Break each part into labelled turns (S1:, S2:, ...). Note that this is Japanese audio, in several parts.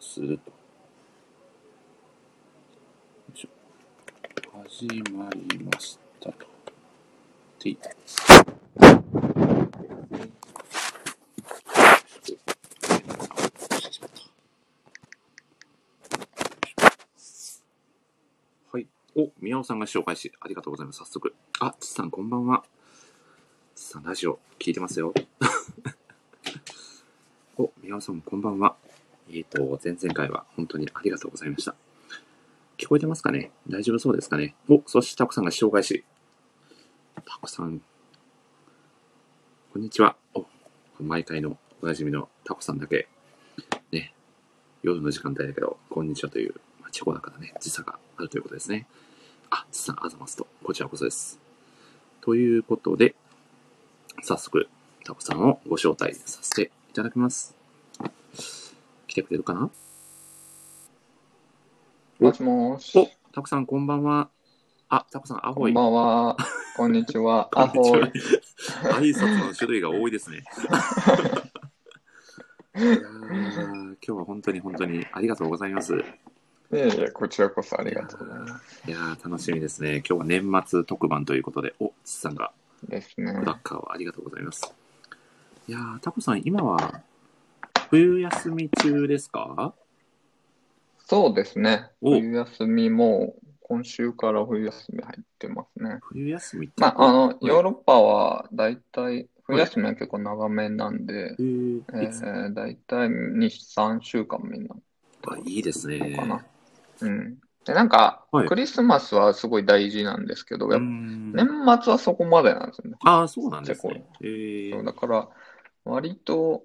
S1: すると。よいしょ始まりましたと。ていはい。お、宮尾さんが紹介し、ありがとうございます。早速。あ、つっさん、こんばんは。つっさん、ラジオ、聞いてますよ。 お、宮尾さんもこんばんは。えっ、と、前々回は本当にありがとうございました。聞こえてますかね大丈夫そうですかねお、そしてタコさんが紹介し。タコさん、こんにちは。お、毎回のおなじみのタコさんだけ、ね、夜の時間帯だけど、こんにちはという、まあ、地方だからね、時差があるということですね。あ、時差あざますと、こちらこそです。ということで、早速、タコさんをご招待させていただきます。来てくれるかな
S2: もしも
S1: お
S2: し。、
S1: タコさんこんばんは。あ、タコさん、アホ
S2: こ
S1: イ。
S2: んば んは。こんにちは。
S1: こん
S2: ア
S1: にち
S2: ホ
S1: は
S2: イ。
S1: 挨拶の種類が多いですね。いやー今日は本当に本当にありがとうございます。
S2: いやいや、こちらこそありがとうございま
S1: いやー楽しみですね。今日は年末特番ということで、おつさんが
S2: す。ですね。
S1: ブラッカーをありがとうございます。いやータコさん、今は冬休み中ですか
S2: そうですね。
S1: お
S2: 冬休みも、今週から冬休み入ってますね。
S1: 冬休みって。
S2: まあ、あの、ヨーロッパはだいたい、冬休みは結構長めなんで、
S1: えー
S2: えー、だいたい2、3週間みんな。
S1: あいいですね。
S2: かな。うん。で、なんか
S1: はい、
S2: クリスマスはすごい大事なんですけど、や
S1: う
S2: っぱ
S1: ん
S2: 年末はそこまでなんですよね。
S1: ああ、そうなんですね。え
S2: そう
S1: ー、
S2: だから、割と、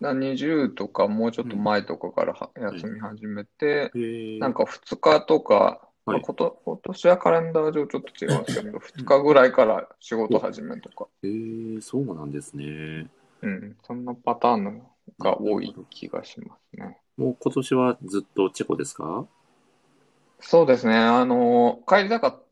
S2: な20とかもうちょっと前とかからは休み始めて、
S1: えー
S2: なんか2日とか、まあ
S1: はい
S2: こと、今年はカレンダー上ちょっと違うんですけど、2日ぐらいから仕事始めとか、
S1: えー、そうなんですね。
S2: うん、そんなパターンのが多い気がしますね。
S1: もう今年はずっとチェコですか
S2: そうですね、あの、帰りたかっ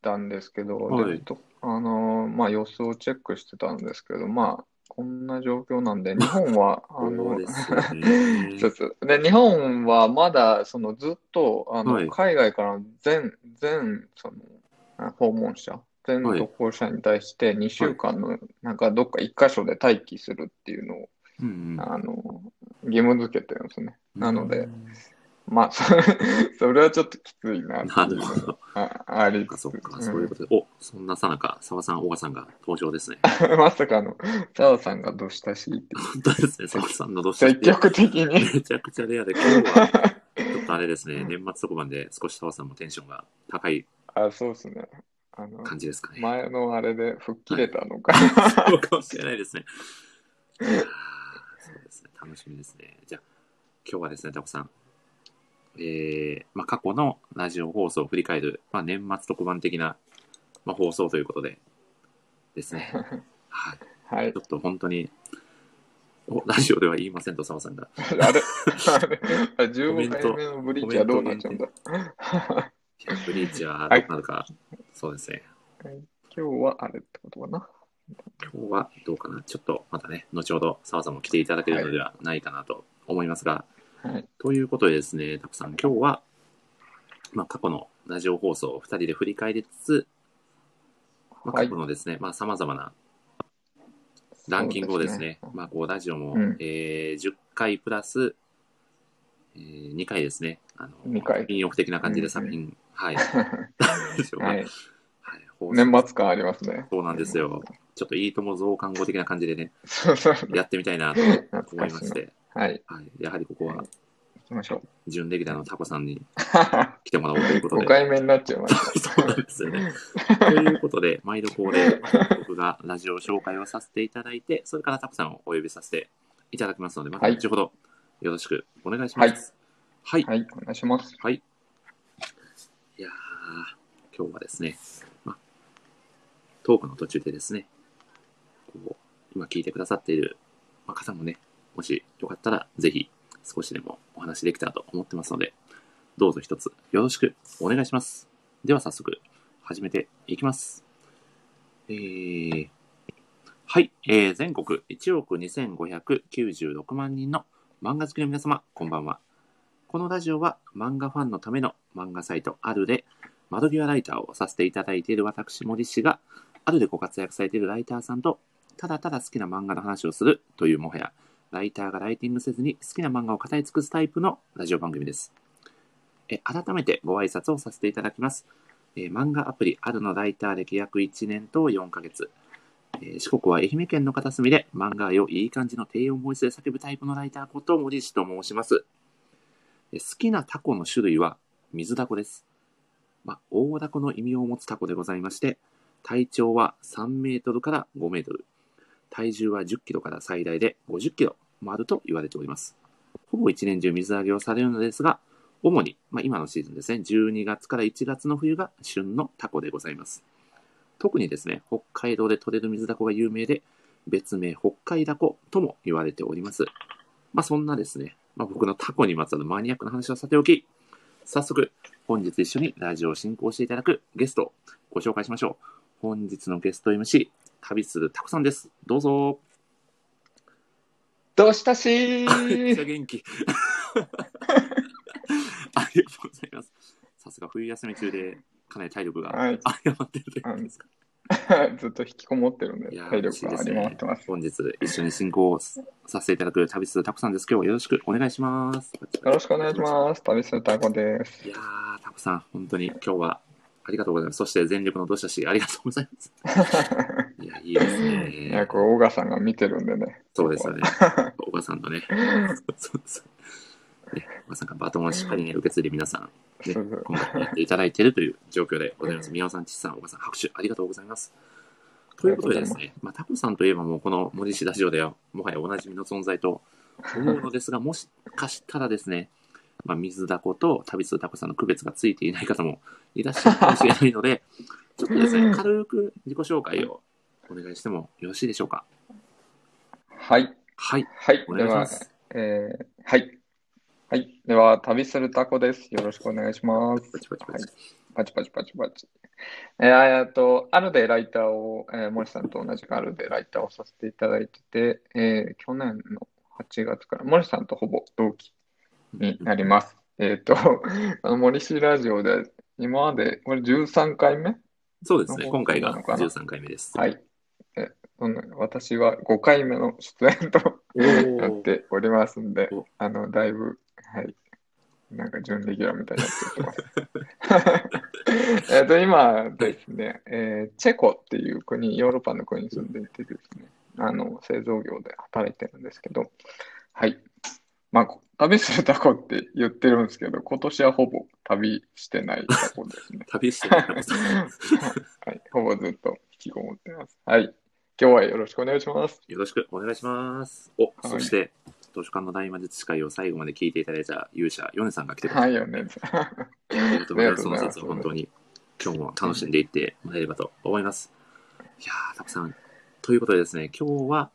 S2: たんですけど、
S1: はい
S2: ずっと、あの、まあ様子をチェックしてたんですけど、まあ、こんな状況なんで、日本は、あ
S1: そ
S2: の。
S1: う、ですよね
S2: そうそうで、日本はまだそのずっとあの、
S1: はい
S2: 海外からの全、全そのあ訪問者、全
S1: はい
S2: 渡航者に対して2週間の、なんかどっか1箇所で待機するっていうのを、
S1: うん
S2: あの義務付けてるんですね。
S1: うん、
S2: なので、まあ、そ それはちょっときついな
S1: な
S2: ってい
S1: る
S2: う
S1: ほ
S2: の
S1: ど。
S2: がああり
S1: そっかそっ
S2: つつ
S1: か、そういうことで。お、そんなさなか、沢さん、小川さんが登場 ですね。
S2: うんまさかの、澤さんがどうしたしって、
S1: 本当ですね、沢さんのどうした
S2: 積極的に。
S1: めちゃくちゃレアで、今日は、ちょっとあれですね、年末特番で少し沢さんもテンションが高い
S2: あ、そうですね。あの、
S1: 感じですかね。
S2: 前のあれで吹っ切れたのか。
S1: そうかもしれないですね。いやーそうですね。楽しみですね。じゃあ、今日はですね、タコさん。えー、まあ、過去のラジオ放送を振り返る、まあ、年末特番的な、まあ、放送ということで、ですね。はい。
S2: はい
S1: ちょ。っと本当に、お、ラジオでは言いませんと、サマさんが。
S2: あれあれ あ
S1: コメン
S2: ?15
S1: ト
S2: 回目のブリーチはどうなっちゃうんだ
S1: いやブリーチはどうなるか、そうですね。
S2: 今日はあれってことかな
S1: 今日はどうかな。ちょっとまたね、後ほど、サマさんも来ていただけるのではないかなと思いますが、
S2: はい。
S1: ということでですね、たくさん今日は、まあ、過去のラジオ放送を2人で振り返りつつ、まあ、
S2: は
S1: 過
S2: い
S1: 去のですね、まあ、さまざまなランキングをですね、
S2: そう
S1: まあ、こう、ラジオも、
S2: うん
S1: えー10回プラス、えー2回ですね、あの、
S2: 二回
S1: 引用的な感じで作品、 はい、ラ
S2: ですね
S1: ジオが、
S2: は
S1: はい
S2: い。
S1: 放送
S2: 年末感ありますね。
S1: そうなんですよ。ちょっといいとも増刊号的な感じでね、
S2: そうそう。
S1: やってみたいなと思
S2: 懐か
S1: いま
S2: し
S1: し
S2: いな。
S1: て、
S2: はい。
S1: はい、やはりここは、
S2: 行きましょう。
S1: 準レギュラーのタコさんに来てもらおうということで
S2: 5 。回目になっちゃいまし
S1: そうなんですよね。ということで、毎度恒例、僕がラジオ紹介をさせていただいて、それからタコさんをお呼びさせていただきますので、また
S2: はい
S1: 後ほどよろしくお願いします。はい。
S2: た。
S1: はい。
S2: はい。お願いします。
S1: い、やー今日はですね、まあ、トークの途中でですね、こう今聞いてくださっているまあ方もね、もしよかったら、ぜひ少しでもお話できたらと思ってますので、どうぞ一つよろしくお願いします。では早速、始めていきます。えー、はい、えー、全国1億2596万人の漫画好きの皆様、こんばんは。このラジオは漫画ファンのための漫画サイトあるで、窓際ライターをさせていただいている私、森氏が、あるでご活躍されているライターさんと、ただただ好きな漫画の話をするというもはや、ライターがライティングせずに好きな漫画を語り尽くすタイプのラジオ番組です。え改めてご挨拶をさせていただきます。えー漫画アプリあるのライター歴約1年と4ヶ月。えー四国は愛媛県の片隅で漫画愛をいい感じの低音ボイスで叫ぶタイプのライターこと森氏と申します。え好きなタコの種類は水タコです。まあ、大ダコの意味を持つタコでございまして、体長は3メートルから5メートル、体重は10キロから最大で50キロもあると言われております。ほぼ一年中水揚げをされるのですが、主に、まあ、今のシーズンですね、12月から1月の冬が旬のタコでございます。特にですね、北海道で取れる水ダコが有名で、別名北海ダコとも言われております。まあそんなですね、まあ、僕のタコにまつわるマニアックな話はさておき、早速、本日一緒にラジオを進行していただくゲストをご紹介しましょう。本日のゲスト MC、旅するタコさんです。どうぞ。
S2: どうしたし
S1: めっちゃ
S2: ー
S1: 元気。 ありがとうございます。さすが冬休み中で、かなり体力が
S2: はい。
S1: 誤ってるということですか。
S2: ずっと引きこもってるんで、
S1: いやー
S2: 体力がありまってます。
S1: 本日一緒に進行をさせていただく旅するタコさんです。今日はよろしくお願いします。
S2: よろしくお願いします。旅するタコです。
S1: いやー、タコさん、本当に今日はありがとうございます。そして全力のどしゃし、ありがとうござい ます。いや、いいです
S2: いや、
S1: ね。
S2: これ、オガさんが見てるんでね。
S1: そうですよね。おばさんとね。そうそう。ね、おばさんがバトンをしっかりね、受け継いで皆さん、ね
S2: そうそう
S1: 今回やっていただいているという状況でございます。宮尾さん、ちっさん、おばさん、拍手ありがとうございます。ということでですね、まあ、タコさんといえばもうこの森氏ラジオではもはやおなじみの存在と思うのですが、もしかしたらですね、まあ、水ダコと旅するタコさんの区別がついていない方もいらっしゃるかもしれないので、ちょっとですね、軽く自己紹介をお願いしてもよろしいでしょうか。
S2: はい。
S1: はい、
S2: はい。
S1: お
S2: で
S1: 願いしま
S2: は、
S1: す。
S2: えー、はい。はい。では、旅するタコです。よろしくお願いします。
S1: パチパチパチ
S2: パチパチパチパチ。えー、えーっと、あるでライターを、えー、森さんと同じくあるでライターをさせていただいてて、えー、去年の8月から、森さんとほぼ同期になります。えーっと、 あの森氏ラジオで、今まで、これ13回目
S1: そうですね、
S2: の
S1: 今回が
S2: なのかな
S1: 13回目です。
S2: はい。え、そんな私は5回目の出演と
S1: おー
S2: なっておりますんで
S1: お、
S2: あの、だいぶ、はい、なんか準レギュラーみたいになってきて ます。えっと、今ですね、えーチェコっていう国、ヨーロッパの国に住んでいてですね、あの、製造業で働いてるんですけど、はい。まあ、こ旅するタコって言ってるんですけど、今年はほぼ旅してないタコですね。
S1: 旅してるタコさん。
S2: はい、ほぼずっと引きこもってます。はい、今日はよろしくお願いします。
S1: よろしくお願いします。お、
S2: い
S1: そして、図書館の大魔術司会を最後まで聞いていただいた勇者、ヨネさんが来てくださ。
S2: はいい、よね。
S1: ありがとうございます。そう
S2: ありがとご
S1: の
S2: ざいます
S1: 説を本当に、今日も楽しんでいってもらえればと思います。いやー、たくさん。ということでですね、今日は、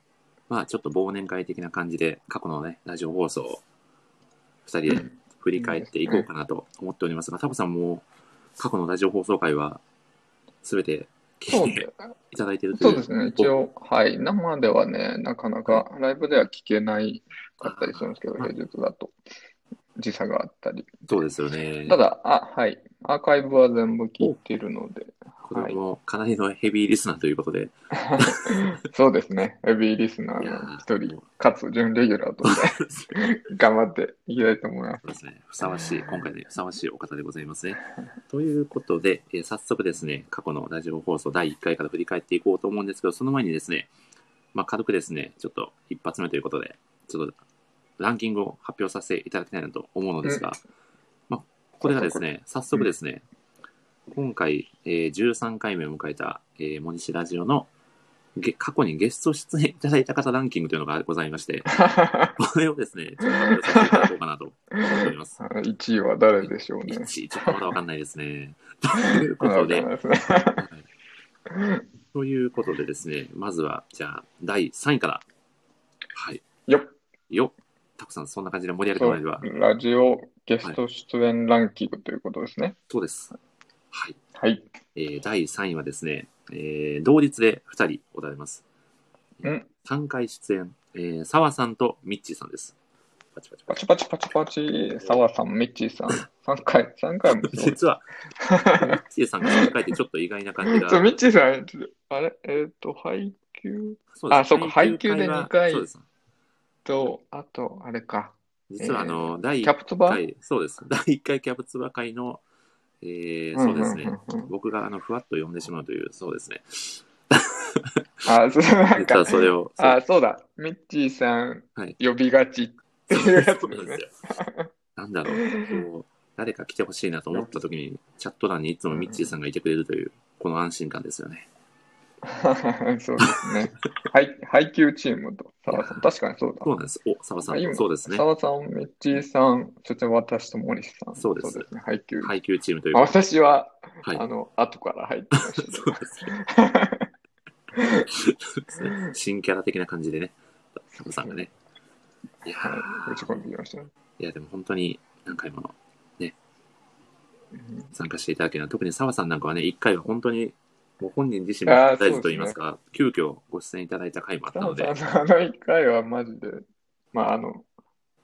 S1: まあ、ちょっと忘年会的な感じで、過去のね、ラジオ放送を、二人で振り返っていこうかなと思っておりますが、タコさんも、過去のラジオ放送回は、すべて
S2: そう
S1: 聞いていただいていると
S2: そう
S1: いう。
S2: ですね、一応、はい、生ではね、なかなかライブでは聞けないかったりするんですけど、
S1: あー
S2: 平日だと時差があったり。
S1: そうですよね。
S2: ただ、あ、はい、アーカイブは全部聞いてるの で、
S1: これもかなりのヘビーリスナーということで、
S2: そうですね、ヘビーリスナーの一人、かつ準レギュラーとして 頑張っていきたいと思います。
S1: そうですね。ふさわしい、今回でふさわしいお方でございますね。ということで、えー早速ですね、過去のラジオ放送第1回から振り返っていこうと思うんですけど、その前にですね、まあ、軽くですね、ちょっと一発目ということで、ちょっとランキングを発表させていただきたいなと思うのですが、まあ、これがですね、早速ですね、今回、えー13回目を迎えた、えー、森氏ラジオのげ過去にゲスト出演いただいた方ランキングというのがございま して、これをですね、ちょっと発表させていただこうかなと思っており ます。
S2: 1位は誰でしょうね。
S1: 1ちょっとまだわかんないです ね。ということで、
S2: わかんないですね
S1: ということでですね、まずは、じゃあ、第3位から。はい。
S2: よっ
S1: よっ。たくさん、そんな感じで盛り上げて
S2: そ
S1: もらえれば。
S2: うラジオゲスト出演ランキングということですね。
S1: そうです。はい。
S2: はい。
S1: えー第3位はですね、えー同率で2人おられます。
S2: うん
S1: 3回出演、えー、沢さんとミッチーさんです。パチパチパ
S2: パ
S1: チ。
S2: チパチパチパチ、澤さん、ミッチーさん、3回、 三回もすごい。
S1: 実は、シエさんが書いてちょっと意外な 感じが。
S2: そう、ミッチーさん、ちょっとあれ、えっ、と、配給
S1: そうです
S2: あそうか配給で二回
S1: そうです。
S2: と、あと、あれか、
S1: 実は、あの、第
S2: キ
S1: 一
S2: ャプトバー
S1: 回、そうです。 第1回キャプツバ会の、えー
S2: うん
S1: そううん
S2: うん
S1: で
S2: うん
S1: すね。僕があのふわっと読んでしまうという、そうですね。
S2: あ、そう、なん
S1: 実
S2: か
S1: は、それを、そう
S2: あ、そうだ、ミッチーさん
S1: はい、
S2: 呼びがちっていうやつ
S1: そう
S2: で
S1: な
S2: す
S1: ん
S2: ね
S1: で。す よ。なんだろう、こう、誰か来てほしいなと思った時に、チャット欄にいつもミッチーさんがいてくれるという、この安心感ですよね。
S2: そうですね。はい、配給チームと、澤さん、確かにそうだ
S1: そう。なんです。お、澤さ
S2: あ今
S1: ん、そうですね。
S2: 澤さん、ミッチーさん、そして私と森さん、
S1: そうです
S2: ね、配給。
S1: 配給チームという
S2: まあ、
S1: か、
S2: 私は、
S1: はい。
S2: あの、後から入ってましたけど
S1: そうですね。 そうですね新キャラ的な感じでね、澤さんがね。いや
S2: はい、打ち
S1: ー
S2: 込んできましたね。
S1: いやでも本当に何回も
S2: うん
S1: 参加していただけるのは、特に澤さんなんかはね、1回は本当に、ご本人自身も大事と言いますか、急遽ご出演いただいた回もあったの
S2: 澤
S1: で、
S2: さんのあの一回はマジで、まあ、あの、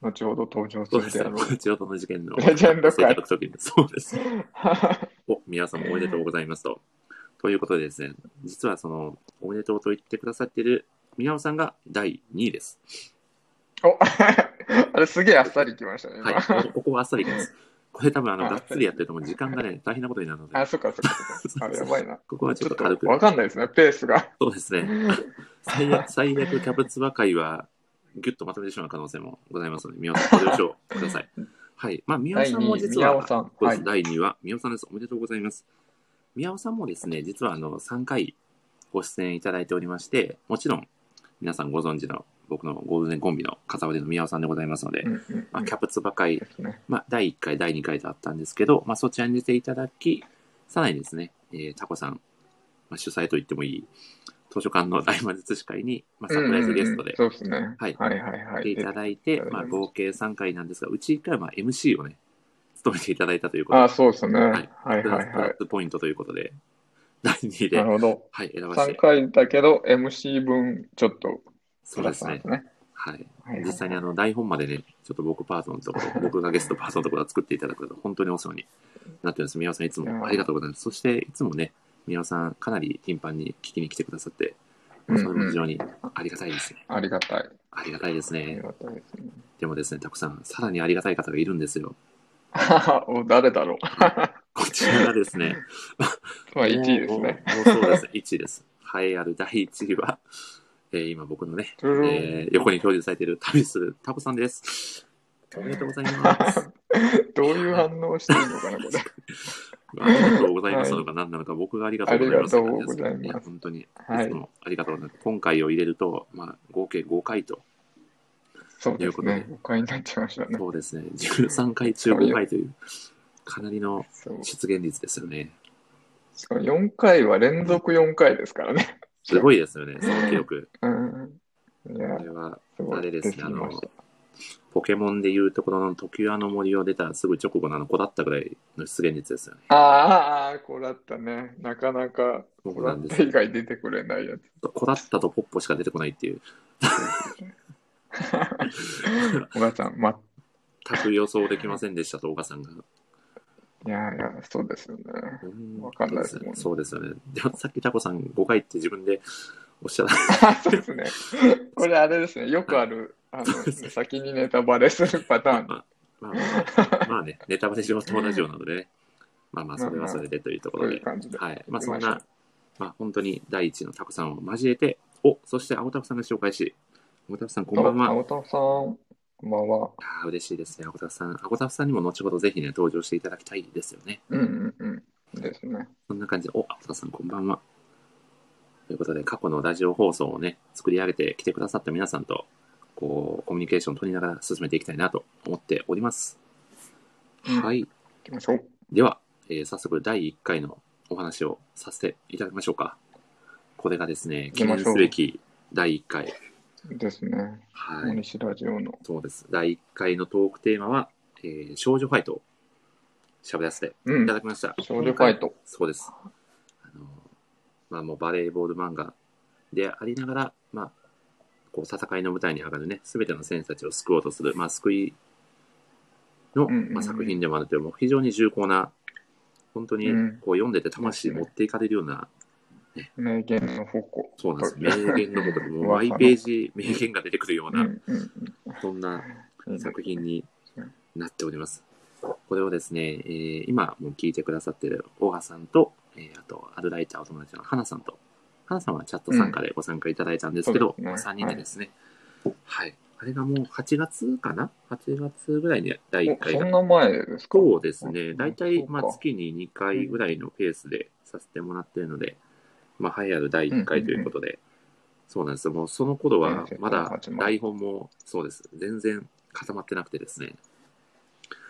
S2: 後ほど登場す
S1: そう
S2: る
S1: です
S2: であ
S1: ね
S2: ろう。。
S1: 地元の事件 の
S2: レジェンド
S1: いた
S2: 会
S1: だくときに、そうです。お、皆さんもおめでとうございますと。ということでですね、実はその、おめでとうと言ってくださっている宮尾さんが第2位です。
S2: お あれすげえあっさりきましたね、今。
S1: はい。ここはあっさりです。これ多分あの、
S2: あ
S1: がっつりやってるともう時間がね、大変なことになるので、
S2: あ、そっかそっかそっか。あ、やばいな。
S1: ここはち
S2: ち
S1: ょ
S2: ょ
S1: っと
S2: っと
S1: 軽く。
S2: わかんないですね、ペースが。
S1: そうです ね。最悪、最悪キャベツバ会は、ぎゅっとまとめてしまう可能性もございますので、宮尾さん、ご了承くだ さい。はい。まあ、宮尾
S2: 第
S1: さん
S2: 2
S1: も
S2: 位、
S1: 実
S2: 宮
S1: は
S2: 尾、さん。
S1: そう
S2: は
S1: で
S2: い
S1: す。。第2話、宮尾さんです。おめでとうございます。宮尾さんもですね、実はあの、3回ご出演いただいておりまして、もちろん、皆さんご存知の僕のゴールデンコンビの片腕の宮尾さんでございますので、
S2: うんうん
S1: ま
S2: う
S1: あ、
S2: ん
S1: キャプツバ会
S2: ですね。
S1: まあ、第1回、第2回とあったんですけど、まあ、そちらに出ていただき、さらにですね、えータコさん、まあ、主催と言ってもいい、図書館の大魔術師会に、まあ、サプライズゲストで
S2: うんうんうんそうですね。
S1: はい
S2: はいはいは
S1: 来てい
S2: い。
S1: ただいて、
S2: うん
S1: まあ、合計3回なんですが、うち1回はまあ MC をね、務めていただいたということで、
S2: あ、そうですね。はいいはい
S1: プラ
S2: は
S1: スプラ
S2: い。
S1: スポイントということで、第2位で
S2: な、るほど。
S1: はい、選ばせ
S2: 3
S1: て、
S2: 回だけど、MC 分ちょっと
S1: そ
S2: プ
S1: う
S2: ラ
S1: で
S2: ス
S1: す
S2: なんで
S1: ね
S2: す。ね。
S1: はい。
S2: はいはい
S1: 実際にあの、台本までね、ちょっと僕パートのとこ ろ、僕がゲストパートのところを作っていただくと、本当にお世話になっております。宮尾さん、いつ
S2: いやー
S1: もありがとうございます。そして、いつもね、宮尾さん、かなり頻繁に聞きに来てくださって、
S2: うんうん
S1: それも非常にありがたいですね。
S2: ありがたい。
S1: ありがたいです
S2: あり
S1: ね。
S2: がたいですね。
S1: でもですね、たくさん、さらにありがたい方がいるんですよ。
S2: お誰だろう。
S1: こちらがですね、
S2: まあ、1位で
S1: も
S2: すね。
S1: う。もうそうです。1位です。栄えある第1位は、えー今僕のね、
S2: トゥルーン
S1: えー横に表示されている旅するタコさんです。おめでとうございます。
S2: どういう反応してるのかな、これ。
S1: ありがとうございますなのか何なのか、僕がありがとうございますなのかですけど
S2: ありがとうございます
S1: や本当に、い
S2: はい
S1: つもありがとうございます。今回を入れると、まあ、合計5回と、
S2: そう
S1: とい
S2: で
S1: う
S2: す
S1: ことで
S2: ね。誤解になっちゃいましたね。
S1: そうですね、13回中5回という、かなりの
S2: そう。
S1: 出現率ですよね。
S2: しかも4回は連続4回ですからね。
S1: すごいですよね、その記録。
S2: うん。いや
S1: こ、れは、
S2: すご
S1: あ
S2: い。
S1: れですね
S2: きました。
S1: ポケモンでいうところの時輪の森を出たすぐ直後なの子だったぐらいの出現率ですよね。
S2: あーあー、こうだったね。なかなか、
S1: そう
S2: こだ
S1: な
S2: っ
S1: んです
S2: た以外出てく れないや
S1: 子だったとポッポしか出てこないっていう、
S2: つ。小川さん、ま、
S1: 全く予想できませんでしたと、岡さんが。
S2: いやいや、そうですよね。わかんないですもんね
S1: そうですよね。でもさっきタコさん5回って自分でおっしゃら
S2: あ そうですね。これあれですね。よくある、あの、先にネタバレするパターン。
S1: まあ、まあ、まあ、まあね、ネタバレ上等ラジオなのでね。まあまあ、それはそれでというとこ
S2: そ
S1: ろ
S2: うい
S1: で
S2: う。感じで。
S1: はい。まあ、
S2: 行き
S1: そ
S2: ま
S1: ん
S2: しょう
S1: な、まあ、本当に第一のタコさんを交えて、お、そして青タコさんが紹介し、青タコさんこんばん
S2: あ
S1: は。
S2: 青田さん、こんばんは。
S1: あー嬉しいですね、青タコさん。青タコさんにも後ほどぜひね、登場していただきたいですよね。
S2: うんうんうん。ですね。
S1: そんな感じで、お、青タコさんこんばんは。ということで、過去のラジオ放送をね、作り上げてきてくださった皆さんと、こう、コミュニケーションを取りながら進めていきたいなと思っております。
S2: うん
S1: はい。
S2: 行きましょう。
S1: では、えー早速第1回のお話をさせていただきましょうか。これがですね、記
S2: 行きま
S1: 念
S2: しょう
S1: すべき第1回。
S2: ですね。
S1: はい。
S2: 森氏ラジオの。
S1: そうです。第1回のトークテーマは、えー少女ファイトを喋らせて
S2: う
S1: い
S2: ん
S1: た。だきました。
S2: 少女ファイ
S1: ト。
S2: ト。
S1: そうです。あの、まあもうバレーボール漫画でありながら、まあ、こう戦いの舞台に上がるね、すべての選手たちを救おうとする、まあ、救いの、
S2: うんうんうん
S1: まあ、作品でもあるという、もう非常に重厚な、本当に
S2: うん
S1: こう読んでて魂持っていかれるような、
S2: 名言の方向。
S1: そうなんですよ。名言のことで、もう
S2: 噂の
S1: 毎ページ名言が出てくるよう
S2: うんう
S1: な、
S2: んうん
S1: そんな
S2: うん
S1: 作品になっております。これをですね、えー今もう聞いてくださってる小川さんと、えーあと、アルライターお友達の花さんと、花さんはチャット参加でご参加いただいたんですけど、
S2: うんそうですね
S1: 3人でですね、はい、あれがもう8月かな ?8 月ぐらいに第1
S2: お
S1: 回
S2: そん
S1: が。
S2: な前ですか
S1: そうですね、大体、
S2: そうか
S1: まあ、月に2回ぐらいのペースでさせてもらってるので、まあ、栄えある第1回ということで、そうなんですよ。もうその頃は、まだ台本も、そうです。全然固まってなくてですね。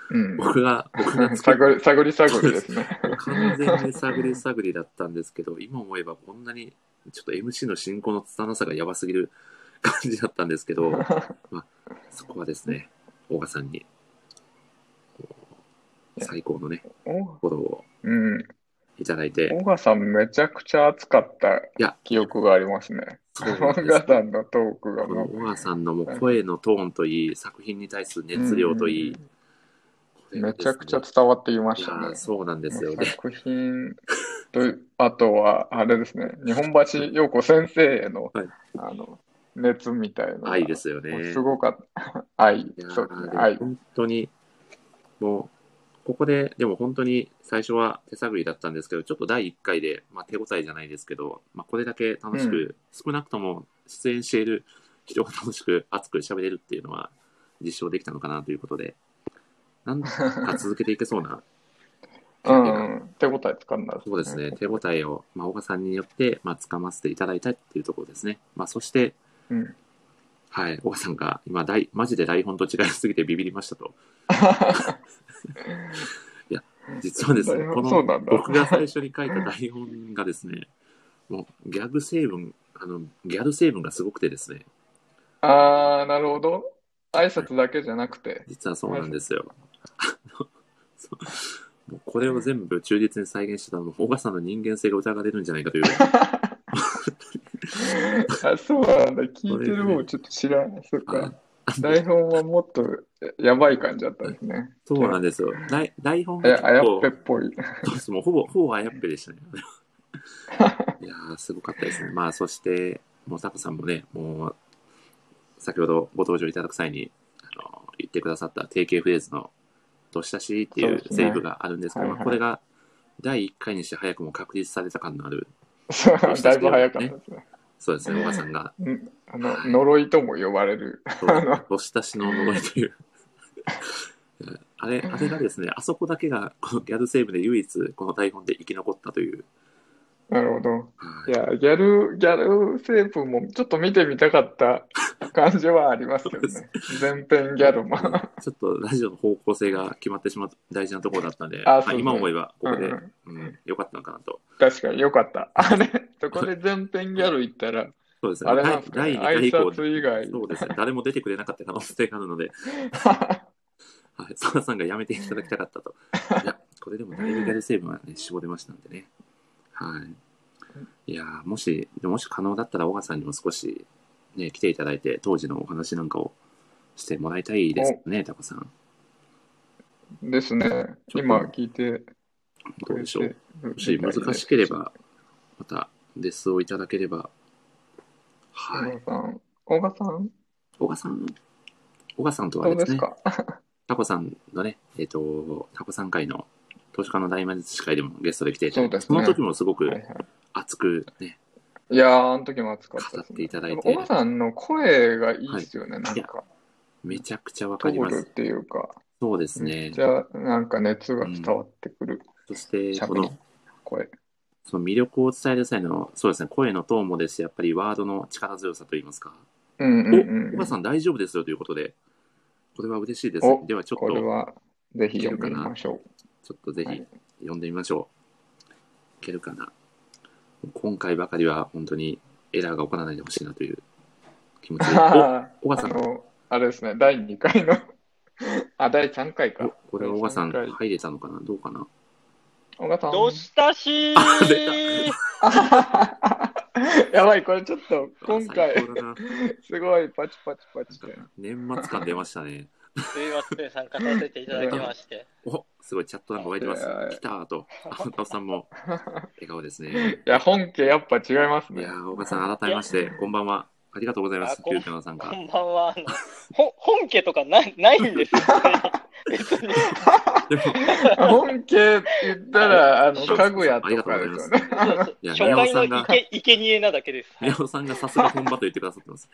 S2: うん。
S1: 僕が、僕が作っ
S2: 探り探り探りですね。
S1: 完全に探り探りだったんですけど、今思えばこんなに、ちょっと MC の進行の拙なさがやばすぎる 感じだったんですけ ど、そこはですね、大賀さんに、こう最高のね、
S2: お
S1: フォローを
S2: うん。
S1: いただいて、
S2: 小川さんめちゃくちゃ熱かった
S1: や
S2: 記憶がありますね。
S1: そう
S2: 小
S1: なん
S2: 川
S1: です
S2: さんのトークが
S1: この
S2: も
S1: 小川さんのもう声のトーンといい、作品に対する
S2: う
S1: 熱量といい、
S2: うん
S1: これが
S2: め
S1: です
S2: ち
S1: ね
S2: ゃくちゃ伝わっていま
S1: い
S2: し
S1: や
S2: たね
S1: ー。そうなんですよ。で、
S2: 作品と、 あとは、あれですね、日本橋陽子先生への、
S1: はい
S2: あの熱みたいなのが。
S1: 愛ですよね。
S2: すごかった。 愛
S1: いや、ー
S2: そうですね、
S1: でも
S2: 愛。
S1: 本当に、もう、ここで、でも本当に最初は手探りだったんですけど、ちょっと第1回で、まあ、手応えじゃないですけど、まあ、これだけ楽しく、
S2: う
S1: 少なくとも出演している人が楽しく熱く喋れるっていうのは実証できたのかなということで、なんか続けていけそうな、
S2: うん、手応えつかんだ、
S1: そうですね、手応えを、まあ、岡さんによって、まあ、掴ませていただいたっていうところですね。まあ、そして、
S2: うん。
S1: はい、岡さんが今、大マジで台本と違いすぎてビビりましたと。 実はですね、
S2: 台本
S1: こ
S2: そう
S1: の
S2: なんだ
S1: 僕が最初に書いた台本がですね、もうギャグ成分、あの、ギャル成分がすごくてですね、
S2: あー、なるほど。挨拶だけじゃなくて。
S1: 実はそうなんですよ。 あのそうもうこれを全部忠実に再現してたのも、小川さんの人間性が疑われるんじゃないか という、
S2: あそうなんだ。聞いてる方ちょっと知らん。そっ
S1: あ
S2: か。台本はもっとやばい感じだったんですね。
S1: そうなんですよ。台台本
S2: あ
S1: が
S2: やあや
S1: 結
S2: っ
S1: 構
S2: ぺっ、ぽい。
S1: そうですもうほぼ、ほぼあやっぺでしたね。 いやー、すごかったですね。まあ、そして、もうタコさんもね、もう、先ほどご登場いただく際に、あの、言ってくださった定型フレーズの、どしたしってい
S2: そう
S1: う
S2: ですね
S1: セリフがあるんですけど、
S2: はいはい
S1: まあこれが、第1回にして早くも確立された感のある、
S2: そうだいぶ早かったですね。
S1: そうですね、小川さんが、
S2: うんあの呪いとも呼ばれる。
S1: そうどしたしの呪いという。 あれ、あれがですね、あそこだけが、このギャルセーブで唯一、この台本で生き残ったという。
S2: なるほど。
S1: はい
S2: いや、ギャル、ギャル成分もちょっと見てみたかった感じはありますけどね。全編ギャルも。
S1: ちょっとラジオの方向性が決まってしまう大事なところだったんで、
S2: あ
S1: ま
S2: そうですね
S1: 今思えばここで、
S2: う
S1: うんん良かったのかなと。
S2: 確かによかった。あれ、そこで全編ギャル行ったら、
S1: そうですね。
S2: あれなんですかね、
S1: 第第二
S2: 挨
S1: 回
S2: 拶以
S1: 以
S2: 外。
S1: 降、そうですね。誰も出てくれなかった可能性があるので、はい、澤さんがやめていただきたかった と。いや、これでもだいぶギャル成分はね、絞れましたんでね。はい。いやーもし、でもし可能だったら、小川さんにも少し、ね、来ていただいて、当時のお話なんかをしてもらいたいですね、タコさん。
S2: ですね。今聞いて
S1: ど
S2: く
S1: う
S2: れ
S1: でしょう
S2: て。。も
S1: もし難しけれ。ば、また、レッスンをいただければ。
S2: 小
S1: はい。
S2: 川さん、小川さん、
S1: 小川さん、小川さんとはあ
S2: ど
S1: れで
S2: うですす
S1: ね、
S2: か
S1: タコさんのね、えっ、と、タコさん会の、投資家の大魔術師会でもゲストで来ていただいて、
S2: そうです
S1: そ
S2: ね
S1: の時もすご
S2: は
S1: く
S2: いはい
S1: 熱くね、
S2: いやー、あの時も暑かった
S1: 語
S2: で
S1: っ
S2: す
S1: て
S2: ね。
S1: いただい
S2: でも
S1: て
S2: 小、川さんの声がいいですよね、なん
S1: いや
S2: か。
S1: めちゃくちゃわ
S2: 通
S1: かりま
S2: る
S1: す
S2: っ。ていうか、
S1: そうです
S2: めっ
S1: ね。
S2: ちゃなんか熱が伝わってくる、
S1: そして、こ
S2: 喋り
S1: の、、
S2: 声。
S1: その魅力を伝える際の、そうですね、声のトーンもですし、やっぱりワードの力強さといいますか。
S2: うん
S1: お、
S2: うんう
S1: 小
S2: ん。
S1: 川さん大丈夫ですよということで、これは嬉しいです。
S2: お
S1: ではちょっ
S2: これ
S1: と、
S2: はぜひ読んでみましょ
S1: ちょっとぜ
S2: は
S1: ひ
S2: い
S1: 読んでみましょう。いけるかな。今回ばかりは本当にエラーが起こらないでほしいなという気持ち
S2: う。
S1: で。 お
S2: あ
S1: 小川さん、
S2: の、あれですね、第2回の、 あ、第3回か。
S1: おこれは小川さん
S2: 第三回
S1: 入れたのかなどうかな
S2: 小川さん。
S3: どしたしー
S1: 出
S2: やばい、これちょっと今回、
S1: 最高だな
S2: すごいパチパチパチで。
S1: 年末感出ましたね。
S3: すいません、参加させていただきま して。
S1: おすごい、チャットなんか湧いてます
S2: いやいや。
S1: 来たーと、あ岡さん も笑顔ですね。
S2: いや、本家やっぱ違います
S1: い
S2: ね
S1: や。ー、岡さん、改めまして、こんばんは。ありがとうございます、
S3: あこん
S1: 急遽の参加
S3: こ。んばんは。あのほ本家とかないないん ですよね。別に。
S1: でも、
S2: 本家って言ったら、あの、家具屋
S1: あり
S2: と
S1: がとう
S2: か
S1: ござい
S2: で
S1: ます
S2: よ
S1: す
S2: ね。。
S3: そう
S1: いや
S3: そう初
S1: 宮尾さ
S3: 回
S1: んが
S3: のいけいけにえなだけです。
S1: 宮尾さんがさすが本場と言ってくださってます。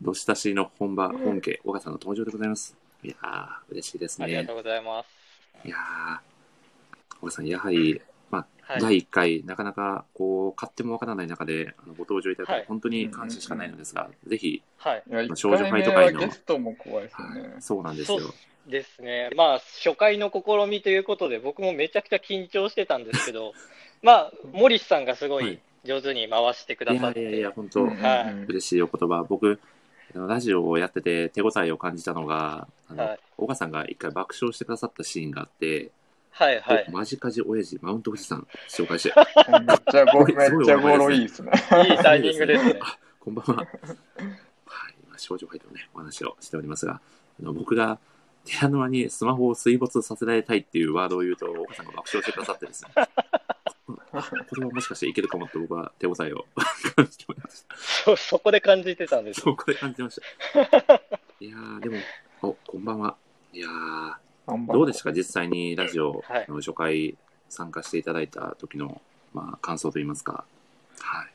S1: どしたしの本場、本家、岡さんの登場でございます。いやー、嬉しいです
S3: ありが
S1: ね
S3: と。うございます。
S1: いやー、岡さん、やはり、まあ、
S3: はい。
S1: 第1回、なかなかこう買ってもわからない中であのご登場いただいて、
S3: はい
S1: 本当に感謝しかないのですが、ぜひ、
S3: はい。
S2: いや、
S1: まあ
S2: 一
S1: 少女
S2: 回
S1: ファ
S2: 目
S1: イト会
S2: は
S1: の
S2: ゲストも怖いですよ
S1: はい
S2: ね。
S1: そうなんです
S3: そ
S1: よ
S3: う。ですね。まあ、初回の試みということで、僕もめちゃくちゃ緊張してたんです けど、まあ、モリスさんがすご
S1: はい
S3: い上手に回してくだ
S1: い
S3: さっ
S1: や
S3: て、
S1: いやいや、本当、
S2: うんうんうん
S1: 嬉しいお言葉。僕、あのラジオをやってて手応えを感じたのが、あの、
S3: はい
S1: 岡さんが一回爆笑してくださったシーンがあって、
S3: はいはい。
S1: マジカジ親父マウント富士山紹介して、
S2: めっちゃ
S1: すご
S2: ご、め
S1: い
S2: っちゃゴロいいですね。
S3: いいタイミングですね。
S1: あこんばんは。はい、今、少女ファイトのね、お話をしておりますが、あの僕が、寺沼にスマホを水没させられたいっていうワードを言うと、岡さんが爆笑してくださって ですね。これはもしかしていけるかもって僕は手応えを 感じておりました。
S3: そ、そこで感じてたんです。
S1: そう、これ感じてました。 いやー、でも、お、こんばんは。いやー、どうでしたか、実際にラジオ
S3: はい
S1: の初回参加していただいた時の、まあ、感想といいますか。はい。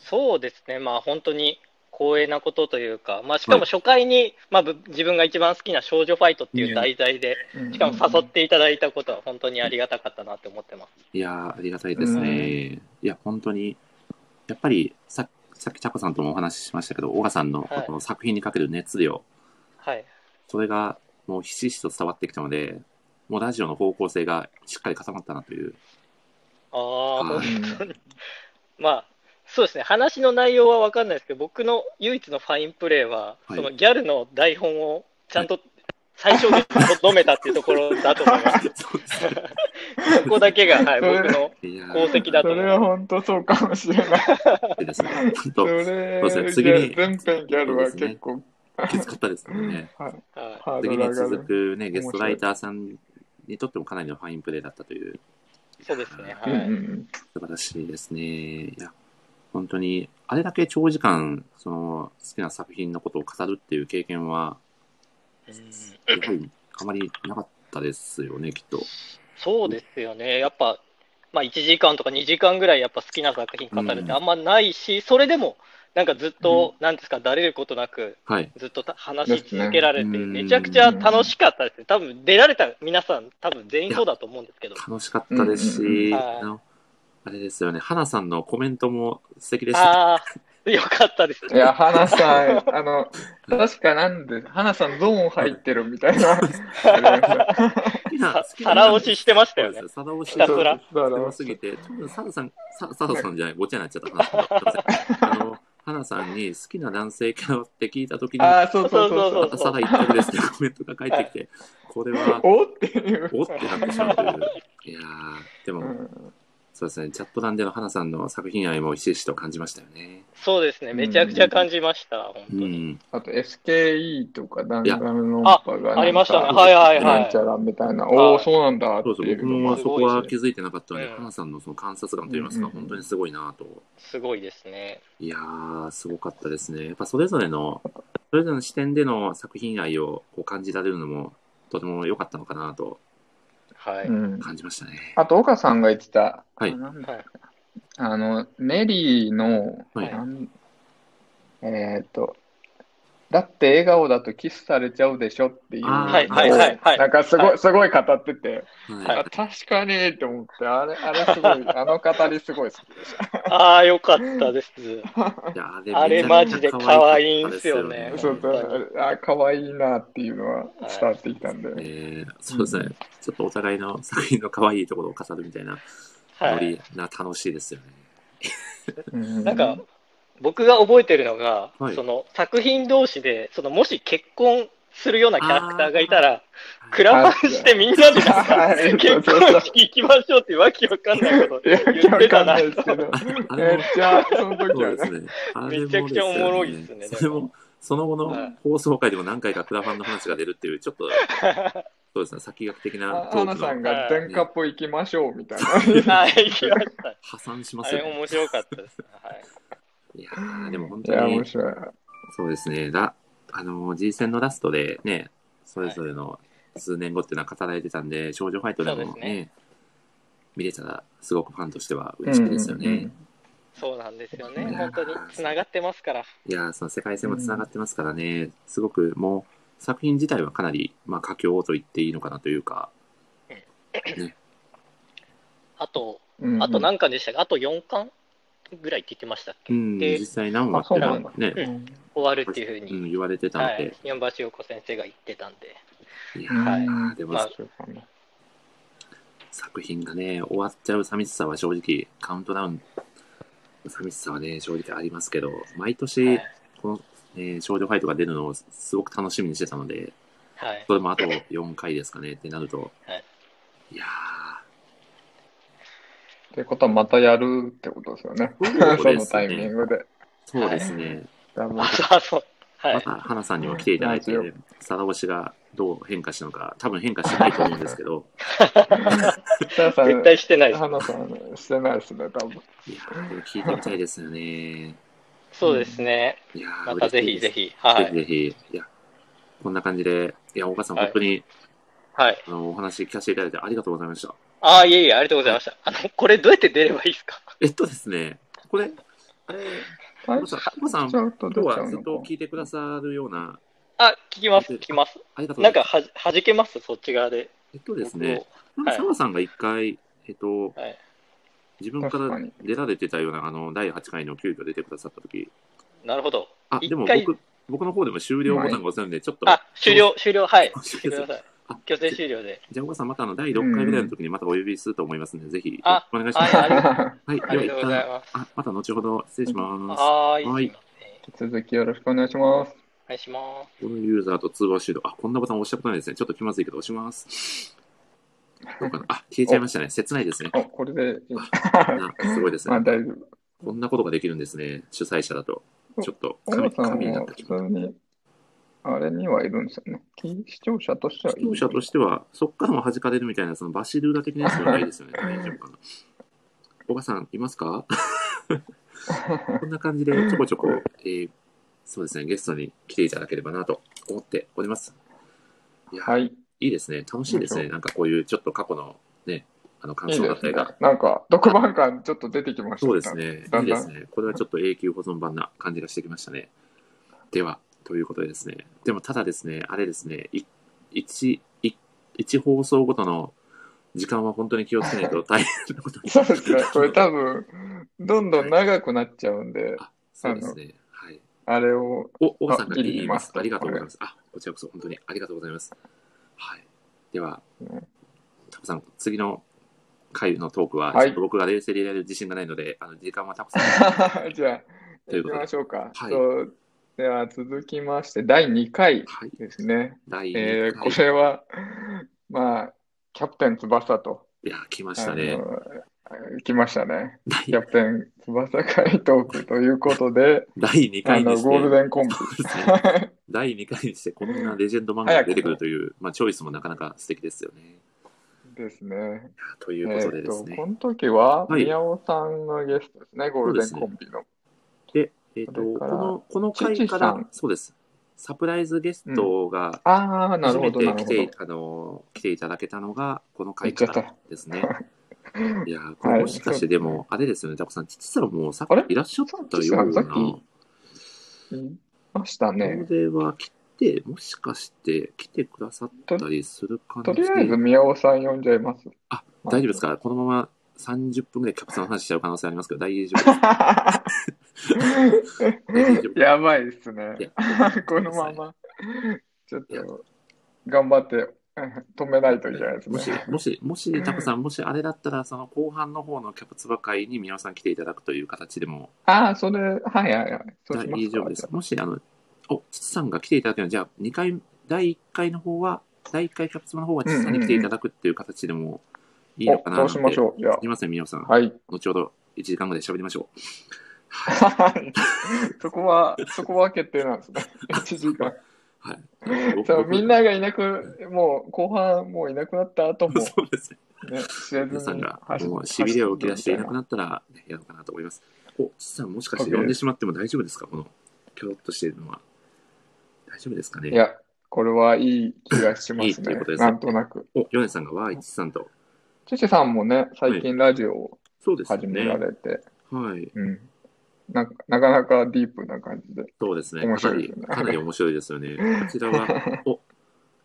S3: そうですね。まあ、本当に光栄なことというか、まあ、しかも初回に、まあ、ぶ自分が一番好きな少女ファイトっていう題材で、しかも誘っていただいたことは本当にありがたかったなって思ってます。
S1: いやー、ありがたいですね。いや、本当に、やっぱりさ、さっき、ちゃこさんともお話ししましたけど、小川さんの
S3: はい
S1: この作品にかける熱量、
S3: はい。
S1: それがもうひしひしと伝わってきたので、もうラジオの方向性がしっかり固まったなと いう。
S3: ああ、
S1: はい
S2: うん
S3: まあ、そうですね。話の内容は分かんないですけど、僕の唯一のファインプレーは、
S1: はい
S3: そのギャルの台本をちゃんと最小限にとどめたっていうところだと思 います。
S1: そうですね
S3: そこだけが、はい、
S2: それ
S3: 僕の
S1: いや
S3: 功
S1: ー、
S3: 績だ
S2: そ
S3: と
S2: れ
S3: 思
S2: は
S3: う。
S2: 本当そうかもしれない。
S1: でですね、ちゃん
S2: そ
S1: と
S2: れ
S1: そうですね
S2: じ
S1: 次に
S2: ゃあ全編ギャルは結構
S1: 気遣ったです ね。
S2: はい
S3: はい
S2: ハード
S1: 次
S2: ル
S1: に
S2: 上が
S1: 続
S2: る。
S1: くね、ゲストライターさんにとってもかなりのファインプレーだったという。
S3: そうですね。は
S2: うんうんう
S3: い。
S2: ん
S1: 素晴らしいですね。いや、本当に、あれだけ長時間、その、好きな作品のことを語るっていう経験は、
S3: うん
S1: やはり、あまりなかったですよね、きっと。
S3: そうですよね。やっぱ、まあ、1時間とか2時間ぐらいやっぱ好きな作品語るってあんまないし、それでも、なんかずっと、なんですか、だれることなく、
S1: はい。
S3: ずっとた話し続けられて、
S1: ですね
S3: めちゃくちゃ楽しかったですね。多分、出られた皆さん、多分全員そうだと思うんですけど。
S1: 楽しかったです
S2: うんうん
S3: う
S1: し、
S3: ん
S1: あのあれですよね、花さんのコメントも素敵でした。
S3: ああ、よかったです。
S2: いや、花さん、あの、確かなんで、花さんゾーン入ってるみたい な。
S1: 好きな好
S3: さ
S1: きな
S3: 皿押ししてましたよ
S1: そ
S3: ね
S1: うで。す皿押し
S3: ひたすら
S1: 強すぎて、多分サダさん、ササダさんじゃない、ごちゃになっちゃった。花さんすいませんあの、花さんに好きな男性キャラって聞いたときに、
S2: ああ、そうそうそうそ
S1: ま
S2: う。
S1: たサダ一択ですって コメントが返ってきて、これは、
S2: おっていう。
S1: おってなってしまうという。いやー、で
S2: う
S1: も、
S2: ん
S1: そうですね、チャット欄での花さんの作品愛もひしひしと感じましたよね。
S3: そうですね。めちゃくちゃ感じました、本
S1: う
S3: 当に。
S1: ん。
S2: あと SKE とか弾丸論破が
S3: ありましたね。
S2: なんか
S3: はいはいは
S2: なんちゃ
S3: い。
S2: らみたいな、
S3: い
S2: おお、そうなんだって
S1: そうそう、
S2: い
S1: 僕
S2: うの
S1: も
S2: も
S1: そこは気
S2: づ
S1: づいてなかったので、
S3: うん
S1: 花さんのその観察眼といいます
S2: う
S1: か、
S2: んうんうん
S1: 本当にすごいなと。
S3: すごいですね。
S1: いやー、すごかったですね。やっぱそれぞれの、それぞれの視点での作品愛をこう感じられるのも、とても良かったのかなと
S3: はい。
S2: うん
S1: 感じましたね。
S2: あと、岡さんが言ってた、
S1: はい
S2: あなんだ
S3: はい
S2: あの、メリーの、
S1: はい
S2: なんえーっと、だって笑顔だとキスされちゃうでしょっていう
S1: あー
S3: はいはいはいはい
S2: なんかすごい、すごい語ってて、
S1: はい。
S2: あ確かにって思って、あれ、あれすご い、あの語りすごい好きでした。
S3: ああ、よかったです。
S1: いやあれ
S3: あれマジで可愛いんすよね
S1: めち
S2: そ
S1: ゃ
S2: う
S1: めちゃ可愛かったですよね
S2: そう、あ、可愛いなっていうのは伝わってきたんで。
S1: えーそうですね、ちょっとお互いの作品の可愛いところを飾るみたいな、
S3: は
S1: ノ
S3: い
S1: リ。な楽しいですよね。
S2: うん
S3: なんか、、僕が覚えてるのが、
S1: はい
S3: その作品同士で、そのもし結婚するようなキャラクターがいたら、クラファンしてみんなでなんか
S2: はい
S3: 結婚式行きましょうってわけわかんないこと
S2: いや、
S3: 言っ
S2: わ
S3: て
S2: か
S3: た
S2: んな
S3: な。
S2: いですけど。
S1: あ
S2: め
S1: れ
S2: っ
S1: も、
S2: ちゃ、その時
S1: そう
S2: はね
S1: です。ね。あれも
S3: めちゃくちゃおもろいっすね
S1: それ
S3: で
S1: も、その後
S3: は
S1: の
S3: い
S1: 放送回でも何回かクラファンの話が出るっていう、ちょっと、そうですね、先駆け的な
S2: あ
S1: ト
S2: 花
S1: ー
S2: さん
S1: クの
S2: が全カップ行きましょうみたいな。
S3: はい、行きました。
S1: 破産しま
S3: あ
S1: す
S3: れ
S1: よね。
S3: 面白かったですね。はい。
S1: いやーでも本
S2: い
S1: 当
S2: や、
S1: に
S2: 面、白い。
S1: そうですね、ラあのー、G 戦のラストでね、それぞれの数年後っていうのは語られてたんで、少女ファイトで
S3: そ
S1: も
S3: うで
S1: ね、
S3: すね
S1: 見れたら、すごくファンとしては嬉しいですよね。
S2: うんうんうん
S3: そうなんですよ
S1: い
S3: ね。
S1: や
S3: 本当に繋がってますから。
S1: いやーその世界線もつながってますからね、すごくもう、作品自体はかなり、まあ、佳境と言っていいのかなというか、
S3: あと、
S2: うんうん
S3: あと何巻でしたっけあと4巻ぐらいって言ってましたっけ
S1: うん、
S3: で
S1: 実、際何話っていうのはね、
S3: う終わるっていうふう
S1: うん
S3: に、
S1: 言われてた
S3: は
S1: ので
S3: い、、山橋陽子先生が言ってたんで。
S1: いや
S2: うん
S1: ー
S2: うん
S1: でも、
S3: まあ
S2: そうかな
S1: 作品がね、終わっちゃう寂しさは正直、カウントダウンの寂しさはね、正直ありますけど、毎
S3: は
S1: 年
S3: い、
S1: この、えー少女ファイトが出るのをすごく楽しみにしてたので、
S3: はい。
S1: それもあと4回ですかねってなると、
S3: はい
S1: いや
S2: ってことはまたやるってことですよね。
S1: ー、
S2: そ
S1: そうで
S2: の
S1: す
S2: タイミン
S1: ね。
S2: グで。
S1: そうですね。
S2: 多分
S3: あ、そう、そう。は
S1: ま
S3: い。
S1: た、花さんにも来ていただいて、
S2: はい
S1: サダ押しがどう変化したのか、多分変化しないと思うんですけ ど、
S2: さあさあ
S3: 絶対してないです。
S2: 花さんしてないですね、多分。
S1: いやー、でも聞いてみたいですよね。
S3: そうですね。
S1: いやー
S3: またぜ
S1: 嬉し
S3: ひ
S1: いで
S3: ぜ
S1: す
S3: ひ。は
S1: ぜ
S3: い。
S1: ひぜひ、いや、こんな感じで、いや、岡さん、
S3: はい
S1: 本当に、
S3: はい。
S1: あの、お話聞かせていただいてありがとうございました。
S3: ああ、いえいえ、ありがとうございました。あの、これどうやって出ればいいですか
S1: えっとですね、これ、あれ、
S2: はい
S1: 岡さん、岡さん、
S2: ち
S1: 今
S2: ょっと
S1: 日
S2: 出ちゃ
S1: は
S2: う
S1: ず
S2: の
S1: っと
S2: か。
S1: 聞いてくださるような、
S3: あ、聞きます、聞きます。
S1: ありがとうご
S3: な
S1: ざ
S3: ん
S1: いま
S3: か
S1: す。
S3: はじ、はじけます、そっち側で。
S1: えっとですね、なんか
S3: はい
S1: 澤さんが一回、えっと、
S3: はい
S1: 自分か
S2: 確
S1: ら
S2: かに
S1: 出られてたような、あの、第8回の急遽出てくださった時
S3: 僕をなるほど。
S1: あ、でも
S3: 一回
S1: 僕、僕の方でも終了ボタンが押せるんで、ちょっと、
S3: あ、終了、終了、はい。
S1: そう
S3: してください
S1: あ。
S3: 強制終了で。
S1: じゃあ、岡さん、またあの、第6回ぐらいの時にまたお呼びすると思いますので、ぜひ、
S3: あ
S1: お願いしま
S3: は
S1: す。
S3: い、あり
S1: はい、
S3: ありがとうござい
S1: では
S3: ます
S1: 一。旦あ、また後ほど失礼します。
S3: はーい。
S1: はい
S3: すいません
S2: 続きよろしくお願いします。
S3: お願いしま
S1: このユーザーと通話してると、あ、こんなボタン押したことないですね。ちょっと気まずいけど押します。どうかなあ、消えちゃいましたね。切ないですね。
S2: あ、これでいい。
S1: なすごいです
S2: まあ
S1: ね。
S2: 大丈夫。
S1: こんなことができるんですね。主催者だと。ちょっと
S2: 小野
S1: 神、
S2: さん
S1: 神にな
S2: も
S1: って
S2: 普
S1: きま
S2: 通に、あれにはいるんですよね。視聴者としては
S1: す。視
S2: い
S1: 聴
S2: る。
S1: 者としては、そっからも弾かれるみたいな、そのバシルーラ的なやつではないですよね。大丈夫かな。おばさん、いますかこんな感じで、ちょこちょこ、えーそうですね、ゲストに来ていただければなと思っております。いや、
S2: はい。
S1: いいですね。楽しいです
S2: いいでし
S1: ね。なんかこういうちょっと過去のね、あの感
S2: いい
S1: 想だ
S2: で
S1: っ
S2: す
S1: た
S2: ね
S1: りが。。
S2: なんか、特番感ちょっと出てきました
S1: そうです。ね。
S2: だ
S1: いい
S2: ん
S1: で
S2: だん
S1: すね。これはちょっと永久保存版な感じがしてきましたね。では、ということでですね。でもただですね、あれですね、い一、一、一放送ごとの時間は本当に気をつけないと大変なことに。
S2: そうで すね。これ多分、どんどん長くなっちゃうんで、
S1: あ、 そうですね。はい。
S2: あれを、
S1: お、おばさんが
S2: あ
S1: いいます。
S2: いいます
S1: ありがとうございます。あ、こちらこそ本当にありがとうございます。はい。では
S2: うん、
S1: タコさん、次の回のトークは、
S2: は
S1: ち
S2: い
S1: ょっと僕が冷静でいられる自信がないので、あの時間はタコさんに。
S2: じゃあ、
S1: という
S2: 行
S1: ことで
S2: きましょうか。
S1: はい
S2: そうでは、続きまして、第2回
S1: はい。
S2: ですね。
S1: 第
S2: え
S1: 2
S2: ーこ
S1: 回。
S2: れは、まあ、キャプテン翼と、
S1: いや、来ましたね。
S2: あの来ましたね。
S1: 第
S2: キャプテン翼会トークというこ とで、
S1: 第2
S2: あ
S1: 回に
S2: の、
S1: して、
S2: ゴールデンコンビ。
S1: そうですね第2回にしてこんなレジェンド漫画が出てくるという、まあ、チョイスもなかなか素敵ですよね。
S2: ですね。
S1: ということで
S2: えー
S1: です
S2: と、
S1: ね
S2: こ。の時は、
S1: はい
S2: 宮尾さんがゲストですね、ゴールデンコンビの。
S1: で、えっ、と、
S2: それ
S1: こ
S2: から
S1: の、この回
S2: チチ
S1: か
S2: さ
S1: ら
S2: ん、
S1: そうです。サプライズゲストが
S2: ああ、な
S1: 初
S2: るほ
S1: め
S2: ど、
S1: て
S2: なる
S1: 来
S2: ほ
S1: て、
S2: ど。
S1: あの、来ていただけたのが、この回からです ね。いやー、こ
S2: は
S1: れ
S2: い
S1: もしかしてでも、あれですよね、タコさん、父さんもうさ
S2: あ
S1: っ
S2: れ
S1: きいらっしゃったような。
S2: さっきいましたね。
S1: これは来て、もしかして来てくださったりする感
S2: と
S1: じ
S2: りあえず、宮尾さん呼んじゃいます。
S1: あ、大丈夫ですかこのまま30分ぐらいキャプツの話しちゃう可能性ありますけど、大丈夫です。
S2: か
S1: 大丈夫
S2: やばいっすね
S1: いや。
S2: このまま。ちょっと、頑張って 止めないといけないです
S1: もし
S2: ね。、
S1: もし、もし、タコさん、もしあれだったら、その後半の方のキャプツバ会に皆さん来ていただくという形でも
S2: ああ、それ、はいはいはい。そうします
S1: 大丈夫です
S2: か。
S1: もし、あの、お、父さんが来ていただけるのはじゃあ、2回、第1回の方は第1回キャプツバの方は実際に来ていただくっていう形でもいいのかな
S2: お、そ
S1: な
S2: うしまし
S1: う。
S2: ょう。じゃ
S1: すみません、皆さん
S2: あ。。はい。
S1: 後ほど1時間後で喋りましょう。
S2: そこは、そこは決定なんですね。1時間。
S1: はい。
S2: そうみんながいなく、もう後半もういなくなった後も、
S1: そうですね。
S2: ね、知らず
S1: 皆さん
S2: に
S1: が
S2: 走
S1: もうしびれを受け出していなく
S2: っ
S1: なったら、ね、やろうかなと思います。お、ちさん、もしかして呼んでしまっても大丈夫ですかこの、きょろっとしているのは。大丈夫ですかね
S2: いや、これはいい気がしま
S1: いい
S2: す
S1: という
S2: ね
S1: こと。ですね
S2: なんとなく。
S1: お、ヨネさんがわーいちさんと。
S2: チェシェさんもね、最近ラジオを
S1: そうです
S2: 始めら
S1: ね。
S2: れて、
S1: はい。
S2: うん。なんかなかなかディープな感じで。
S1: そうですね。
S2: 面
S1: かな
S2: 白い
S1: り
S2: ですね、
S1: かなり面白いですよね。こちら は、お、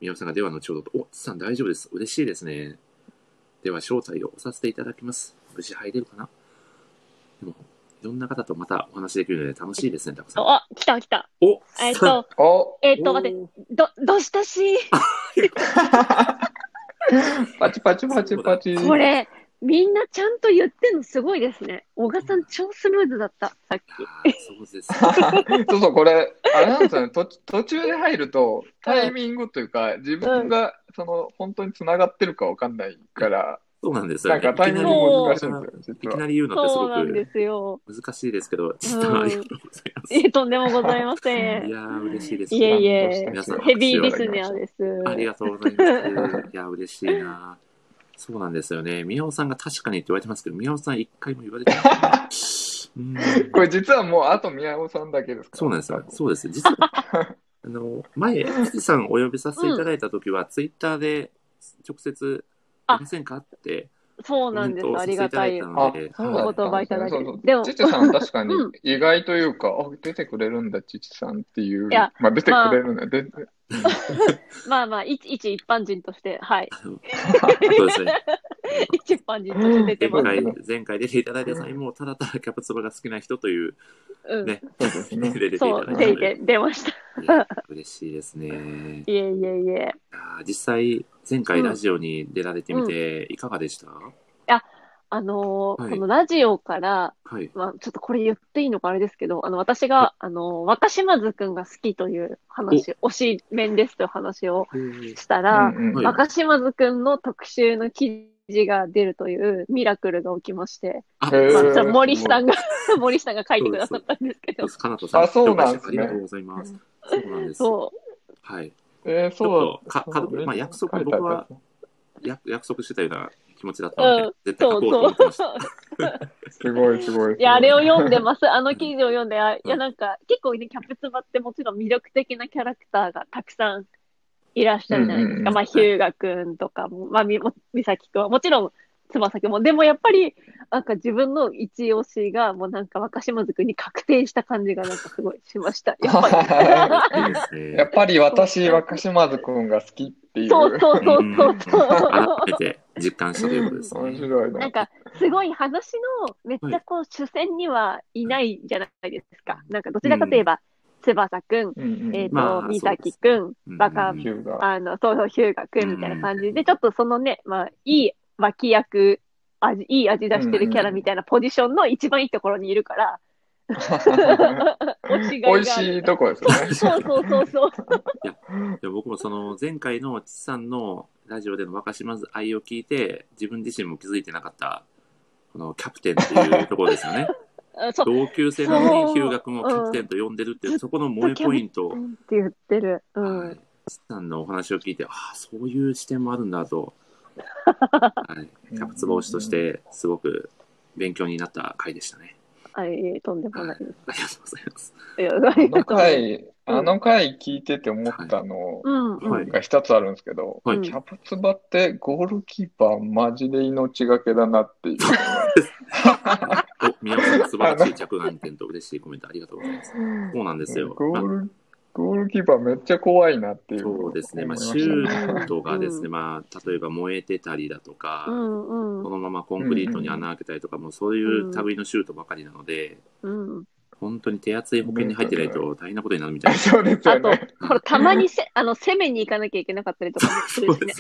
S1: 宮本さんがでは後ほどと、お、ちさん大丈夫です。嬉しいですね。では、招待をさせていただきます。無事入れるかなでも、いろんな方とまたお話できるので楽しいですね、たくさん。
S4: あ、来た来た。
S1: お、
S4: えっ
S1: さん
S4: と、
S2: お
S4: えっと、待って、ど、どし たし、
S2: パチパチパチパチ。
S4: これ、みんなちゃんと言ってんのすごいですね。小賀さん超スムーズだった、さっき。
S1: あーそうです。
S2: そうそう、これ、あれなんですよね、途途中で入ると、タイミングというか、自分が、その、本当に繋がってるかわかんないから、
S1: そうなんですよ、
S2: な
S1: ね。
S2: んかタイミング難しいんですよ、
S1: い
S2: 実
S1: き
S2: は。
S1: なり言うのって
S4: そうなんですすよ。
S1: ごく難しいですけど、実はありがとうございます。
S4: え、とんでもございませ
S1: い
S4: ん。
S1: やー、嬉しいです。
S4: いえいえ
S1: 皆さん
S4: ヘビーリスナーです。
S1: ありがとうございます。いや、嬉しいな。そうなんですよね。宮尾さんが確かにって言われてますけど、宮尾さん一回も言われてない。うん
S2: これ実はもう、あと宮尾さんだけですから
S1: そうなんですよ。そうです。実は、 あの、前、辻さんお呼びさせていただいたときは、ツイッターで直接、いませんかって、
S4: そう
S1: コ
S4: な
S1: メ
S4: ん
S1: ン
S4: です
S1: ト。を
S4: あ
S1: させ
S4: り
S1: ていた
S4: がた
S1: だい
S4: い
S1: た。の
S2: あ
S1: で、、
S2: そう
S1: はい
S2: だったんですね
S4: お言葉いただいて
S2: そうそう
S4: でも
S2: チチさん確かに
S4: うん
S2: 意外というか、あ、出てくれるんだ、チチさんっていう。
S4: いや
S2: まあ、出てくれるんだ、で
S4: まあまあ、一一一般人として、はい。
S1: そうですね。
S4: 一一般人として出て
S1: 前
S4: ます。
S1: 回、前回出ていただいた際も、ただただキャプツバが好きな人という
S4: うん。
S1: ね
S2: そうです
S1: 例
S2: ね。
S1: で出てい
S4: そ、
S1: ただいうた
S4: 出
S1: の
S4: て、
S1: で、
S4: 出ました。
S1: いや 嬉しいですね。
S4: いえいえいえ。
S1: あー実際、前回ラジオに出られてみて、いかがでした、
S4: あのー
S1: はい
S4: このラジオから、
S1: はい。
S4: まあ、ちょっとこれ言っていいのかあれですけど、あの、私が、あのー、若島津くんが好きという話、推し面ですという話をしたら、
S2: うんうん
S1: はい
S4: 若島津くんの特集の記事が出るというミラクルが起きまして、
S1: あ、
S2: へー
S4: まあ
S1: そう
S4: じゃあ森さんが、森さんが書いてくださったんですけど
S1: で、す。かなとさん、
S2: あそうなんで
S1: 紹介し
S2: すね
S1: てありがとうございます。そうなんです。
S4: そう、
S1: はい。
S2: えー、
S1: ちょ
S2: そ
S1: っ
S2: う
S1: とか
S2: そう
S1: かまあ約束
S2: 書いてあった
S1: 僕は約約束してたような気持ちだったので、
S4: うん
S1: 絶対
S4: そ
S1: 書
S4: う、
S1: こうと
S4: そ
S1: 思
S4: う
S1: ってまし。
S2: すごい、すごい。
S4: いや、あれを読んでます。あの記事を読んで、あいや、なんか、結構ね、キャプツバってもちろん魅力的なキャラクターがたくさんいらっしゃるじゃないですか。
S2: うんうんうん
S4: まあ、ヒューガくんとかも、まあ、み、もみさきくんはもちろん、つばさきも。でもやっぱり、なんか自分の一押しが、もうなんか若島津くんに確定した感じがなんかすごいしました。やっぱり。
S1: た。いいです
S2: やっ
S1: ね。
S2: ぱり私、若島津くんが好きっていう。
S4: そうそうそうそう
S1: 改
S4: そう。
S1: めて実感したということですね。
S2: 面白いな。
S4: なんか、すごい話の、めっちゃこう、主戦にはいないじゃないですか。なんか、どちらかといえば、翼くん、
S2: うんうん、
S4: えっ、と、
S1: まあ
S4: 三崎くん、
S1: うん
S4: バカ
S1: うん
S2: ヒューが。
S4: あの、そうそう、ヒューガくんみたいな感じで、ちょっとそのね、まあ、いい脇役、味、いい味出してるキャラみたいなポジションの一番いいところにいるから、推
S2: 美味
S4: しがいがあ
S2: し
S4: る
S2: いとこですよね。
S4: そうそうそうそう。
S1: でも僕もその前回のちさんのラジオでの若島津愛を聞いて、自分自身も気づいてなかった、このキャプテンっていうところですよね。
S4: うん そう、
S1: 同級生なの
S4: そう
S1: にヒューガ君をキャプテンと呼んでるっていう、
S4: うん
S1: そこの萌えポイント
S4: う。んって言ってる。う
S1: は
S4: ん。
S1: い。ちさんのお話を聞いて、ああ、そういう視点もあるんだ と。はい。キャプツボ推しとして、すごく勉強になった回でしたね。
S4: はい、とんでもないで
S1: ありがとうございます。
S4: す。いや、
S2: あの
S4: はい。
S2: 回、あの回聞いてて思ったの
S4: うん、うん。
S1: はい
S2: が一つあるんですけど、
S1: はい
S4: うん
S2: キャプツバってゴールキーパーマジで命がけだなっていう。
S1: お、宮本さん、素晴らしい着眼点と嬉しいコメントありがとうございます。そうなんですよ。
S2: ゴ
S1: まあ
S2: ール、ゴールキーパーめっちゃ怖いなっていう。
S1: そうですね、まあ、
S2: 思い
S1: シ
S2: ました
S1: ュ
S2: ね
S1: ートがですね、
S4: う
S1: まあ、例えば燃えてたりだとか、
S4: うん、う
S1: こ
S4: ん。
S1: のままコンクリートに穴開けたりとか、もうそういう類のシュートばかりなので、
S4: うん。
S1: 本当に手厚い保険に入ってないと大変なことになるみたいな。
S2: そうですよ
S4: あと
S2: ね。、
S4: ほら、たまにせ、あの、攻めに行かなきゃいけなかったりとかもするしね。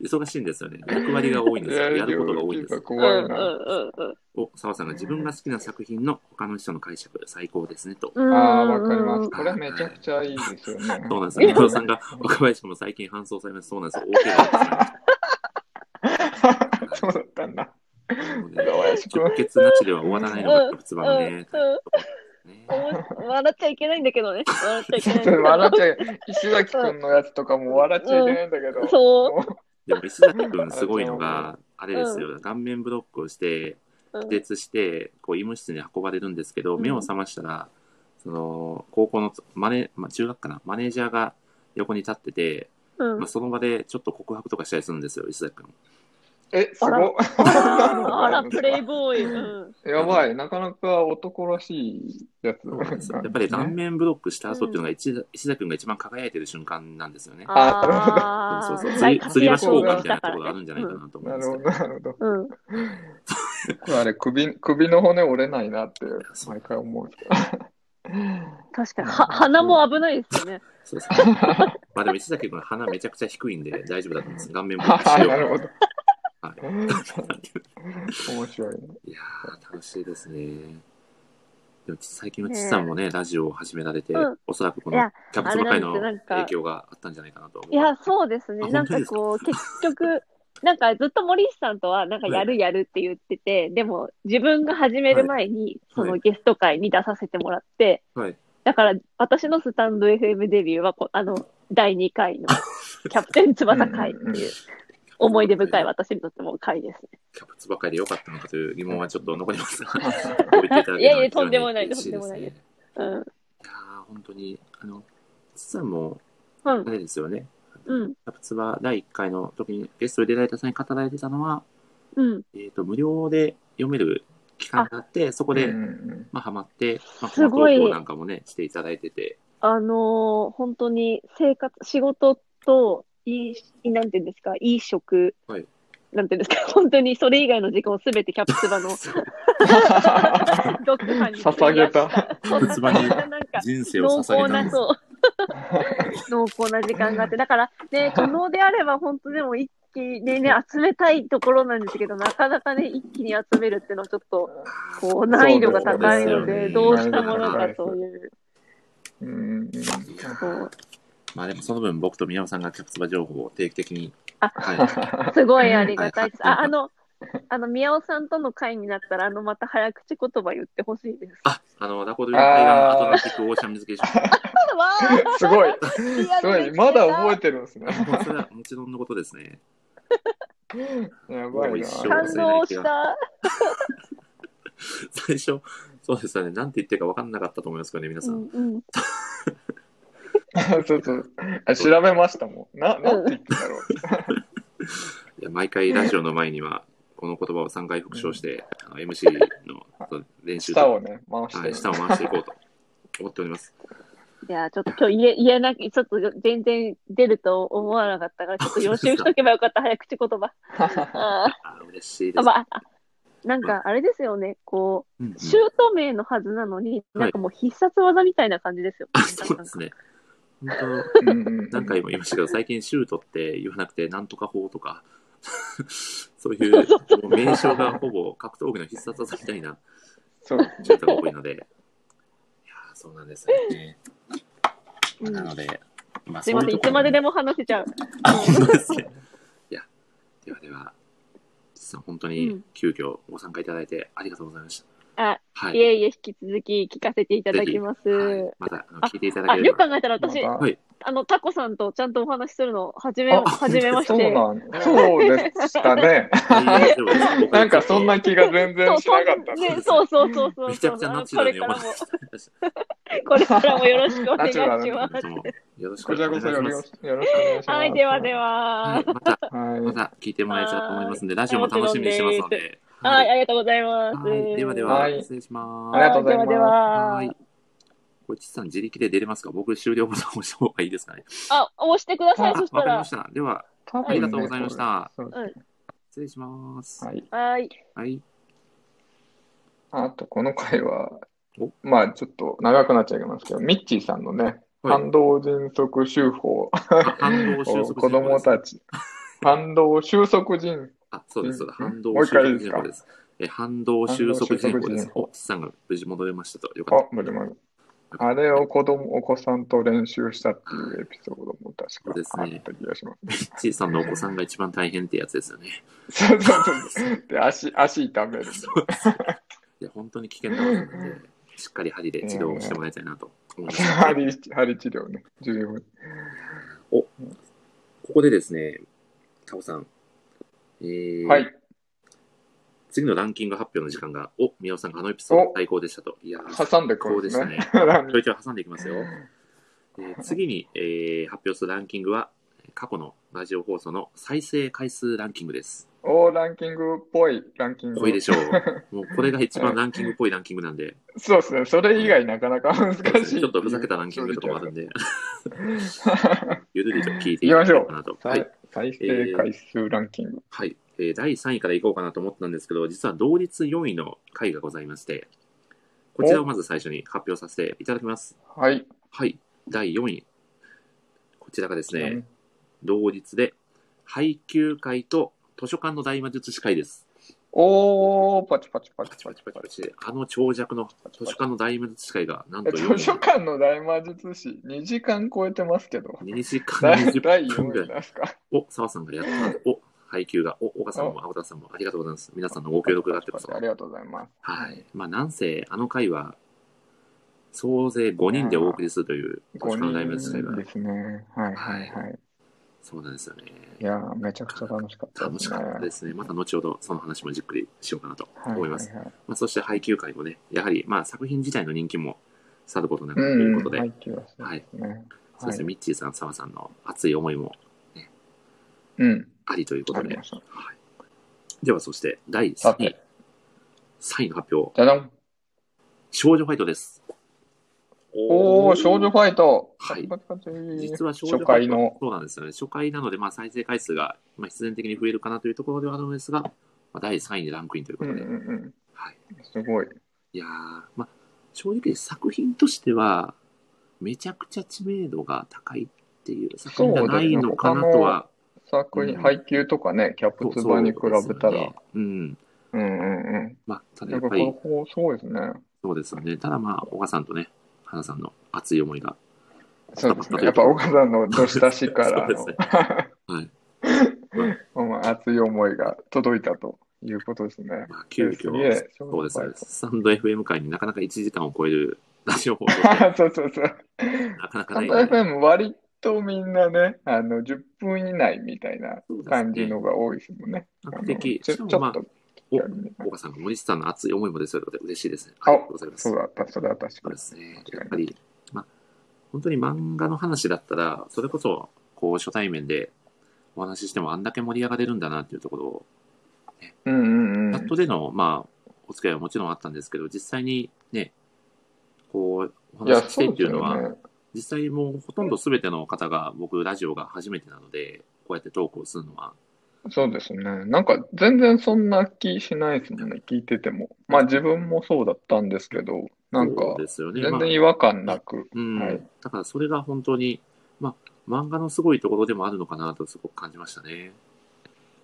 S1: 忙しいんですよね。役割が多いんですよ。やることが多いんです。
S4: うん
S2: 怖
S4: う
S2: い
S4: んう
S2: な。
S4: んうん。
S1: お、澤さんが自分が好きな作品の他の人の解釈、最高ですね、と。
S4: うんうん
S2: ああ、わかります。
S1: ん
S2: これはめちゃくちゃいいですよね。
S1: そうなんですよ。伊藤さんが、若林君も最近搬送されます。そうなんですよ。大怪我で
S2: そうだったんだ。
S1: すもうね
S2: 小林君
S1: 直結なしでは終わらないのがカプツバのね。
S4: うん
S1: ね
S4: うん笑っちゃいけないんだけどね。笑っちゃいけ
S2: ちょ
S4: な
S2: っ
S4: いんだ
S2: と笑っ
S4: けど。
S2: ちゃう。石崎くんのやつとかも笑っちゃいけないんだけど。
S4: そう。
S2: も
S1: でも石崎君すごいのが、あれですよ、顔面ブロックをして、
S4: うん
S1: 気絶して、こう医務室に運ばれるんですけど、
S4: うん
S1: 目を覚ましたら、その、高校のマネ、まあ、中学かな、マネージャーが横に立ってて、
S4: うん
S1: まあ、その場でちょっと告白とかしたりするんですよ、石崎君。
S2: え、すごっ。
S4: あら、プレイボーイ。うん
S2: やばい。なかなか男らしいやつ。
S1: そうなんですよやっぱり顔面ブロックした後っていうのが一、石田君が一番輝いてる瞬間なんですよね。
S4: あ
S1: そうそう
S4: ー
S1: そう。釣
S4: 大
S1: り
S4: 活
S1: 釣り橋
S4: 躍
S1: 効
S4: を
S1: 果み
S4: し
S1: たいな
S4: た
S1: と
S4: か
S1: ころがあ
S4: ら
S1: るんじゃないか
S4: ね。
S1: なと思う
S2: なん
S1: ですけ
S2: るほど、
S1: ど。
S2: なるほど。
S4: うんうん
S2: これあれ、首、首の骨折れないなって、毎回思うんですけど。
S4: 確かに、は鼻も危ないですよね。
S1: そうそう。まあでも石崎君は鼻めちゃくちゃ低いんで大丈夫だと思うんです。顔面ブロックし
S2: あ
S1: よう
S2: なるほど。
S1: は
S2: 面白いね。
S1: い。いやー、楽しいですね。でも最近はちさんもね、ラジオを始められて、
S4: うん
S1: おそらくこ
S4: い
S1: の
S4: や
S1: キャプツバ会の
S4: あれなんですよなんか
S1: 影響があったんじゃないかなと思う。
S4: いや、そうですね。
S1: あ
S4: なんかこう、結局、なんかずっと森内さんとは、なんかやるやるって言ってて、でも自分が始める前に、そ
S1: は
S4: の
S1: い
S4: ゲスト会に出させてもらって、
S1: はい。
S4: だから私のスタンド FM デビューはこ、あの、第2回 のキャプテン翼会っていう、思い出深い私にとっても会ですね。
S1: キャプツバ会で良かったのかという疑問はちょっと残り ますが、置いていただけたのはい
S4: やいやとんでもない
S1: 非常に嬉し
S4: とんでもな
S1: で
S4: いいで
S1: ね
S4: すす。うん。
S1: いやー本当に、あの、実はも
S4: う
S1: う、
S4: ん
S1: あ。れですよね、
S4: うん。
S1: キャプツバ第1回の時にゲストで出られた際に語られてたのは、
S4: うん。
S1: えっ、と、無料で読める期間があって、そこで、
S2: うんうん
S1: まあ、ハマって、まあ、
S4: すごい
S1: この投稿なんかもね、していただいてて、
S4: あのー本当に生活、仕事と、いい、なんていうんですか、いい食、
S1: はい
S4: なんていうんですか、 本当にそれ以外の時間をすべてキャプ ツバのドッグさんに
S2: 捧げた。
S4: そん
S1: キャプ
S4: な、
S1: ツ
S4: そ
S1: バ
S4: ん
S1: に
S4: な、なんか、
S1: 人生を
S4: 濃
S1: 捧げ
S4: 厚
S1: たん
S4: な、
S1: です。
S4: そう、 濃厚な時間があって、だからね、可能であれば、本当でも一気にね、集めたいところなんですけど、なかなかね、一気に集めるっていうのはちょっと、こう、難易度が高いので、
S1: そ
S4: ど
S1: う
S4: う
S1: ですよね
S4: したものかという、
S2: うんうん
S4: そう。
S1: まあでもその分僕と宮尾さんがキャプツバ情報を定期的に、
S4: あ
S1: はい、
S4: すごいありがたいです。
S1: はい
S4: あ、あの、あの、宮尾さんとの会になったら、あの、また早口言葉言ってほしいです。
S1: あ、あの、ラコドゥの海岸アトランティックオーシャン水系ショ
S4: わ
S2: すごい。
S4: ー
S2: すごい。まだ覚え
S4: て
S2: てるんですね。
S1: ン。もうそれはもちろんのことですね。
S2: やばいな。
S1: 感
S4: 感動した。
S1: 最初、そうですよね、なんて言ってるか分かんなかったと思いますけどね、皆
S4: う
S1: さん。
S4: んうん。
S2: そうそう。あ調べましたもん。な、なんて言ってんだろう。
S1: いや毎回ラジオの前には、この言葉を3回復唱して、あの MC の練習
S2: 舌
S1: と、
S2: をね、回し
S1: は
S2: て。
S1: い、舌を回していこうと思っております。
S4: いや、ちょっと今日言え、言えなき、ちょっと全然出ると思わなかったから、ちょっと予習しとけばよかった、早口言葉。あ
S1: あー嬉しいで
S4: ー、
S1: す。
S4: まあ、あなんか、あれですよね、こ
S1: うんうん
S4: う、シュート名のはずなのに、なんかもう必殺技みたいな感じですよね。
S1: あ、そうですね。本
S2: うんうん
S1: 当、何回も言いましたけど、 最近シュートって言わなくて、なんとか法とか、 そういうもう名称がほぼ格闘技の必殺技みたいな
S2: そう。
S1: シュートが多いので、いやーそうなんですよね。
S4: うん
S1: なので、まあ
S4: すいません、いつまででも話せちゃう。
S1: あ、本当ですね。 いや、ではでは、実は本当
S4: う
S1: に
S4: ん
S1: 急遽ご参加いただいてありがとうございました。
S4: あ、
S1: はい。
S4: いえいえ、引き続き聞かせていただきます。
S1: はいまた、あの
S4: あ
S1: 聞いていただ
S4: あ、
S1: けれ
S4: よく
S1: ば。
S4: 考えたら私、
S2: また
S1: はい。
S4: あの、タコさんとちゃんとお話しするの、はじめ、
S2: あ
S4: はじめま
S2: そ
S4: し
S2: う
S4: て。
S2: なんそうでした ね。
S1: 大丈夫です僕
S2: なんかそんな気が全
S4: そ
S2: 然
S4: う、
S2: しなかった
S4: そん
S2: ね
S4: ね、そうそうそうそう。
S1: めちゃくちゃナチュ
S4: こ
S1: ラル
S4: れ
S1: に読
S4: から
S1: ま
S4: も
S1: せ、ていただきまし
S4: これからもよろしくお願いし
S2: ナチュラ
S4: ま
S1: た。
S4: す。
S1: どうもよろしく
S2: こ
S1: お
S2: ちら
S1: 願
S2: こ
S1: いし
S2: そよろ
S1: ます
S2: し。くお願いします。
S4: はい、ではで
S1: は
S4: は。
S1: い、また、ま
S2: は
S1: た聞いてもらえたらと思いますので、ラジオも楽しみにしてますので。
S4: はい、ありがとうございます。
S1: はい、ではでは
S2: は、い
S1: 失礼しま
S2: ありがとうございます
S4: ではでは
S1: はい。これ、ちさん自力で出れますか僕、終了ボタン押した方がいいですかね。
S4: あ、押してください、
S1: あ
S4: そし
S1: わか
S4: た
S1: りま
S4: ら
S1: し。た。では、
S2: い。
S1: ありがとうございました。
S2: そう
S4: うん
S1: 失礼します。
S2: はい。
S4: はい。
S1: はい。
S2: あと、この回は
S1: お、
S2: まあちょっと長くなっちゃいますけど、ミッチーさんのね、
S1: はい
S2: 反動迅速手法
S1: あ反動収
S2: を
S1: 束
S2: 子供たち、反動収束人。
S1: あ、そうです、そうです。
S2: うん
S1: 反動
S2: もう一
S1: 収束
S2: 回
S1: 人口です。え、反動収束人口で
S2: 反動収束人
S1: す。
S2: 口
S1: お、資産が無事戻れましたと。よか
S2: あ
S1: っ、
S2: 無理無理。あれを子供、お子さんと練習したっていうエピソードも確
S1: そうです
S2: かあっ
S1: ね
S2: た気がします。
S1: た。ちいさんのお子さんが一番大変ってやつですよね。
S2: そうそうそう。で、足、足痛める。
S1: いや、本当に危険なことなんで、しっかり針で治療をしてもらいたいなと思います。
S2: 針、針治療ね。重要。
S1: ここでですね、タオさん、えー
S2: はい。
S1: 次のランキング発表の時間が、お、宮尾さんがあのエピソード最高でしたと。いやー、
S2: 挟んでこ
S1: 高
S2: う
S1: でし
S2: です
S1: た
S2: ね。
S1: ね。 ちょいちょい挟んでいきますよ。えー次に、えー発表するランキングは、過去のラジオ放送の再生回数ランキングです。
S2: おランキングっぽいランキング。
S1: 濃いでしょ う。もうこれが一番ランキングっぽいランキングなんで、
S2: そうですね。それ以外なかなか難しい。
S1: ちょっとふざけたランキングとかもあるんで、ゆるりと聞いていいかなと。は
S2: はいい。。再生回数ランキング。
S1: はい。えー第3位からいこうかなと思ったんですけど、実は同率4位の回がございまして、こちらをまず最初に発表させていただきます。
S2: はい。
S1: はい。第4位。こちらがですね、
S2: うん
S1: 同率で、配給会と図書館の大魔術師会です。
S2: おー、パチパチパチ
S1: パチ
S2: パ
S1: パ
S2: チ
S1: チ
S2: パ
S1: パ
S2: チ
S1: チパチ。あの長尺の図書館の大魔術師会が、なん
S2: え
S1: と4
S2: 図書
S1: 位。
S2: 館の大魔術師、2時間超えてますけど、
S1: 2時間
S2: 第第
S1: 20分ぐら
S2: 4位
S1: い。
S2: なんですか。
S1: お、澤さんがやった。お、配給が。お、岡さんも、青田さんも、ありがとうございます。皆さんのご協力があってこそ。
S2: ありがとうございます。
S1: はい。まあ、なんせ、あの回は、総勢5人でお送りするという、図書館の大魔術師会
S2: 5
S1: は
S2: 人。ですね。はいはい
S1: は
S2: はい。
S1: そうなんですよね。
S2: いやー、めちゃくちゃ楽しかった
S1: 楽しかったですね。また後ほどその話もじっくりしようかなと
S2: はい
S1: 思います。
S2: はいはい
S1: まあ、そして配給会もね、やはりまあ作品自体の人気もさることなくと
S2: う
S1: い
S2: ん、
S1: うことで、
S2: はい、気がしますね。
S1: そうですね、
S2: はい
S1: ミッチーさん、澤さんの熱い思いも
S2: うん、
S1: ありということ
S2: あり
S1: で
S2: ま、した。
S1: ではそして第
S2: さ
S1: 3位
S2: て、、
S1: 3位の発表、
S2: じゃじゃん。
S1: 少女ファイトです。
S2: おー、
S1: ー
S2: 少女ファイト。
S1: はい
S2: パチパチパチ
S1: 実は少女
S2: 初回の。
S1: そうなんですよね。初回なので、まあ、再生回数が、まあ、必然的に増えるかなというところではあるのですが、まあ、第3位にランクインという
S2: う
S1: こ
S2: んう
S1: とで、
S2: んうん。
S1: はい、
S2: すごい。
S1: いやーまあ、正直作品としては、めちゃくちゃ知名度が高いっていう作品じゃないのかなとは、
S2: 作品、
S1: うん
S2: 配給とかね、キャプ
S1: そう
S2: ツ
S1: そ
S2: バ
S1: う
S2: に
S1: で
S2: 比
S1: すよね
S2: べたら。
S1: うん。
S2: うんうんうん。
S1: まあ、ただ
S2: な
S1: や
S2: ん
S1: っ
S2: か
S1: ぱ
S2: こ
S1: り、
S2: こ、そうですね。
S1: そうですよね。ただまあ、小川さんとね、花さんの熱い思いが。
S2: そうですね。やっぱ岡さんのどしたしから の
S1: そうで、はい。
S2: まあ熱い思いが届いたということ ですね。
S1: まあ、急
S2: す
S1: 遽、
S2: げえ
S1: そうです
S2: そう
S1: ね
S2: で。す
S1: スタンド FM 界になかなか1時間を超えるラジオ放送って
S2: そうそうそう。
S1: なかなかな
S2: 関
S1: いの
S2: 東
S1: で。
S2: FM 割とみんなね、あの、10分以内みたいな感じのが多いですもんね。
S1: 比
S2: あ
S1: 較
S2: の
S1: 的、
S2: ちょ
S1: しか
S2: ち
S1: も
S2: ょ
S1: ま
S2: っ
S1: あ
S2: と、
S1: お、
S2: やるね
S1: 小川さんが森下さんの熱い思いも出するので嬉しいですね。
S2: あ
S1: ありがとうございます
S2: そう。だった、そうだった、確
S1: そう
S2: かに
S1: で。すね。やっぱり、まあ、本当に漫画の話だったら、それこそ、こう、初対面でお話ししてもあんだけ盛り上がれるんだなっていうところを、
S2: うんうんう
S1: チャ
S2: ん
S1: ッ。トでの、まあ、お付き合いはもちろんあったんですけど、実際にね、こう、お
S2: いや、
S1: 話しし
S2: そ
S1: て
S2: う
S1: っ
S2: で
S1: て
S2: す
S1: いうのは、
S2: よね。
S1: 実際もうほとんど全ての方が、僕、ラジオが初めてなので、こうやってトークをするのは、
S2: そうですね。なんか全然そんな気しないですもんね、聞いてても。まあ自分もそうだったんですけど、なん
S1: そう
S2: か
S1: ですよね。
S2: 全
S1: まあ
S2: 然違和感なく。
S1: うん、
S2: はい
S1: だからそれが本当に、まあ、漫画のすごいところでもあるのかなとすごく感じましたね。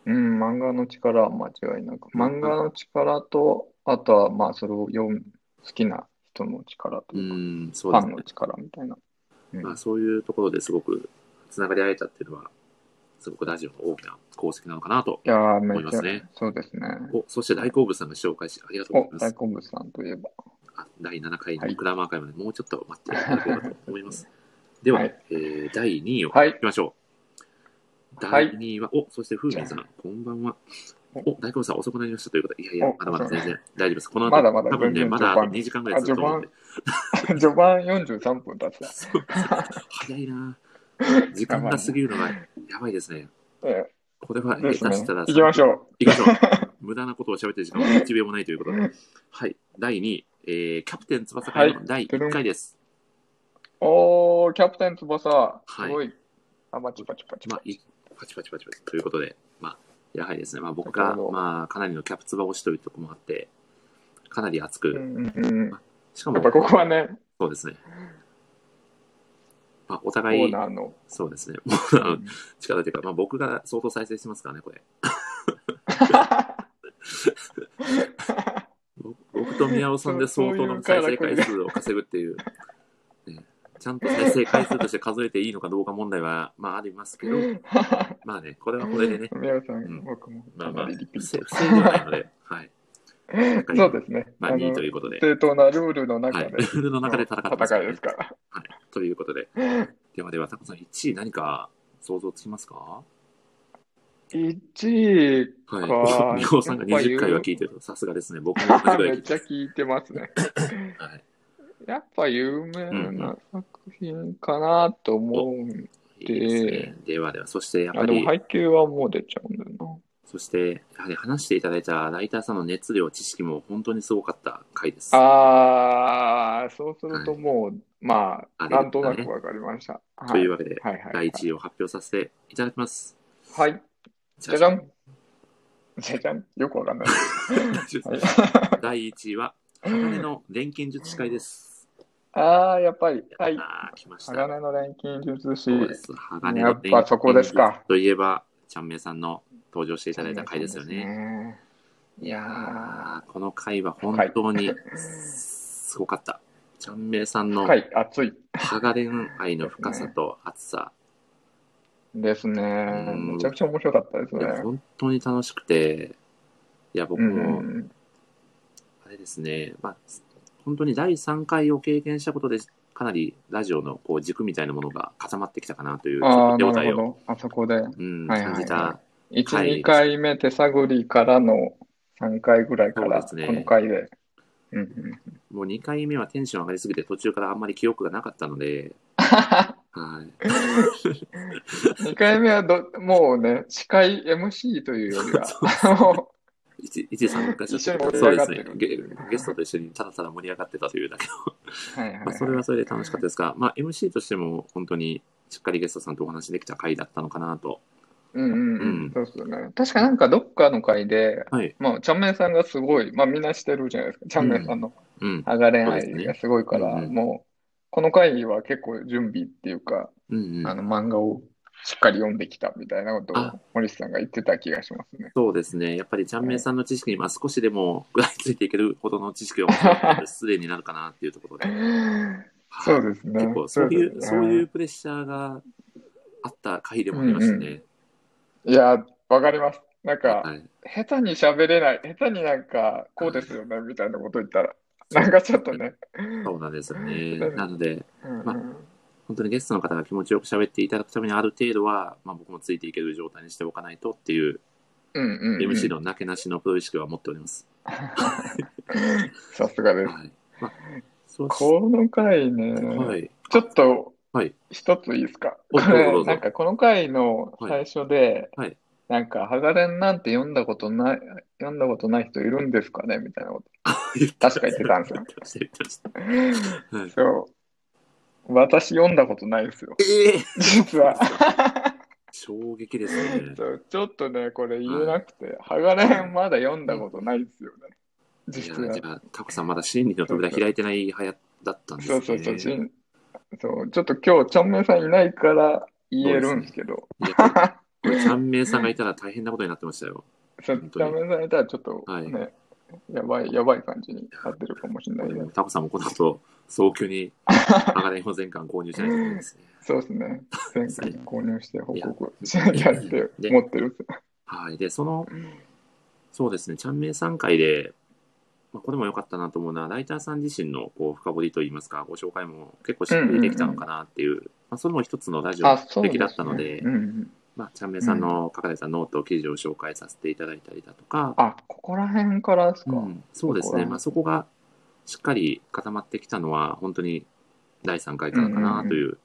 S2: うん、漫画の力は間違いなく。漫画の力と、あとはまあそれを読む、好きな人の力と
S1: う
S2: いうか、
S1: ん、そうで
S2: ファ
S1: す
S2: ン
S1: ね
S2: の。力みたいな。うん
S1: まあ、そういうところですごくつながり合えたっていうのは、すごくラジオの大きな功績なのかなと
S2: い。やー、め
S1: 思います
S2: ちゃ
S1: ね、
S2: そうですね。
S1: おそして大好物さんが紹介し、ありがとう
S2: お、
S1: ござい
S2: 大
S1: ます。
S2: 好物さんといえば。
S1: あ第7回
S2: は
S1: の
S2: い
S1: クラマー会までもうちょっと待っていただければと思います。 では、
S2: はい
S1: えー第2位を
S2: はい
S1: いきましょう。
S2: はい
S1: 第2位は、お、そしてふうみんさん、こんばんは。お、大好物さん遅くなりましたということで、いやいや
S2: お、
S1: まだまだ全然大丈夫です。この後、
S2: まだまだ
S1: 多分ね、
S2: 全然
S1: まだ
S2: 序盤
S1: 2時間ぐらい続くと思うんで、
S2: 序盤43分経つな。
S1: 早 いな時間が過ぎるのがやばいですね。
S2: え
S1: これは
S2: え、
S1: 下
S2: で
S1: 手
S2: すね。
S1: したら
S2: 行きましょう。
S1: 行きましょう。無駄なことを喋ってる時間は1秒もないということで。はい。第2位、えー、キャプテン翼会
S2: は
S1: の
S2: い
S1: 第1回です。
S2: おー、キャプテン翼、す
S1: はい
S2: ごい。あ、パチパチパチ
S1: ま
S2: パ
S1: あ、
S2: チ。
S1: いパチパチパチパチということで、まあ、やはりですね、まあ僕が、まあ、かなりのキャプツバ推しというところもあって、かなり熱
S2: う
S1: く、
S2: んうんうん。
S1: しか
S2: や
S1: も
S2: っぱ、ここはね、
S1: そうですね。まあ、お互
S2: コー
S1: い、
S2: ナーの。
S1: そうですね。もうあの力というか、まあ、僕が相当再生してますからね、 これ。僕僕と宮尾さんで相当の再生回数を稼ぐっていう、ねちゃんと再生回数として数えていいのかどうか問題は、まあ、あります けど、まあね、これはこれでね、
S2: 宮尾さ
S1: うん
S2: ん、僕も
S1: まあ
S2: か
S1: まあ
S2: なりリ、ピ
S1: 不正
S2: ート
S1: 不正ではないので、はい。かり
S2: そうですね。
S1: ま
S2: あ
S1: あ、
S2: の
S1: 2位ということで、
S2: 正当なルールの
S1: は
S2: 中
S1: い。
S2: で
S1: ルールの中で戦ってます
S2: 戦いですから。
S1: はい。ということで、ではでは、タコさん1位何か想像つきますか
S2: 1位か。
S1: はい。宮尾さんが20回は聞いてると、さすがですね。僕も同じぐら
S2: め
S1: い聞
S2: っ
S1: い
S2: ち
S1: て
S2: ゃ
S1: ます。
S2: 聞いてますね。
S1: はい
S2: やっぱ有名な作品かなと思うん。
S1: いいですね。ではでは、そしてやっ
S2: あ、
S1: ぱ
S2: で
S1: り
S2: も、配給はもう出ちゃうんだよ
S1: そして、やはり話していただいたライターさんの熱量、知識も本当にすごかった回です。
S2: な。
S1: は
S2: あー、そうするともう、まあ、
S1: あれだね
S2: なんとなくわかりました。
S1: いというわ
S2: は
S1: けで、
S2: いはいは
S1: 第
S2: い。
S1: 1位を発表させていただきます。
S2: はい。
S1: じ
S2: じゃじゃん。じゃじゃん。よくわかんない。はい
S1: 第1位は、鋼の錬金術師会です。
S2: あー、やっぱり。はい。
S1: あー来ました。
S2: 鋼の錬金術師。
S1: そうです。鋼
S2: や
S1: の
S2: っ
S1: 錬
S2: ぱそこ
S1: 金
S2: です
S1: 術
S2: か
S1: 師といえば、ちゃんめいさんの登場していただいた回ですよね。
S2: いやー、
S1: あーこの回は本当にすごかった。ちゃんめいさんの
S2: 深い、熱い
S1: 鋼愛の深さと熱さ、
S2: ですね。
S1: ん
S2: めちゃくちゃ面白かったです
S1: い
S2: ね。
S1: や本当に楽しくて、いや、僕
S2: うんう
S1: も、
S2: ん
S1: あれですね、まあ、本当に第3回を経験したことで、かなりラジオのこう軸みたいなものが固まってきたかなという、ち
S2: あ
S1: ょ
S2: あ、
S1: っと手
S2: な
S1: 応え
S2: る
S1: を、
S2: ほど。あそこで。
S1: うん、
S2: はいはい
S1: 感
S2: はい
S1: じた。
S2: 1、
S1: はい
S2: 2回目手探りからの3回ぐらいから、
S1: そうですね
S2: この回で。うんうん、
S1: もう2回目はテンション上がりすぎて、途中からあんまり記憶がなかったの で、はい。
S2: 2回目はど、もうね、司会 MC というよ り は、も
S1: 一一時参加者
S2: 一緒に盛り
S1: そう
S2: 上
S1: で
S2: がっ
S1: す
S2: て
S1: ね
S2: る
S1: ゲ。ゲストと一緒にただただ盛り上がってたというだけの、
S2: う、はいはい
S1: まあ、それはそれで楽しかったですが、まあ、MC としても本当にしっかりゲストさんとお話できた回だったのかなと。
S2: うんうん
S1: う
S2: うんん。そうっすよね。確かなんかどっかの回で、
S1: はい。
S2: まあ、ちゃんめいさんがすごい、まあみんなしてるじゃないですか。ちゃんめいさんの
S1: うん。
S2: 上がれ
S1: そうで
S2: 愛
S1: すね
S2: がすごいから、
S1: うんうん
S2: もう、この会議は結構準備っていうか、
S1: うん、うん
S2: あ。の漫画をしっかり読んできたみたいなこと
S1: あ
S2: を森下さんが言ってた気がします ね。
S1: そうですね。やっぱりちゃんめいさんの知識に、まあ、少しでも食らいついていけるほどの知識を持っていると失礼になるかなっていうところで。
S2: そ
S1: は
S2: う
S1: い
S2: ですね。
S1: 結構、そういう、
S2: です
S1: そ
S2: ね
S1: ういうプレッシャーがあった回でもありましたね。
S2: いや、わかります。なんか、
S1: はい。
S2: 下手に喋れない、下手になんか、こうですよね、みたいなこと言ったら、なんかちょっとね、
S1: そうなんですよね。
S2: うん
S1: なので、
S2: うん
S1: ま本当にゲストの方が気持ちよく喋っていただくために、ある程度は、まあ、僕もついていける状態にしておかないとっていう、
S2: うんうんうん
S1: MC のなけなしのプロ意識は持っております。
S2: さすがです。
S1: はい。まあ、そうし
S2: この回ね、
S1: はい。
S2: ちょっと
S1: はい、
S2: 一ついいですか。
S1: お
S2: こ
S1: どうぞ
S2: れ、
S1: どうぞ
S2: なんかこの回の最初で、
S1: はいはい
S2: なんか、ハガレンなんて読んだことない、読んだことない人いるんですかねみたいなこと。確か言ってたんですよ。
S1: 言ってました言ってましたはい
S2: そう。私読んだことないですよ。
S1: ええ
S2: 実は。
S1: 衝撃です ね。
S2: そうちょっとね、これ言えなくて、ハガレンまだ読んだことないですよね。
S1: い
S2: 実
S1: や、
S2: は
S1: じ。ゃあ、タコさんまだ心理の扉開いてないはやだったんです
S2: そ
S1: ね。
S2: うそうそう。ちんそう、ちょっと今日、チャンメンさんいないから言えるんですけど、
S1: いやこれこれ、ちゃんめいさんがいたら大変なことになってましたよ。
S2: そう、
S1: 本
S2: チ
S1: 当に
S2: ャンメンさんいたらちょっと
S1: はい
S2: ね、やばい、やばい感じになってるかもしれないです。
S1: タコさんもこの後、早急に、あがれ保全館購入しないといけないですね。
S2: そうですね。前回購入して報告
S1: い
S2: しなきゃっ
S1: で
S2: て思ってるんですよ。
S1: はい。で、その、そうですね、ちゃんめいさん会で、まあ、これも良かったなと思うのは、ライターさん自身のこう深掘りといいますか、ご紹介も結構しっくりできたのかなっていう、まあ、それも一つのラジオ
S2: あ、
S1: の
S2: そう
S1: 的
S2: で
S1: だっ
S2: す
S1: たので、
S2: ね。うんうん。
S1: まあ、ちゃんめいさんの書かれたノート、記事を紹介させていただいたりだとか、
S2: あ、ここら辺からですか。
S1: うん、そうです
S2: そこ
S1: ね、
S2: ら
S1: まあ、そこがしっかり固まってきたのは、本当に第3回からかなという、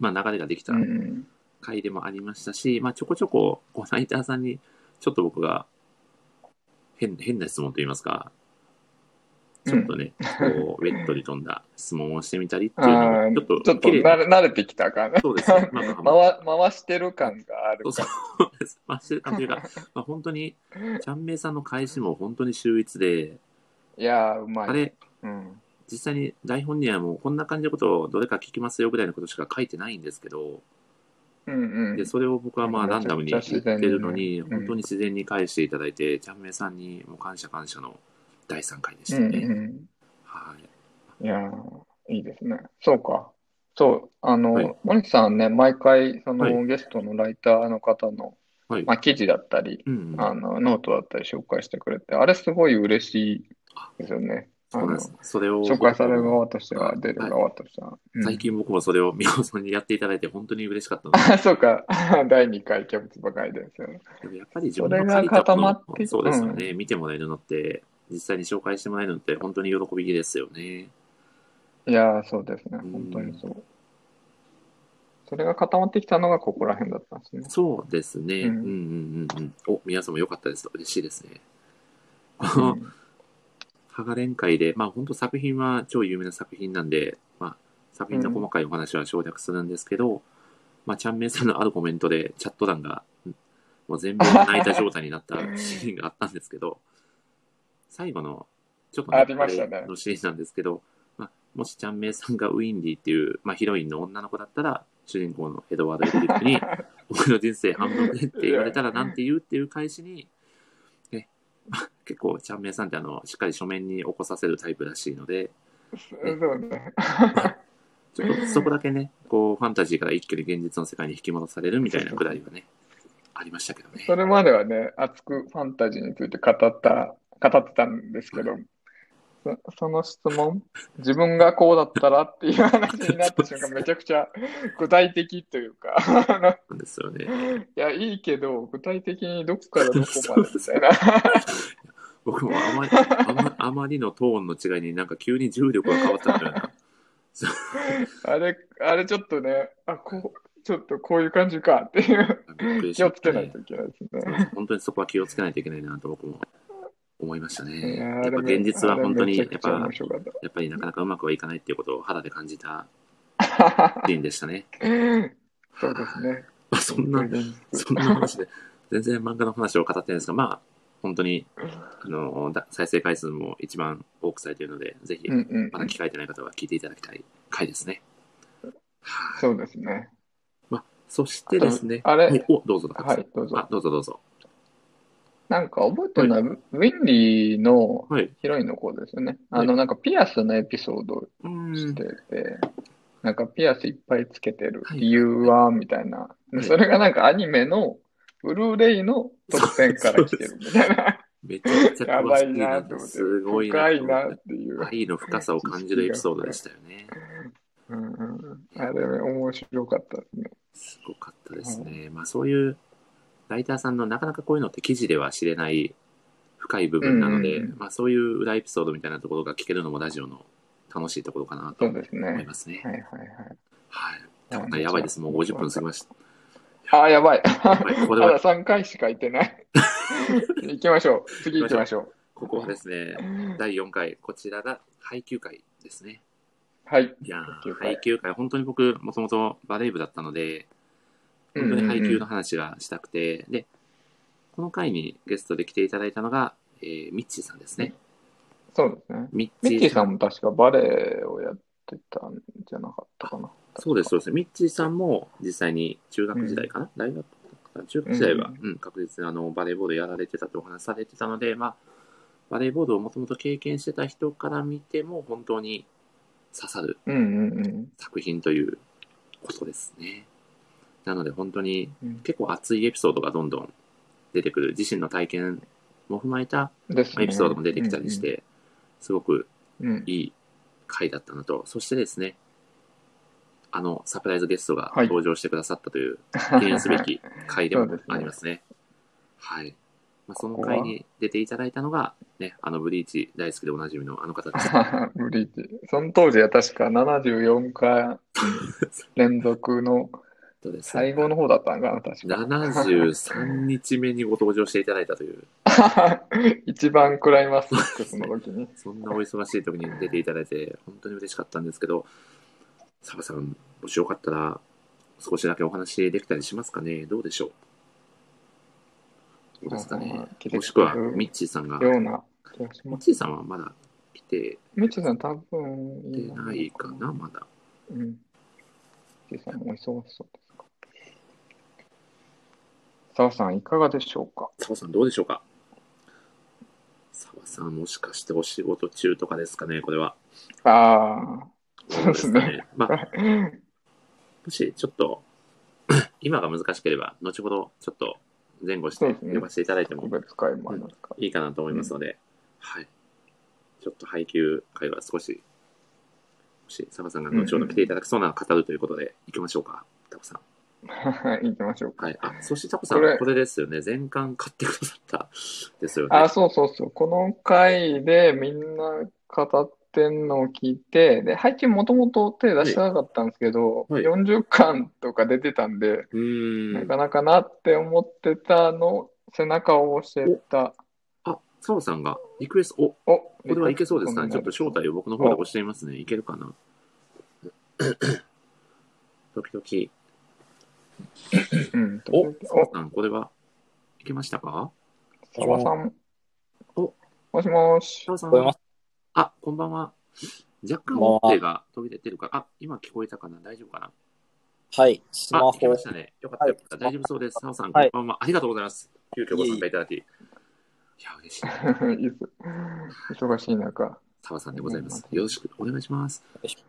S1: まあ、流れができた
S2: うんうん。
S1: 回でもありましたし、まあ、ちょこちょこ、こうライターさんに、ちょっと僕が変変な質問といいますか、ちょっとね、こうウェットに飛んだ質問をしてみたりっていう
S2: あ
S1: の
S2: ー
S1: も、ちょっ
S2: ちょっ
S1: と
S2: と
S1: 綺麗な
S2: 慣れ慣れてきたかな。
S1: そうですね、まあまあまあ
S2: 回回してる感がある
S1: そ
S2: か
S1: うです。まあ、してる感じが、まあ、本当に、ちゃんめいさんの返しも本当に秀逸で、
S2: ら。いやー、うま
S1: あ
S2: い。
S1: れ、
S2: うん。
S1: 実際に台本にはもうこんな感じのことをどれか聞きますよぐらいのことしか書いてないんですけど、
S2: うんう
S1: で
S2: ん。
S1: それを僕はまあ
S2: めち
S1: ラ
S2: ゃ
S1: ン
S2: くち
S1: ダム
S2: ゃ
S1: に言ってるのに、
S2: 自然にねうん
S1: 本当に自然に返していただいて、ちゃんめいさんにもう感謝感謝の第3回でし
S2: う
S1: た
S2: ん
S1: ね。
S2: う
S1: はい。
S2: ん。いやー、いいですね。そうか。そう、あ
S1: はい
S2: の、森さんね、毎回、そ
S1: は
S2: の、ゲストのライターの方の、
S1: はい。
S2: まあ、記事だったり、
S1: うん、
S2: あの、ノートだったり紹介してくれて、あれすごい嬉しいですよね。
S1: そうなんです。それ
S2: あ
S1: を
S2: の、紹介される側としては、出る
S1: はい
S2: 側としては。うん
S1: 最近僕もそれを宮本さんにやっていただいて本当に嬉しかったの
S2: あ そうか。 第2回キャベツばかりですよね。
S1: でもやっぱり自分の書いたものをそうですよね、見てもらえるのって実際に紹介してもらえるのって本当に喜びですよね。
S2: いやー、そうですね。本当にそう。それが固まってきたのがここら辺だったんですね。
S1: そうですね。う
S2: うんん
S1: うんうんうん。お、皆さんも良かったです。嬉しいですね。
S2: う
S1: ハ
S2: ん
S1: ガレン会で、まあ本当作品は超有名な作品なんで、まあ作品の細かいお話は省略するんですけど、まあちゃんめいさんのあるコメントでチャット欄がうんもう全部泣いた状態になったシーンがあったんですけど、最後のちょっと
S2: ありましたね
S1: あれのシーンなんですけど、まあ、もしちゃんめいさんがウィンディっていう、まあ、ヒロインの女の子だったら、主人公のエドワード・フィリップに、俺の人生半分でって言われたらなんて言うっていう返し に、ね、結構ちゃんめいさんってあの、しっかり書面に起こさせるタイプらしいので、
S2: そうね。
S1: ちょっとそこだけね、こう、ファンタジーから一挙に現実の世界に引き戻されるみたいなくだりはね、ありましたけどね。
S2: それまではね、熱くファンタジーについて語った、語ってたんですけど、そその質問、自分がこうだったらっていう話になった瞬間、めちゃくちゃ具体的というか、あの
S1: なんですよね。
S2: いや、いいけど、具体的にどこからどこまでみたいな。
S1: 僕もあま り、あまあまりのトーンの違いになんか急に重力が変わったんだよな。
S2: あれ、あれちょっとね、あ、こう、ちょっとこういう感じかっていう、
S1: びっくりし
S2: 気
S1: ちゃ
S2: を
S1: っ
S2: つ
S1: た
S2: け
S1: ね
S2: ないといけないですね。
S1: 本当にそこは気をつけないといけないなと僕も思いました
S2: い
S1: ね。
S2: や
S1: や
S2: ー
S1: っぱ
S2: でも
S1: 現実は本当に、
S2: あ
S1: や
S2: れ
S1: っ
S2: めちゃくちゃ
S1: ぱ
S2: 面、白かっ
S1: やっぱりなかなかうまくはいかないっていうことを肌で感じ た
S2: た。
S1: シーンでしたね。
S2: そうですね。
S1: まあ、そんな、そんな話で、全然漫画の話を語ってないんですが、まあ、本当に、あの、だ再生回数も一番多くされているので、ぜひ
S2: う、んうん
S1: まだ聞かれてない方は聞いていただきたい回ですね。
S2: そうですね。
S1: そしてですね、
S2: あれ
S1: はいお、どうぞ、高橋さ
S2: は
S1: ん
S2: い、どうぞ
S1: あ。、どうぞどうぞ。
S2: なんか覚えてるのは、ウィンリーの
S1: はい。
S2: ヒロインの子ですよね。
S1: はい
S2: あの、なんかピアスのエピソード
S1: う
S2: し
S1: ん
S2: て。て、なんかピアスいっぱいつけてる
S1: はい
S2: 理由は、みたいな。
S1: は
S2: で
S1: い
S2: それがなんかアニメのブルーレイの特典から来てるみたいな。
S1: めちゃくちゃ
S2: や
S1: 詳
S2: ば
S1: し
S2: い
S1: い
S2: な
S1: な
S2: って思って、
S1: すごいな
S2: 深
S1: と
S2: い
S1: 思
S2: な
S1: って
S2: っていう。
S1: 愛の深さを感じるエピソードでしたよね。
S2: うんうん、あれ、面白かったですね。
S1: すごかったですね。まあそういうライターさんのなかなかこういうのって記事では知れない深い部分なので、
S2: うんうんうん
S1: まあそういう裏エピソードみたいなところが聞けるのもラジオの楽しいところかなと
S2: そう
S1: 思
S2: ですね。
S1: いますね。
S2: はいはい
S1: はい。
S2: はい
S1: あやばいです。もう50分過ぎました。
S2: あー、やばい。
S1: やばいここ
S2: ま
S1: では
S2: だ3回しか行っ てない。行きましょう。次行きましょ
S1: ここはですね、第4回、こちらが配給会ですね。
S2: う。はい。
S1: いやー
S2: 配給会
S1: 配給会、本当に僕、もともとバレー部だったので、本当に配給の話がしたくて、で、この回にゲストで来ていただいたのが、えーミッチーさんですね。
S2: そうですね。
S1: ミッ
S2: ミ
S1: チ
S2: ッキ
S1: ー
S2: ー
S1: さ
S2: さ
S1: ん。
S2: んも確かバレエをやってたんじゃなかったかな。
S1: そうです、そうです。ミッチーさんも実際に中学時代かな、大学かな中学時代は
S2: うん、
S1: うん、確実にあの、バレーボールやられてたとお話しされてたので、まあ、バレーボールをもともと経験してた人から見ても、本当に刺さる
S2: うんうんうん。
S1: 作品ということですね。なので本当に
S2: うん
S1: 結構熱いエピソードがどんどん出てくる。自身の体験も踏まえた
S2: ですね。
S1: エピソードも出てきたりして、すごく
S2: うんうん。
S1: いい回だったなと。そしてですね、あのサプライズゲストが
S2: はい
S1: 登場してくださったと いう記念すべき回でもありますね。はい。まあ、その回に出ていただいたのが、ね、あのブリーチ大好きでおなじみのあの方です。
S2: ブリーチ。その当時は確か74回連続の
S1: そうです
S2: 最後の方だったんかな、確か。
S1: 73日目にご登場していただいたという、
S2: 一番食らいます、その時に。
S1: そんなお忙しい時に出ていただいて、本当に嬉しかったんですけど、サバさん、もしよかったら、少しだけお話できたりしますかねどうでしょうどうですかね
S2: ああ来てくれる
S1: もしくは、ミッチーさんが、ミ
S2: ような気がし
S1: ッ
S2: ます。
S1: チーさんはまだ来て
S2: みちさん、多分
S1: 出ないかな、まだ。
S2: うん。みちさんもお忙しそうですか。澤さん、いかがでしょうか
S1: 澤さん、どうでしょうか澤さん、もしかしてお仕事中とかですかね、これは。
S2: ああ、そうですね。
S1: まあ、もしちょっと、 今が難しければ、後ほどちょっと前後して
S2: そうですね
S1: 呼ばせていただいても
S2: 特別会もあるんですか。
S1: いいかなと思いますので、はい。ちょっと配給会は少し、もし、サバさんが後ほど来ていただくそうな方るということで、行きましょうか、タコさん。
S2: はい、 行きましょうか。
S1: はい。あ、そしてタコさん、
S2: こ
S1: こ
S2: れ
S1: れですよね。全巻買ってくださった、ですよね。
S2: あ、そうそうそう。この回でみんな語ってんのを聞いて、で、配近もともと手出してなかったんですけど、
S1: はい
S2: 40巻とか出てたんで、
S1: うー。
S2: なんかなかなって思ってたの、背中を押してた。
S1: あ、サバさんが、リクエスト、お、こ
S2: お、こ
S1: れはいけそうですかね。ちょっと招待を僕の方で押してみますね。いけるか な。時
S2: うん、
S1: 々。お、サバ
S2: お、
S1: さん、これは、いけましたか
S2: サバさん。
S1: お
S2: もしもし
S1: サ。バさん
S5: 聞こえます
S1: あ、こんばんは。若干音声が途切れてるから、あ、今聞こえたかな大丈夫かな
S5: はい、ス
S1: あ、
S5: マ
S1: 聞き
S5: ホ
S1: まし。たね。よかったよかった。
S5: はい
S1: 大丈夫そうです。サオさん、こ
S5: は
S1: ん
S5: い
S1: ばんは。ありがとうございます。急遽ご参加いただき。いや、嬉しい。
S2: いいです忙しい中、
S1: サワさんでございます。よろしくお願いします
S5: ろし。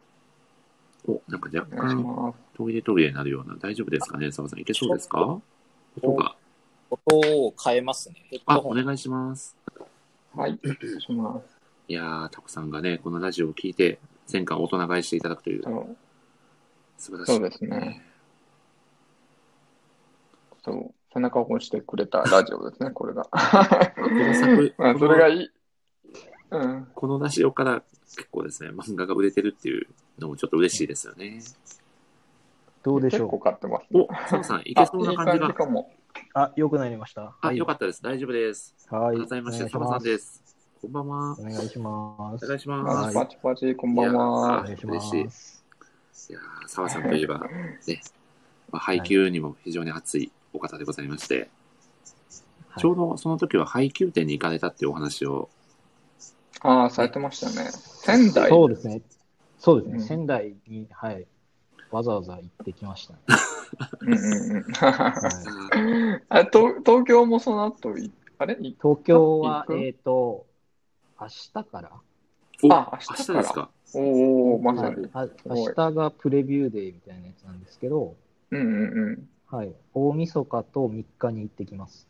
S1: お、なんか若
S2: お願いし
S1: 干
S2: ます。
S1: 途切れ途切れになるような、大丈夫ですかねサワさん、いけそうですか音が。
S5: 音を変えますね。ヘッ
S1: あ、
S5: ド
S1: お
S5: ホン。
S1: 願いします。
S2: はい、失礼します。
S1: いやー、タコさんがね、このラジオを聞いて、全巻大人買いしていただくという
S2: あ、の
S1: 素晴らしい。
S2: そうですね。そう、背中を押してくれたラジオですね、これが。
S1: まあこの作、
S2: まあ、それがいい。うん。
S1: このラジオから結構ですね、漫画が売れてるっていうのもちょっと嬉しいですよね。
S6: どうでし
S2: 結
S6: ょ
S2: 構
S6: う
S2: 買ってます。
S1: お、澤さん、いけそうな感じ
S2: あいい感
S1: が。
S2: じかも。
S6: あ、良くなりました。
S1: あ、よかったです。大丈夫です。
S6: た。はい。
S1: 改めまして、澤さんです。こんばんは。
S6: お願いしま
S1: お
S6: す。
S1: 願いしま
S2: あ
S1: す。
S2: パチパチ、こんばん
S1: い
S6: お
S1: や
S2: は。
S6: 願いし
S1: 嬉しい
S6: ます。
S1: いやー澤さんといえ ば、ね、まあ、配給にも非常に熱いお方でございまして、
S6: はい
S1: ちょうどその時は配給店に行かれたっていうお話を、
S2: ああ、されてましたね。仙台。
S6: そうですね。そうですね。
S2: うん
S6: 仙台に、はい。わざわざ行ってきましたね。
S2: うんうん うん。
S6: は
S1: あ
S6: い
S1: ー
S2: あ東東京もその後い、あれい
S6: 東京は、
S2: あ行く
S6: えっと、明日から
S1: お
S2: あ明
S1: 明
S2: 日
S1: 日
S2: から
S1: ですか。
S2: おー、まさ
S6: はい
S2: に。
S6: あ
S2: ごい
S6: 明日がプレビューデーみたいなやつなんですけど、
S2: うんうんうん。
S6: はい。大晦日と3日に行ってきます。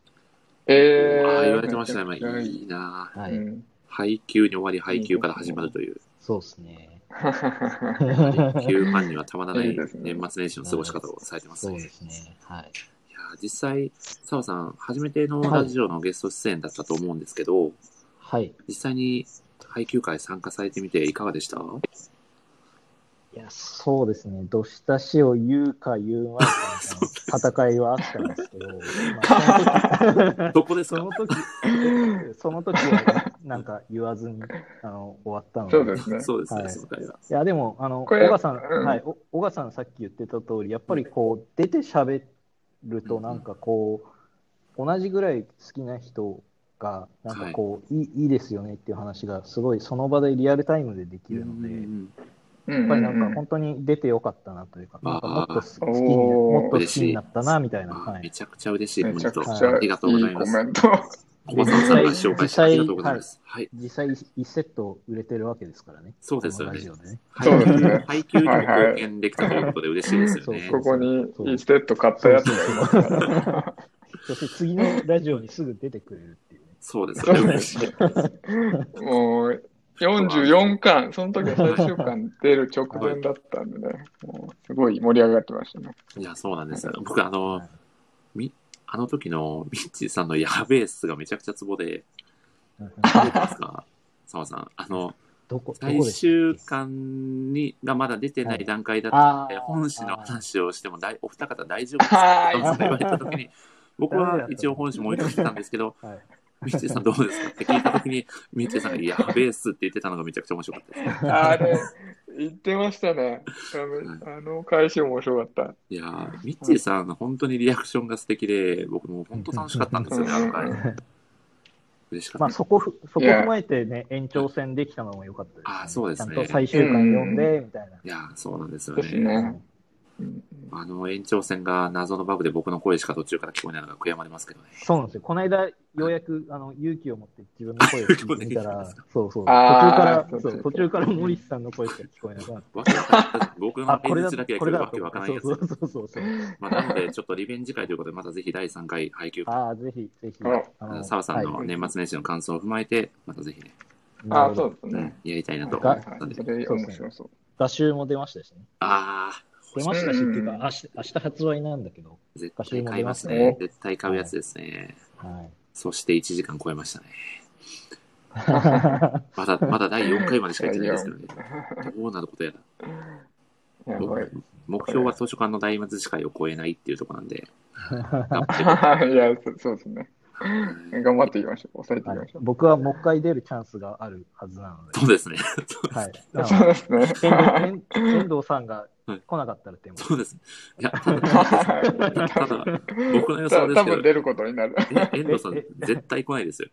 S2: えー。
S1: ああ、言われてましたね。ま
S2: めちゃくち
S1: あ
S2: ゃ
S1: い
S2: い
S1: いなー
S6: は
S2: う
S6: い。
S2: ん。
S1: 配給に終わり、配給から始まると いう。
S6: そうですね。
S1: 配給ファンにはたまらないい
S2: いですね
S1: 年末年始の過ごし方をされてます
S6: そう
S1: ね。
S6: ですね。はい。
S1: いやー実際、澤さん、初めてのラジオのゲスト出演だったと思うんですけど、
S6: はい。
S1: 実際に配給会参加されてみていかがでした
S6: いや、そうですね。どしたしを言うか言うまいかみたいな戦いはあったんですけど、まあ
S1: どこです
S6: そ
S1: か
S6: の時、その時はなんか言わずにあの終わったの
S2: そうですね。
S1: そうですね、
S6: はい
S1: その回は。
S6: いや、でも、あの、
S2: これ
S6: 小川さん、
S2: うん
S6: はい、お小川さんさっき言ってた通り、やっぱりこう、出て喋ると、なんかこう、同じぐらい好きな人が、なんかこう、いい、いいですよねっていう話が、すごいその場でリアルタイムでできるので、
S1: うんう
S6: や
S1: ん
S2: や
S6: っぱりなんか本当に出てよかったなというか、なんかもっとす
S2: あー
S6: 好きにな、もっと好
S1: 嬉しい
S6: きになったな、みたいな。
S1: あ
S6: は
S1: ーめ
S6: い。
S1: ちゃくちゃ嬉しいコメ
S2: め
S1: ン
S2: ちゃく
S1: ト。
S2: ちゃ
S1: あ
S2: い
S1: り
S2: い
S1: がと
S2: コ
S1: うございます
S2: メ。ント。
S1: 小松さんが紹介してありがとうございます。はい、
S6: 実際、1セット売れてるわけですからね。
S1: そうですよ
S6: この
S1: ね
S6: ラジ。オでね。
S2: そうですね。
S1: 配給にも貢献できたということで嬉しいですよね
S6: そう。
S2: ここに1セット買ったやつがいますから。
S6: そして次のラジオにすぐ出てくれるっていうね。
S1: そうです
S2: そう
S1: よね
S2: で。すね。もう44巻、その時は最終巻出る直前だったんでね、もうすごい盛り上がってましたね。
S1: いや、そうなんですよ。僕、あの、あの時のミッチーさんのやべえっすがめちゃくちゃツボで、どうですか澤さん。あの、
S6: どこ、どこ
S1: 最
S6: で
S1: 終巻にがまだ出てな
S6: はい
S1: い段階だった
S6: あ
S1: ので、
S6: ー
S1: 本誌の話をしても大お二方大丈夫です
S2: は
S1: か
S2: ーい
S1: と言われた時に、僕は一応本誌もいかけてたんですけど、
S6: はい
S1: ミッチーさんどうですかって聞いた時に、ミッチーさんがやべえっすって言ってたのがめちゃくちゃ面白かったです。
S2: あれ、言ってましたね。あの、あの返し面白かっ
S1: いやーミッチーさん、本当にリアクションが素敵で、僕も本当楽しかったんですよね、あの回。嬉しか
S6: ま
S1: っ
S6: あ、
S1: た。
S6: そこふ、そこ踏まえてね、延長戦できたのも良かったです、
S1: あそうですね
S6: ちゃんと最終回読んで、みたいな。
S1: いやー、そうなんですよ
S2: ですね
S1: ね。
S2: うんうん
S1: あの、延長戦が謎のバグで僕の声しか途中から聞こえないのが悔やまれますけどね。
S6: そうなんですよ。この間、ようやく、あの、勇気を持って自分の声を聞い てみたら
S1: そうです、
S6: そうそう。途中
S2: あ
S6: か
S2: ー
S6: ら、
S2: そ
S6: そう
S2: そう
S6: う、途中から森士さんの声しか聞こえなくなって。
S1: わけわからん。僕 の
S6: あ、これ
S1: 演
S6: だ、
S1: 説だけで
S6: こ
S1: 来
S6: れ
S1: る
S6: だ
S1: わ
S6: と
S1: けわ
S6: 思
S1: から
S6: っ
S1: ん
S6: て。
S1: やつ
S6: そ。うそうそうそう。
S1: まあ、なので、ちょっとリベンジ会ということで、またぜひ第3回配給会、
S6: ああ、ぜひ、ぜひ
S2: あ。
S1: 澤さんの
S6: はい
S1: 年末年始の感想を踏まえて、またぜひね、
S2: あ
S6: な
S2: あ、
S6: る
S2: そ
S6: ほ
S2: う
S6: ど
S2: ですね。
S1: やりたいなと思
S6: が
S1: っ
S2: はい
S1: た
S2: は
S1: ん
S2: い、
S1: で
S2: そ。れ面白そう。
S6: 画集も出ましたしね。
S1: ああ、
S6: 出ましたし、っていう
S2: う
S6: か
S2: ん、
S6: 明日、明日発売なんだけど。
S1: 絶対買いますね
S2: ね。
S1: 絶対買うやつですね。
S6: はい。
S1: そして1時間超えましたね。 まだ、まだ第4回までしか行ってないですけどね。どうなることやら。
S2: やばい。
S1: 目標は図書館の大末司会を超えないっていうところなんで。頑張って
S2: いや、そそうですね。
S1: はい
S2: 頑張っていきましょう。抑えてい
S6: は
S2: きま
S6: い
S2: しょう。
S6: 僕はもう一回出るチャンスがあるはずなので。
S1: そうですね。
S6: はい。
S2: そうですね。
S6: 遠藤遠藤さんが来なかったらって、も
S1: そうですね。いや、ただ、
S2: はい
S1: ただ僕の予
S2: た
S1: 想です
S2: 多
S1: けど
S2: 分、出ることになる。
S1: え遠藤さん、絶対来ないですよ。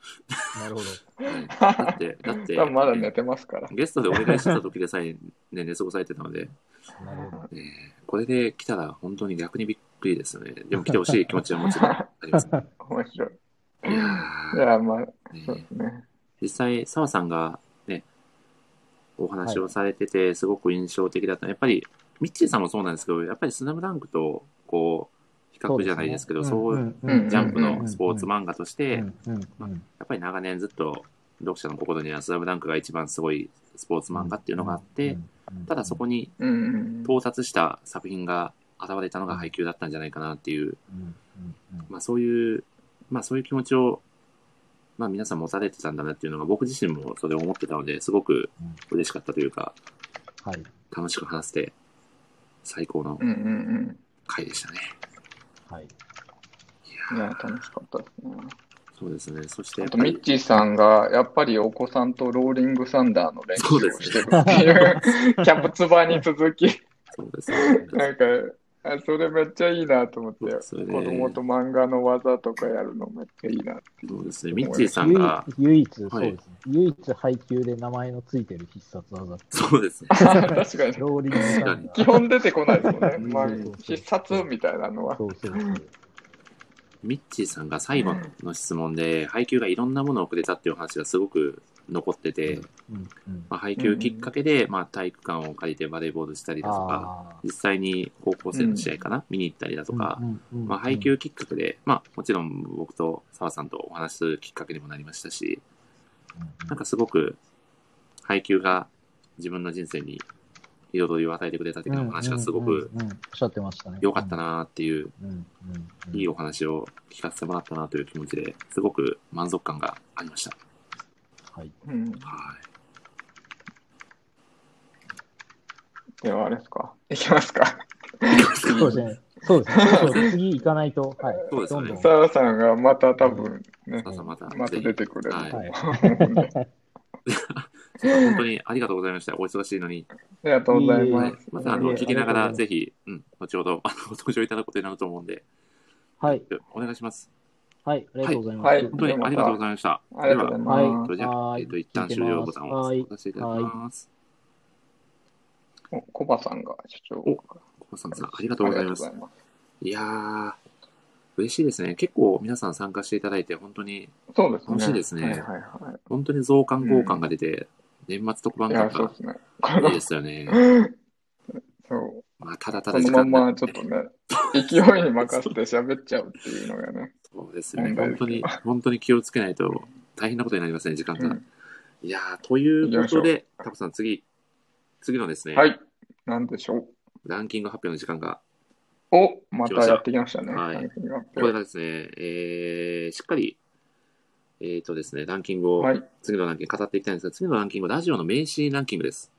S6: うなるほど。
S1: はいだって、だって、
S2: 多分まだ寝てますから。
S1: ゲストでお願いしてた時でさえ、ね、寝過ごされてたので、
S6: なるほど。
S1: ねこれで来たら本当に逆にびっくりですよね。でも来てほしい気持ちはもちろんあります。
S2: 面白い。
S1: いや
S2: い
S1: ー
S2: や、まあ、そうで
S1: ね
S2: すね。
S1: 実際、澤さんがね、お話をされてて、すごく印象的だったのはやっぱり、ミッチーさんもそうなんですけど、やっぱりスナムダンクと、こう、比較じゃないですけど、そう,、ジャンプのスポーツ漫画として、
S6: うんうんうん
S1: やっぱり長年ずっと読者の心にはスラムダンクが一番すごいスポーツ漫画っていうのがあって、、ただそこ
S6: に、
S1: に
S2: うんうん
S1: 到達した作品が現れたのが配給だったんじゃないかなっていう、
S6: うんうんうん
S1: まあそういう、まあそういう気持ちを、まあ皆さん持たれてたんだなっていうのが僕自身もそれを思ってたので、すごく嬉しかったというか、
S6: はい。
S1: 楽しく話せて最高の
S2: うんうん
S1: 回でしたね。
S6: はい。
S2: うん。いや、楽しかったですね。
S1: そうですね。そしてや
S2: あ
S1: っ
S2: と、
S1: ぱ
S2: ミ
S1: り
S2: ッチーさんが、やっぱりお子さんとローリングサンダーの練習をしてるっていう、 キャプツバに続き、
S1: そうですね。
S2: なんか、あそれめっちゃいいなと思って、
S1: それ
S2: 子供と漫画の技とかやるのめっちゃいいな っていう。
S1: そうですね。ミッチーさんが、
S6: 唯一、そう
S1: はい
S6: ですね。唯一配給で名前のついてる必殺技。
S1: そうですね。
S2: 確かに。
S6: ローリングサンダー
S2: 基本出てこないですもんね。
S6: うん
S2: まあ
S6: そうそう、そう
S2: 必殺みたいなのは。
S6: そうそうそう。
S1: ミッチーさんが最後の質問で、配給がいろんなものをくれたっていう話がすごく残ってて、
S6: うんうん
S1: まあ、配給きっかけで、まあ、体育館を借りてバレーボールしたりだとか、
S6: あー
S1: 実際に高校生の試合かな、見に行ったりだとか
S6: う、んうんうん
S1: まあ、配給きっかけで、まあ、もちろん僕と澤さんとお話しするきっかけにもなりましたし、なんかすごく配給が自分の人生に彩りを与えてくれた的なお話がすごく
S6: うんうんうんうんおっしゃってましたね。
S1: 良かったなっていう、
S6: うんうんうん
S1: いいお話を聞かせてもらったなという気持ちですごく満足感がありました。
S6: はい。
S2: うん。
S1: はい
S2: では、あれですか。いきますか。
S6: そうですね。そうですね。そうそう次行かないと。はい。
S1: そうですよね
S6: どんどん
S2: 澤さんがまた多分ね、
S1: またまた、
S2: また
S1: ぜひ
S2: 出てくれる。
S1: はい
S2: はい
S1: 本当にありがとうございました。お忙しいのに。
S2: ありがとうござい
S6: いえいえ
S2: ま
S1: はい
S2: す。
S1: また、あ
S6: いえ
S1: の、
S6: いえ
S1: 聞きなが
S6: あ
S1: ら、
S6: りがと
S1: ぜひ、うん、後ほど、あの、ご登場いただくことになると思うんで、
S6: はい。
S1: お願いします。
S6: はい。ありがとうございます。
S2: はい
S1: 本当にありがとうございました。
S2: ありがとうござい
S6: はい
S2: ま
S1: それでは、
S6: はい
S1: えっと、一旦終了ボタンを
S6: は
S1: 押
S6: い
S1: させていただきます。
S2: す。おコバさんが社長。
S1: おコバさんさん、ありがとうございま
S2: あ
S1: す
S2: り。がとうござい
S1: いやー、嬉しいですね。結構皆さん参加していただいて、本当に、
S2: ますそうですね。
S1: 楽しいですね
S2: はいはいは
S1: 本当に増刊号感が出て、年末特番
S2: い。いや、
S1: 感が
S2: そうですね。こ
S1: いい
S2: の、
S1: ですよね。
S2: そう。
S1: まあ、ただた
S2: こ
S1: だ
S2: の
S1: 時
S2: ま
S1: 間
S2: ま
S1: が。
S2: ちょっとね、勢いに任せて喋っちゃうっていうのがね。
S1: そうですね。
S2: 問題
S1: 本
S2: です
S1: 当に、本当に気をつけないと大変なことになりますね、時間
S2: う
S1: が。
S2: ん
S1: いやーということで、タコさん、次、次のですね、
S2: はい。なんでしょう。
S1: ランキング発表の時間が、
S2: お、またやってきましたね。
S1: はい
S2: ランキングアップ
S1: これがですね、えー、しっかり、えーとですね、ランキングを、
S2: はい。
S1: 次のランキング語っていきたいんですが、次のランキング、ラジオの名シーンランキングです。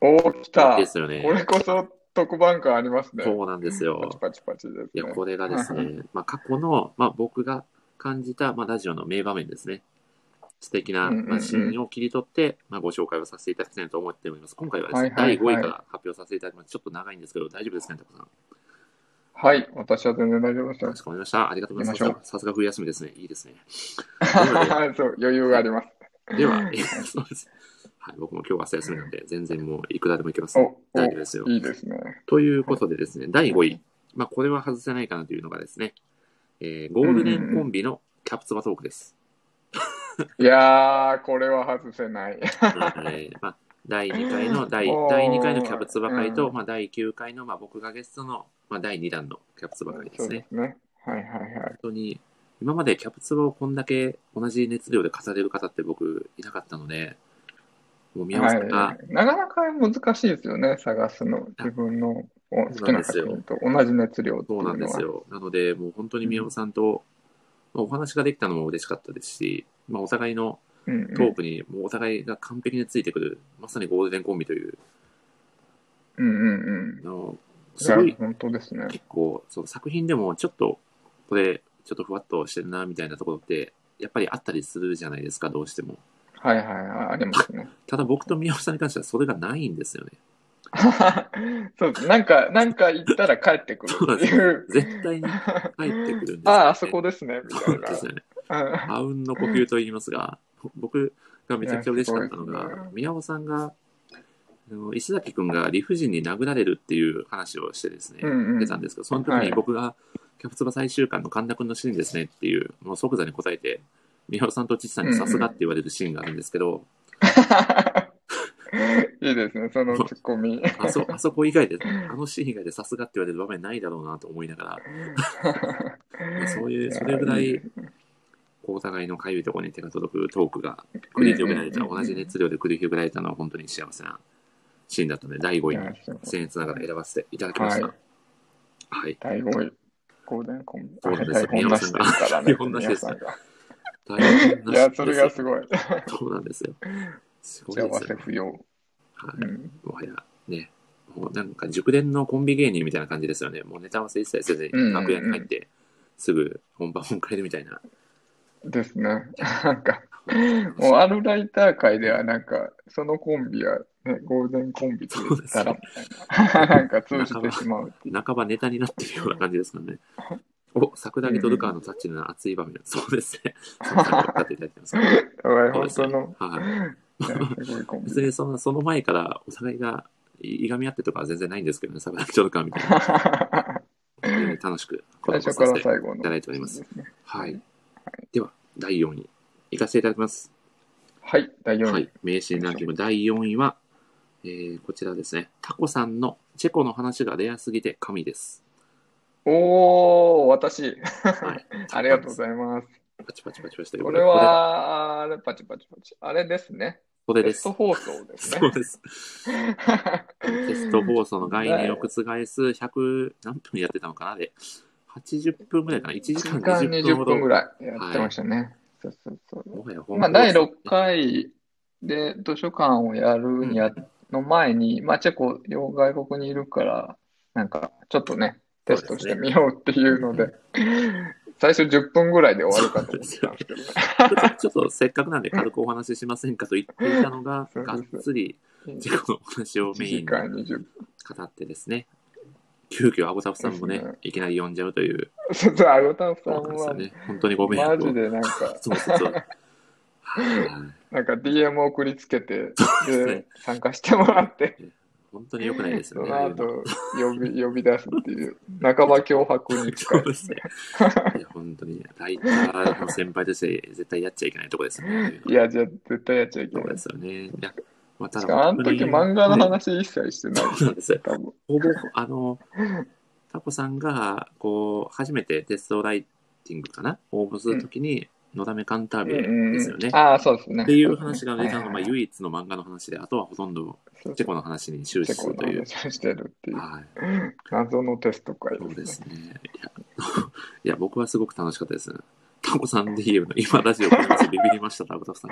S2: お、来た。
S1: ですよね。
S2: これこそ特番感ありますね。
S1: そうなんですよ
S2: パ。チパチパチですね。
S1: いや、これがです
S2: は
S1: ね、まあ、過去の、まあ、僕が感じた、まあ、ラジオの名場面ですね。素敵な、
S2: うんうんうん
S1: まあ、シーンを切り取って、まあ、ご紹介をさせていただきたいなと思っております。今回はですね、
S2: はいはいはい
S1: 第5位から発表させていただきます。ちょっと長いんですけど、大丈夫ですかね、タコさん。
S2: はい、私は全然大丈夫ですよ
S1: かし。こまりました。ありがとうございます
S2: 行きま。
S1: さすが冬休みですね。いい ですね。
S2: そう、 余裕があります。
S1: では、えそうです。はい、僕も今日は朝休みなんで、全然もういくらでも行けます、
S2: お、お
S1: 大丈夫ですよ。
S2: いいですね。
S1: ということでですね、第5位。まあ、これは外せないかなというのがですね、えーゴールデンコンビのキャプツバトークです。
S2: いやー、これは外せない。
S1: はいまあ、第2回の第
S2: おー
S1: 第2回のキャプツバ会と、
S2: うん
S1: まあ、第9回の、まあ、僕がゲストの、まあ、第2弾のキャプツバ会で
S2: そ
S1: す
S2: うで
S1: ね。
S2: すね。はいはいはい。
S1: 本当に今までキャプツバをこんだけ同じ熱量で語れる方って僕いなかったので、もう宮本さんが、
S2: はい、なかなか難しいですよね、探すの。自分のお好きな作品と同じ熱量ってい
S1: そうう
S2: の
S1: な
S2: は。
S1: んですよ。なので、もう本当に宮本さんと、まあ、お話ができたのも嬉しかったですし、まあ、お互いの
S2: うんうん。
S1: トークに、もうお互いが完璧についてくる、まさにゴールデンコンビという、
S2: うんうんうん。
S1: あの
S2: い
S1: す
S2: や
S1: ごい、
S2: 本当ですね。
S1: 結構、その作品でもちょっと、これ、ちょっとふわっとしてるな、みたいなところって、やっぱりあったりするじゃないですか、どうしても。
S2: はいはいはい、ありますね。
S1: ただ僕と宮本さんに関してはそれがないんですよね。
S2: そうです。なんか、なんか行ったら帰ってくるっていう。。
S1: 絶対に帰ってくるんですよ、ね
S2: ああ、あそこですね、みた
S1: そ
S2: いう
S1: ですよね。
S2: な。うん
S1: あうんの呼吸と言いますが、僕がめちゃくちゃ嬉しかったの
S2: いやすごいです
S1: が
S2: ね、
S1: 宮尾さんが、あの石崎君が理不尽に殴られるっていう話をしてですね、
S2: うんうん
S1: 出たんですけど、その時
S2: はい
S1: に僕が、キャプツバ最終巻の神田君のシーンですねっていう、もう即座に答えて、宮尾さんとちさんにさすがって言われるシーンがあるんですけど、
S2: いいですね、そのツッコ ミ。
S1: あそあそこ以外で、あのシーン以外でさすがって言われる場面ないだろうなと思いながら、まあそういう、それぐら
S2: いや
S1: い、こうお互いのかゆいところに手が届くトークが繰り広げられた、
S2: うんうんうんう
S1: 同
S2: ん
S1: じ熱量で繰り広げられたのは本当に幸せなシーンだったので、第5
S2: い
S1: 位
S2: や
S1: に
S2: そう
S1: 僭越ながら選ばせていただきました。
S2: は
S1: はい。
S2: 第5位。ゴールデンコンビ。
S1: そうなんです
S2: 台本なしですからね。
S1: 台本なしです
S2: 皆さんが
S1: 大変
S2: いや、それがす
S1: い。
S2: ごい。
S1: そうなんですよ。すごいで
S2: 幸
S1: す
S2: せ
S1: よ。
S2: 不要。
S1: は
S2: う
S1: い。
S2: ん。
S1: もはや、ね、もうなんか熟練のコンビ芸人みたいな感じですよね。もうネタ合わせ一切せずに
S2: うんうんうん
S1: 楽屋に入って、すぐ本番を迎えるみたいな。
S2: ですね。なんか、もうあるライター界では、なんか、そのコンビは、ね、ゴールデンコンビって言ったら、みたいな。 なんか通じてしまうっていう。
S1: 半ばネタになってるような感じですから ね。お、桜木とルカーのタッチの熱い場面。そうですね。そう使っていただいてます。
S2: やば
S1: そう
S2: い、本
S1: です
S2: 当
S1: ね
S2: の、
S1: はい。
S2: ねすごいコン ビ
S1: 別。にそのその前からお互いがいいがみ合ってとかは全然ないんですけどね、桜木とルカーみたいな。本当に楽しくコラ
S2: 最
S1: ボさ
S2: 初
S1: せ
S2: から
S1: て。
S2: 最後の。
S1: いただいております
S2: ですね。
S1: はい。では、第4位。いかせていただきます。
S2: はい、第4位。
S1: はい。名シーンランキング第4位は、えー、こちらですね。タコさんのチェコの話がレアすぎて神です。
S2: おー、私。
S1: はい。
S2: ありがとうございます。
S1: パチパチパチパチという
S2: こ
S1: と
S2: れ
S1: で、
S2: は、あれ、パチパチパチ。あれですね。
S1: これ
S2: テ
S1: で
S2: ス
S1: す
S2: ト。放送ですね
S1: そ。うです。テスト放送の概念を覆す100、何分やってたのかなで、80分ぐらいかな ?1 時
S2: 時
S1: 間
S2: 間
S1: 20分ほど。
S2: 20分ぐらいやってましたね。そうそうそう。
S1: もはや
S2: まあ、第6
S1: 六
S2: 回で図書館をやるにあの前に、まあ、チェコ、両外国にいるから、なんか、ちょっとね、テストしてみようっていうので、最初10分ぐらいで終わるかと思ってたんですけどね。
S1: ちょっとせっかくなんで軽くお話ししませんかと言っていたのが、
S2: そう
S1: が
S2: そう
S1: っ
S2: そう
S1: つり自己のお話を
S2: 1
S1: メイ
S2: 時
S1: ンに
S2: 間20分。
S1: 語ってですね、急遽アゴタフさんもね
S2: そうです、
S1: いきなり呼んじゃうという、
S2: そうそう、アゴタフ
S1: そ
S2: さん
S1: うなんです
S2: は
S1: よ、ね。本当にご迷
S2: マ
S1: 惑
S2: ジ
S1: を。
S2: でなんか、
S1: そうそうそう。はい
S2: なんか DM 送りつけて、
S1: すね
S2: で、参加してもらって、
S1: 本当に良くないです
S2: そ
S1: よね。
S2: の後、呼び、呼び出すっていう、半ば脅迫に近
S1: そ。
S2: いう
S1: ですね。いや、本当に、ライターの先輩として絶対やっちゃいけないとこですよね。
S2: いや、じゃあ絶対やっちゃいけ
S1: そう
S2: ない
S1: で。すよね。いや、まあ、た
S2: し
S1: だ
S2: かも、あの時漫画の話一切してない。
S1: そうなんですよ。
S2: 多分。
S1: ほぼ、あの、タコさんが、こう、初めてテストライティングかな応募するときに、のだめカンタービレですよね。
S2: ああ、そうですね。
S1: っていう話が出たのが、ま
S2: は
S1: あ、
S2: い
S1: 唯一の漫画の話で、あとはほとんど
S2: そう
S1: チェコの話に終
S2: チ
S1: 始
S2: ェ
S1: す
S2: コ
S1: るとい
S2: の
S1: う。
S2: 話をしてるっていう、
S1: はい。
S2: 謎のテスト会
S1: そう
S2: で
S1: です
S2: ね。
S1: すね。いや、いや僕はすごく楽しかったです。タコさん DM の今ラジオこれこそビビりました、タコタコさん。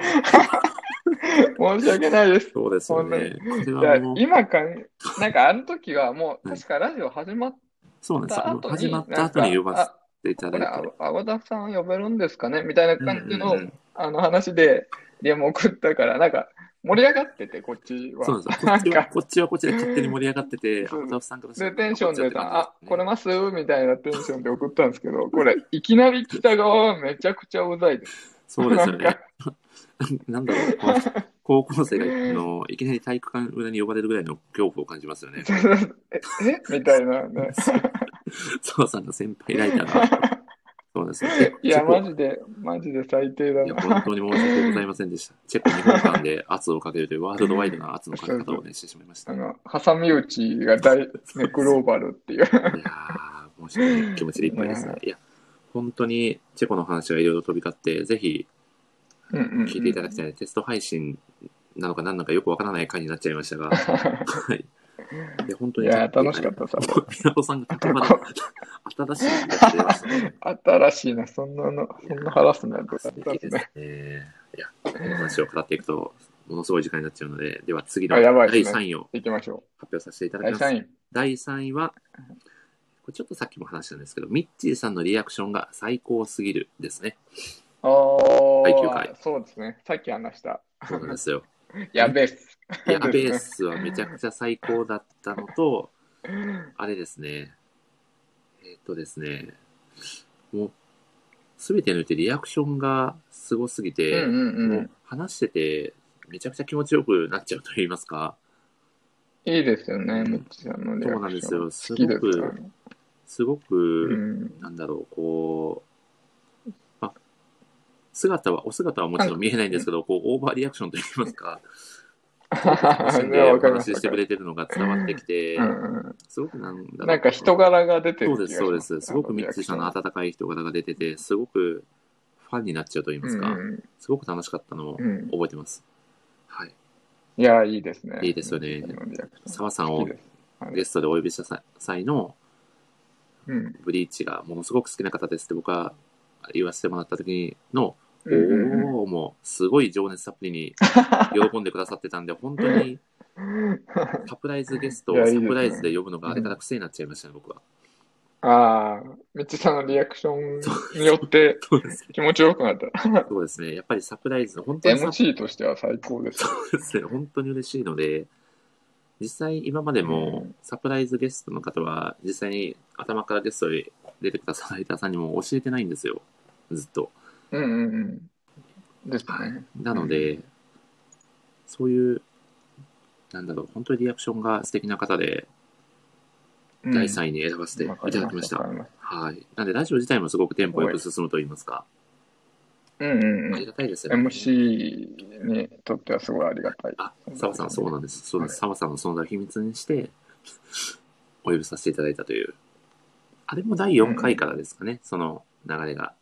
S2: 申し訳ないです。
S1: そうですよね。これ
S2: いや
S1: はもう、
S2: 今かん、なんかあの時はもう、
S1: はい
S2: 確かラジオ始まっ
S1: そうなんです
S2: た
S1: よ。
S2: 後
S1: 始
S2: に、
S1: まった
S2: なん
S1: 後
S2: か
S1: に呼ば
S2: あ
S1: せていた
S2: こ
S1: だい
S2: れ、
S1: て。
S2: あ青田さん呼べるんですかねみたいな感じ
S1: うん
S2: の
S1: うんうん
S2: あの話で、DM 送ったから、なんか、盛り上がってて、こっちは。
S1: そうそう。こ
S2: な
S1: っ
S2: ん
S1: ちは、
S2: か、
S1: こっちはこっちで勝手に盛り上がってて、
S2: そう
S1: あまた参加して
S2: で、テンションでさ、あ、これ
S1: も。
S2: ますみたいなテンションで送ったんです けど、これ、いきなり北側はめちゃくちゃうざいです。
S1: そうですよ
S2: な
S1: ね。なんだろう、こう高校生があのいきなり体育館裏に呼ばれるぐらいの恐怖を感じますよ ね。
S2: え、えみたいなね。
S1: 澤さんが先輩ライターが。そうですね。
S2: いや、
S1: チェコ
S2: マジで、マジで最低だ
S1: いや、
S2: な。
S1: 本当に申し訳ございませんでした。チェコ日本間で圧をかけるというワールドワイドな圧のかけ方をね、してしまいました。
S2: あ
S1: いや
S2: の、挟み撃ちが大、ね、グローバルっていう。
S1: ー、申し訳ない気持ちでいっぱいですね。いや、本当にチェコの話がいろいろ飛び交って、ぜひ
S2: うんうんうん
S1: 聞いていただきたい、テスト配信なのか何なのかよくわからない回になっちゃいましたが、 はい。で、本当
S2: い
S1: に。
S2: や、楽しかったさ。
S1: ピナコさんが高まる新しいやつ出ましたね。
S2: 新しいな、そんなの、そんなハラスメントだ
S1: 素
S2: ったん
S1: 敵です
S2: で
S1: す
S2: ね。
S1: ね。いや、この話を語っていくと、ものすごい時間になっちゃうので、では次の
S2: あ
S1: 第
S2: やばいですね
S1: 3位を
S2: 行きましょ
S1: 発表させていた
S2: う。
S1: だきま
S2: 第
S1: す。
S2: 3位。
S1: 第3位は、これちょっとさっきも話したんですけど、ミッチーさんのリアクションが最高すぎるですね。
S2: あー、
S1: 第九回
S2: そうですね。さっき話した。
S1: そうなん ですよ。
S2: やべえっす。
S1: いや、ベースはめちゃくちゃ最高だったのと、あれですね。えっとですね。もう、すべてにおいてリアクションがすごすぎ
S2: うん
S1: て、
S2: うん
S1: も
S2: う
S1: う話してて、めちゃくちゃ気持ちよくなっちゃうと言いますか、
S2: ん。いいですよね、むっちさんのリアクション。
S1: そ
S2: 好
S1: うなんですよご
S2: きですすか
S1: く
S2: らね。
S1: すご
S2: う
S1: く、
S2: ん。
S1: なんだろう、こう、まあ、姿は、お姿はもちろん見えないんですけど、こう、オーバーリアクションといいますか、楽 しんでお
S2: わかりま
S1: 話
S2: す
S1: ししてくれてるのが伝わってきて
S2: う、んうん
S1: すごくなんだろう。
S2: なんか人柄が出てる
S1: そうです、
S2: 気がし
S1: そうで。
S2: ます
S1: すごくミッチーさんの温かい人柄が出てて、すごくファンになっちゃうと言いますか、
S2: うん
S1: すごく楽しかったのを
S2: うんうん。
S1: 覚えてます。はい。
S2: いや、いいですね。
S1: いいですよね
S2: むっちさんのリアクション
S1: 澤さん
S2: 好
S1: を
S2: きです。はい
S1: ゲストでお呼びした際際の
S2: うん。
S1: ブリーチがものすごく好きな方ですって僕は言わせてもらった時の、お
S2: うんうんうん
S1: ーもうすごい情熱たっぷり に喜んでくださってたんで、本当にサプライズゲスト
S2: いや
S1: を
S2: いい
S1: サ
S2: ですね
S1: プライズで呼ぶのがあれから癖になっちゃいましたね、僕は。
S2: ああ、みっちさんのリアクションによって
S1: そうですね。
S2: 気持ちよくなった。
S1: そうですね。やっぱりサプライズ、本当にサプ
S2: MC としては最高です。
S1: そうですね、本当に嬉しいので、実際今までも
S2: うん
S1: サプライズゲストの方は、実際に頭からゲストに出てくださったライターさんにも教えてないんですよ、ずっと。
S2: うんうんうん。ですね。
S1: なので、そういう、なんだろう、本当にリアクションが素敵な方で、
S2: うん
S1: 第3位に選ばせていただきました。
S2: わかりま
S1: はい。なんで、ラジオ自体もすごくテンポよく進むと言いますか、
S2: うんうん
S1: あ
S2: う
S1: り
S2: ん。
S1: がたいですよね。
S2: MC にとってはすごいありがたい。
S1: あ、澤さん、そうなんです。そうなんです。
S2: は
S1: 澤さんの存在を秘密にして、お呼びさせていただいたという。あれも第4回からですかね、その流れが。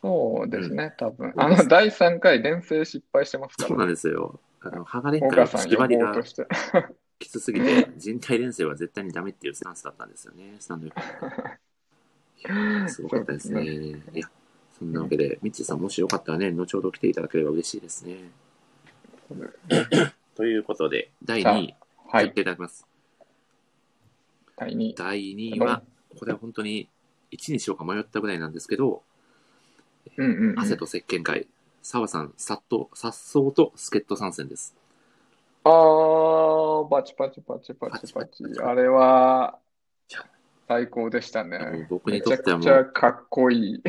S2: そうですね、多分。
S1: そう
S2: あ
S1: です
S2: の、第3回、連成失敗してますか
S1: そう
S2: ら。
S1: なんですよ。あの、ハガレン会
S2: 岡
S1: の
S2: さん
S1: 縛
S2: 呼
S1: り
S2: ぼう
S1: が
S2: として。
S1: きつすぎ て、人体連成は絶対にダメっていうスタンスだったんですよね、スタンドいやすごかった ですね。
S2: そ
S1: いや、そんなわけで、ミッチーさん、もしよかったらね、後ほど来ていただければ嬉しいですね。 ということで、第2位、
S2: は
S1: やっ
S2: い、
S1: ていただきます。
S2: 第2位。
S1: 第2位は、これは本当に1にしようか迷ったぐらいなんですけど、
S2: うんうんうん。
S1: 汗と石鹸会、澤さん、さっと、さっそうと助っ人参戦です。
S2: あー、パチパチパチパチパチ。あれは、最高でし
S1: い
S2: た
S1: やもう
S2: ね。
S1: 僕に
S2: め
S1: と
S2: ちゃ
S1: っては
S2: く
S1: も
S2: ちゃ
S1: う、
S2: かっこいい。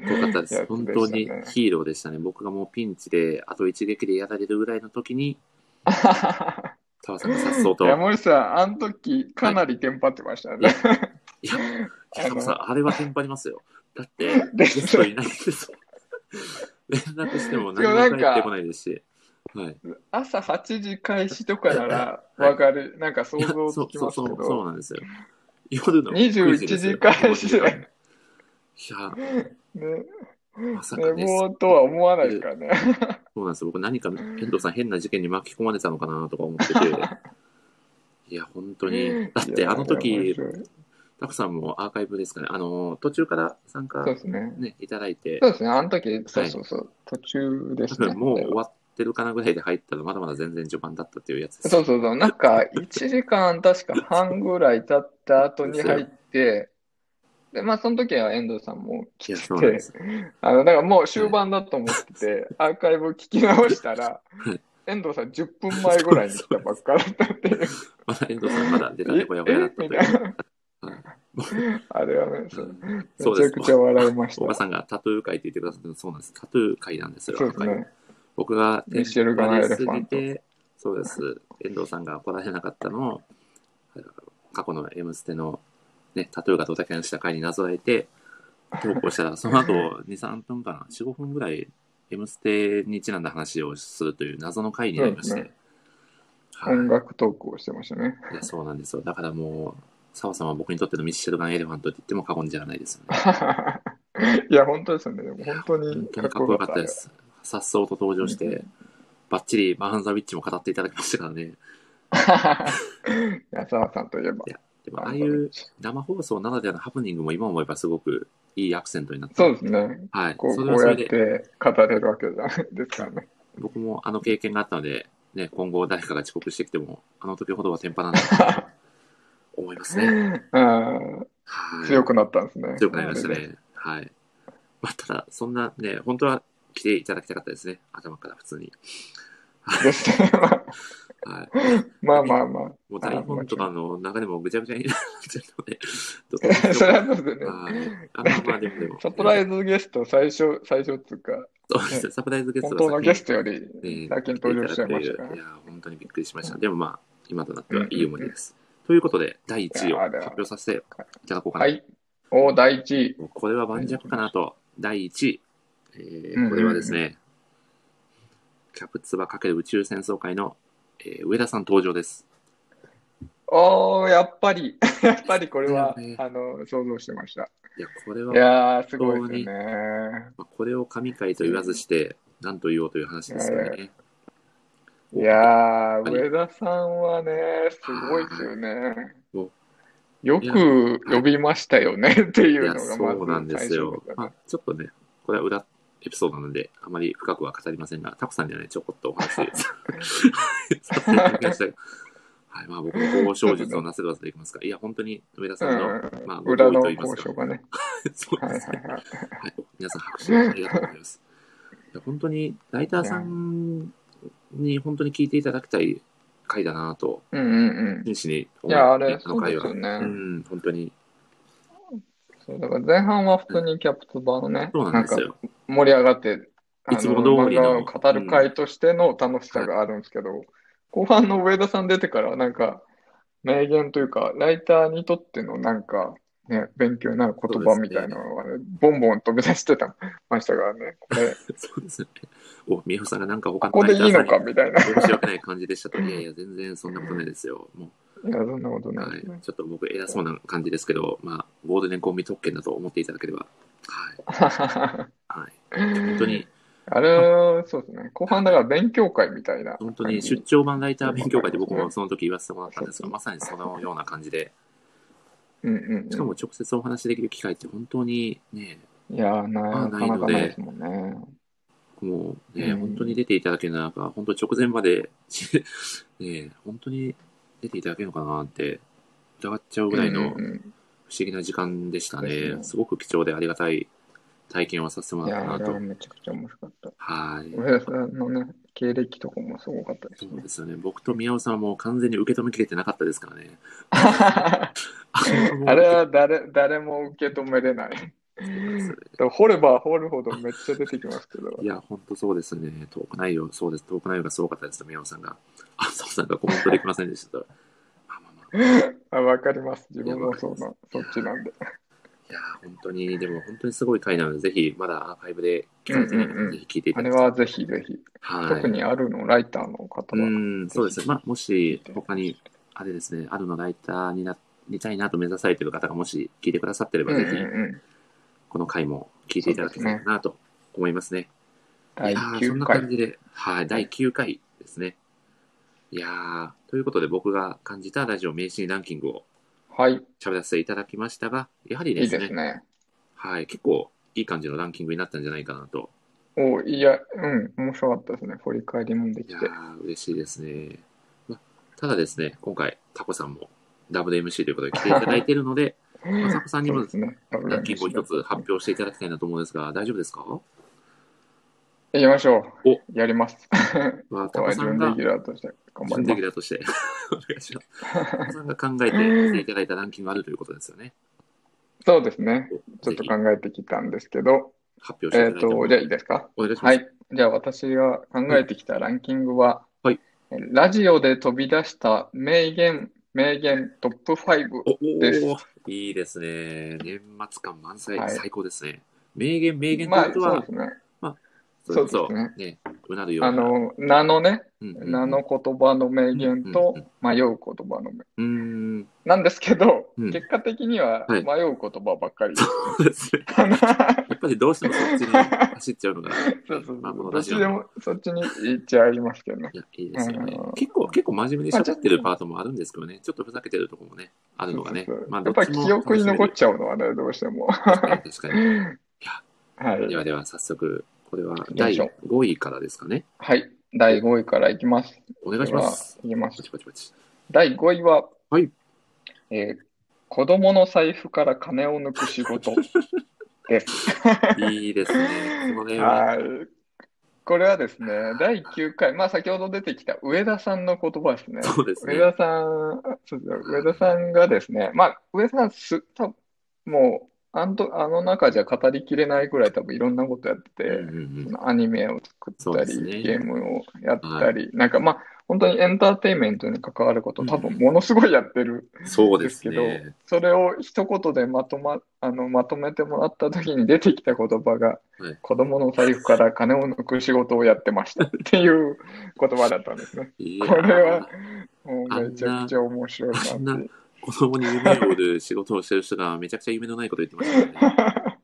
S1: 良かったです。
S2: やつで
S1: 本
S2: したね
S1: 当にヒーローでしたね。僕がもうピンチで、あと一撃でやられるぐらいの時 に、澤さんがさっそうと。いや、
S2: 山口さん、あの時、かなりテンパってましたね。
S1: 澤さん、あれはテンパりますよ。だって、ゲ
S2: です
S1: ストいないんですよ。 連絡しても
S2: でもな
S1: 何
S2: んか
S1: も返ってこないですし。はい。
S2: 朝8時開始とかなら、わかる。なんか想
S1: いや、
S2: 像
S1: そう
S2: つき
S1: そ
S2: ま
S1: う
S2: す
S1: そ
S2: け
S1: う、そう
S2: ど、
S1: なんですよ。夜の9
S2: 21
S1: ですよ
S2: 時開始
S1: い
S2: で、
S1: や、
S2: ね、
S1: まさか
S2: 寝
S1: ね、
S2: 坊とは思わないですからね。
S1: そうなんですよ。僕何か遠藤さん変な事件に巻き込まれたのかなとか思ってて。 いや、本当に。だってあの
S2: いや面
S1: 時、
S2: 白い
S1: たくさんもアーカイブですかね。あの、途中から参
S2: そ
S1: 加
S2: うですね。
S1: ね、いただいて
S2: そ、うですね、あの時、そうそうそう、途中で
S1: 多
S2: すね。
S1: 分もう終わってるかなぐらいで入ったらまだまだ全然序盤だったっていうやつです。
S2: そうそうそう、なんか1時間確か半ぐらい経った後に入って、で、まあ、その時は遠藤さんも
S1: いや、
S2: 来
S1: そうなん
S2: て
S1: で、す。
S2: あの、だからもう終盤だと思ってて、アーカイブ聞き直したら
S1: はい、
S2: 遠藤さん10分前ぐらいに来たばっかだったっていう。
S1: まだ遠藤さんまだ出たてほやほやだったとい
S2: えみ
S1: う
S2: たいな
S1: はい。
S2: あれはね、そう
S1: うんそうで
S2: めちゃ
S1: す
S2: く。ちゃ笑いまし
S1: おば
S2: た。
S1: さんがタトゥー会って言ってくださってるそうなんです。タトゥー会なんですよ。
S2: そうです
S1: 赤い
S2: ね。
S1: 僕が
S2: ミシェルガナエレファント
S1: テンパりすぎてそうです。遠藤さんがこらえなかったのを、過去の M ステの、ね、タトゥーがドタキャンした回になぞらえて、投稿 したら、その後2、3分かな、4、5分ぐらい M ステにちなんだ話をするという謎の回になりまし
S2: そう
S1: て
S2: で。
S1: はい
S2: 音楽トークをしてましたね。
S1: いや、そうなんですよ。だからもう、澤さんは僕にとってのミッシェルガン・エレファントって言っても過言じゃないですよね。
S2: いや、本当ですよね。でも本当に
S1: 本当
S2: か
S1: にか
S2: っ
S1: っ
S2: こ
S1: こ
S2: よ
S1: よ
S2: か
S1: か
S2: っ
S1: ったたで。す。さっそうと登場し
S2: う
S1: て、ばっちりマンハン・ザ・ウィッチも語っていただきましたからね。
S2: 安沢さんといえば。
S1: でも、ああいう生放送ならではのハプニングも今思えばすごくいいアクセントになって。
S2: そうですね。
S1: はい。
S2: こう
S1: それ
S2: こ
S1: は
S2: う
S1: そ
S2: やっ
S1: れで、
S2: て語れるわけじゃないですからね。
S1: 僕もあの経験があったので、ね、今後誰かが遅刻してきても、あの時ほどはテンパら ないと思いますね。
S2: あ
S1: は
S2: ー
S1: い
S2: 強くなったんですね。
S1: 強くなりましたね。はい。まあ、ただ、そんなね、本当は来ていただきたかったですね。頭から普通に。
S2: それで。ですね。
S1: はい。
S2: まあまあまあ。
S1: もう台本とかの中でもぐちゃぐちゃになっちゃう ので、ど
S2: いやそれはそうです
S1: う
S2: よ
S1: は
S2: ね。
S1: い。あ、まあまあ、でもでも。
S2: サプライズゲスト最初、最初っつうか、
S1: そうですねサプライズゲス
S2: 本
S1: ト
S2: 当のゲス
S1: ト
S2: トより先に登場しちゃいましたから
S1: い。や、本当にびっくりしました。でもまあ、今となってはいい思い出です。ということで、第1位を発表させていただこうかな
S2: は。い。お、第1位。
S1: もうこれは盤石かなと、第1位、えーこれはですね、キャプツバかける宇宙戦争会の、えー上田さん登場です。
S2: おー、やっぱり、 やっぱりこれは、
S1: ね
S2: あの、想像してました。、
S1: いや、これはい
S2: やー、すごい
S1: 本当
S2: で
S1: に
S2: すよね。
S1: まあこれを神回と言わずして、何と言おうという話ですよね。
S2: いや
S1: は
S2: ー、
S1: い
S2: 上田さんはね、すごいですよね
S1: お。
S2: よく呼びましたよね ってい
S1: いうや、
S2: のが、まず
S1: そうなんですよ
S2: 最初。
S1: まあ、ちょっとね、これは裏エピソードなので、あまり深くは語りませんが、タコさんにはね、ちょこっとお話させていただきま したが。はい、まあ僕の交渉術をなせる技でいきますか。いや、本当に上田さんの、
S2: うん
S1: まあ、
S2: 裏
S1: ご
S2: の
S1: 厚意と言いますか
S2: 交渉がね。
S1: そう
S2: は
S1: で
S2: いはい
S1: すね。
S2: はい。
S1: はい、皆さん拍手ありがとうござい ます。いや本当にライターさんに本当に聞いていただきたい回だなと、
S2: うんうんう
S1: 真
S2: ん。
S1: 摯に
S2: い
S1: 思
S2: や、あ
S1: って
S2: れ、
S1: いた
S2: そ
S1: の
S2: うで
S1: 回
S2: す
S1: は。
S2: よね
S1: う。ん、本当に。
S2: そう、だから前半は普通にキャプツバーのね、
S1: そうなんですよ。
S2: 盛り上がって、あ
S1: いつも
S2: の、
S1: 通りの
S2: 漫画を語る会としての楽しさがあるんですけど、後半の上田さん出てから、なんか、名言というか、ライターにとってのなんか、ね、勉強になる言葉みたいなのがね、ボンボン飛び出してた、 ましたからね、これ、
S1: そうですね。お、みほさんがなんか他
S2: ここ
S1: のラ
S2: で
S1: イタ
S2: いい
S1: ーさんに
S2: のかみたいな。い
S1: 申し訳ない感じでしたと。いやいや、全然そんなことないですよ。も
S2: や、そんなこと
S1: う、
S2: ない
S1: は
S2: で
S1: い
S2: すね。。
S1: ちょっと僕偉そうな感じですけど、まあ、ゴールデンコンビ特権だと思っていただければ。はい。 はい。本当に、
S2: あれ、そうですね。後半だから勉強会みたいな
S1: 本当に
S2: 感じ
S1: 出張版ライター勉強会で僕もその時言わせてもらったんですが、まさにそのような感じで、
S2: うんうんうん
S1: しかも直接お話しできる機会って本当にね、
S2: いやー、な
S1: あな
S2: なか
S1: い
S2: な
S1: の
S2: か
S1: で
S2: ないですもんね。
S1: もうね、
S2: うん
S1: 本当に出ていただけるならば、本当直前まで、 しね、本当に出ていただけるのかなって疑っちゃうぐらいの不
S2: うんうんうん
S1: 思議な時間でした
S2: です
S1: ね。
S2: ね
S1: すごく貴重でありがたい体験をさせても
S2: い
S1: らっ
S2: や
S1: た
S2: ー、あ
S1: な
S2: れは
S1: と。
S2: めちゃくちゃ面白かった。
S1: はい。
S2: 上田さんのね、経歴とかもすごかったです
S1: そう
S2: ね
S1: で。すよね。僕と宮尾さんはもう完全に受け止めきれてなかったですから ね。
S2: あ
S1: あ
S2: れは誰誰も受け止めれない。掘れば掘るほどめっちゃ出てきますけど。
S1: いや、本当そうですね。トーク内容、そうです。トーク内容がすごかったです。宮尾さんが。あ、そうさんがコメントできませんでした。まあまあまあ。
S2: あわかります。自
S1: い
S2: 分
S1: やわ
S2: も
S1: かり
S2: そ
S1: ま
S2: う
S1: す
S2: な、そっちなんで。
S1: いやー本当に、でも本当にすごい回なので、ぜひ、まだアーカイブで聞かれてない方、
S2: うんうんうん
S1: ぜひ聞いていた
S2: あ
S1: だ
S2: れ
S1: きたい。
S2: はぜひぜひ。
S1: はい。
S2: 特にあるのライターの方
S1: う
S2: は。
S1: ん、そうですね。まあ、もし、他に、あれですね、あるのライターになりたいなと目指されている方が、もし聞いてくださってれ
S2: う
S1: ば、
S2: んうん
S1: ぜひ、
S2: うん。
S1: この回も聞いていただけたらなと思いますね。い
S2: 第
S1: やーそん
S2: 9
S1: な
S2: 回
S1: 感。じで、はい、第9回ですね。いやーということで、僕が感じたラジオ名シーンランキングを
S2: はい、
S1: 喋らせていただきましたが、やはり
S2: い
S1: で
S2: い
S1: す
S2: で
S1: ね
S2: す、ね。
S1: はい、結構いい感じのランキングになったんじゃないかなと
S2: おいや、うん、面白かったですね。振り返りもで
S1: い
S2: き
S1: や
S2: て。
S1: ー嬉しいですね。まただですね、今回、タコさんもダブル MC ということで来ていただいているの で、まさこさんに
S2: そう
S1: も
S2: ですね。
S1: ラッキーを一つ発表していただきたいなと思うんですが、大丈夫ですか
S2: 行きましょう。やります。
S1: まあ、
S2: こ
S1: タ
S2: こ
S1: コ
S2: は
S1: さ
S2: 準
S1: ん
S2: レ
S1: が
S2: ギ、ュラーとして頑張
S1: 準
S2: り
S1: レ
S2: ま
S1: ギ
S2: す
S1: ュ。ラーとして、 お願いします。タコさんが考えてしていただいたランキングがあるということですよね。
S2: そうですね。ちょ
S1: ぜ
S2: っと
S1: ひ
S2: 考えてきたんですけど、
S1: 発表していただ
S2: えっ
S1: いても
S2: と、じゃあいいですか
S1: お願いします。
S2: はい。じゃあ私が考えてきたランキングは、
S1: はい
S2: えラジオで飛び出した名言、名言トップ5。
S1: お
S2: です
S1: おーいいですね。年末感満載、
S2: はい
S1: 最高ですね。名言、名言と
S2: まあ、
S1: いうこと
S2: そう
S1: は
S2: で、すね。
S1: それこ
S2: そうです
S1: ね、うなるような。
S2: あの、名のね、
S1: うんうんうん、
S2: 名の言葉の名言と
S1: うんうん
S2: 迷う言葉の名
S1: うーん、
S2: なんですけど、
S1: うん
S2: 結果的には
S1: はい
S2: 迷う言葉ばっかり。
S1: そうです ね。やっぱりどうしてもそっちに走っちゃうのが、
S2: そうそう
S1: まあこ
S2: そ
S1: の
S2: う。ど
S1: ラ
S2: っ
S1: ジオ
S2: ちでも、そっちに行っちゃいますけどね。
S1: いや、いいですよね
S2: あの。
S1: 結構、結構真面目に喋ってるパートもあるんですけどね、ちょっとふざけてるとこもね、あるのがね
S2: そうそうそ。う
S1: まあ、
S2: やっぱり記憶に残っ
S1: ち
S2: ちゃうのはね、どうしても。
S1: ゃう。 確かに確かに。
S2: はい。
S1: ではでは、早速、これは
S2: よい
S1: 第
S2: しょ
S1: 5位からですかね。
S2: はい。第5位からいきます。
S1: お願いします。
S2: では、いきま
S1: パ
S2: す。
S1: チパチパチ。
S2: 第5位は、
S1: はい
S2: えー子供の財布から金を抜く 仕事です。
S1: いいですね。このね、
S2: はい。これはですね、第9回、まあ先ほど出てきた上田さんの言葉ですね。
S1: そうですね。
S2: 上田さん、そうですね上田さんがですね、まあ上田さんす、多分もうあのと、あの中じゃ語りきれないぐらい多分いろんなことやってて、
S1: うんうんうん
S2: アニメを作った
S1: そうで
S2: り、
S1: すね
S2: ゲームをやったり、なんかまあ、本当にエンターテインメントに関わること、多分ものすごいやってる
S1: そうんで
S2: です
S1: す
S2: けど、
S1: ね。
S2: それを一言でまとま、あの、まとめてもらった時に出てきた言葉が、
S1: はい
S2: 子供の財布から金を抜く仕事をやってましたっていう言葉だったんですね。
S1: いや
S2: こ
S1: ー
S2: れは、もうめちゃくちゃ面白いな
S1: あん
S2: っ
S1: な
S2: ていう。
S1: 子供に夢を売る仕事をしてる人がめちゃくちゃ夢のないこと言ってましたからね。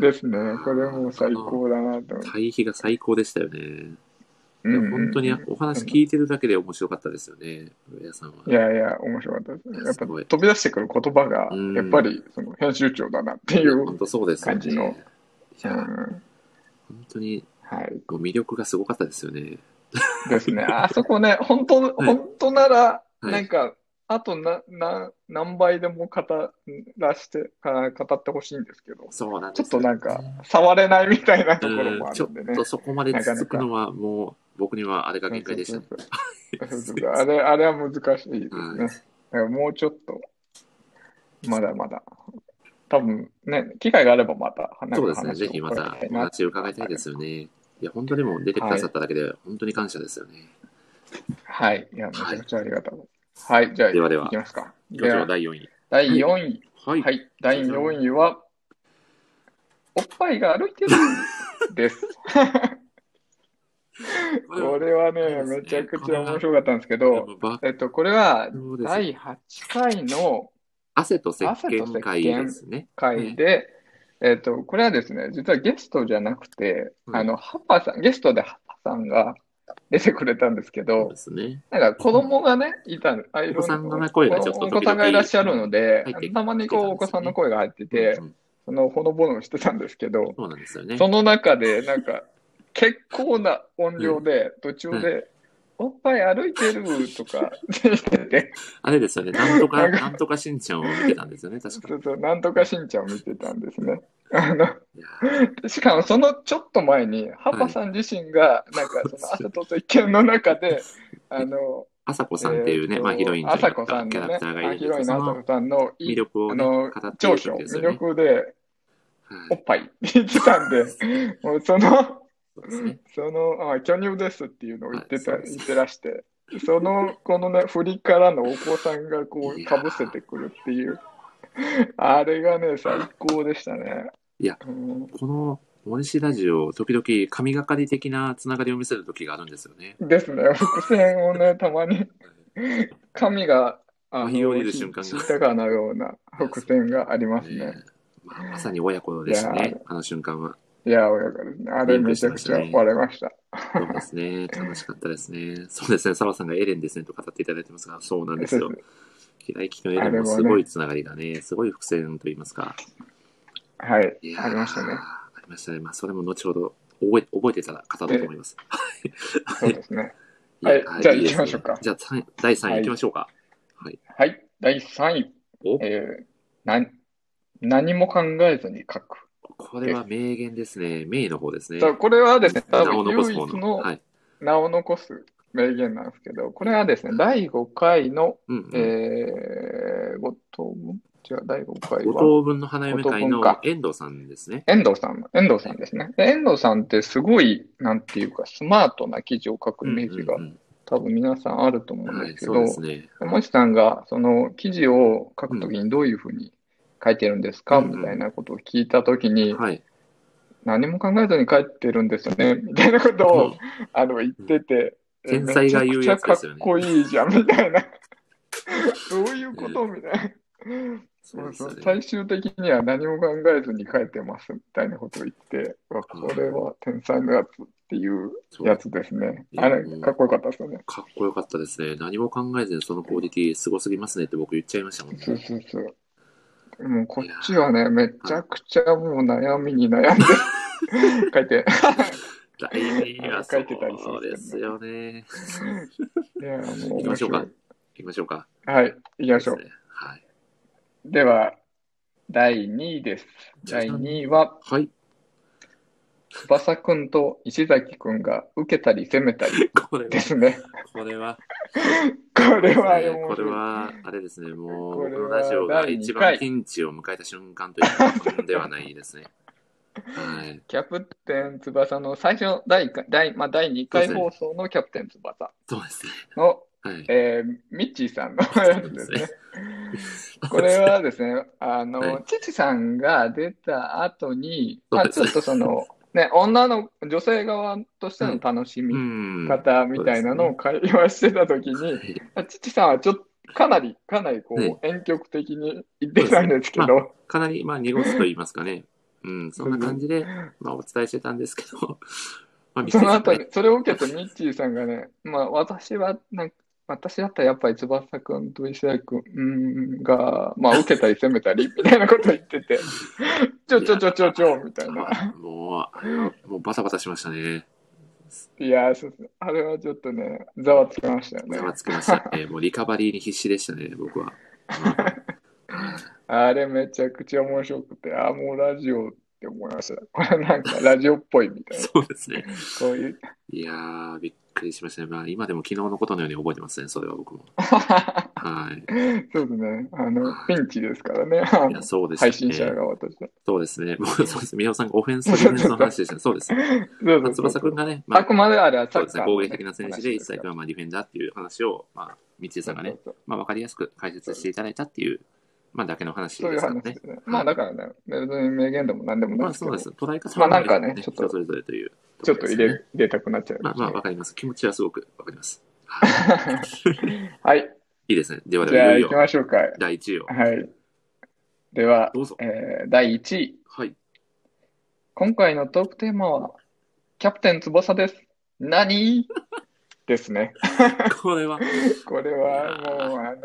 S2: ですね。これもう最高だなと。
S1: 対比が最高でしたよね。
S2: うんうんうん
S1: 本当にお話聞いてるだけで面白かったですよね、上田さんは。
S2: いやいや、面白かったですね。やっ
S1: す
S2: ぱ
S1: ごい
S2: 飛び出してくる言葉が
S1: う、ん
S2: やっぱりその編集長だなってい
S1: いや
S2: う。
S1: 本当そうですよ
S2: 感じの
S1: ね。いや、
S2: うん
S1: 本当に
S2: はい。
S1: こう魅力がすごかったですよね。
S2: で すね。あそこね、本当、本当なら、
S1: はい
S2: なんか、あとな、な、何倍でも語らして、か語ってほしいんですけど、
S1: そうなん
S2: ち
S1: で
S2: ょっ
S1: す
S2: と
S1: よ
S2: なんか、触れないみたいなところも
S1: う
S2: あ
S1: んちょ
S2: るんでね
S1: っと。そこまで続くのはもう僕にはあれが限界でしたね。
S2: そうそうそう あれ、あれは難しいですね。
S1: はい
S2: だからもうちょっと、まだまだ。多分ね、機会があればまた話
S1: そうですね、
S2: 話
S1: ぜひまたお話を伺いたいですよね。いや、本当にもう出てくださっただけで本当に感謝ですよね。
S2: はい。いや、めちゃくちゃありがたい。はい、じゃあ、
S1: ではではい
S2: きますか。
S1: 以上、
S2: では
S1: 第4位。
S2: 第4位。
S1: はい。
S2: はい、第4位は、おっぱいが歩いてるです。
S1: これは
S2: これ
S1: そう
S2: はね、
S1: ですね
S2: めちゃくちゃ面白かったんですけど、
S1: バ
S2: えっと、これは
S1: そうです
S2: 第8回の
S1: 汗と石鹸会ですね。
S2: 回で、えっと、これはですね、実はゲストじゃなくて、
S1: はい
S2: あの、ハッパーさん、ゲストでハッパーさんが出てくれたんですけ
S1: そう
S2: ど
S1: で、すね。
S2: なんか子供がね、いた、あい
S1: お
S2: ろ
S1: 子
S2: んな
S1: さんの声がちょっと
S2: お子さんがいらっしゃるので
S1: 入って、
S2: たまにこう、お子さんの声が入ってて、
S1: うんうん
S2: そのほのぼのしてたんですけど、
S1: そうなんですよね。
S2: その中で、なんか、結構な音量で、途中で、おっぱい歩いてると か、してて、
S1: あれですよね。なんと
S2: な
S1: か、
S2: んか
S1: なんとかしんちゃんを見てたんですよね、確
S2: そ
S1: か。
S2: うそう、なんとかしんちゃんを見てたんですね。あの、
S1: いや
S2: しかもそのちょっと前に、ハパさん自身が、なんか、その、朝とと一見の中 で、あの、
S1: あさこさんっていうね、まあヒロインという
S2: 朝
S1: か、
S2: 子さん
S1: キャ
S2: の
S1: ラ
S2: ね、
S1: クターがいるん
S2: ヒ
S1: です
S2: ロ
S1: けど、そ
S2: インの朝
S1: の
S2: 子さんの、い
S1: 魅力を
S2: あ
S1: ね、
S2: の
S1: 語って
S2: 長
S1: いく
S2: 所、
S1: んです
S2: 魅
S1: よね。
S2: 力で、お
S1: はい
S2: っぱいって言ってた んで、もうその、
S1: そうですね。
S2: その、あ、巨乳ですっていうのを言ってた、
S1: はいそうです
S2: 言ってらして、その、こ のね、振りからのお子さんがこ、
S1: いうやー
S2: かぶせてくるっていう、あれがね、最高でしたね。
S1: いや
S2: うん
S1: この、森氏ラジオ、時々神がかり的なつながりを見せる時があるんですよね。
S2: ですね、伏線をね、たまに、神が、あ
S1: 舞
S2: の、
S1: い降りる瞬間が
S2: 引いたかのような伏線がありますね。
S1: まあまさに親子でした
S2: いや
S1: ね、あの瞬間は。
S2: いやー、親子ですね。あれめちゃくちゃ笑いました。
S1: そうです ね。楽しかったですね。そうですね。澤さんがエレンですねと語っていただいてますが、そうなんですよ。平井貴のエレンもすごいつながりがね、すごい伏線といいますか。
S2: はい
S1: い、やー
S2: ありましたね。
S1: ありましたね。まあ、それも後ほど覚え覚えてた方だと思います。
S2: そうですね。
S1: いや
S2: はいじゃあ
S1: いいですね
S2: 行きましょうか
S1: じゃあ、さん第3
S2: は
S1: 位
S2: い
S1: 行きましょうか。はい。
S2: はい。第3位、
S1: お、
S2: えーな、何も考えずに書く。
S1: これは名言ですね。名の方ですね。
S2: さあこれはですね、多
S1: 名を
S2: 分
S1: 残す
S2: 唯
S1: 方
S2: 一
S1: の。
S2: の
S1: はい。
S2: 名を残す名言なんですけど、これはですね、第5回の、
S1: うん、うん。
S2: えー、ご当分違う、第5回
S1: 五
S2: は。
S1: 等分の花嫁会の
S2: 五等分か
S1: 遠藤さんですね。
S2: 遠藤さん、遠藤さんですね。で遠藤さんってすごい、なんていうか、スマートな記事を書くイメージが
S1: うんうん
S2: 多分皆さんあると思
S1: う
S2: うんん
S1: は
S2: で
S1: い、
S2: すけ
S1: そう
S2: ど
S1: で、すね。
S2: もしさんがその記事を書くときにどういうふうに書いてるんですか
S1: うん
S2: みたいなことを聞いたときに、
S1: はい。
S2: 何も考えずに書いてるんですよね、みたいなことを、
S1: うん
S2: あの言ってて、え
S1: 天才が言うやつですよね
S2: めちゃくちゃかっこいいじゃん、みたいな。 どういうことみたいな。
S1: そうです
S2: そ
S1: よ
S2: う
S1: ね。
S2: 最終的には何も考えずに書いてますみたいなことを言って、うわこれは天才のやつっていう
S1: そう
S2: やつですね。
S1: そう
S2: あれ
S1: う、ん
S2: かっこよかったですよね。
S1: かっこよかったですね。何も考えずにそのクオリティすごすぎますねって僕言っちゃいましたもん
S2: そう
S1: ね。
S2: そうそう。もうこっちはね、めちゃくちゃもう悩みに悩ん で書いて、
S1: 大変
S2: あの
S1: は
S2: 書いてたりす
S1: そう
S2: る
S1: で
S2: んです
S1: す
S2: け
S1: よね。
S2: いや、もう
S1: 行き
S2: 面
S1: ましょう
S2: 白
S1: か
S2: い。。
S1: 行きましょうか。
S2: はい、行きましょう
S1: で。すねはい。
S2: では、第2位です。
S1: じゃ
S2: 第
S1: じゃん
S2: 2位は、
S1: はい。
S2: 翼くんと石崎くんが受けたり攻めたり
S1: これ
S2: で
S1: は、
S2: すね。
S1: これは、
S2: これは
S1: えー
S2: 面
S1: これ
S2: 白い。
S1: は、あれですね、もう、
S2: これ
S1: 僕
S2: は
S1: のラジオが一番
S2: 第二回
S1: ピンチを迎えた瞬間という過言ではないですね。はい。
S2: キャプテン翼の最初の第一回第、まあ、第2回放送のキャプテン翼
S1: そうですね。
S2: の、
S1: はい。
S2: えー、ミッチー さんのやつですね。これはですね、あの、
S1: はい
S2: チチさんが出た後に、
S1: そ
S2: まあ、
S1: う
S2: ち
S1: です
S2: ょ
S1: ね
S2: っとその、ね、女の、女性側としての楽し
S1: う
S2: み
S1: ん。は
S2: 方みたいなのを会話してた時に、
S1: い
S2: チチさんはちょっと、かなり、かなりこう、
S1: ね
S2: 婉曲的に言ってたんですけ
S1: そう
S2: ど、
S1: かなり、まあ、濁すと言いますかね。うん、そんな感じで、まあ、お伝えしてたんですけど、 まあ、見つ
S2: そ
S1: けち
S2: の
S1: ゃった
S2: 後
S1: ね
S2: に、それを受けたミッチーさんがね、まあ私は、なんか、私だったらやっぱり翼くんと石崎くんうんが、まあ受けたり攻めたり、みたいなこと言っ てて、ちょちょちょちょちょ、みたいな。
S1: もうあれは、もうバタバタしましたね。
S2: いやー、そうそうあれはちょっとね、ざわつきましたよ ね
S1: ざ。わつきましたね。もうリカバリーに必死でしたね、僕は。
S2: あれめちゃくちゃ面白くて、あー、もうラジオって思いました。これなんかラジオっぽいみたいな。
S1: そうですね。
S2: こういう。
S1: いやー、びっくりしましたね。まあ、今でも昨日のことのように覚えてますね、それは 僕も。はい。
S2: そうですね。あの、ピンチですからね。あ
S1: い
S2: の
S1: や、そうですね。
S2: 配信者が私だ。
S1: そうですね。もう、そうです。宮尾さんがオフェンスとディフェンスの話でしたね。そうです。
S2: そう
S1: ま
S2: そ
S1: あ、翼
S2: うそうそう
S1: くんがね、ま
S2: あ
S1: あ
S2: く、まであれはサ
S1: そう
S2: ッ
S1: ですね、
S2: カー
S1: 攻
S2: のね
S1: 撃的な選手で、一切君はまあディフェンダーっていう話を、まあ、道枝さんがね、
S2: そうそう
S1: まあ、わかりやすく解説していただいたっていう、まあ、だけの話
S2: そうそう
S1: で
S2: いう
S1: すからね
S2: 話で。すね。まあだからね、別に名言でも何でもない
S1: まあ、
S2: です
S1: そ
S2: けど、
S1: うです。捉え方
S2: まあ
S1: は
S2: なんかねちょっと
S1: 人それぞれという
S2: ちょ
S1: ころ
S2: っ
S1: です
S2: と入
S1: よね、
S2: れ入れたくなっちゃい
S1: まあ
S2: ま
S1: まあ、
S2: し
S1: わかります。気持ちはすごくわかります。
S2: たね。 はい。
S1: いいですね。ではで
S2: じ
S1: は、
S2: ゃあ
S1: い
S2: 行
S1: よい
S2: き
S1: よ、
S2: ましょうか。は
S1: 第1位を。
S2: い。では
S1: どうぞ、
S2: えー第1位。
S1: はい。
S2: 今回のトークテーマは、キャプテン翼です。何ですね。
S1: これは、
S2: これはもう、あの、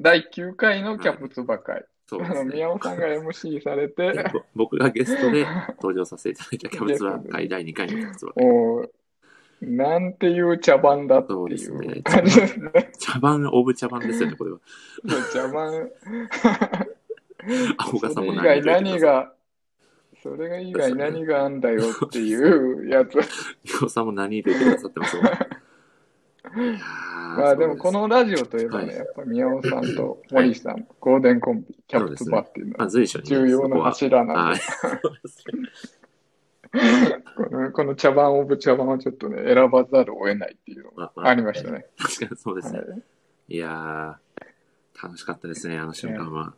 S2: 第9回のキャプツバ会。
S1: そう
S2: あ
S1: です
S2: の、
S1: ね
S2: 宮。尾さんが MC され て、
S1: ぼ僕がゲストで登場させていただいたキャベツバー会第2回のキャベツバー会。
S2: もう、なんていう茶番だっていう感じですね。
S1: 茶番、オブ茶番ですよね、これ は。
S2: もう茶番。
S1: 青賀
S2: そ
S1: さんも
S2: れ
S1: と言って
S2: 以外何
S1: ください
S2: が、それが以外何があんだよっていうや つ。
S1: 伊藤さんも何と言ってくださって ますもん。いやー
S2: まあでもこ、
S1: そう
S2: のラジオといえば
S1: は
S2: ね、
S1: い
S2: やっぱ宮尾さんと森さん、ゴールデンコンビ、キャプツバっていうの
S1: すまあ、
S2: は
S1: 随所にね、
S2: 重要
S1: そこ
S2: な
S1: は
S2: 柱なん
S1: は
S2: で
S1: い。、そうですね
S2: このこの茶番オブ茶番をちょっとね、選ばざるを得ないっていうの
S1: まあま
S2: があ
S1: あ、
S2: りましたね。
S1: 確かにそうです
S2: は
S1: ね。
S2: い
S1: いやー、楽しかったですね、あの瞬間は。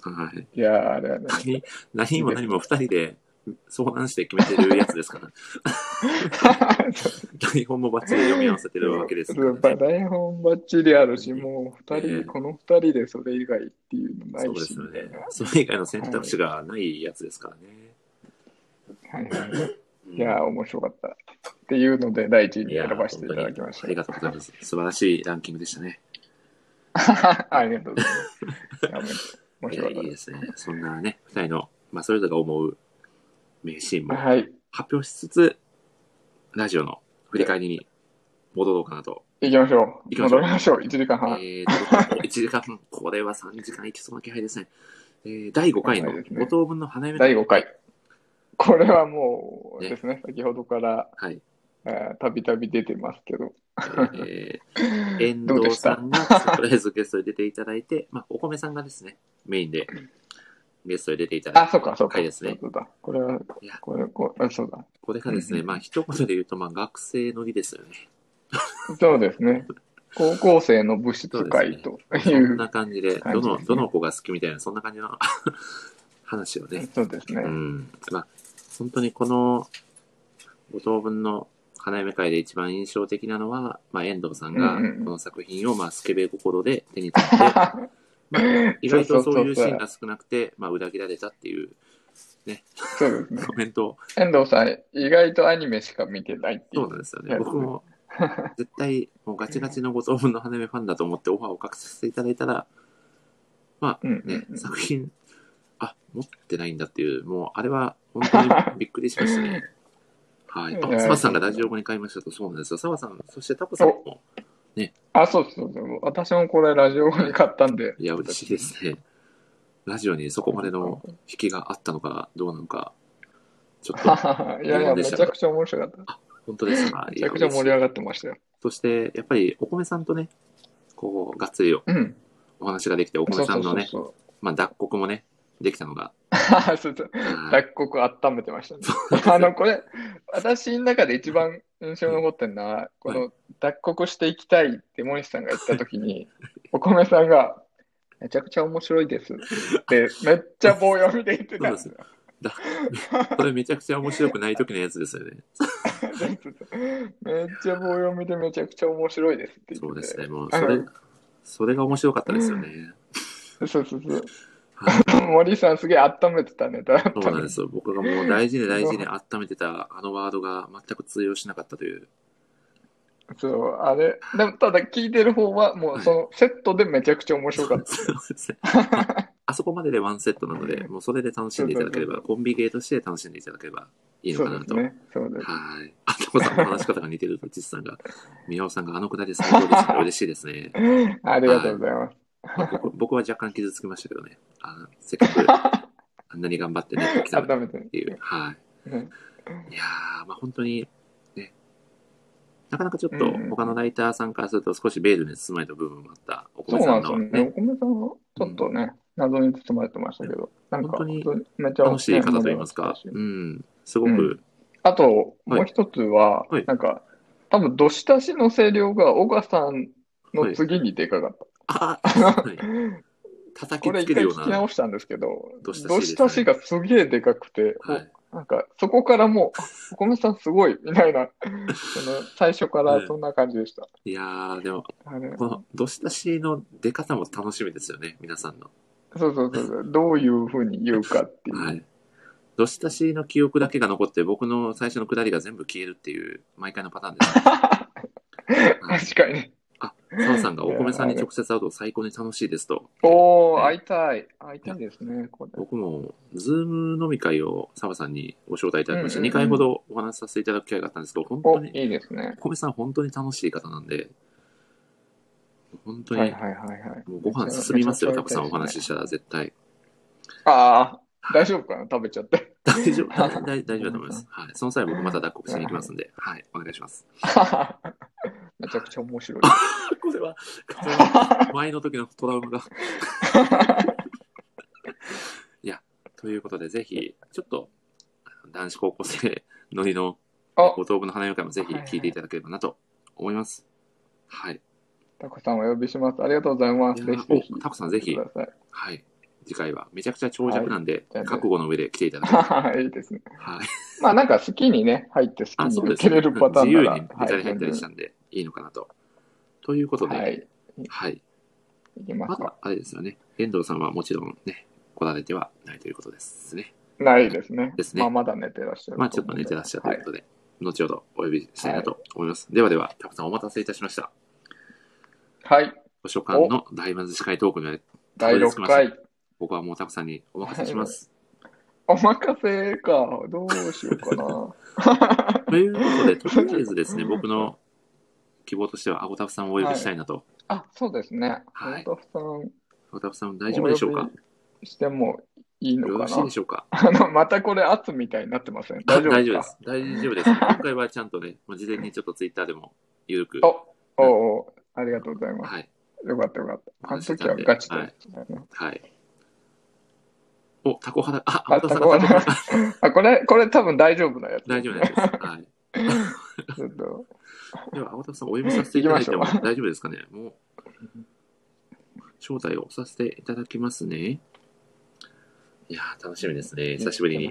S1: はい。
S2: いやー、あれ はね、
S1: 何、何も何も二人で相談して決めてるやつです から。台本もバッチリ読み合わせてるわけですからね、
S2: そう台本ばっちりあるし、
S1: うん
S2: もう二
S1: ええ
S2: 人、この二人でそれ以外っていうのな
S1: そう
S2: い
S1: で
S2: し、
S1: すよ
S2: みた
S1: ね
S2: いな。。
S1: それ以外の選択肢がないやつですからね。
S2: はいはい
S1: うん
S2: いやー、面白かった。っていうので、第一位に選ばせていただきまし
S1: いやー本当にありがとうございます。素晴らしいランキングでしたね。
S2: た。ありがとうございます。いや面白かっ
S1: い
S2: た
S1: やいい
S2: で。
S1: ですすね。そんなね、二人の、まあ、それぞれが思う名シーンも
S2: はい。
S1: 発表しつつ、ラジオの振り返りに戻ろうかなと
S2: 行きましょう。
S1: 行きましょう
S2: 戻りましょう。1時間半。
S1: えーと、1時間、これは3時間いきそうな気配ですね。えー第5回の
S2: そうですね
S1: 5等分の花嫁の
S2: 第5回。これはもう
S1: ね
S2: ですね、先ほどから
S1: はい。
S2: えーたびたび出てますけど。
S1: え ー、遠藤さんがとりあえずゲストに出ていただいて、まあ、お米さんがですね、メインでゲストに出ていただい
S2: あ、
S1: て、
S2: そうか、そうか。
S1: 回ですね
S2: そうだ。これは、
S1: いや
S2: これ、こうあそうだ。
S1: これがです
S2: う
S1: ね、
S2: ん
S1: まあ、一言で言うと、まあ、学生の儀ですよね。
S2: そうですね。高校生の物質会とい
S1: そん
S2: う
S1: な。感じで、
S2: 感
S1: ど
S2: じです
S1: の、
S2: ね
S1: どの子が好きみたいな、そんな感じの 話をね。
S2: そうですね
S1: う。ん。まあ、本当にこの、五等分の花嫁会で一番印象的なのは、まあ、遠藤さんが
S2: うんうんうん、
S1: この作品を、まあ、スケベ心で手に取って、まあ、意外とそういうシーンが少なくて、まあ、裏切られたっていう
S2: そうですね。
S1: コメントを、
S2: 遠藤さん、意外とアニメしか見てないってい
S1: そう
S2: う
S1: なん。ですよ
S2: い
S1: ね。
S2: や
S1: 僕も、絶対、もうガチガチの五等分の花嫁ファンだと思ってオファーをかけさせていただいたら、まあ
S2: うんうん
S1: ね、
S2: うん
S1: 作品、あ、持ってないんだっていう、もうあれは本当にびっくりしました ね。はい。
S2: いや
S1: あ、澤さんがラジオ語に買いましたと、そうなんですよ。澤さん、そしてタコさんも、
S2: あ、そうですそうです。私もこれラジオに買ったんで。
S1: いや、嬉しいですね。ラジオにそこまでの引きがあったのかどうなのか、ちょっと、
S2: いやいや、めちゃくちゃ面白かった。
S1: 本当ですか。
S2: め
S1: い
S2: ち
S1: や
S2: ゃくちゃ盛り上がってましたよ。
S1: そして、やっぱり、お米さんとね、こう、がっつり
S2: うん。
S1: お話ができて、お
S2: そ
S1: 米
S2: う
S1: さ
S2: そ
S1: ん
S2: う
S1: の
S2: そう
S1: ね、
S2: そう。
S1: まあ、脱穀もね、できたのが、
S2: そうそう
S1: はい
S2: 脱穀温めてましたね。あの、これ、私の中で一番印象に残ってるのは、この脱穀していきたいって森さんが言った時に、お米さんが、めちゃくちゃ面白いですって、めっちゃ棒読みで言ってたんですよ。
S1: だこれめちゃくちゃ面白くない時のやつですよね。
S2: めっちゃ棒読みでめちゃくちゃ面白いですって言ってて
S1: そうですね。もう、それ、それが面白かったですよね。
S2: そうそうそう。
S1: はい
S2: 森さんすげえ温めてたネタだった
S1: そうなんですよ。僕がもう大事に大事に温めてたあのワードが全く通用しなかったという。
S2: そう、あれ、でもただ聞いてる方はもうそのセットでめちゃくちゃ面白かった。
S1: そうですね。ああそこまででワンセットなので、もうそれで楽しんでいただければ、コンビゲーとして楽しんでいただければいいの
S2: そ
S1: か
S2: う
S1: な
S2: で
S1: と。
S2: すね。そうです。
S1: はい。あとこさんの話し方が似てると、ちさん が、宮尾さんがあのくだり最高ですね。嬉しいです ね。
S2: ありがとうございます。
S1: まあ僕僕は若干傷つきましたけどね。あせっかく、 あんなに頑張ってね、来たのに
S2: 温めて
S1: っ。て いう。はい。
S2: うん
S1: いやー、まあ本当に、ね、なかなかちょっ
S2: う
S1: と
S2: んうん
S1: 他のライターさんからすると少しベールに包まれた部分もあった、お
S2: そ
S1: 米
S2: う
S1: さ
S2: なんんです
S1: のね、
S2: よね。お米さんはちょっとね、謎に包まれてましたけど、なんか
S1: 本当に
S2: 普通めっちゃ
S1: 楽しい方といいます
S2: ね
S1: か、
S2: 戻り
S1: う
S2: まし
S1: ん、すご
S2: う
S1: く
S2: ん、たしあと、
S1: はい
S2: もう一つは
S1: はい、
S2: なんか、多分、どしたしの声量が、小川さんの次にでかかった。
S1: ああ、はい
S2: こ
S1: 叩き
S2: れ
S1: つ
S2: 一
S1: けるよ
S2: 回
S1: う
S2: 聞き
S1: な
S2: 直、したんですけど、
S1: どしたしですね
S2: どしたしがすげえでかくて、
S1: はい、
S2: なんか、そこからもう、あお米さんすごい、みたいな、その、最初からそんな感じでした。
S1: いやー、でも、
S2: あれ、
S1: この、どしたしの出方も楽しみですよね、皆さんの。
S2: そうそうそうそう、どういうふうに言うかっていう。
S1: はい。どしたしの記憶だけが残って、僕の最初のくだりが全部消えるっていう、毎回のパターン です。
S2: 確かに。
S1: はい。澤さんがお米さんに直接会うと最高に楽しいですと。
S2: おー、
S1: は
S2: 会いたい。会いたいですね、これ。
S1: 僕も、ズーム飲み会を澤さんにご招待いただきまして、
S2: うんうんう
S1: 2
S2: ん
S1: 回ほどお話しさせていただく機会があったんですけど、本当
S2: お、
S1: に、
S2: いいですね。
S1: 小梅さん本当に楽しい方なんで、本当に、
S2: はいはいはいはい。
S1: もうご飯進みますよ、
S2: めち
S1: タ
S2: ゃ
S1: コ
S2: くち
S1: さ
S2: ゃ
S1: んお話ししたら絶対。
S2: ああ、大丈夫かな食べちゃって。
S1: 大丈夫、大大大丈夫だと思います。はい。その際僕また脱穀しに行きますんで、はい、お願いします。
S2: めちゃくちゃ面白い。
S1: これは、 前の時のトラウマが。いや、ということで、ぜひ、ちょっと、男子高校生のりの
S2: あ
S1: ご、当分の花嫁会もぜひ聞いていただければなと思います。はい。
S2: タコさんお呼びします。ありがとうございます。
S1: い
S2: ぜ
S1: や
S2: ひぜひ
S1: お、タコさんぜ
S2: 来て
S1: ひ
S2: く、ださい。
S1: はい。次回はめちゃくちゃ長尺なんで、
S2: はい
S1: 覚悟の上で来ていただけ れば。
S2: はいいいですね。
S1: はい。
S2: まあなんか好きにね、入って好
S1: あ、
S2: き
S1: そう
S2: に
S1: で
S2: 受け
S1: すね。
S2: れるパター
S1: 自
S2: ンな
S1: 由
S2: ら、
S1: に出たり入ったりした
S2: は
S1: んで、いいのかなと。ということ
S2: い、は
S1: で、
S2: い、
S1: はい。
S2: いきま
S1: ますだ
S2: か。、
S1: あれですよね。遠藤さんはもちろんね、来られてはないということですね。
S2: ないですね。
S1: ですね
S2: まあまだ寝てらっしゃる
S1: まあちょっと寝てらっしゃると
S2: は
S1: いう
S2: い
S1: こ。とで、後ほどお呼びしたいなと思います。ではでは、たくさんお待たせいたしました。
S2: はい。
S1: 図書館の大魔司会トークで、
S2: 第6回。
S1: ここはもうたくさんにお任せします。
S2: お任せか。どうしようかな。
S1: ということで、とりあえずですね、僕の希望としては、アゴタフさんをお呼びしたいなと。
S2: あ、そうですね。
S1: はい
S2: 本当さ
S1: アゴタフさん、大丈夫でしょう
S2: お
S1: か
S2: 呼んしてもいい
S1: よ
S2: の
S1: ろ
S2: か
S1: しい
S2: な
S1: でしょうか
S2: あの、またこれ圧みたいになってません。大丈夫
S1: 大
S2: で
S1: 丈
S2: す
S1: 夫で
S2: か
S1: す。大丈夫 です。今回はちゃんとね、まあ事前にちょっとツイッターでも緩く、
S2: お、おうおう、ありがとうございます。
S1: はい、
S2: よかったよかった。あの時は
S1: 話してたんで
S2: ガチでしたよね。
S1: はい。お、タコ肌、あ、
S2: あ、
S1: アゴタフさんがタコ肌。
S2: あ、これ、これ多分大丈夫なやつ。
S1: 大丈夫です。はい。
S2: ちょっと、
S1: では、青田さん、お呼びさせていただいても大丈夫ですかね。もう、招待をさせていただきますね。いやー、楽しみですね。久しぶりに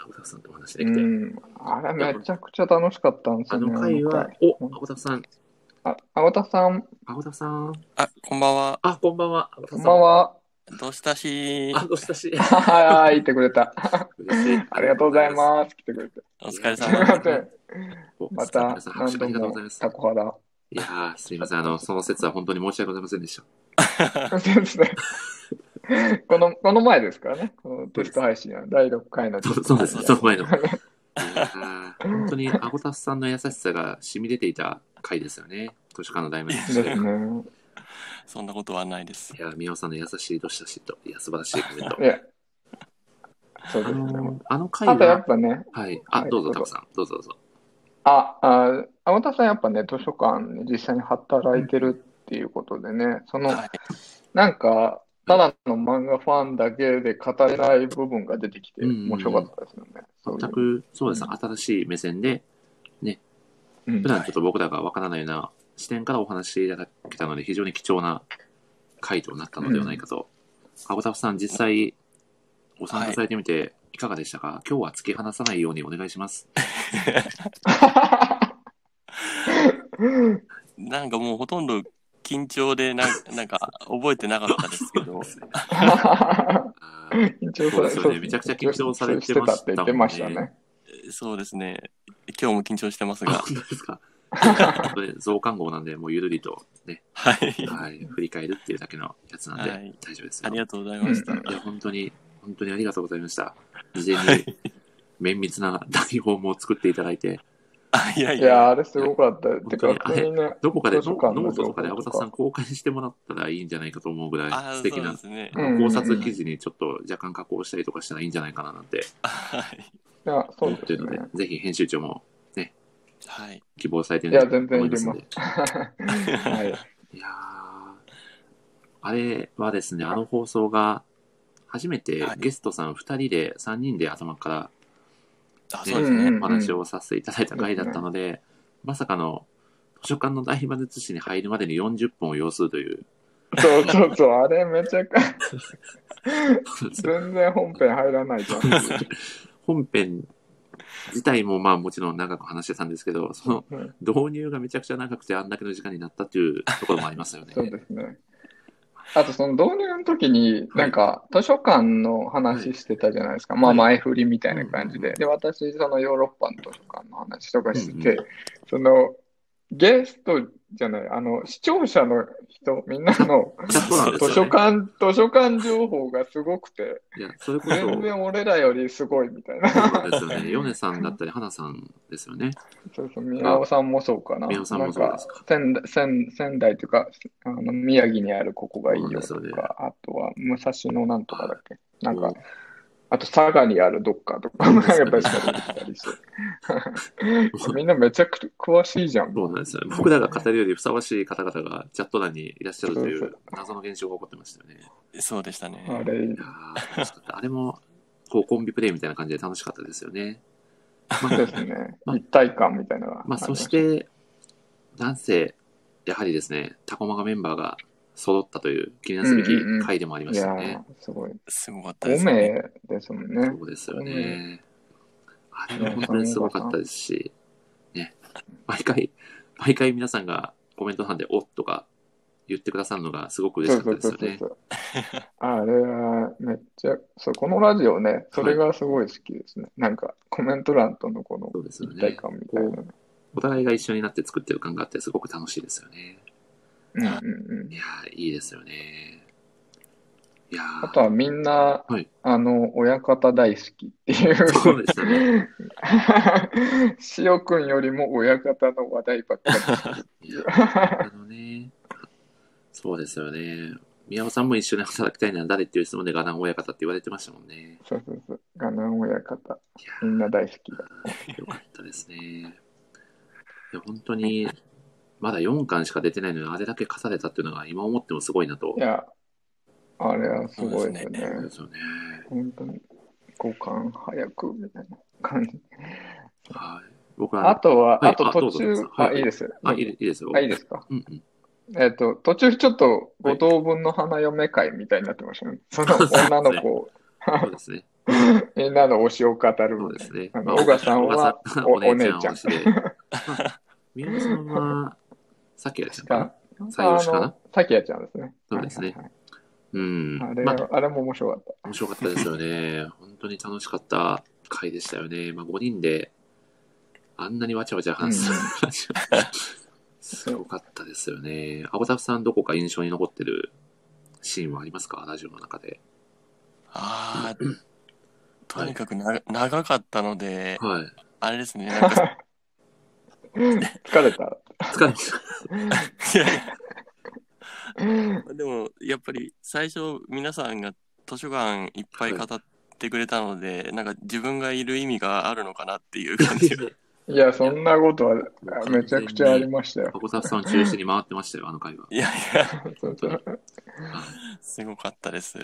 S1: 青田さんとお話で
S2: う
S1: きて。
S2: ん。あれ、めちゃくちゃ楽しかったんです
S1: あ
S2: よね。
S1: の回は、お、青田さん、
S2: あ、青田さん、
S1: 青田さん。
S7: あ、こんばんは。
S1: あ、こんばんは。青田
S2: こ
S1: さ
S2: んばんは。
S7: どうしたし
S1: あ、。お久しぶり。
S2: はい、言ってくれた。
S1: 嬉しい。
S2: ありがとうございます。来てくれて。
S7: お疲れ
S2: すい
S7: 様。
S2: ません。
S1: お。
S2: ま
S1: お
S2: た
S1: 皆さん、拍
S2: 何
S1: 手ありがとうご
S2: 度も
S1: ざいます
S2: タ。コ肌。
S1: いやー、すみません。あの、その説は本当に申し訳ございませんでした。
S2: そうですね。 この、この前ですからね。このテスト配信は第6回のテ
S1: そ
S2: ス
S1: う
S2: ト
S1: そうですね、
S2: 配信
S1: その前 の。いやー本当に、アゴタスさんの優しさが染み出ていた回ですよね。図書館の題名として。
S2: ですね。
S7: そんなことはないです
S1: い。やー、宮尾さんの優しいどしたしと、いや、素晴らしいコメント
S2: い。や、そう
S1: あ
S2: ですね。
S1: のー、あの回
S2: あとや
S1: は
S2: っ、ぱね、
S1: はい。あ、どうぞ、タコさん。どうぞどうぞ。
S2: あ、あ、青田さんやっぱね、図書館に実際に働いてるっていうことでね、その、
S7: はい。
S2: なんか、ただの漫画ファンだけで語れない部分が出てきて、
S1: うんうん
S2: 面白かったですよね。そういう
S1: 全く、そうですね、新しい目線で、
S2: う
S1: 普
S2: ん
S1: 段ちょっと僕らがわからないような視点からお話しいただけたので、非常に貴重な回となったのではないかと。アゴタフさん、実際、ご参加されてみて、いかがでしたか今日は突き放さないようにお願いします。
S7: なんかもうほとんど緊張でな、なんか覚えてなかったですけど。
S1: あー
S2: 緊張
S1: そうで
S2: さ
S1: すよね
S2: れそうですね
S1: めちゃくちゃ緊張されてましたもんね
S2: してたって言ってましたね。
S7: そうですね。今日も緊張してますが。
S1: 本当ですか本当に増刊号なんで、もうゆるりとね、
S7: はい。
S1: はい、振り返るっていうだけのやつなんで、
S7: はい
S1: 大丈夫ですよ。
S7: ありがとうございました。
S1: いや、本当に、本当にありがとうございました。事前に綿密な台本も作っていただいて、
S7: あ、いやい
S2: いやー、
S7: や。
S2: あれすごかった。てか、
S1: 本当にあれ
S2: 普通にね、
S1: どこかで、ノ
S2: 図書館の
S1: ノートとかで、
S2: 情
S1: ア
S2: 報
S1: ボ
S2: と
S1: タ
S2: か
S1: さん公開してもらったらいいんじゃないかと思うぐらい素
S7: あ、そう
S1: 敵
S7: で
S1: な
S7: すね。
S2: うん
S1: 考察記事にちょっと若干加工したりとかしたらいいんじゃないかななんて
S7: はい。
S2: いや、そう
S1: 思
S2: で
S1: ってる
S2: す
S1: ので
S2: ね。、
S1: ぜひ編集長も
S7: はい。
S1: 希望されて
S2: い
S1: る
S2: や、
S1: んで
S2: 全然入れ
S1: 思
S2: ま
S1: い
S2: す。
S1: ます
S2: はい。
S1: んでいやーあれはですね、あの放送が、初めて
S7: はい
S1: ゲストさん2人で、3人で頭から
S7: あ、
S1: ね
S7: そうですね
S2: うん
S1: お。話をさせていただいた回だったので、まさかの図書館の大魔術師に入るまでに40分を要するという、
S2: そうそうそう、あれめちゃく
S1: そうですね
S2: 全然本編入らないじゃん。
S1: 本編自体もまあもちろん長く話してたんですけど、その
S2: うん
S1: 導入がめちゃくちゃ長くてあんだけの時間になったっていうところもありますよね。
S2: そうですね。あと、その導入の時に、なんか、図書館の話してたじゃないですか。まあ、前振りみたいな感じ
S1: う
S2: で
S1: ん。
S2: で、私、そのヨーロッパの図書館の話とかして
S1: う
S2: て、その、ゲストじゃない、あの、視聴者の人、みんな の
S1: そうなんですよ
S2: 図
S1: ね
S2: 書館、図書館情報がすごくて、
S1: いや、それこそ、
S2: 全然俺らよりすごいみたいな。
S1: そうですよね。ヨネさんだったり、花さんですよね。
S2: そうそう、宮尾さんもそうかな。
S1: 宮尾さんもそうですか
S2: なんか仙仙仙台というか、あの宮城にあるここがいいよ
S1: そ
S2: と
S1: うですよね
S2: か、あとは武蔵野なんとかだっけ。なん
S1: も
S2: か
S1: う、
S2: あと佐賀にあるどっかとか、なんか やっぱり調べてたりして。みんなめちゃくちゃ詳しいじゃん。
S1: そうなんですよね。僕らが語るよりふさわしい方々がチャット欄にいらっしゃるという謎の現象が起こってましたよね。
S7: そうでしたね。
S2: あれ
S1: い、やー楽しかったあれも、こう、コンビプレイみたいな感じで楽しかったですよね。ま
S2: で
S1: あ、
S2: すね。
S1: まあ
S2: 一体感みたいなのが
S1: まあ、そし
S2: あり
S1: て、男性、やはりですね、タコマガメンバーが揃ったという記念すべき回でもありま
S2: まし
S1: したた
S2: ね。いや
S1: ね。
S2: ー、すごい。
S7: すごかったで
S2: 5
S7: すね。
S2: 名ですもんね。
S1: そうですよね。あれは
S2: うん
S1: 本当にすごかったですし、ね、毎回、毎回皆さんがコメント欄で、おっとか言ってくださるのがすごく嬉しかったですよね
S2: そ。うそうそうそう。あれはめっちゃ、そう、このラジオね、それがすごい好きですね。なんか、コメント欄とのこの
S1: そうですよ
S2: 一体
S1: ね。
S2: 感みたいなね。
S1: お互いが一緒になって作ってる感があって、すごく楽しいですよね。
S2: うんうんうん
S1: いやー、いいですよね。いやー
S2: あとはみんな、
S1: はい
S2: あの、親方大好きっていう。
S1: そうでしたね。
S2: しおくんよりも親方の話題ばっか
S1: い や
S2: り。
S1: あのね、そうですよね。宮尾さんも一緒に働きたいなら誰っていう質問でガナン親方って言われてましたもんね。
S2: そうそうそう。ガナン親方。
S1: いや
S2: みんな大好きだ。
S1: ー、よかったですね。いや、本当に、まだ4巻しか出てないのに、あれだけ課されたっていうのが今思ってもすごいなと
S2: い。や、あれはすごいです
S5: そうで
S2: ね。
S1: そうですよね。
S2: 本当に、五感早くみたいな感じ。
S1: はい。僕は、
S2: あとは、
S1: はい
S2: あと
S1: あどう
S2: 途
S1: ぞ
S2: 中
S1: どうぞ、
S2: あ、
S1: はい
S2: いいですよ。
S1: あいいでいいですよ。
S2: あ、いいですか。
S1: うんうん。
S2: えっと、途中ちょっと五等分の花嫁会みたいになってました ね。その女の子、
S1: そうですね。
S2: みんなの推しを語る
S1: そうで
S2: みたい
S1: すね。
S2: あの小川さん
S1: 小川
S2: は
S1: さん
S2: お
S1: お姉ちゃん
S2: お姉ちゃん
S1: 推しで。まあ 宮本さんは、さっきやったのか
S2: な
S1: な。。採用しかな
S2: あの、さきやちゃんですね。
S1: そうですね
S2: はいはい
S1: うん。
S2: はいあれ
S1: まあ、
S2: は、あれも面白かった。
S1: 面白かったですよね。 本当に楽しかった回でしたよね。まあ、5人であんなにわちゃわちゃ話す話は すごかったですよね。アボタフさん、どこか印象に残ってるシーンはありますかラジオの中で。
S7: ああ、とにかくな長かったので、
S1: はい。
S7: あれですね、なんか、
S2: 疲れた。
S1: 疲れました。
S7: いやいやでも、やっぱり最初、皆さんが図書館いっぱい語ってくれたので、なんか自分がいる意味があるのかなっていう感じ が。
S2: いや、そんなことはめちゃくちゃありましたよ
S1: ア。ボタフさんを中心に回ってましたよ、あの回は。
S7: いやいや、
S2: そうそう
S7: すごかったです。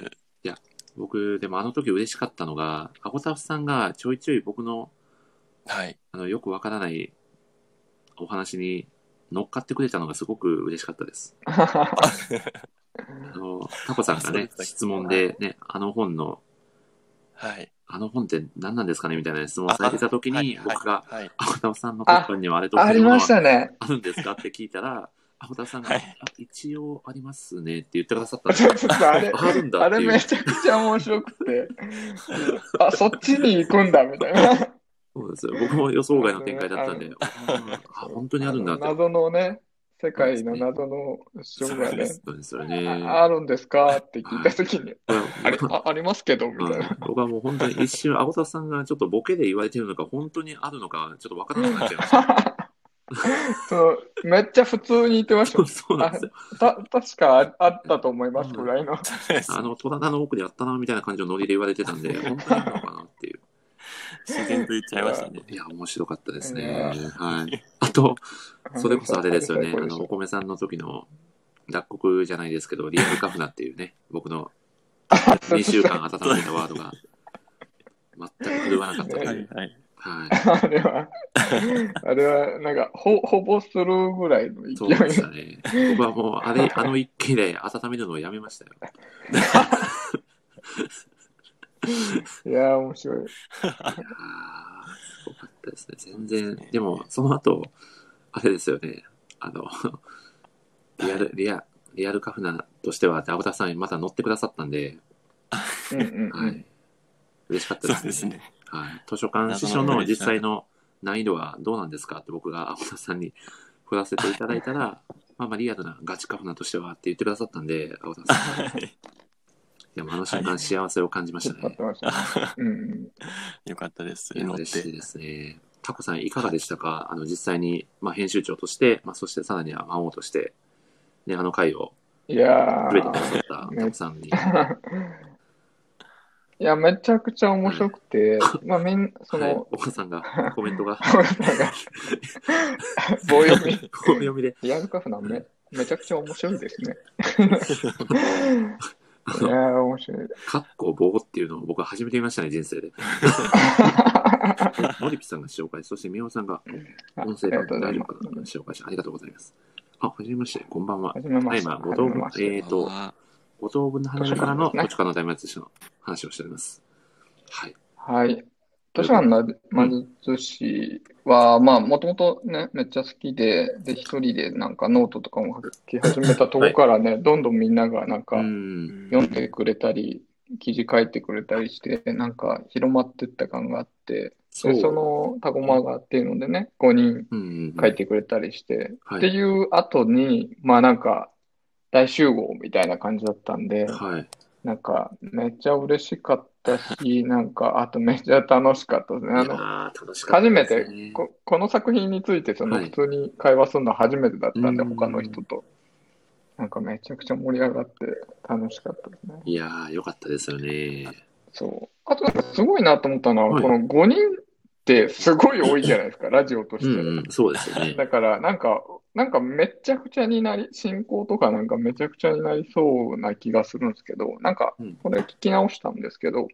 S1: 僕、でもあの時嬉しかったのが、アボタフさんがちょいちょい僕の
S7: はい。
S1: あのよくわからないお話に乗っかってくれたのがすごく嬉しかったです。あの、タコさんが
S7: そうで
S1: ね
S7: し、たっけ
S1: 質問で、ね、あの本の、
S7: はい。
S1: あの本って何なんですかねみたいな質問をされてた時に、
S7: はい
S1: 僕が、
S7: はいはい
S1: アホタフさんの本にはあれと
S2: ありましたね。
S1: あるんですかって聞いたら、アホタフさんが、
S7: はい
S1: あ一応ありますねって言ってくださったん
S2: ち
S1: で
S2: ょっとあれ、
S1: あるんだ
S2: あ
S1: って
S2: れ
S1: いう。
S2: めちゃくちゃ面白くて、あ、そっちに行くんだみたいな。
S1: そうですよ僕も予想外の展開だったんで、あ、本当にあるんだって。
S2: 謎のね、世界の謎の主張が
S7: そうで
S2: ね
S7: す、
S1: そうですよね。
S2: ああるんですかって聞いたときに、あれあ、ありますけど、みたいな。
S1: うん僕はもう本当に一瞬、アゴタフさんがちょっとボケで言われてるのか、本当にあるのか、ちょっと分からなくなっちゃいました。
S2: そのめっちゃ普通に言ってました
S1: そ
S2: よ
S1: う。そうなんですよ。
S2: た確かああったと思いますぐらいの。
S7: そうです
S1: あの、戸棚の奥でやったな、みたいな感じのノリで言われてたんで、本当にあるのかなっていう。
S7: 自然と言っちゃいましたね。
S1: いや、面白かったですね。
S2: いや
S1: はい。あと、それこそあれですよね。
S2: あ
S1: あ
S2: れ最
S1: の、お
S2: 高
S1: 米さんの時の、脱穀じゃないですけど、リアルカフナっていうね、僕の
S2: で
S1: 2
S2: し
S1: 週
S2: た
S1: 間温めたワードが、全く振るわなかったと
S2: ね
S1: い
S7: は
S1: う
S7: い。。はい。
S1: はい。
S2: あれは、あれは、なんか、ほ、ほぼスルーぐらいの
S1: そう
S2: 勢
S1: で
S2: い
S1: したね。僕はもう、あれ、あの一気で温めるのをやめましたよ。
S2: いやー、面白い。
S1: あーすごかったですね。全然、でも、その後、あれですよね。あの、 リアル、リア、リアルカフナとしては、アブタさんまた乗ってくださったんで、
S2: うんうんう
S1: は
S2: ん。
S1: い。嬉しかったで
S7: そう
S1: すね。
S7: ですね。
S1: はい。図書館司書の実際の難易度はどうなんですかって僕がアブタさんに 振らせていただいたら、まあまあリアルなガチカフナとしてはって言ってくださったんで、アブタさん。い
S7: はい
S1: や、もうあの瞬間幸せを感じまし
S2: 引
S1: た
S2: っ張っ
S1: ね
S2: て。ましたね。うんうん。
S7: よかったです。
S1: いや
S7: 乗っ
S1: 嬉しい
S7: て。
S1: ですね。タコさん、いかがでしたかあの、実際に、まあ、編集長として、まあ、そしてさらには魔王として、ね、あの回を
S2: いや
S1: 全てくださった
S2: ね
S1: タコさんに。
S2: ー。いや、めちゃくちゃ面白くて、まあ、みん、そ
S1: はい
S2: の、
S1: お母さんが、コメ ントが、
S2: なんか、 棒読み、
S1: お読みで、
S2: リアルカフナめ、めちゃくちゃ面白いです ね。
S1: あ
S2: いや
S1: の、
S2: ー、面白い。
S1: かっこ棒っていうのを僕は初めて見ましたね、人生 で。モリピさんが紹介、そしてミオさんが、音声
S2: あり
S1: が
S2: がとうござ
S1: 大丈
S2: いま
S1: 夫かな紹介して、ありがとうございます。あ、はじめまして、こんばんは
S2: す。は。じめま
S1: は
S2: し
S1: い、
S2: て。
S1: 今、
S2: は
S1: 五
S2: じ
S1: 等
S2: め
S1: 分
S2: まし、て。
S1: えっ、と、
S7: あ
S1: 五等分の花嫁からの、
S2: 図書館で
S1: 土
S2: すね
S1: 地かの大魔師の話をしております。はい。
S2: はい。図書館の魔術師は、まあ、もともとね、めっちゃ好きで、で、一人でなんかノートとかも書き始めたとこからね、どんどんみんながなんか
S1: うん。
S2: 読んでくれたり、記事書いてくれたりして、なんか広まってった感があって、
S1: そ
S2: で、そのタコマガっていうのでね、5
S1: う
S2: 人
S1: んうんうん
S2: 書いてくれたりして、
S1: は
S2: って
S1: い。
S2: いう後に、まあなんか、大集合みたいな感じだったんで、
S1: はい。
S2: なんか、めっちゃ嬉しかっ たし、なんか、あとめっちゃ楽しかったですね。あ
S1: いや
S2: の、
S1: ー楽しかった
S2: 初め
S1: ですね
S2: てこ、この作品について、その、
S1: はい
S2: 普通に会話するの初めてだったんで、
S1: うん
S2: 他の人と。なんか、めちゃくちゃ盛り上がって、楽しかったですね。
S1: いやー、よかったですよね。
S2: そう。あと、なんか、すごいなと思ったのは、
S1: はい
S2: この5人ってすごい多いじゃないですか、ラジオと
S1: う
S2: し
S1: ん
S2: て。
S1: うん、そうですよね。
S2: だから、なんか、なんかめちゃくちゃになり、進行とかなんかめちゃくちゃになりそうな気がするんですけど、なんか
S1: うん、
S2: これ聞き直したんですけど、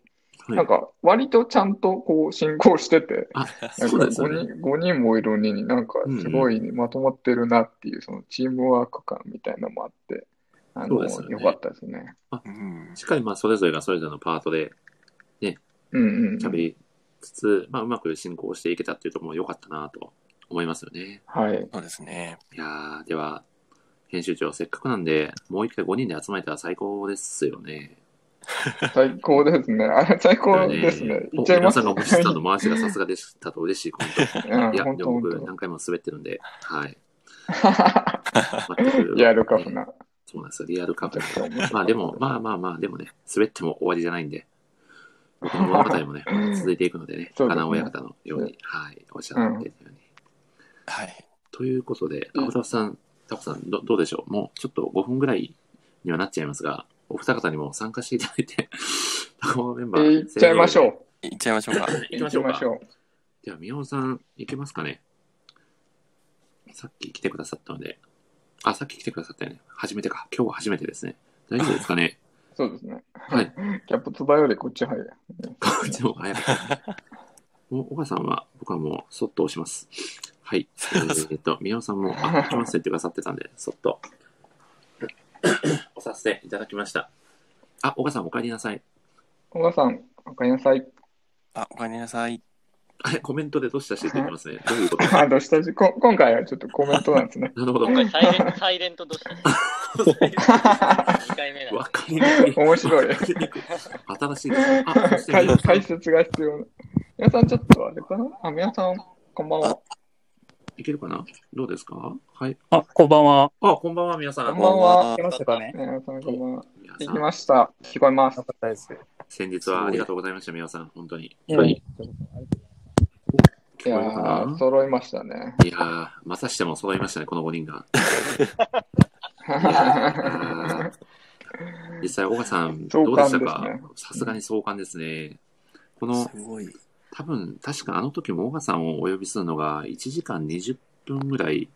S1: はい
S2: なんか、割とちゃんとこう進行してて、
S1: あ、
S2: なん
S1: そう
S2: か
S1: ですよね。
S2: 5人、5人もいるのに、なんかすごいまとまってるなっていう、そのチームワーク感みたいなのもあって、あ
S1: そう
S2: の、
S1: ですよね
S2: 良かったですね。
S7: うん。
S1: しっかりまあそれぞれがそれぞれのパートで
S2: うんうん。
S1: 喋りつつ、まあうまく進行していけたっていうところも良かったなと思いますよね。
S2: はい。
S7: そうですね。
S1: いやー、では、編集長、せっかくなんで、もう一回5人で集まれたら最高ですよね。
S2: 最高ですね。あれ、最高ですね。いっ
S1: お
S2: ちゃいま
S1: 皆
S2: す
S1: さんがおっしゃったの回しがさすがでしたと嬉しいコメント。
S2: うん
S1: いや、
S2: 本
S1: で
S2: 当
S1: も僕
S2: 本
S1: 何回も滑ってるんで、はい。
S2: 当。
S1: 全く
S2: リアルカフな。
S1: そうなんですよ、リアルカ
S2: め
S1: フ
S2: ち
S1: ェ。
S2: ゃくちゃ面白かった
S1: まあでも、まあまあまあ、でもね、滑っても終わりじゃないんで、僕の物語も ね、続いていくのでね、
S2: そうですね
S1: 金尾親方のように、はい、おっしゃっていたように。
S7: はい。
S1: ということで、
S2: うん
S1: 青田さん、タコさんど、どうでしょうもうちょっと5分ぐらいにはなっちゃいますが、お二方にも参加していただいて、 タコのメンバー、
S2: 行っちゃいましょう。
S7: いっちゃいましょ うか。
S1: 行きましょう
S2: 行
S1: か。
S2: ょう。
S1: では、宮尾さん、行けますかねさっき来てくださったので、あ、さっき来てくださったよね。初めてか。今日は初めてですね。大丈夫ですかね
S2: そうですね。
S1: はい。
S2: キャップツバよりこっち早い。
S1: こっちも早かったね。もう、岡さんは、僕はもう、そっと押します。はい。えー、っと、宮尾さんも、あ、押しますって言ってくださってたんで、そっと、押させていただきました。あ、岡さん、お帰りなさい。
S2: 小川さん、おかえりなさい。
S7: あ、おかえりなさい。
S1: あれ、コメントでどうしたしてって言ってますね。 どういうこと。
S2: あ、どうしたし、こ今回はちょっとコメントなんですね
S1: なるほど。
S3: 今回サイレ ン、サイレントどうしたし、2回目なん
S1: わ
S3: で。
S1: かりにくい。
S2: 面白い
S1: わかりにくい。新しいですね。あ、そして
S2: 解
S1: 宮尾さん
S2: 解説が必要な。皆さん、ちょっとあれかなあ、皆さん、こんばんは。
S1: いけるかなどうですかはい。
S8: あ、こんばんは。
S1: あ、こんばんは、皆さ
S2: こん
S1: ん。
S2: ばんは。
S5: 来ましたかね。
S2: 皆さん、こんばんは。
S1: 皆
S2: 行
S1: さ
S2: き
S1: ん、
S2: ました。聞こえます
S5: よ。かったです。
S1: 先日はありがとうございました、皆さん。本当に。
S5: え
S1: はい
S5: え
S2: い
S1: 聞
S2: や
S1: こえるか
S2: ー、
S1: な
S2: 揃いましたね。
S1: いやー、まさしても揃いましたね、この5人 が。あー実際、岡さん、
S2: 壮
S1: どうでした
S2: 観
S1: か
S2: ですね
S1: さすがに壮観ですね。この
S7: す、ごい。
S1: 多分、確かあの時も岡さんをお呼びするのが、1時間20分ぐらい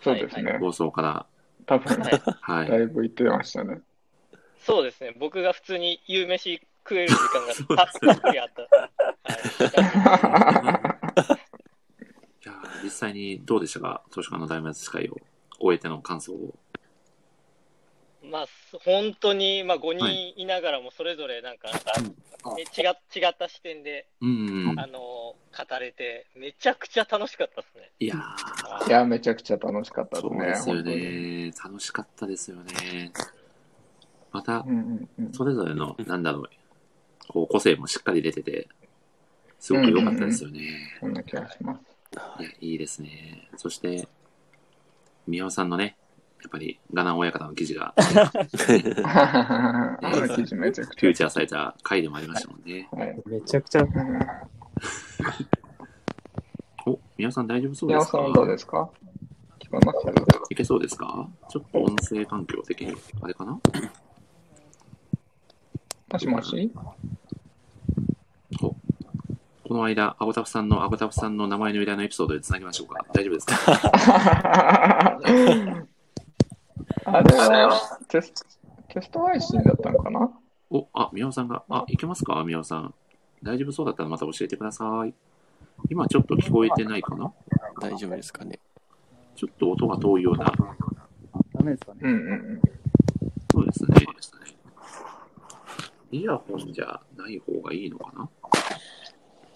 S2: そうですね。
S1: 放送から、
S2: 多分、
S3: はい、
S1: はい。
S2: だいぶ行ってましたね。
S3: そうですね、僕が普通に夕飯食える時間がたたっぷりあった。は い
S1: いやー実際にどうでしたか図書館の大魔使いを終えての感想を。
S3: まあ、す本当に、まあ、5
S1: は
S3: 人いながらもそれぞれなんか、
S5: うん
S3: え違違った視点で、
S1: うん。
S3: あのー語れて、めちゃくちゃ楽しかったですね。
S1: いやー
S2: い
S3: あ
S2: や、めちゃくちゃ楽しかったで
S1: そうですすよ
S2: ね。
S1: ね。楽しかったですよね。また
S2: 本当、にうんうんうん
S1: それぞれの、なんだろう、こう、個性もしっかり出てて、すごく良かったですよね。
S2: そんな気がします。
S1: いや、いいですね。そして、宮尾さんのね、やっぱり、ガナン親方の記事が、
S2: あの記事めちゃく
S1: フ
S2: ち
S1: ュ
S2: ゃ
S1: ー。チャーされた回でもありましたもんね。
S2: はい。
S5: めちゃくちゃ、
S1: お、宮尾さん大丈夫そうで
S2: 宮尾
S1: す
S2: さ
S1: か
S2: んどうですか聞こえます
S1: いけそうですかちょっと音声環境的に、あれかな
S2: もしもし
S1: この間、アゴタフさんの、アゴタフさんの名前の由来のエピソードでつなぎましょうか。大丈夫ですか
S2: あれはテスト、テスト配信だったのかな
S1: お、あ、宮尾さんが、あ、いけますか宮尾さん。大丈夫そうだったらまた教えてください。今ちょっと聞こえてないかな
S7: 大丈夫ですかね。
S1: ちょっと音が遠いような。
S5: ダメですかね。
S2: うんうん
S1: そうですね。イヤホンじゃない方がいいのかな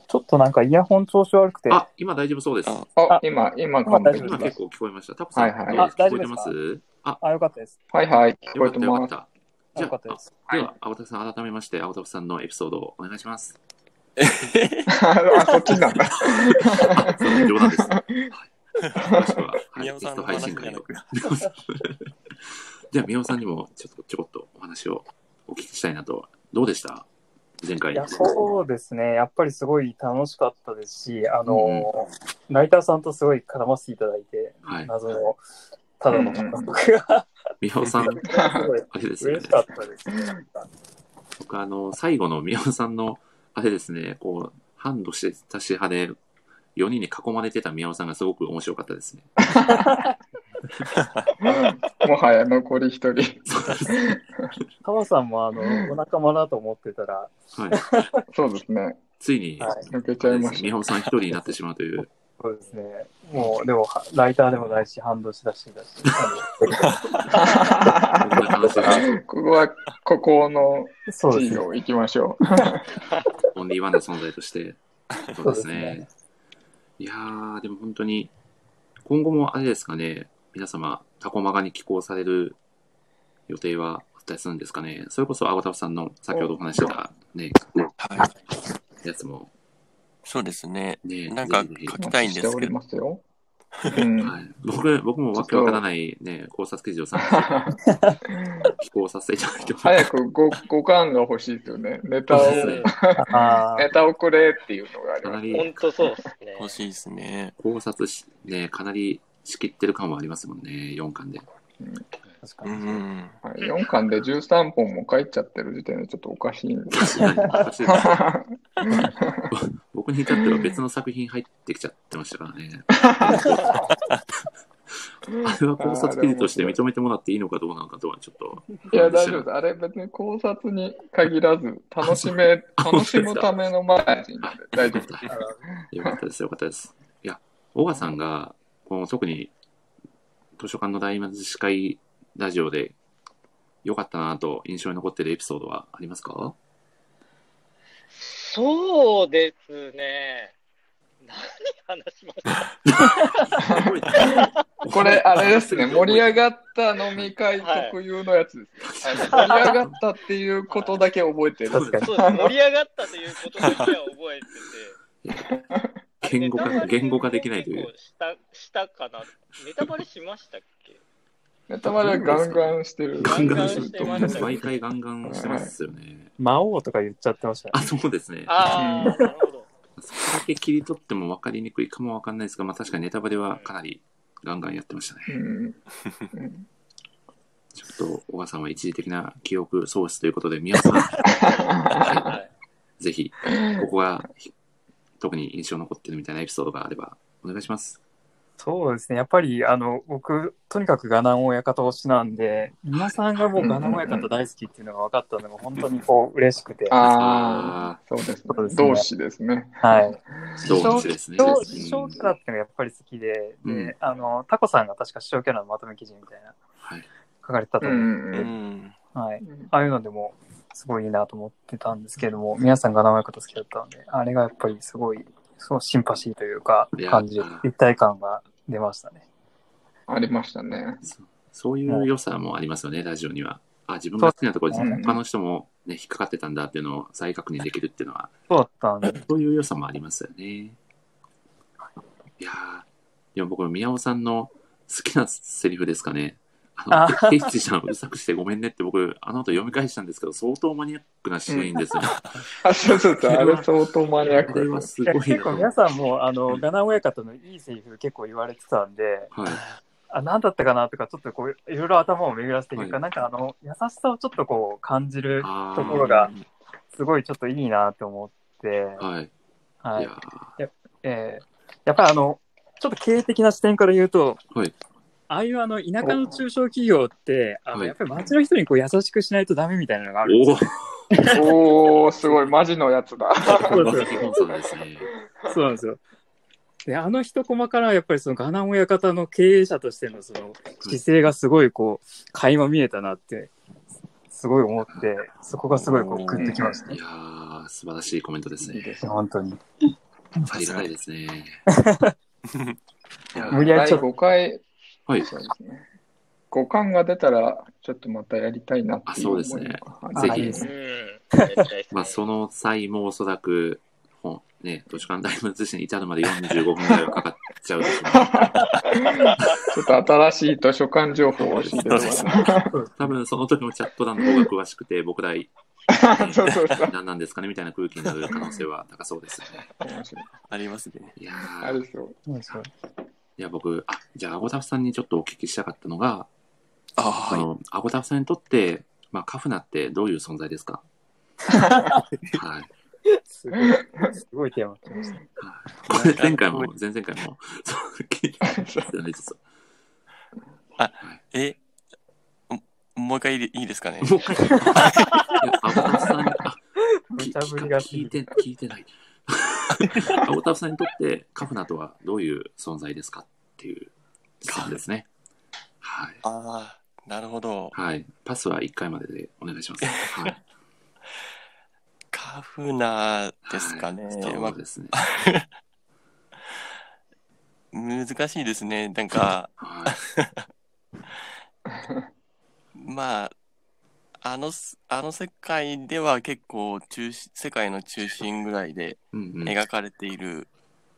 S5: ちょっとなんかイヤホン調子悪くて、
S1: あ、今大丈夫そうです。
S7: あ
S2: うん。あ
S5: あ、
S2: 今、今
S5: 今
S2: 完璧
S5: 大丈
S1: 今
S5: 夫
S2: で。
S5: です
S1: 結構聞こえました。タプさん、
S2: はいは
S1: ど
S2: い
S1: うです
S5: あ
S1: 聞こえてますあ、
S5: あ、よかったです。
S2: はいはい、
S1: よ
S2: 聞こえ
S1: かってたよか
S2: ま
S1: っ
S2: す。
S1: た。じ
S5: よ
S1: ゃ
S5: かった
S1: あ
S5: で
S1: あ
S5: す。
S1: では、青田さん、改めまして、青田さんのエピソードをお願いします。
S2: あ、 そっちなんだ。
S1: それ冗談 です。はいもしくは、はい、
S7: 宮
S1: テ
S7: 尾さ
S1: ス
S7: ん
S1: ト
S7: の
S1: 配信
S7: 話じ
S1: 会
S7: ゃな
S1: を
S7: く。
S1: じゃあ、宮尾さんにもちょっとちょこっとお話をお聞きしたいなと。どうでした前回
S5: い。やそうですね、やっぱりすごい楽しかったですし、あの、ライターさんとすごい絡ませていただいて、
S1: はい。
S5: 謎の、ただの監督が、
S1: 宮尾さん、
S5: すごい
S1: あれですよ
S5: 嬉
S1: ね
S5: し。かったですね。
S1: 僕、あの、最後の宮尾さんの、あれですね、こう、ハンドしてたし派で、4人に囲まれてた宮尾さんがすごく面白かったですね。
S2: もはや残り一
S1: そ
S2: 人。
S1: うです
S5: タワさんも、あの、お仲間だと思ってたら、
S1: はい。
S2: そうですね。
S1: ついに、
S5: はい
S2: 抜けち
S1: あ
S2: ゃ
S1: れ
S2: い
S1: で
S2: ます
S1: ね
S2: し
S1: 宮尾さん一人になってしまうという。
S5: そうですね。もう、でも、はライターでもないし、ハンドしだしだし、あ
S2: た。
S1: 僕の話が、
S2: ここは、ここの
S5: のそう
S2: 地
S5: です
S2: 位
S5: ね。
S2: を行きましょ
S1: オンリーワンの存在として。そうです
S5: そうです
S1: ね。いやー、でも本当に、今後もあれですかね、皆様、タコマガに寄稿される予定はあったりするんですかね。それこそ、アゴタフさんの先ほどお話ししてたね、
S7: はい。
S1: やつも
S7: そうですね。
S1: ね、
S7: なんか
S1: ぜひぜ
S7: 書
S2: う。
S7: きたいん
S2: し
S7: で
S2: て
S7: す
S2: お
S7: け
S2: り
S7: ど
S2: ま、すよ。うん
S1: ひ。はい、僕、僕もわけわからないね、考察記事をさ、寄稿させていただいても
S2: 早くご、ご感が欲しいですよね。ネタを、
S1: そうですね
S2: ネ。
S5: ああ、
S2: タをくれっていうのがあり
S1: か
S2: ま
S1: な
S2: す。
S1: り
S3: 本当そうですね。
S7: 欲しいですね。
S1: 考察し、ね、かなり仕切ってる感はありますもんね、4巻で。
S5: 確か
S7: う
S5: に。
S7: ん。
S2: はい、4巻で13本も書いちゃってる時点でちょっとおかし いんです。
S1: 確かに、おかしいです僕に至っては別の作品入ってきちゃってましたからね。あれは考察記事として認めてもらっていいのかどうなのかとはちょっと。
S2: いや、大丈夫です。あれ別に考察に限らず、楽し め、楽しむためのマガジンなんで大丈夫です。
S1: よかったです、よかったです。いや、小川さんが、この特に図書館の大魔術司会ラジオで良かったなと印象に残ってるエピソードはありますか
S3: そうですね。何話しました
S2: これ、あれですね、盛り上がった飲み会特有のやつです。あの盛り上がったっていうことだけ覚えてる。
S5: 確かに。
S3: そうです 盛り上がったということだけは覚えてて。
S1: 言語
S3: ネタバ
S1: 化、
S3: レ
S1: 言語化できないという
S3: 結。構した、したかな。ネタバレしましたっけ
S2: ネタバレガンガンしてる。
S1: ガンガン
S3: し
S1: してて
S3: ま
S1: ま
S3: し
S1: す。
S3: た
S1: 毎回ガンガンしてますよね。
S5: 魔王とか言っちゃってましたね
S1: あ、。そうですね。
S3: ああ、なるほど。
S1: そこだけ切り取っても分かりにくいかも分かんないですが、まあ確かにネタバレはかなりガンガンやってましたね。
S2: うん
S1: ちょっと、小川さんは一時的な記憶喪失ということで、宮尾さん、
S3: はい。
S1: ぜひ、ここがひ特に印象残ってるみたいなエピソードがあれば、お願いします。
S5: そうですね。やっぱり、あの、僕、とにかくガナン親方推しなんで、皆さんがもうガナン親方大好きっていうのが分かったのが、本当にこう、嬉しくて。は
S2: ああ、
S1: あ
S2: そうです
S5: そ
S2: ね
S5: うで。すね
S2: 同志ですね。
S5: い。
S1: ー、
S5: 師
S1: どうも失
S5: 匠、師
S1: 礼ですね。
S5: 匠、
S1: うん
S5: 師匠キャラっていうのがやっぱり好きで、
S1: うん
S5: で、あの、タコさんが確か師匠キャラのまとめ記事みたいな、
S1: はい。
S5: 書かれてたと
S2: う
S5: 思うん
S2: んうん
S7: うん。
S5: はい。
S2: うん。
S5: ああいうのでも、すごいいいなと思ってたんですけども、皆さんが名前方好きだったので、あれがやっぱりすごい、そう、シンパシーというか
S1: い、や
S5: 感じで
S1: あ、ー
S5: 一体感が出ましたね。
S2: ありましたね。
S1: そそういう良さもありますよね、ラジオには。あ、自分が好きなところ
S5: そう
S2: ですね
S1: 他の人も、ね、引っかかってたんだっていうのを再確認できるっていうのは、
S5: そうだったんで、
S1: そういう良さもありますよね。いやー、でも僕、宮尾さんの好きなセリフですかね。あ
S5: あ
S1: の、ケイチさんうるさくしてごめんねって僕、あの後読み返したんですけど、相当マニアックなシーンですよね。
S2: あ、そうそうそう、あれ相当マニアッ
S1: あ
S2: ク
S1: れ
S2: ですよ
S1: は。すごいなと
S5: いや結構皆さんも、あの、ガナ親方のいいセリフ結構言われてたんで、
S1: はい。
S5: あ、なんだったかなとか、ちょっとこう、いろいろ頭を巡らせている
S1: は
S5: か、なんかあの、優しさをちょっとこう、感じる、
S1: あ
S5: ところがすごいちょっといいなと思って、
S1: ーはい。
S5: はいい
S1: や。ー
S5: えーやっぱりあの、ちょっと経営的な視点から言うと、
S1: はい
S5: ああいうあの田舎の中小企業って、あの
S1: はい
S5: やっぱり街の人にこう優しくしないとダメみたいなのがあるんです
S1: お
S5: よ。
S1: ー
S2: おー、すごい、マジのやつだ。
S1: まさき本さんですね。
S5: そうなんですよ。で、あの一コマからやっぱりそのガナン親方の経営者としてのその姿勢がすごいこう、垣間見えたなって、すごい思って、そこがすごいこう、グッときました
S1: い。やー、素晴らしいコメントですね。
S5: 本当に。
S1: ありがたいですね。い やー
S5: 無理やりち
S2: 第
S5: ょっと
S2: 5回、
S1: はい。
S2: そうですね。五巻が出たら、ちょっとまたやりたいなっていう思い
S1: あそうですね
S2: も
S1: ぜ
S2: あ
S1: ひ
S2: り
S5: いいで
S2: ます
S3: う
S5: ね
S3: ん。絶対ですね
S1: まあ、その際もおそらく、本ね、図書館大仏師に至るまで45分ぐらいはかかっちゃうでしょう ね。
S2: ちょっと新しい図書館情報を教えてもら
S7: そううです
S1: 多分その時もチャット欄の方が詳しくて、僕ら
S2: そうそうそう。
S1: 何なんですかねみたいな空気になる可能性は高そうです。
S2: 面白い。
S7: ありますね。
S1: いや
S2: あ
S1: ー
S2: るそう。
S5: うんそう
S1: いや僕、あ、じゃあ、アゴタフさんにちょっとお聞きしたかったのが、
S7: あ
S1: あ
S7: は
S1: の、アゴタフさんにとって、まあ、カフナってどういう存在です かはい。
S5: すごい、すごいテーマ来ました。
S1: これ前回も、前々回も、そう、聞いてないです。
S7: い。え、んもう一回いいいいですかね。
S1: もう一回。いやアゴタフさん、あ、
S5: 無
S1: き
S5: 茶ぶりが過
S1: 聞
S5: ぎ
S1: い
S5: る
S1: て、聞いてない。アゴタフさんにとって、カフナとはどういう存在ですかっていう質問ですね。はい。
S7: ああ、なるほど。
S1: はい。パスは1回まででお願いします。はい。
S7: カフナですかね。ま
S1: そ
S7: あ
S1: うですね。
S7: 難しいですね。なんか、
S1: はい。
S7: まあ、あのす、あの世界では結構中心、世界の中心ぐらいで
S1: うんうん。
S7: 描かれている、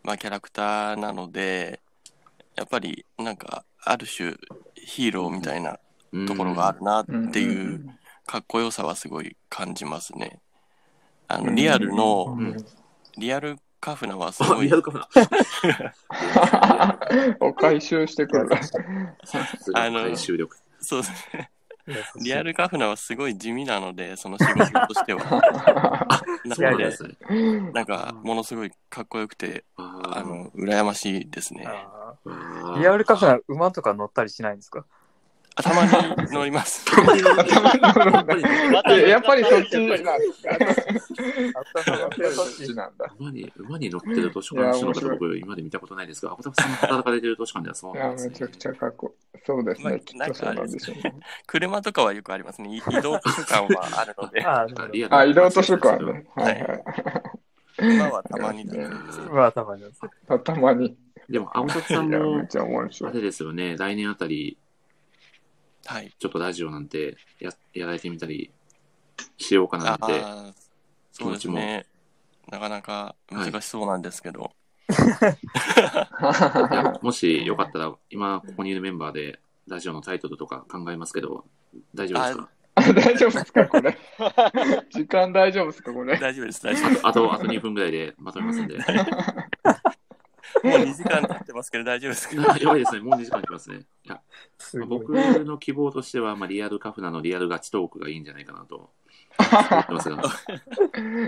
S7: まあ、キャラクターなので、やっぱり、なんか、ある種、ヒーローみたいなところがあるなって
S2: ん
S7: い
S2: ん
S7: う、
S2: ん
S7: かっこよさはすごい感じますね。あ
S2: う
S7: の、
S2: ん
S7: リアル
S5: う
S7: の、
S5: ん
S7: リアルカフナはす
S1: あ、
S7: ごい
S1: リア、ルカフナ。
S2: を回収してくる。
S1: さすがの回収力。
S7: そうですね。リア
S5: ル。
S7: ルカフナはすごい地味なので、その仕事としては。な
S1: そうな
S7: の
S1: んで
S7: で、
S1: すね。
S7: なんか、ものすごいかっこよくて、
S1: あー
S7: あの、羨ましいですね。
S5: あ
S1: あ
S5: ー
S1: ー
S5: リアルカフナ、馬とか乗ったりしないんですか
S7: 頭に乗ります。
S2: 頭に乗るんだ。
S3: また
S2: でやっぱりそっちなんだ。
S5: 頭
S2: やっぱりそっちなんだ。
S1: 馬に馬に乗ってる図書館の人の方、僕、今まで見たことないですが、アコタフさんが働かれてる図書館ではそう
S2: い
S1: な
S2: や、
S1: んです
S2: め
S1: ね
S2: ちゃくちゃかっこいい。そうです
S7: まあ
S2: ね。きっとそうなんでしょうね。
S7: 車とかはよくありますね。い移動空間はある ので、
S5: ああ、
S1: あリアルな
S2: あ、移動図 書館ね。は
S7: はいい
S2: はい。
S7: 馬はたまにだけです。
S5: 馬頭に乗って。
S2: たまに。い
S1: でも、アコタフさ
S2: や、
S1: ん
S2: めっ
S1: も、
S2: ちゃ面白
S1: あ
S2: い。
S1: れですよね、来年あたり、
S7: はい。
S1: ちょっとラジオなんてややられてみたりしようかな
S7: あ
S1: んて、
S7: あ、そうですね。なかなか難しそうなんですけど、
S1: いやもしよかったら、今、ここにいるメンバーで、ラジオのタイトルとか考えますけど、大丈夫ですか
S2: あ 大丈夫ですかこれ。時間大丈夫ですかこれ。
S7: 大丈夫です、大丈夫です。
S1: あと、 あと2分ぐらいでまとめますんで。
S7: もう2時間経ってますけど大丈夫ですか
S1: やばいですね、もう2時間きますね。いや
S5: すごい
S1: 僕。の希望としては、まあ、リアルカフナのリアルガチトークがいいんじゃないかなと思ってますが、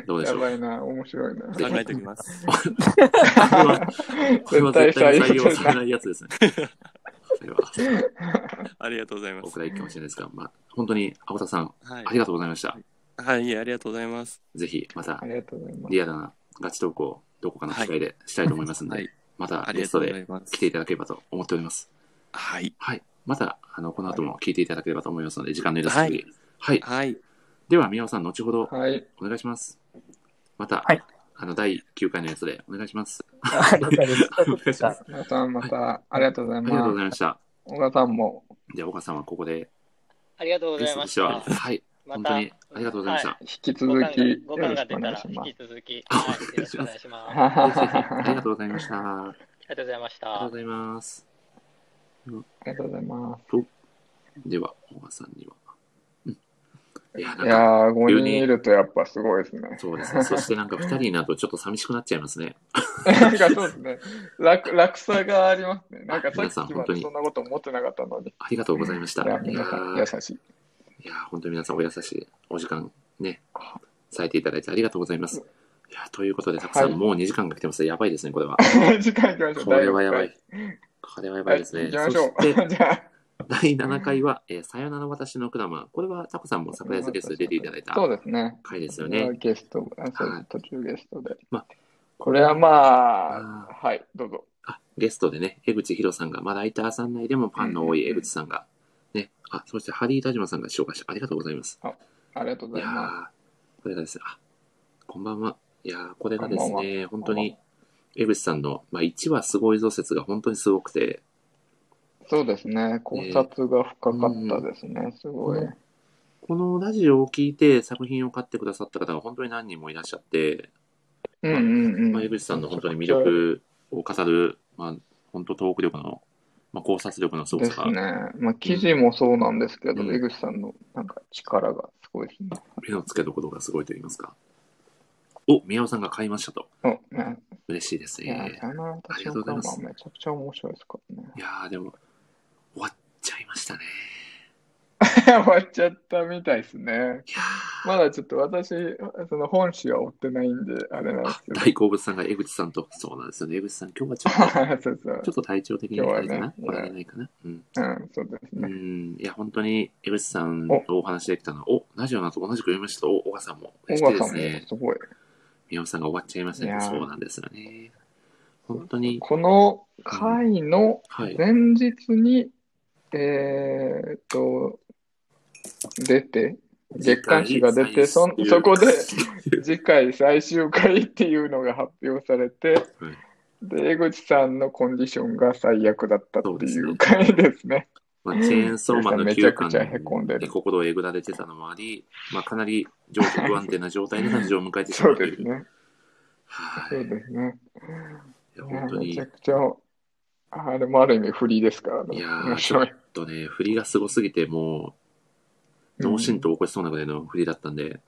S1: どうでし
S2: や
S1: ょう。
S2: ばいな、面白いな。
S7: 考えておきます。
S1: これはこれは
S2: 絶対
S1: 絶対に採
S2: 採用
S1: 用
S2: し
S1: さ
S2: な
S1: れ
S2: い。
S1: ないやつですね。それは
S7: ありがとうございます
S1: 僕。らいいかもしれないですが、まあ、本当に、青田さん、
S7: はい
S1: あり。がとうございました。
S7: はい、いえありがとうございます。
S1: ぜひ、また
S2: あ、りがとうございます。
S1: リアルなガチトークをどこかの機会でしたいと思いますので、
S7: はい、
S1: また
S7: あり
S1: ゲ
S7: が
S1: ス
S7: と
S1: ト
S7: うござ
S1: で
S7: います
S1: 来。ていただければと思っております。
S7: はい。
S1: はい。また、あの、この後も聞いていただければと思いますので、時間の許す限り。はい。
S7: はい。
S1: では、宮尾さん、後ほど
S2: はい。
S1: お願いします。また、
S5: はい
S1: あの第9回のやつでお願いします。
S5: ありがとうござい
S1: お願いしま。
S5: ます
S2: またまた、ありがとうござい
S1: ありがとうござ
S2: ます。
S1: いました。
S2: 小川さんも
S1: じゃあ、岡さんはここで
S3: ありがとうご
S1: ゲス
S3: ざい
S1: ト
S3: ま
S1: と
S3: し
S1: しては、
S3: た。
S1: はい、本当にありがとうございました。
S3: は
S2: 引き
S3: ご
S2: 続
S3: 感
S2: きよ
S3: がご感
S2: ろ
S3: が
S2: しく
S3: 出
S2: お願
S3: た
S2: い
S3: ら
S2: しま
S3: 引
S2: す
S3: き。続き、はい、よろしくお願いします。あ
S1: ぜ ひありがとうございました。あ
S3: りがとうございま
S1: り
S3: し
S1: がとうご。
S3: た
S1: ざいます。
S2: ありがとうございま
S1: では、岡さんには。うん、いや、
S2: す。い
S1: なんか、
S2: やー、5人いるとやっぱすごいですね。
S1: そうですね。そしてなんか2人になるとちょっと寂しくなっちゃいますね。
S2: なんかそうですね。楽、楽さがありますね。なんかさ
S1: 皆さん
S2: っきま
S1: 本当に
S2: でそんなこと思ってなかったのに。
S1: ありがとうございました。
S2: いや、皆さん優
S1: ー
S2: しい。
S1: いやー本当に皆さんお優しいお時間ね、割いていただいてありがとうございます。いやーということで、たくさん、
S2: はい
S1: もう2時間かけてます。やばいですね、こ れは。
S2: 時間いきましょう。
S1: これはやば
S2: 第
S1: い。これはやば
S2: 六
S1: いです
S2: 回
S1: ね。
S2: はい、行
S1: そ
S2: きましょ
S1: して
S2: う。 じゃあ。
S1: 第7回は、えーさよなら私のクラマー。これはタコさんもサプライズゲストで出ていただいた
S2: そうですね。
S1: 回ですよ
S2: これは
S1: ね。
S2: ゲスト、あそう
S1: はい
S2: 途中ゲストで。
S1: ま
S2: これはま
S1: あ
S2: あ、はい、どうぞ。
S1: あ、ゲストでね、江口博さんが、まあ、ライターさん内でもファンの多い江口さんが、ね、あ、そしてハリー・田島さんが紹介してありがとうございます。
S2: ありがとうご
S1: い
S2: ざい
S1: や
S2: ま
S1: ーこれがですね、あ、こんばんは。いやーこれがで
S2: こ
S1: す
S2: んば
S1: ね、本当に、江口さんの、まあ、1話すごいぞ説が本当にすごくて、
S2: す。そうですね。考察が深かったですね。すごい。
S1: うんこのラジオを聞いて作品を買ってくださった方が本当に何人もいらっしゃって、
S2: うんうんうん。
S1: まあ、江口さんの本当に魅力を語る、まあ、本当トーク力のまあ、考察力のすご
S2: で
S1: さ
S2: す
S1: が、
S2: ね。まあ、記事もそうなんですけど、
S1: うん
S2: 江口さんのなんか力がすごいですね。
S1: 目の付けどころがすごいと言いますか。お、宮尾さんが買いましたと。
S2: おね
S1: 嬉しいです
S2: いや
S1: ね
S2: さ。よなら私の看板めちゃくちゃ面白いですからね。
S1: いやー、でも、終わっちゃいましたね。
S2: 終わっちゃったみたいですね。
S1: いや
S2: まだちょっと私、その本誌は追ってないんで、あれなん
S1: ー
S2: で
S1: あ
S2: すけど。
S1: 大好物さんが江口さんと、そうなんですよね。江口さん、今日はちょっと
S2: そうそう
S1: ちょっと体調的にあれかな、
S2: 今日はね
S1: こられないかな。うん。
S2: うん、そうです
S1: う
S2: ね。
S1: ん、いや、本当に江口さんとお話できたのは、お、ラジオなと同じく読みましたと、お、小川さんも。
S2: 小
S1: 嬉しい
S2: 川
S1: で
S2: さん
S1: す
S2: も
S1: ね。
S2: すごい。
S1: 宮尾さんが終わっちゃいました
S2: い
S1: ね。
S2: やー
S1: そうなんですよね。本当に、
S2: この回の
S1: はい。
S2: 前日に、えーっと、出て、月刊誌が出て、そん
S1: 次回
S2: そこで
S1: 最終
S2: 次回最終回っていうのが発表されて、
S1: はい
S2: で、江口さんのコンディションが最悪だったって
S1: そうで
S2: い
S1: すね
S2: う回ですね。
S1: まあ、チェーンソーマンの
S2: めち
S1: 9
S2: ゃく
S1: 巻
S2: ちゃ凹んでる
S1: 心をえぐられてたのもあり、まあ、かなり情緒不安定な状態で誕生を迎えてし
S2: そ
S1: ま
S2: う
S1: うとい
S2: です
S1: う。
S2: ね。
S1: はい。
S2: そう
S1: い
S2: ですね。
S1: や、
S2: いや
S1: 本当に、
S2: めち
S1: ちょ
S2: ゃくちゃ、あれもある意味フリーですからね。
S1: いやー
S2: 面白い。
S1: っとね、振りがすごすぎて、もう、脳震盪を起こしそうなぐらいの振りだったんで、いや
S2: うん
S1: ー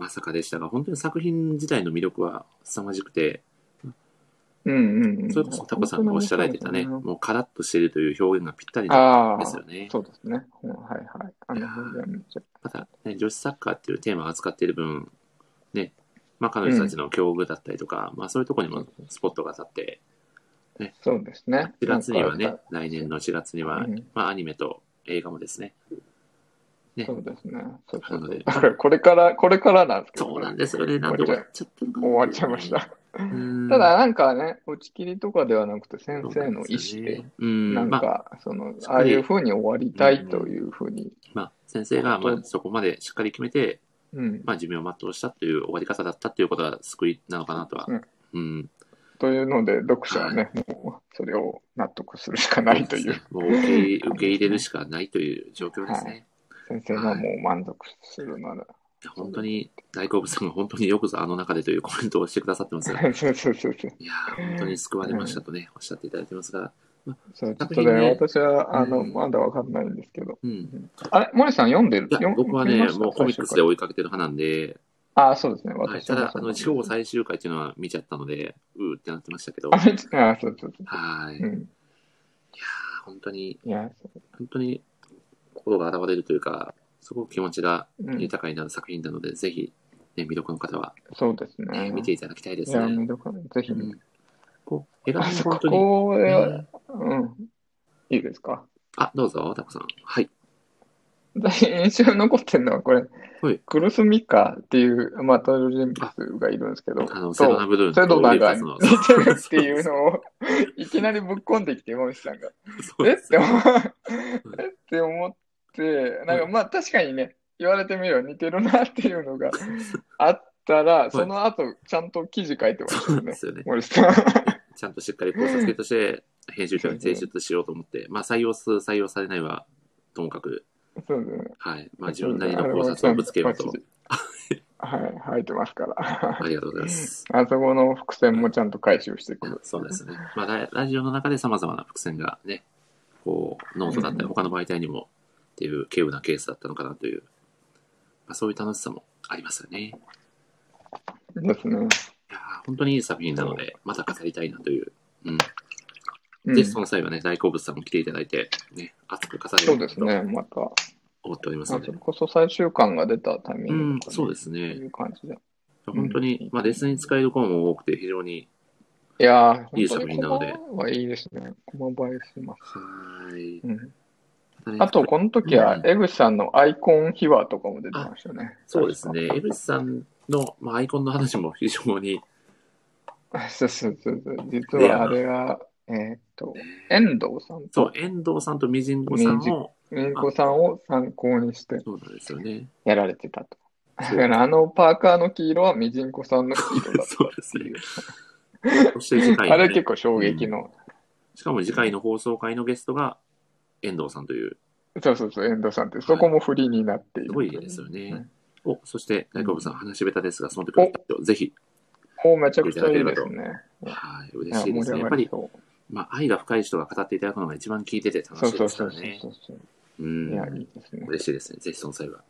S1: まさかでしたが、本当に作品自体の魅力は凄まじくて、
S2: うんうんうん。
S1: それこそタコさんがおっしゃられてたね、
S2: 本
S1: もうカラッとしてるという表現がぴったり
S2: 当に面白
S1: なん
S2: いですねああ、
S1: ですよね。
S2: そうですね。うんはいはい。あの表現めっちゃ。
S1: また、ね、女子サッカーっていうテーマを扱っている分、ね、まあ、彼女たちの境遇だったりとか、まあ、そういうところにもスポットが当たって、
S2: そうですね。
S1: 4月には
S2: な
S1: ね
S2: んか、
S1: 来年の4月には、
S2: うん
S1: まあ、アニメと映画もですね。ね
S2: そ、うですね。そうそ
S1: な
S2: うそ
S1: ので
S2: う。だから これから、これからなんですけど、
S1: そう
S2: これ
S1: なんですよね。なんで終わっちゃったのかな
S2: 終わっちゃいまし。た。
S1: うん
S2: ただ、なんかね、打ち切りとかではなくて、先
S1: そう
S2: 生
S1: なん
S2: の
S1: すよ
S2: 意思
S1: ね
S2: で、
S1: うん、
S2: なん
S1: まあ、
S2: か、その
S1: しっ、かり
S2: ああいうふうに終わりたいというふうに、
S1: まあ、先生が、まあ
S2: こ、と
S1: そこまでしっかり決めて、
S2: うん、
S1: まあ、寿命を全うしたという終わり方だったということが救いなのかなとは。
S2: うん
S1: うん。
S2: というので、読者はね、もう、それを納得するしかない とい
S1: そう
S2: う
S1: で、すねもう受け入れ受け入れるしかないという状況ですね。
S2: はい先生がもう満足するなら、
S1: いや本当に大好物さんが本当によくぞあの中でというコメントをしてくださってますが
S2: そうそうそうそう。
S1: いやー本当に救われましたとね、おっしゃっていただいてますが、
S2: そう、ちょっ
S1: 作
S2: と
S1: 品ね
S2: ね、私は、あの、
S1: うん
S2: まだわかんないんですけど。
S1: うん、い
S2: あれ、森さん読んでる
S1: や
S2: 読ん
S1: 僕はね
S2: 読みました
S1: もうコミックスで
S2: 最終
S1: 追いかけてる派なんで、
S2: 回ああ、そうですね。
S1: はい、
S2: 私
S1: た
S2: も
S1: だ
S2: そ
S1: あ
S2: うなん
S1: の
S2: で
S1: 地
S2: す
S1: 方最終回っていうのは見ちゃったのでうーってなってました けど
S2: あ
S1: はい
S2: れちああ、そうそうそう。
S1: いや
S2: う
S1: ー
S2: ん。
S1: 本当に
S2: いや、そう
S1: 本当に心が現れるというかすごく気持ちが
S2: うん、
S1: 豊かになる作品なので、ぜひ、ね、魅力の方は、
S2: そうです
S1: ね
S2: ね。
S1: 見ていただきたいで
S2: い
S1: す
S2: や、
S1: ね。
S2: 見どころ、ぜひ
S1: う
S2: 見て。
S1: ん、こう映画
S2: あ、
S1: も
S2: そ
S1: 本
S2: こ
S1: 当に、
S2: これ
S1: う
S2: は
S1: ん、
S2: うん。いいですか
S1: あどうぞタコさんはい
S2: 私、印象に残ってるのは、これ
S1: はい、
S2: クルスミカっていう、まあ、登場人物がいるんですけど、
S1: あの、
S2: と
S1: セドナブルーン
S2: セドナが
S1: ウィル
S2: 似
S1: カス
S2: てるっていうのを、いきなりぶっこんできて、モミさんが。
S1: そう
S2: えっ
S1: です
S2: て
S1: よ
S2: 思うえって思って、なんかまあ確かにね、言われてみれば似てるなってい うのがあったら、その後ちゃんと記事書いてまし
S1: そ
S2: た
S1: う
S2: よ
S1: なんで
S2: ね、
S1: すよね。
S2: 森さん。
S1: ちゃんとしっかり考察系として、編集長に提出しようと思って、まあ、採用する、採用されないは、ともかく、
S2: そうですね。
S1: はい。まあ、自分なりの考察をぶつけようと。
S2: はい、入ってますから。
S1: ありがとうございます。
S2: あそこの伏線もちゃんと回収していくる。
S1: そうですね。まあ、ララジオの中で様々な伏線がね、こう、ノートだったり、他の媒体にも、っていう、軽有なケースだったのかなという、まあ、そういう楽しさもありますよね。い
S2: ですね。
S1: やー本当にいい作品なので、また語りたいなという。うん。
S2: うん
S1: ぜひその際はね、大好物さんも来ていただいて、ね、熱く語れ
S2: そ
S1: る
S2: うですね、また。
S1: 思っております
S2: あ
S1: ので
S2: それ。こそ最終巻が出たタイミ
S1: う
S2: ン
S1: ん
S2: グと、か
S1: そうです
S2: そう
S1: ね
S2: い。う感じで。
S1: 本当に、まあ、レッスンに使える子も多くて、非常に、
S2: いやー、
S1: いい
S2: 本
S1: 作
S2: 当に
S1: 品なので
S2: 駒はいいですね。駒映えします。
S1: はい。
S2: うん、
S1: ただね
S2: あと、この時は
S1: う、ん
S2: 江口さんのアイコン秘話とかも出てましたよね。
S1: そうですね。江
S2: 確
S1: 口さんの、まあ、アイコンの話も非常に、
S2: か。そうそうそうそう。実
S1: レアな
S2: はあれは、えーっと、遠藤さん
S1: そ
S2: と
S1: う、遠藤さんとみじんごさんも、
S2: 凛子さんを参考にして
S1: そうなんですよね。
S2: やられてたと。だ
S1: そう
S2: からあのパーカーの黄色はみじんこさんの黄色だ った
S1: そうで
S2: っ
S1: す
S2: て
S1: ね
S2: いう。。
S1: そして次回
S2: あ
S1: の
S2: れ
S1: ね、
S2: 結構衝撃の。
S1: しかも次回の放送回のゲストが遠藤さんという、
S2: そうそうそう、遠藤さんって、そこも振りになっている
S1: す
S2: と
S1: ご
S2: いう。
S1: いですよ
S2: う
S1: ね
S2: ん。
S1: お、そして大好物さん、話し下手ですが、その時のぜひ、
S2: もうめちゃくちゃいいですね。
S1: はい、
S2: い
S1: 嬉
S2: や
S1: しい
S2: 盛
S1: で
S2: り
S1: すね。や
S2: 上
S1: っ
S2: が
S1: ぱ
S2: り
S1: り、
S2: そう。
S1: まあ、愛が深い人が語っていただくのが一番聞いてて楽
S2: そう
S1: しい
S2: そ
S1: で
S2: う
S1: すか
S2: そう
S1: ら
S2: そう
S1: ね
S2: そ。うそう。
S1: う
S2: いや、い
S1: ん。
S2: いですね。
S1: 嬉しいですね。ぜひその際は。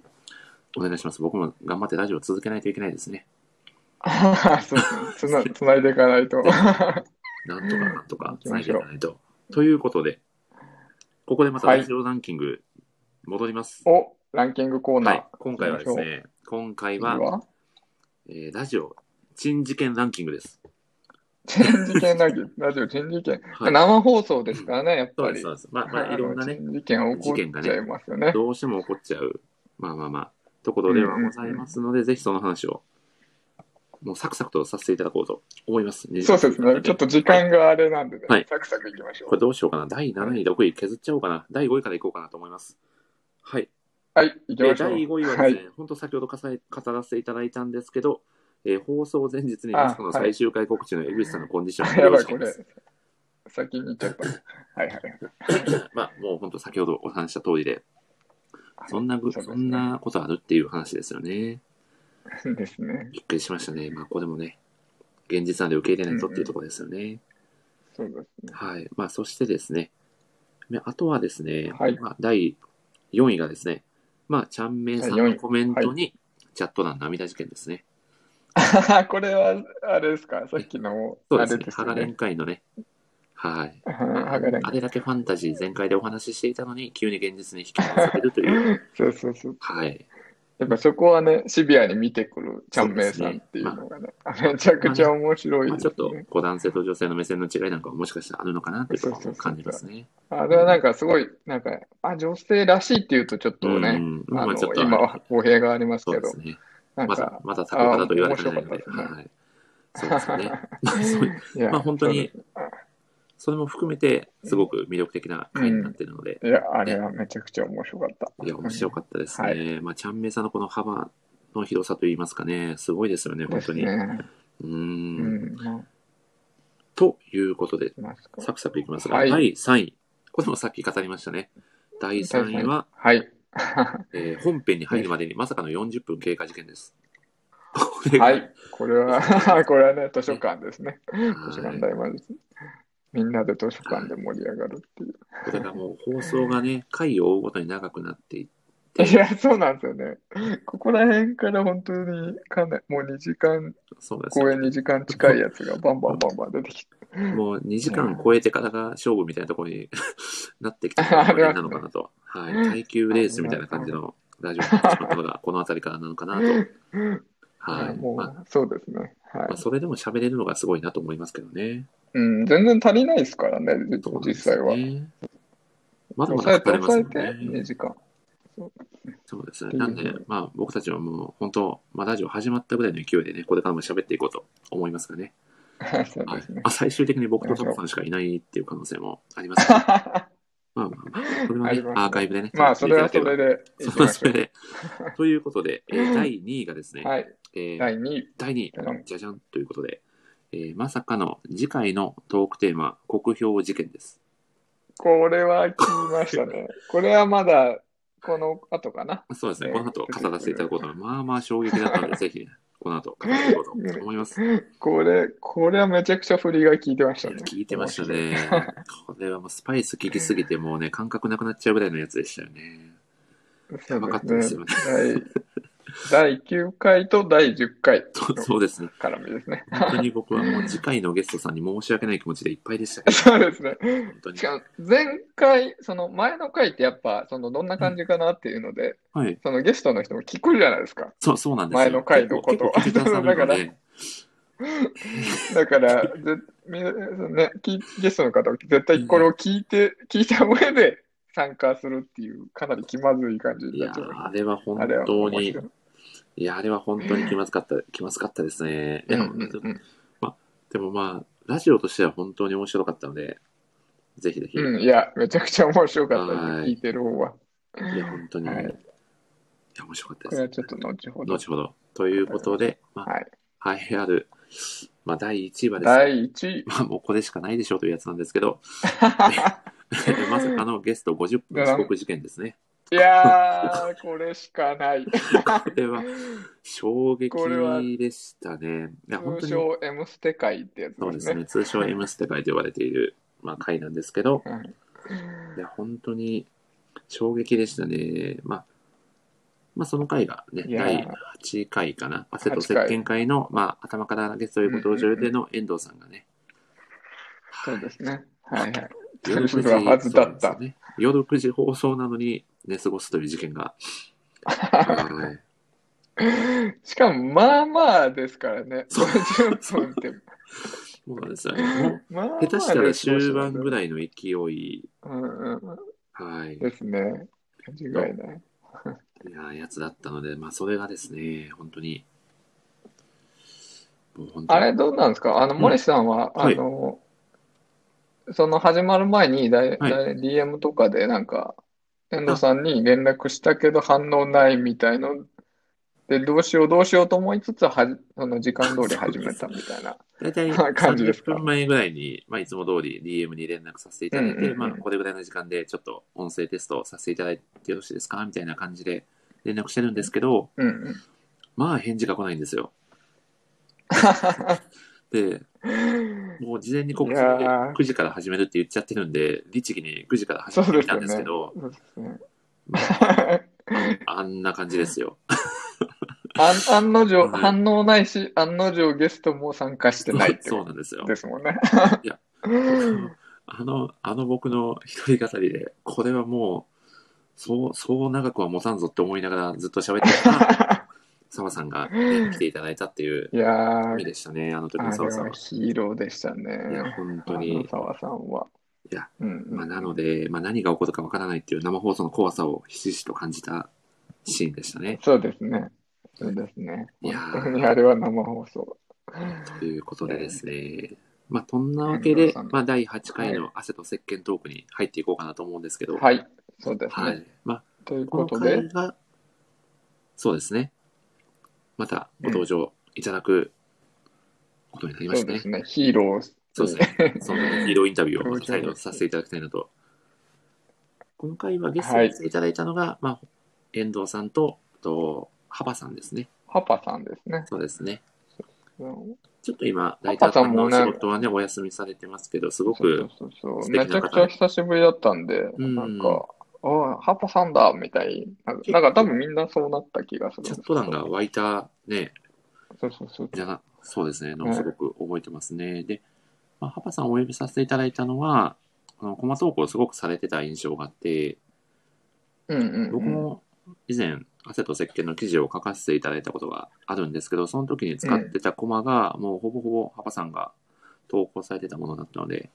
S1: お願いします。僕も頑張ってラジオ続けないといけないですね。
S2: そうつな、つないでいかな い
S1: な
S2: と。
S1: んとかなんとか
S2: 行き
S1: 繋
S2: ま
S1: い
S2: し
S1: でい
S2: ょう
S1: かないと。ということで、ここでまた
S2: はい
S1: ラジオランキング戻ります。
S2: お、ランキングコーナ
S1: は
S2: ー
S1: い。。今回はですね、今回
S2: 次
S1: は、
S2: は、
S1: えーラジオ、珍事件ランキングです。
S2: 珍事件ラジオ、ラジ オ珍事件。
S1: はい
S2: 生放送ですからね、やっ
S1: そう
S2: ぱ
S1: です、
S2: り
S1: そう。です。まあ、まあ、いろんなね、
S2: 珍事件起こっちゃいますよね。
S1: どうしても起こっちゃう、まあまあまあ、ところではございますので、ぜひその話を、もうサクサクとさせていただこうと思います。
S2: そうですね。ちょっと時間があれなんでね、
S1: はい
S2: サクサクいきましょ
S1: これ
S2: う。
S1: どうしようかな。第7位、6位削っちゃおうかな。第5位からいこうかなと思います。はい。
S2: はい、いき
S1: で
S2: ましょう。
S1: 第5位は
S2: は
S1: です
S2: い。
S1: ね、本当先ほどかさ語らせていただいたんですけど、えー放送前日にマスコの最終回告知の江口さんのコンディションが
S2: やばい、
S1: 良
S2: こ
S1: くな
S2: れ
S1: い。
S2: 先に行っちゃった。はいはい。
S1: ますまあ、もう本当先ほどお話しした通りで、そんなぐ、
S2: そうです
S1: そ
S2: ね
S1: んなことあるっていう話ですよね。
S2: ですね。
S1: びっくりしましたね。まあ、ここでもね、現実なんで受け入れないとっていうところですよね。
S2: そうですね。
S1: はい。まあ、そしてですね、ねあとはですね、
S2: はい
S1: まあ、第4位がですね、まあ、ちゃんめいさん
S2: はい
S1: の
S2: 4位
S1: コメントに、チャット欄涙事件ですね。
S2: これは、あれですか、さっきの、
S1: そう
S2: あ
S1: です
S2: れ
S1: ね
S2: で。す
S1: ハ
S2: よ
S1: ガレン
S2: ね。
S1: 会のね、はい。
S2: はがれん
S1: あれだけファンタジー全開でお話ししていたのに、急に現実に引き戻されると いう、
S2: そうそうそう。
S1: はい。
S2: やっぱそこはね、シビアに見てくるちゃんめいさんっていうのがね、めちゃくちゃ面白い
S1: まあ、
S2: で
S1: ち
S2: す
S1: ょっと
S2: ね。、
S1: こう男性と女性の目線の違いなんかももしかしたらあるのかなっていうところも感じますね。
S2: あれはなんかすごい、なんか、あ、女性らしいっていうとちょっと
S1: う
S2: ね、
S1: んまあま
S2: あ
S1: あ
S2: の
S1: ちょっと、
S2: 今は語弊があります
S1: そう
S2: け
S1: で
S2: ど
S1: す、ね。
S2: なん
S1: まだ
S2: か、、
S1: まだタコパだと言われてないの
S2: あー
S1: で
S2: 面、白かったです
S1: はい。そうですよね。 まあ、そういう
S2: いや、
S1: まあ本当に
S2: そう
S1: それも含めて、すごく魅力的な回になっているので、
S2: ですいや、あれはめちゃくちゃ面白かった。
S1: いや、面白か
S2: か
S1: ったです
S2: は
S1: ね。まあ、ちゃんめいさんのこの幅の広さといいますかね、すごいですよね、本当に。
S2: ですね。
S1: うー。
S2: うんん、まあ
S1: ということで、
S2: ますか
S1: サクサクいきますが、
S2: はい
S1: 第3位。これもさっき語りましたね。第3位は、
S2: はい。
S1: えー本編に入るまでにまさかの40分経過事件です。これが
S2: は
S1: はい
S2: い。これ は、これはね、図書館ですね。図書館
S1: こ
S2: 大魔術。みんなで図書館で盛り上がるっていう。
S1: れがもう放送がね、回を追うごとに長くなっていっ
S2: いや、そうなんですよね。ここら辺から本当にかなり、もう2時間、
S1: そうなんです
S2: 公
S1: よ
S2: 演2時間近いやつがバンバンバンバン出てきて。
S1: もう2時間超えてからが勝負みたいなところに なってきた
S2: ありますね
S1: なのかなと。 はい。耐久レースみたいな感じのラジオになってしまったのが、この辺りからなのかなと。 はい
S2: や。も
S1: まあ
S2: う、そうですね。はい
S1: まあ、。それでも喋れるのがすごいなと思いますけどね。
S2: うん、全然足りないですからね、じ
S1: そうなんで
S2: 実
S1: す
S2: 際は。
S1: ね。まだま
S2: 抑え
S1: だ
S2: て
S1: 語れます
S2: 抑え
S1: よ
S2: て2
S1: ね。
S2: 時間。
S1: そうですね。なんで、まあ僕たちはもう本当、まあラジオ始まったぐらいの勢いでね、これからも喋っていこうと思いますがね。
S2: そう
S1: は
S2: で
S1: い
S2: す
S1: ま
S2: ね。
S1: あ、最終的に僕とタモさんしかいないっていう可能性もあり ます、ね。まあまあまあ、これは
S2: あ
S1: ね
S2: りますね
S1: アーカイブでね。
S2: まあ、それはそれでいき
S1: そう
S2: ま
S1: です
S2: しょ
S1: ね。 ということで、えー第2位がですね、
S2: う。はい。
S1: えー
S2: 第2位。
S1: 第2位
S2: じゃじゃん、
S1: じゃじゃんということで、えーまさかの次回のトークテーマ、国評事件です。
S2: これは聞きましたね。 これはまだ、この後かな。
S1: そうですね、
S2: えー
S1: この後語らせていただこうと思います。まあまあ衝撃だったので、 ぜひ、この後語っていこうと思います。
S2: これ、これはめちゃくちゃ振りが効いてましたね。
S1: 聞いてましたね。これはもうスパイス効きすぎて、もうね、感覚なくなっちゃうぐらいのやつでしたよね。
S2: 面
S1: や
S2: 白い。
S1: ばかった
S2: そう
S1: で
S2: です
S1: す
S2: ね。
S1: よね。
S2: 第、第9回と第10回
S1: そうそうです ね。
S2: 絡みですね。
S1: 本当に僕はもう次回のゲストさんに申し訳ない気持ちでいっぱいでしたけど、
S2: そうですね。
S1: 本当に
S2: し。かも前回、その前の回ってやっぱ、そのどんな感じかなっていうので、
S1: はい。
S2: そのゲストの人も聞くじゃないですか。
S1: そう、そうなんですよ。
S2: 前の回のこと
S1: 結構結構聞いてくださるの で、
S2: だから、ぜみね、きゲストの方は絶対これを聞いて、聞いた上で参加するっていう、かなり気まずい感じ
S1: い
S2: にな
S1: や
S2: っちゃう。
S1: ーあれは本
S2: あれは
S1: 当
S2: 面
S1: に、
S2: 白い
S1: いや、あれは本当に気まずかった、気まずかったですね。いや
S2: うんうんうん
S1: でもまあ、ラジオとしては本当に面白かったので、ぜひぜひ、
S2: うん、いや、めちゃくちゃ面白かったです、
S1: はい
S2: 聞いてる方は。
S1: いや、本当に、
S2: はいい、
S1: や、面白かった
S2: これ
S1: で
S2: は
S1: す。
S2: ちょっと後ほど。
S1: 後ほど。ということで、ま
S2: はい。
S1: あ、栄えある、まあ、第1位はですね、
S2: 第1位。
S1: まあ、もうこれしかないでしょうというやつなんですけ ど、まさかのゲスト50分遅刻事件ですね。
S2: いや ー、これしかない。
S1: これは、衝撃
S2: これは
S1: でしたね。いや、本当
S2: 通
S1: に。
S2: 称 M ステ界ってやつ
S1: そう
S2: で
S1: ですす
S2: ね。
S1: ね。通称 M ステ界と呼ばれている、まあ、回なんですけど、
S2: はい
S1: いや、本当に衝撃でしたね。まあ、まあ、その回がね、
S2: いやー
S1: 第8回かな。汗と
S2: 8
S1: 石
S2: 回
S1: 鹸会の、まあ、頭からゲストへご登場予定の遠藤さんがね、
S2: そうですね。はいはい。
S1: 夜
S2: それは
S1: 9
S2: は
S1: 時、
S2: ず
S1: そ
S2: だ
S1: うなんで
S2: っ
S1: すよ
S2: た。
S1: ね。夜9時放送なのに寝過ごすという事件 が。はい
S2: しかも、まあまあですからね。
S1: そう
S2: 50分って。
S1: そうなんですよね。
S2: まあまあ
S1: 下手したら終盤ぐ
S2: らい。
S1: らいの勢い、
S2: うんうんう
S1: はい
S2: ん。、ですね。間違いない。
S1: いややつだったので、まあ、それがですね、本当に。もう本当に
S2: あれ、どうなんですかあの、
S1: うん
S2: 森さんは、
S1: はい
S2: あの、その始まる前に、だい、
S1: はい
S2: だい DM とかで、なんか、遠藤さんに連絡したけど反応ないみたいの、で、どうしようどうしようと思いつつ、はじ、その時間通り始めたみた いな。
S1: 大体
S2: 感じです
S1: 30
S2: か
S1: 分前ぐらいに、まあ、いつも通り DM に連絡させていただいて、
S2: うんうんうん
S1: まあ、これぐらいの時間でちょっと音声テストをさせていただいてよろしいですかみたいな感じで連絡してるんですけど、
S2: うんうん。
S1: まあ返事が来ないんですよ。で、 もう事前に告知で
S2: いやー
S1: 9時から始めるって言っちゃってるんで、律儀に9時から始めてみたんですけど、
S2: そうですね。
S1: まあ、あんな感じですよ。
S2: あん、案の定、
S1: はい
S2: 反応ないし、案の定ゲストも参加してないって
S1: そう
S2: こ
S1: なんですよ
S2: と。ですもんね。
S1: いやあの、あの僕の一人語りで、これはもう、そう、そう長くは持たんぞって思いながらずっと喋ってた ら、澤さんが、ね、来ていただいたっていう
S2: いや
S1: 意味
S2: ー、
S1: でしたね、あの時の
S2: あれ
S1: 澤さん
S2: は
S1: は。
S2: ヒーローでした
S1: いや、
S2: ね。
S1: 本
S2: あ
S1: 当
S2: の
S1: に。
S2: 沢さんは。
S1: いや、
S2: うんうん
S1: まあ、なので、まあ、何が起こるかわからないっていう生放送の怖さをひしひしと感じたシーンでしたね。
S2: そうですね。そうですね。
S1: いやー
S2: 本当にあれは生放送。
S1: ということでですね。まあ、そんなわけで
S2: 遠藤さん、
S1: まあ、第8回の汗と石鹸トークに入っていこうかなと思うんですけど、。
S2: はいい、そうです
S1: は
S2: ね。
S1: い。まあ、
S2: という
S1: こ
S2: こ
S1: の
S2: とで
S1: 回、が、そうですね。またご登場いただくことになりま
S2: そう
S1: した
S2: で
S1: ね
S2: す。ね、ヒーロー。
S1: そうですね。そのヒーローインタビューをまた再度させていただきたいなと。この回はゲストに来ていただいたのが、まあ、遠藤さんと、あと、幅さんですね。
S2: パパさんですね。
S1: そうですね。
S2: そう
S1: ちょっと今、ライター
S2: 幅さ
S1: さ
S2: ん
S1: ん
S2: も
S1: の
S2: ね
S1: 仕事はね、お休みされてますけど、すごく、
S2: そうそうそう
S1: 素
S2: め
S1: 敵
S2: ちゃ
S1: な
S2: く
S1: 方
S2: ちゃ久しぶりだったんで、
S1: うん
S2: なんか、ああ、ハッパさんだみたいな、なんか多分みんなそうなった気がするんで
S1: チ
S2: す
S1: ャ
S2: け
S1: ッ
S2: ど
S1: ト欄が湧いた、ね、
S2: そうそうそう。
S1: じゃな、そうですね。の
S2: うん
S1: すごく覚えてますね。で、まあ、ハパさんをお呼びさせていただいたのは、あの、コマ投稿をすごくされてた印象があって、
S2: うんうんうん。
S1: 僕も以前、汗と石鹸の記事を書かせていただいたことがあるんですけど、その時に使ってたコマが、もうほぼほぼハパさんが投稿されてたものだったので、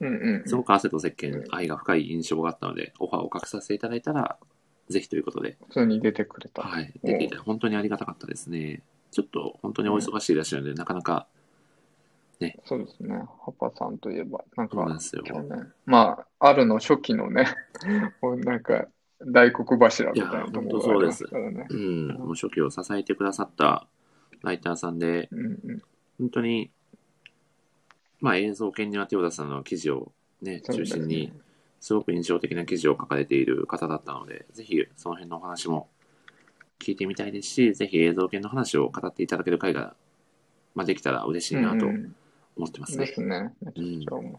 S2: うんうんうん。
S1: すごく汗と石鹸愛が深い印象があったので、オファーをかけさせていただいたら、ぜひということで、
S2: 普通に出てくれた。
S1: はい、出ていただいて本当にありがたかったですね。ちょっと本当にお忙しいらしいので、なかなか、
S2: そうですね。ハッパさんといえば、なん
S1: そうなん
S2: か、
S1: ですよ。
S2: 去年、まあ、あるの初期 のね、もうなんか、大黒柱みたいなところがありますからね。
S1: うん、もう初期を支えてくださったライターさんで、
S2: うんうん。
S1: 本当に、まあ映像研には手を出すの記事をね、
S2: そう
S1: 中
S2: ですね
S1: 心に、すごく印象的な記事を書かれている方だったので、ぜひその辺のお話も聞いてみたいですし、ぜひ映像研の話を語っていただける回が、まあ、できたら嬉しいなと
S2: うんうん
S1: 思ってますね。
S2: ですね。めちゃくちゃ面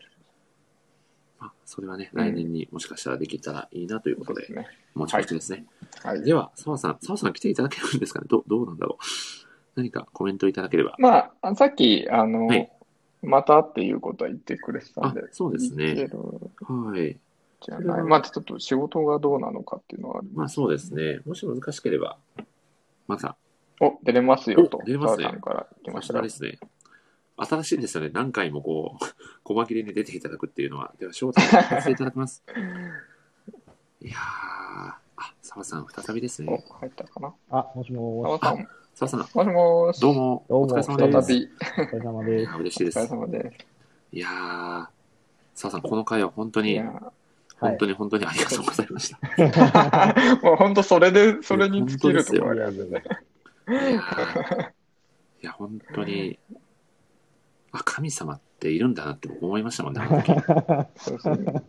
S1: まあ、それはね、
S2: うん
S1: 来年にもしかしたらできたらいいなというこ
S2: 白
S1: と
S2: い
S1: で、
S2: ですね。
S1: 持ち越しですね。
S2: はい。
S1: では、澤さん、澤さん来ていただけるんですかねどうどうなんだろう何かコメントいただければ。
S2: まあ、さっき、あの、
S1: はい
S2: またっていうことは言ってくれてたんで、
S1: あそうですね
S2: いける
S1: はい。
S2: じゃ
S1: そ
S2: な
S1: れは
S2: い。まあ、ちょっと仕事がどうなのかっていうのはあり
S1: ま
S2: ま
S1: あ
S2: す。
S1: そうですね。もし難しければ、また、
S2: お、出れますよと
S1: お、出れますね
S2: 澤さんから来ま
S1: さ
S2: し
S1: す
S2: た
S1: が
S2: よ。
S1: ですね。新しいですよね。何回もこう、 細切れに出ていただくっていうのは。では、招待させていただき ます。いやー、あ、澤さん、再びです
S2: お
S1: ね。、
S2: 入ったかな
S6: あ、もしも
S2: 澤
S6: し。
S2: さ
S1: 澤
S2: ん、
S1: さん、
S2: もしもし。
S1: どう。も、
S6: どう
S1: お
S6: も
S1: 疲れ様
S6: どうも
S1: で
S2: 再
S1: す。
S2: び、
S6: お疲れ様
S1: い
S6: で
S1: や
S6: す。
S1: ー嬉し
S2: お
S1: いで
S2: 疲れ
S1: す。
S2: 様で
S1: いやー、澤さん、この回は本当
S2: す。い
S1: に
S2: や、
S6: は
S1: 本
S6: い
S1: 当。に本当にありがとうございました。
S2: ー もう本当それで、それに尽きるところあ
S6: い
S2: り
S6: や
S2: ま
S6: いや
S2: す
S6: い
S2: ね。
S6: や
S1: いやー いや本当に、あ、神様っているんだなって僕思いましたもんね、あの時。
S2: そうそう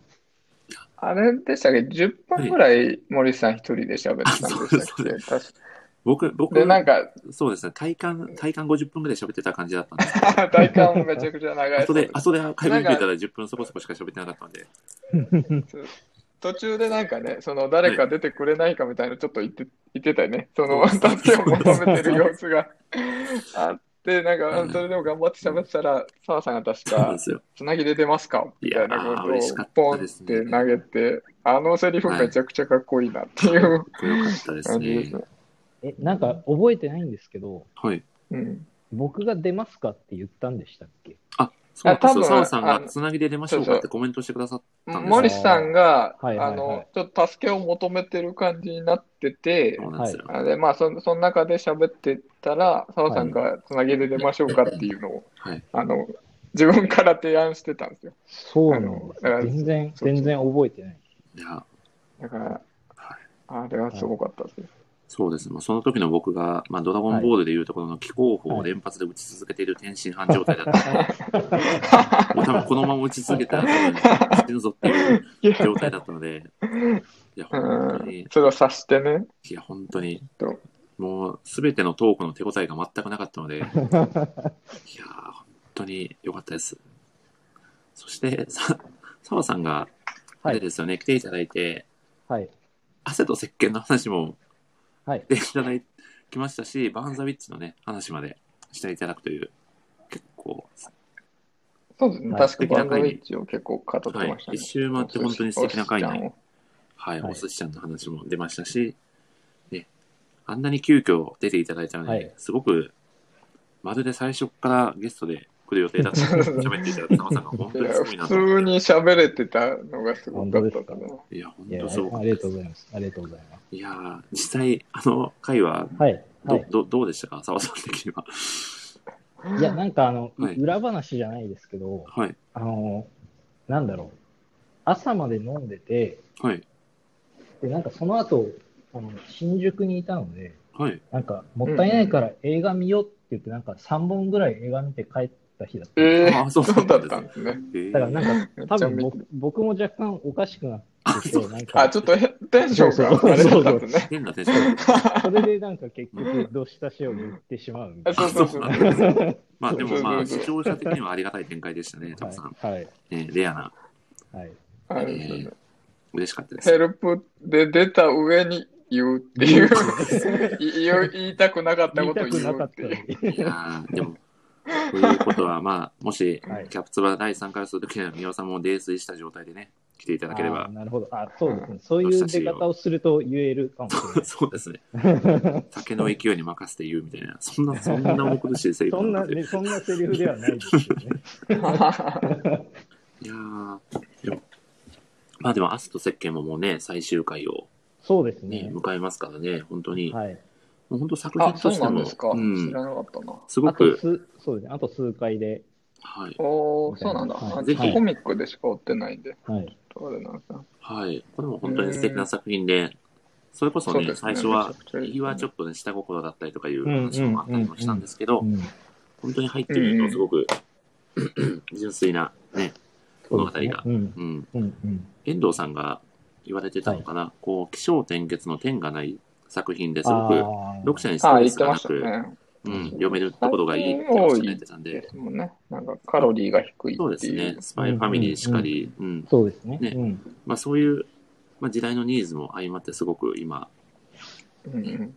S2: あれでしたっけ ?10 分ぐらい森さん一人で喋ってたんでしたっけ、
S1: あそうですそう
S2: 確か
S1: 僕、僕、
S2: で、なんか、
S1: そうですね、体感、体感50分ぐらい喋ってた感じだったんですけ
S2: 体感もめちゃくちゃ長
S1: ど、
S2: い。
S1: 後で、後でアーカイブ見てたら10分そこそこしか喋ってなかったんで、
S2: 途中でなんかね、その誰か出てくれないかみたいなちょっと言って言ってたよね。その
S1: そう
S2: 助けを求めてる様子があって、なんか、
S1: うん
S2: それでも頑張って喋ってたら、澤さんが確
S1: そうなん
S2: か
S1: で、すよ。
S2: つなぎ出てますかみたいなこ
S1: いやー嬉しかっ
S2: とを
S1: た
S2: ポン
S1: で
S2: っ
S1: すね
S2: て投げて、あのセリフめちゃくちゃかっこいいなっていう
S1: これよかったです
S2: 感じです
S1: ね
S2: ね。。
S6: え、なんか覚えてないんですけど、
S1: はい。
S2: うん。
S6: 僕が出ますかって言ったんでしたっけ
S1: そうなんです
S2: 多
S1: よ。
S2: 分
S1: 澤さん
S2: あ
S1: が
S2: の
S1: つなぎで出ましょうかってコメントしてくださっなんですよ
S2: 森さんが、
S6: はいはいはい
S2: あの、ちょっと助けを求めてる感じになってて、
S1: たんですよ。
S2: あで、まあ、そのその中で喋ってたら、澤さんがつなげで出ましょうかっていうのを、
S1: はい。
S2: あの、自分から提案してたんですよ。
S6: そうな
S2: あ
S6: の
S2: のだから
S6: 全然、
S2: そうそう
S6: 全然覚えてない。
S1: いや、
S2: だから
S1: はい、
S2: あれはすごかったですね。
S1: そうですね。まあその時の僕が、まあ、ドラゴンボールでいうところの気候法を連発で打ち続けている天津飯状態だった。もう多分このまま打ち続けたら死ぬぞっていう
S2: いや、
S1: 状態だったので、いや、本当
S2: う
S1: に
S2: ん、、それを察してね。
S1: いや、本当に
S2: どう、
S1: もうすべてのトークの手応えが全くなかったので、いやー、本当に良かったです。そして、さ、澤さんが、あ
S6: はい
S1: れですよね、来ていただいて、
S6: はい。
S1: 汗と石鹸の話も
S6: はい。
S1: でいただきましたし、バーンザウィッチのね、話までしていただくという、結構、
S2: そうですね。
S6: はい
S2: 確かバンドウィッチを結構語ってました
S1: はい
S2: ね。
S1: 一周回って本当に素敵な回に
S2: お寿司ちゃんを
S1: はい、
S6: はい
S1: お寿司ちゃんの話も出ましたし、ね、あんなに急遽出ていただいたので、
S6: はい
S1: すごく、まるで最初からゲストで来る予定だったのに喋っていただいた澤さんが本当
S2: い
S1: に
S2: や
S1: すごいな
S2: 普
S1: と。
S2: 通に喋れてたのがすごかったです
S6: 本当です
S2: ね。
S1: いや、本
S6: いや、
S1: 当すご
S6: あ
S1: く。
S6: りがとうございます。ありがとうございま
S1: いやー、実際、あの回は
S6: す。はい。
S1: ど、
S6: はい。
S1: どどうでしたか澤さん的には。
S6: いや、なんかあの、
S1: はい
S6: 裏話じゃないですけど、
S1: はい、
S6: あの、なんだろう。朝まで飲んでて、
S1: はい、
S6: で、なんかその後、あの新宿にいたので、
S1: はい。
S6: なんか、もったいないから映画見ようって言って、なんか3本ぐらい映画見て帰った日だった。
S2: ええ
S1: あーそう
S2: そう
S1: だ
S2: だっ
S1: ったた
S2: ん
S1: ん
S2: ですね。
S1: えー
S6: だからなんか、
S2: めっち
S6: 多
S2: ゃ
S6: 分
S2: 見て
S6: 僕僕も若干おかしくなってて、な ん
S2: あ、
S6: か
S2: ち、ょっとへテンションがあれだったんですね。
S1: 変なテンション。
S6: それでなんか結局、どうしたしを言ってしまうみたいな。
S2: あそうそうそう
S1: なんですねまあでもまあ、
S2: そうそう
S1: 視
S2: そ
S1: 聴者的にはありがたい展開でしたね、たくさん。
S6: はい。はい。
S1: ね、レアな、
S6: はい。
S2: あれですよね
S1: 嬉しかったです
S2: ヘ。ルプで出た上に言うっていう、い言う言いたくなかった
S6: 言
S2: こ
S6: い
S2: と
S6: た
S2: を
S6: く
S2: 言う
S6: なか
S2: っ
S6: ってた
S2: い
S6: の
S2: う。
S6: に。
S1: いやーでも、ということは、まあ、もし、
S6: はい
S1: キャプツバ第3回をするときには、宮尾さんも泥酔した状態でね、来ていただけれ
S6: あ
S1: ば
S6: ー、なるほど。あ、そうですね。そういう出方をすると言えるかもしれ
S1: そうです ね、酒の勢いに任せて言うみたいな、そんな、そんな重苦しいセリ
S6: ない。
S1: フ
S6: そん
S1: な
S6: な、
S1: んで。
S6: ね、そんなセリフではないですけどね。
S1: いやーでも、まあでも、アスと石鹸ももうね、最終回を、
S6: そうです
S1: ね、
S6: ね。
S1: 迎えますからね、本当に、
S6: はい。
S1: もう本当作品
S2: あ、
S1: と
S2: そう
S1: して
S2: なん
S1: も、
S2: ですか。
S1: うん
S2: 知らなかったな。
S1: すご
S6: あと
S1: く、
S6: 数、そうですね。あと数回で。
S1: はい、
S2: おー、そうなんだ。
S6: は
S2: あ
S6: い
S2: ちょっとコミックでしか追ってないんで、
S6: はい。
S2: あれなんですね。
S1: はい、これも本当に素敵な作品で、それこそ
S2: そう
S1: ね、
S2: ですね
S1: 最初は
S2: めちゃくちゃいいですね
S1: 入りはちょっとね、下心だったりとかいう話もあったりもしたんですけど
S6: う、ん。
S1: 本当に入ってみるとすごく、純粋な、ね、物語
S6: そうですね
S1: が。
S6: うん。
S1: うん。
S6: うん。うん。
S1: 遠藤さんが言われてたのかな、こう、気象転結の点がない作品ですごく、
S6: あー
S1: 読者にス
S2: あ
S1: ト
S2: ー、
S1: レ
S2: 言っ
S1: ス
S2: て
S1: が
S2: ま
S1: な
S2: した
S1: く、
S2: ね。
S1: うん、読めるところがいいっておっしゃってたん
S2: で
S1: で、
S2: すもんね。なんかカロリーが低い
S1: そう
S2: っ
S1: で
S2: て
S1: す
S2: い
S1: ね
S2: う、。
S1: スパイファミリーしかり、うん、
S6: そうですね。
S1: ね
S6: うん。
S1: まあそういう、まあ時代のニーズも相まってすごく今、
S2: うんうん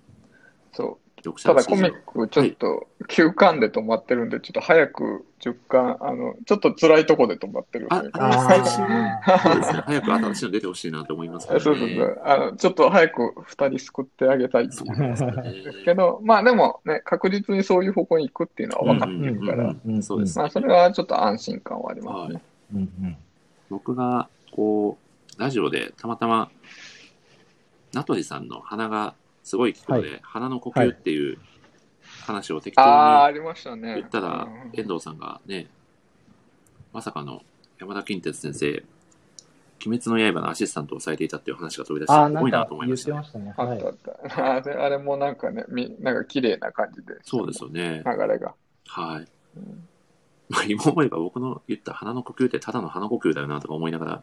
S2: そう。
S1: 読者
S2: た
S1: の
S2: だ
S1: 支
S2: コミ
S1: 持を
S2: ックちょっと9巻で止まってるんで、ちょっと早く10巻、あの、ちょっと辛いとこで止まってるんで。
S1: あ、あ
S6: あ
S1: の、最
S6: ー
S1: 新そうですね。早く新しいの出てほしいなと思いますけ
S2: そう
S1: ど
S2: そう
S1: ね。
S2: そう。あの、ちょっと早く2人救ってあげたいって
S1: そ
S2: いうう
S1: なんですよね。
S2: けど、まあでもね、確実にそういう方向に行くっていうのは分かっ
S1: う
S2: て
S1: ん
S2: る
S1: うん
S2: か
S1: う
S2: ら、
S1: んうんそうです
S2: まあそれはちょっと安心感はありますね。
S6: うん。うん。
S1: 僕が、こう、ラジオでたまたま、名取さんの鼻がすごい聞くので、鼻の呼吸っていう話を適当
S2: ああー、
S1: に
S2: ありましたね。
S1: 言ったら
S2: うん、
S1: 遠藤さんがね、まさかの山田金哲先生、鬼滅の刃のアシスタントをされていたっていう話が飛び出して、
S6: ああ、
S1: す
S6: な
S1: ご
S6: ん
S1: いな
S6: か
S1: と思い
S6: 言
S1: ま
S6: っ
S1: した
S6: て
S1: ね、
S6: ましたね。
S2: あ
S6: は
S2: っ
S6: い
S2: た。あった。あれ あれもなんかね、みなんか綺麗な感じで。
S1: そうですよね。
S2: 流れが。
S1: はい。
S2: うん
S1: ま あ、今思えば僕の言った鼻の呼吸ってただの鼻呼吸だよなとか思いながら、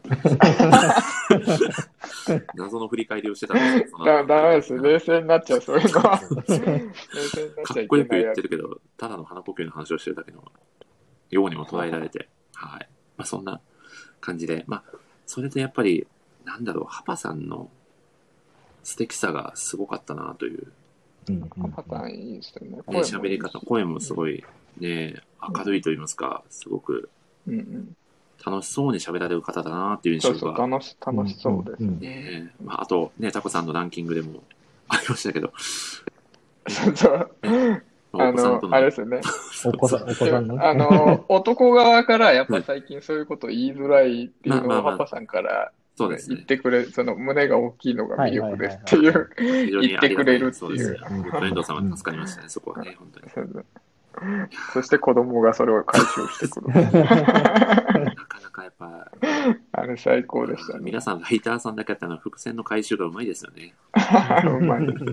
S1: 謎の振り返りをしてたんですけど、その
S2: だ、ダメです。冷静になっちゃう、そういう のは。冷静になっ
S1: か
S2: ちゃ
S1: っ
S2: い
S1: こよ
S2: け
S1: く
S2: ない
S1: 言っ
S2: やつ
S1: て。るけど、ただの鼻呼吸の話をしてるだけのようにも捉えられて、はい。まあそんな感じで、まあ、それでやっぱり、なんだろう、ハパさんの素敵さがすごかったなという、
S6: うんうん
S2: パターンいいですよね。
S1: ね、喋り方、声もす
S2: い。
S1: ごい、ね、明るいと言いますか、すごく
S2: うんうん。
S1: 楽しそうに喋られる方だなっていう印
S2: そう
S1: 象
S2: そう、
S1: が、
S2: 楽し、楽しそうです。
S6: ん
S1: ね、まああと、ね、タコさんのランキングでもありましたけど、
S2: そうそう。
S1: ま
S2: あ
S1: お子さんと
S2: の、あれですよね。
S6: お子さん、お子さん
S2: あ
S6: のね。
S2: の、男側からやっぱ最近そういうこと言いづらいっていう
S1: ま
S2: の
S1: あ
S2: を
S1: まあまあ
S2: パパさんから
S1: そうです
S2: 言っ
S1: ね。
S2: てくれ、その胸が大きいのが魅力ですって
S6: はい
S1: は
S2: う。
S1: 非常にありがたい
S2: 言ってくれるって
S1: そ
S2: いうう
S1: ですね。本当に遠藤さんは助かりましたね、そこはね、本当に。
S2: そうそう そして子供がそれを回収してくる。
S1: なかなかやっぱ、
S2: あれ最高でしたね。
S1: 皆さん、ライターさんだけあったの伏線の回収がうまいですよね。
S2: うまいですね。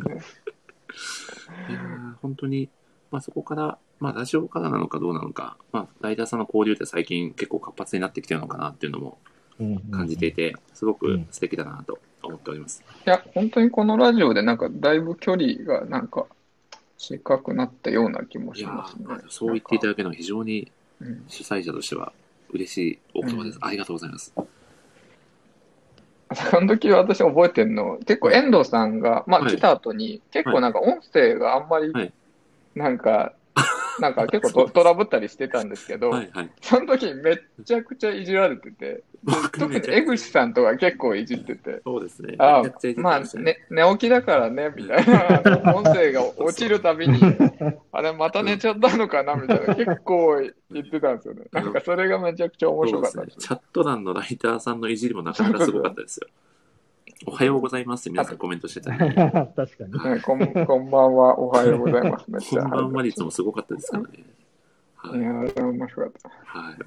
S1: いやー本当に、まあそこから、まあラジオからなのかどうなのか、まあライターさんの交流って最近結構活発になってきてるのかなっていうのも感じていて、すごく素敵だなと思っております。
S2: いや、本当にこのラジオでなんかだいぶ距離がなんか近くなったような気も
S1: い
S2: し
S1: や
S2: ますね。
S1: ーそう言っていただけるのは非常に
S2: うん
S1: 主催者としては嬉しいお言葉です。
S2: う
S1: ありがとうございます。
S2: その時私覚えてるの、結構遠藤さんが、まあ
S1: はい
S2: 来た後に、結構なんか音声があんまり
S1: はい、
S2: なんか、なんか結構
S1: そう
S2: ト
S1: です
S2: トラブったりしてたんですけど、
S1: はいはい。
S2: その時にめっちゃくちゃいじられてて、
S1: 僕
S2: 特
S1: め
S2: に
S1: ちゃ
S2: 江口さんとか結構いじってて、
S1: そうですね。
S2: あ
S1: めちゃくちゃいじっ
S2: あ、
S1: て
S2: まあ
S1: ましたね
S2: ね、寝起きだからね、みたいな、あの音声が落ちるたび に、あれ、また寝ちゃったのかな、みたいな、結構言ってたんですよね。なんかそれがめちゃくちゃ面白かった
S1: そう
S2: で
S1: ですすね。チャット欄のライターさんのいじりもなかなかすごかったですよ。おはようございますって皆さんコメントしてたり、
S6: 確かに。
S2: ね。こんこんばんは、おはようございます。めっちゃ。
S1: 本番までいつもすごかったですからね。はいい。
S2: やー、面白かった。
S1: はい。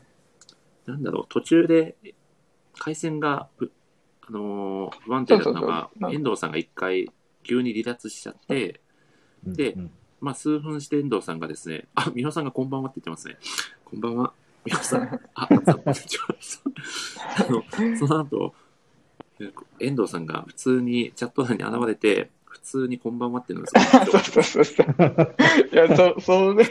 S1: なんだろう、途中で回線がぶ、あのー不安定だったのが
S2: そうそうそう、
S1: 遠藤さんが一回急に離脱しちゃって、でまあ数分して遠藤さんがですね、あ、美濃さんがこんばんはって言ってますね。こんばんは。美濃さん。 あ、こんにちは。あの、その後、遠藤さんが普通にチャット欄に現れて、普通にこんばんはって言うんですよ。
S2: そうそうそうそう。 いや、そ、それ、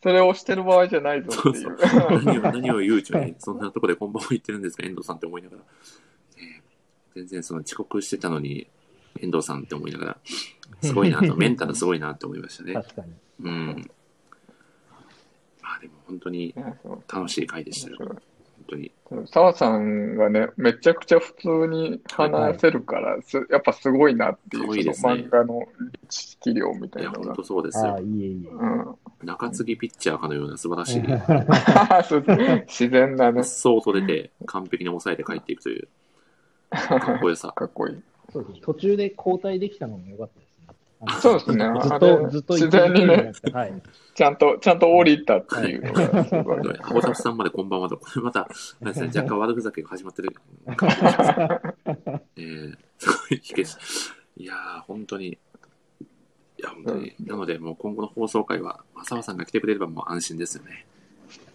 S2: それをしてる場合じゃないぞっていう。
S1: 何を、何を悠長に、そんなとこでこんばんは言ってるんですか、遠藤さんって思いながら。ね全然その遅刻してたのに、遠藤さんって思いながら、すごい なと、メンタルすごいなって思いましたね。
S6: 確かに。
S1: うん。まあでも本当に
S2: いやそう
S1: 楽しい回でしたよ。
S2: 面白い
S1: 本当に。
S2: 澤さんがね、めちゃくちゃ普通に話せるから、すやっぱすごいなってい
S1: す
S2: う、
S1: ごいです
S2: その
S1: ね
S2: 漫画の知識量みた
S1: い
S2: い
S1: や、
S2: なの
S1: 本
S2: が。
S1: 当そうです
S6: ああ、
S1: よ。
S6: いえい
S2: うん、
S1: 中継ぎピッチャーかのような素晴らしい、
S6: え。
S2: そう自然だ
S1: う
S2: ね
S1: っ。そうと出て、完璧に抑えて帰っていくという、かっこよさ。
S2: かっこいい。
S6: そうですね途中で交代できたのも良かったですねあの。
S2: そうですね
S6: ずっ
S2: あれ
S6: と、ずっと
S2: 自然にね
S6: 一人一人になってはい。
S2: ちゃんと、ちゃんと降りたっていうのがすごい。
S1: ハゴタフさんまでこんばんはと、これま た、あれですね、若干悪ふざけが始まってる感じがします。えー、すごい火消し。いやー、本当に。いや、本当に。なので、もう今後の放送回は、マサワさんが来てくれればもう安心ですよね。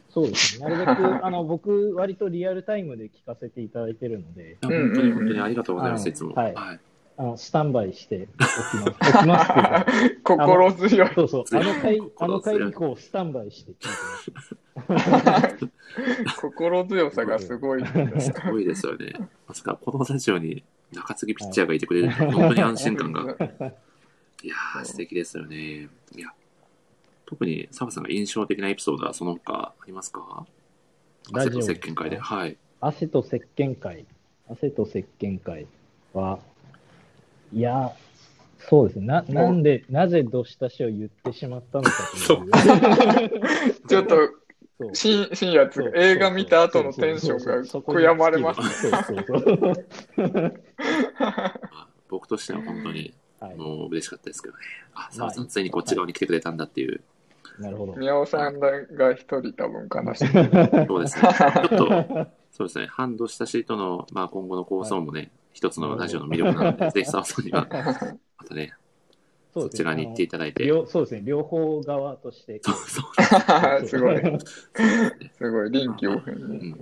S6: そうですね。なるべ く、あの、僕、割とリアルタイムで聞かせていただいてるので、
S1: いや
S2: う
S1: 本
S2: ん
S1: 当に
S2: うん
S1: 本当にありがとうございます、いつも。
S6: はい
S1: はい。
S6: あの、スタンバイしておきます。おきますってい うか
S2: 心強い。
S6: そう そう。あの回
S1: 心強い、
S6: あの回以降、スタンバイして聞いてます。
S2: 心強さがすごい。
S1: すごいですよね。まさか、このラジオに中継ぎピッチャーがいてくれるって、本当に安心感 が。いやー、素敵ですよね。いや、特に澤さんが印象的なエピソードはその他ありますか
S6: ラ
S1: 汗
S6: ジ
S1: と
S6: オ
S1: 石
S6: ですか
S1: 鹸会で。はい。
S6: 汗と石鹸会。汗と石鹸会は、いや、そうですね。な、なんで、なぜどしたしを言ってしまったのかという。
S2: ちょっと、
S6: そう
S2: 深深夜つうか 映画見た後のテンションが悔やまれます。
S6: す。そうそうそう
S1: まあ僕としては本当に、
S6: はい
S1: もう嬉しかったですけどね。あ、
S6: ま
S1: 澤
S6: あ
S1: さん、ついにこっち側に来てくれたんだっていう。
S6: なるほど。
S2: 宮尾さんが一人多分悲しい。
S1: そうですね。ちょっと、そうですね。ハンドしたしとの、まあ、今後の構想もね、一つのラジオの魅力な ので、ぜひ澤さんには、またね、
S6: そう
S1: そ
S6: ですね
S1: ちらに行っていただい
S6: あの
S1: て。
S6: 両そうですね。両方側として。
S1: そうそう
S2: すごい。
S1: ですね。
S2: すごい、臨機応変
S1: う
S2: に
S1: ん。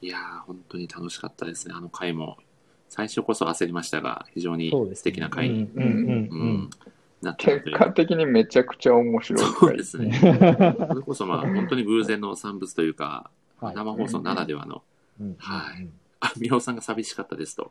S1: いやー、本当に楽しかったですね。あの回も、最初こそ焦りましたが、非常に
S6: そうですね
S1: 素敵な回
S6: う
S1: に、
S6: んう
S1: う
S6: んうんんうん。
S1: なったの
S2: 結
S1: で、
S2: 果的にめちゃくちゃ面白い
S1: そう
S2: 回
S1: ですね。それこそ、まあ、本当に偶然の産物というか、
S6: はい
S1: 生放送ならではの、
S6: うんうん
S1: はいあ、みおさんが寂しかったですと。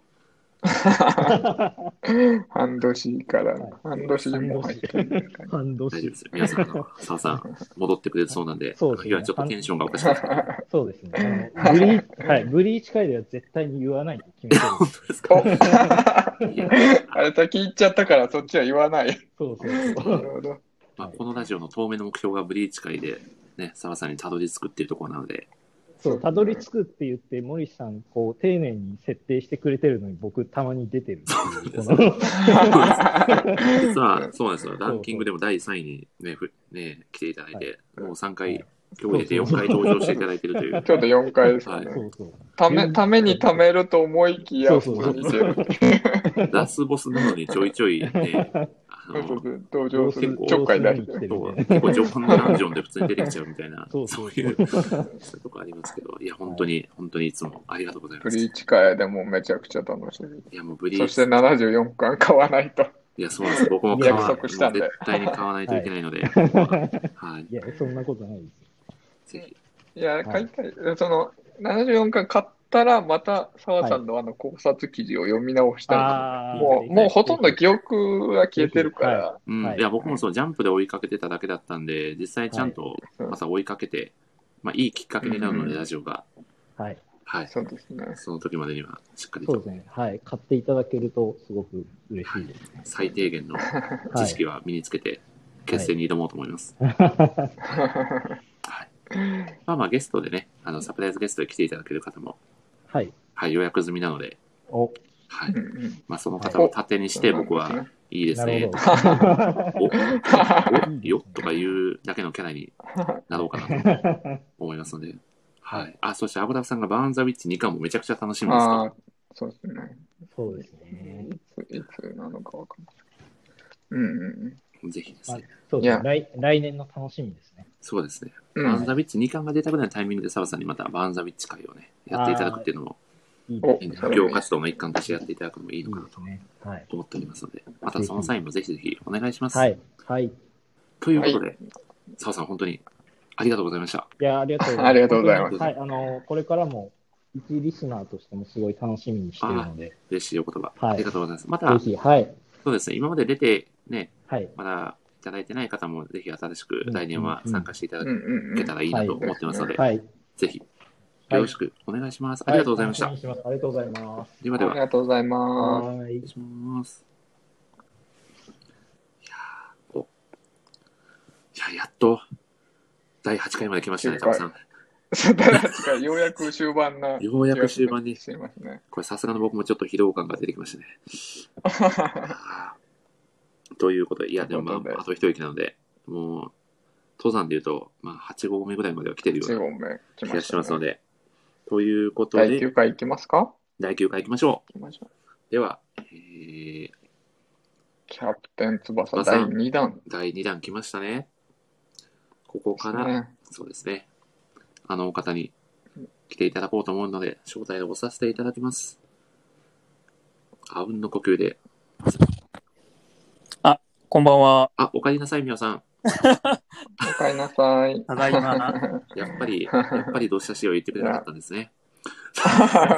S2: 半年から
S6: はい、
S2: 半年も入ってる感じ。
S1: 大
S6: 半
S1: 丈夫
S6: 年
S1: です。皆さん、あの澤さ ん、戻ってくれるそうなんで、
S6: そうですね
S1: 今日はちょっとテンションがおかしかった。
S6: そうで すね。あのブリー、はい、ブリーチ会では絶対に言わないって決めてる。
S1: 本当ですか
S2: お
S1: いや
S2: あれ先言っちゃったからそっちは言わない。
S6: そうそう
S2: な
S6: そ
S2: る
S6: う。
S2: ほど。
S1: まあ、このラジオの当面の目標がブリーチ会で、ね、澤さんにたどり着くっていうところなので、
S6: そう、たどり着くって言って、森さん、こう、丁寧に設定してくれてるのに、僕、たまに出てるっていう。この
S1: 実は、そうなんですよ。ランキングでも第3位にね、ふね来ていただいて、もう3回、
S6: はい
S1: 今日入れて4回登場していただいてるという
S2: ち。ょっと4回ですかね。
S6: そうそう。
S2: ため、ためにためると思いきや、
S6: そ
S2: 普
S6: う
S2: 通
S6: そう
S2: に出る。
S1: ラスボスなのにちょいちょいね、あ
S2: そうそ
S1: の
S2: う、そう同情する
S1: 結構
S2: ちょっかい出し
S6: 様子見に来て
S2: て。
S1: そ
S6: るみたいうな
S1: 結構序盤のダンジョンで普通に出てきちゃうみたいな、
S6: そう
S1: そ
S6: そうう
S1: いう、そういうとこありますけど、いや、本当に、本当にいつもありがとうござい
S2: ブ
S1: ます。
S2: リ
S1: い
S2: ーチ会でもめちゃくちゃ楽しみ。
S1: や、もうブリ
S2: そ
S1: ー
S2: して
S1: チ、
S2: 74巻買わないと。
S1: いや、そうなんです。僕も買わ
S2: 約束したんで
S1: もう絶対に買わないといけないので、はい、
S6: いや、そんなことないです。
S1: ぜひ。
S2: いや、
S6: い
S2: 買いたい。その、74巻買ったら、また澤さんのあの考察記事を読み直したいな。
S6: あ
S2: もう、もうほとんど記憶は消えてるか
S6: は
S2: ら。
S1: うん、
S6: はい
S1: い、や、僕もそう、ジャンプで追いかけてただけだったんで、実際ちゃんと
S2: はい
S1: また追いかけて、まあ、いいきっかけになるの
S2: うんう
S1: で、
S2: ん
S1: ラジオが、
S6: はい。
S1: はい、
S2: そうですね。
S1: その時までにはしっかり
S6: そうで
S1: と
S6: すね。はい。買っていただけると、すごく嬉しいです。
S1: 最低限の
S6: は
S1: 知
S6: い。
S1: 識は身につけて、決戦に挑もうと思います。はい。まあまあ、ゲストでね、あの、サプライズゲストで来ていただける方も、
S6: はい。
S1: はい、予約済みなので、
S6: お、
S1: は
S2: う
S1: い
S2: ん。うん
S1: まあ、その方を盾に して、僕
S2: そうです
S1: は
S2: ね、
S1: いいです
S6: なる
S1: ね
S6: ほ、ど。
S1: お、お、よ、とか言うだけのキャラになろうかなと思いますので、はい。あ、そして、アブラフさんがバーンザウィッチ2巻もめちゃくちゃ楽しみです
S2: あ
S1: と。
S2: あ、そうですね。
S6: そうですね。
S2: いつ、いつなのかわかんない。うんうん
S1: ぜひです
S6: あ
S1: ね。
S6: そう
S2: い
S6: です
S2: や
S6: ね。来来年の楽しみですね。
S1: そうですね。
S2: う
S1: バー
S2: ん。う
S1: ン
S2: ん
S1: ザウィッチ2巻が出たぐらいのタイミングで澤さんにまたバーンザウィッチ会をね、やっていただくっていうのも、
S6: いい
S2: お
S6: です
S1: いい
S6: ね
S1: ね。布教活動の一環としてやっていただくのもい
S6: い
S1: いの
S6: い
S1: かな
S6: ですね。はい。
S1: と思っておりますので、またその際もぜひぜひお願いします。
S6: はい。はい。い
S1: ということで、澤、さん本当にありがとうございました。
S6: や、ありがとうございます。
S2: ありがとうございます
S6: はい。あの、これからも、一リスナーとしてもすごい楽しみにしているので、
S1: 嬉しいお言葉、
S6: はい
S1: ありがとうございます。ま
S6: ぜ
S1: た、
S6: ひ、はい。
S1: そうですね、今まで出てね、
S6: はい。
S1: まだいただいてない方もぜひ新しく
S6: うん
S1: 来年は参加していただ
S2: うんうんう
S1: け
S2: ん
S1: た。らいいなと思ってますので、
S6: はい。
S1: ぜひよろしくお願いします。ありがとうございました。
S6: は楽みにますありがとうございま
S1: では
S2: あ
S1: で
S2: り
S1: は、
S2: がとうございます。
S6: す。はい
S1: お願い。します。いやーおいや、やっと、第8回まで来ましたね、
S2: 9
S1: タコ
S2: 回
S1: さん。
S2: そうだからようやく終盤な。
S1: ようやく終盤に
S2: すいませんね。
S1: これさすがの僕もちょっと疲労感が出てきました ね。あーということで、いや、でもま
S2: ということで
S1: あ、あと一息なので、もう、登山で言うと、まあ、8合目ぐらいまでは来てるよ
S2: 1
S1: う
S2: 問目来
S1: な気
S2: ま
S1: が
S2: し
S1: します
S2: た
S1: の
S2: ね。
S1: で、ということ
S2: 第
S1: で
S2: 9、回行きますか
S1: 第9回行きましょ
S2: 行きましょう。
S1: う。では、えー、
S2: キャプテン翼
S1: 翼
S2: 第2弾
S1: 第2弾来ましたね。ここ
S2: です
S1: から、
S2: ね。
S1: そうですね。あのお方に来ていただこうと思うので、招待を押させていただきます。あうんの呼吸で。
S5: こんばんは。
S1: あ、お帰りなさい、みおさん。
S2: おかえりな さい。
S5: ただいま。
S1: やっぱり、やっぱりどうしたしを言ってくれなかったんですね。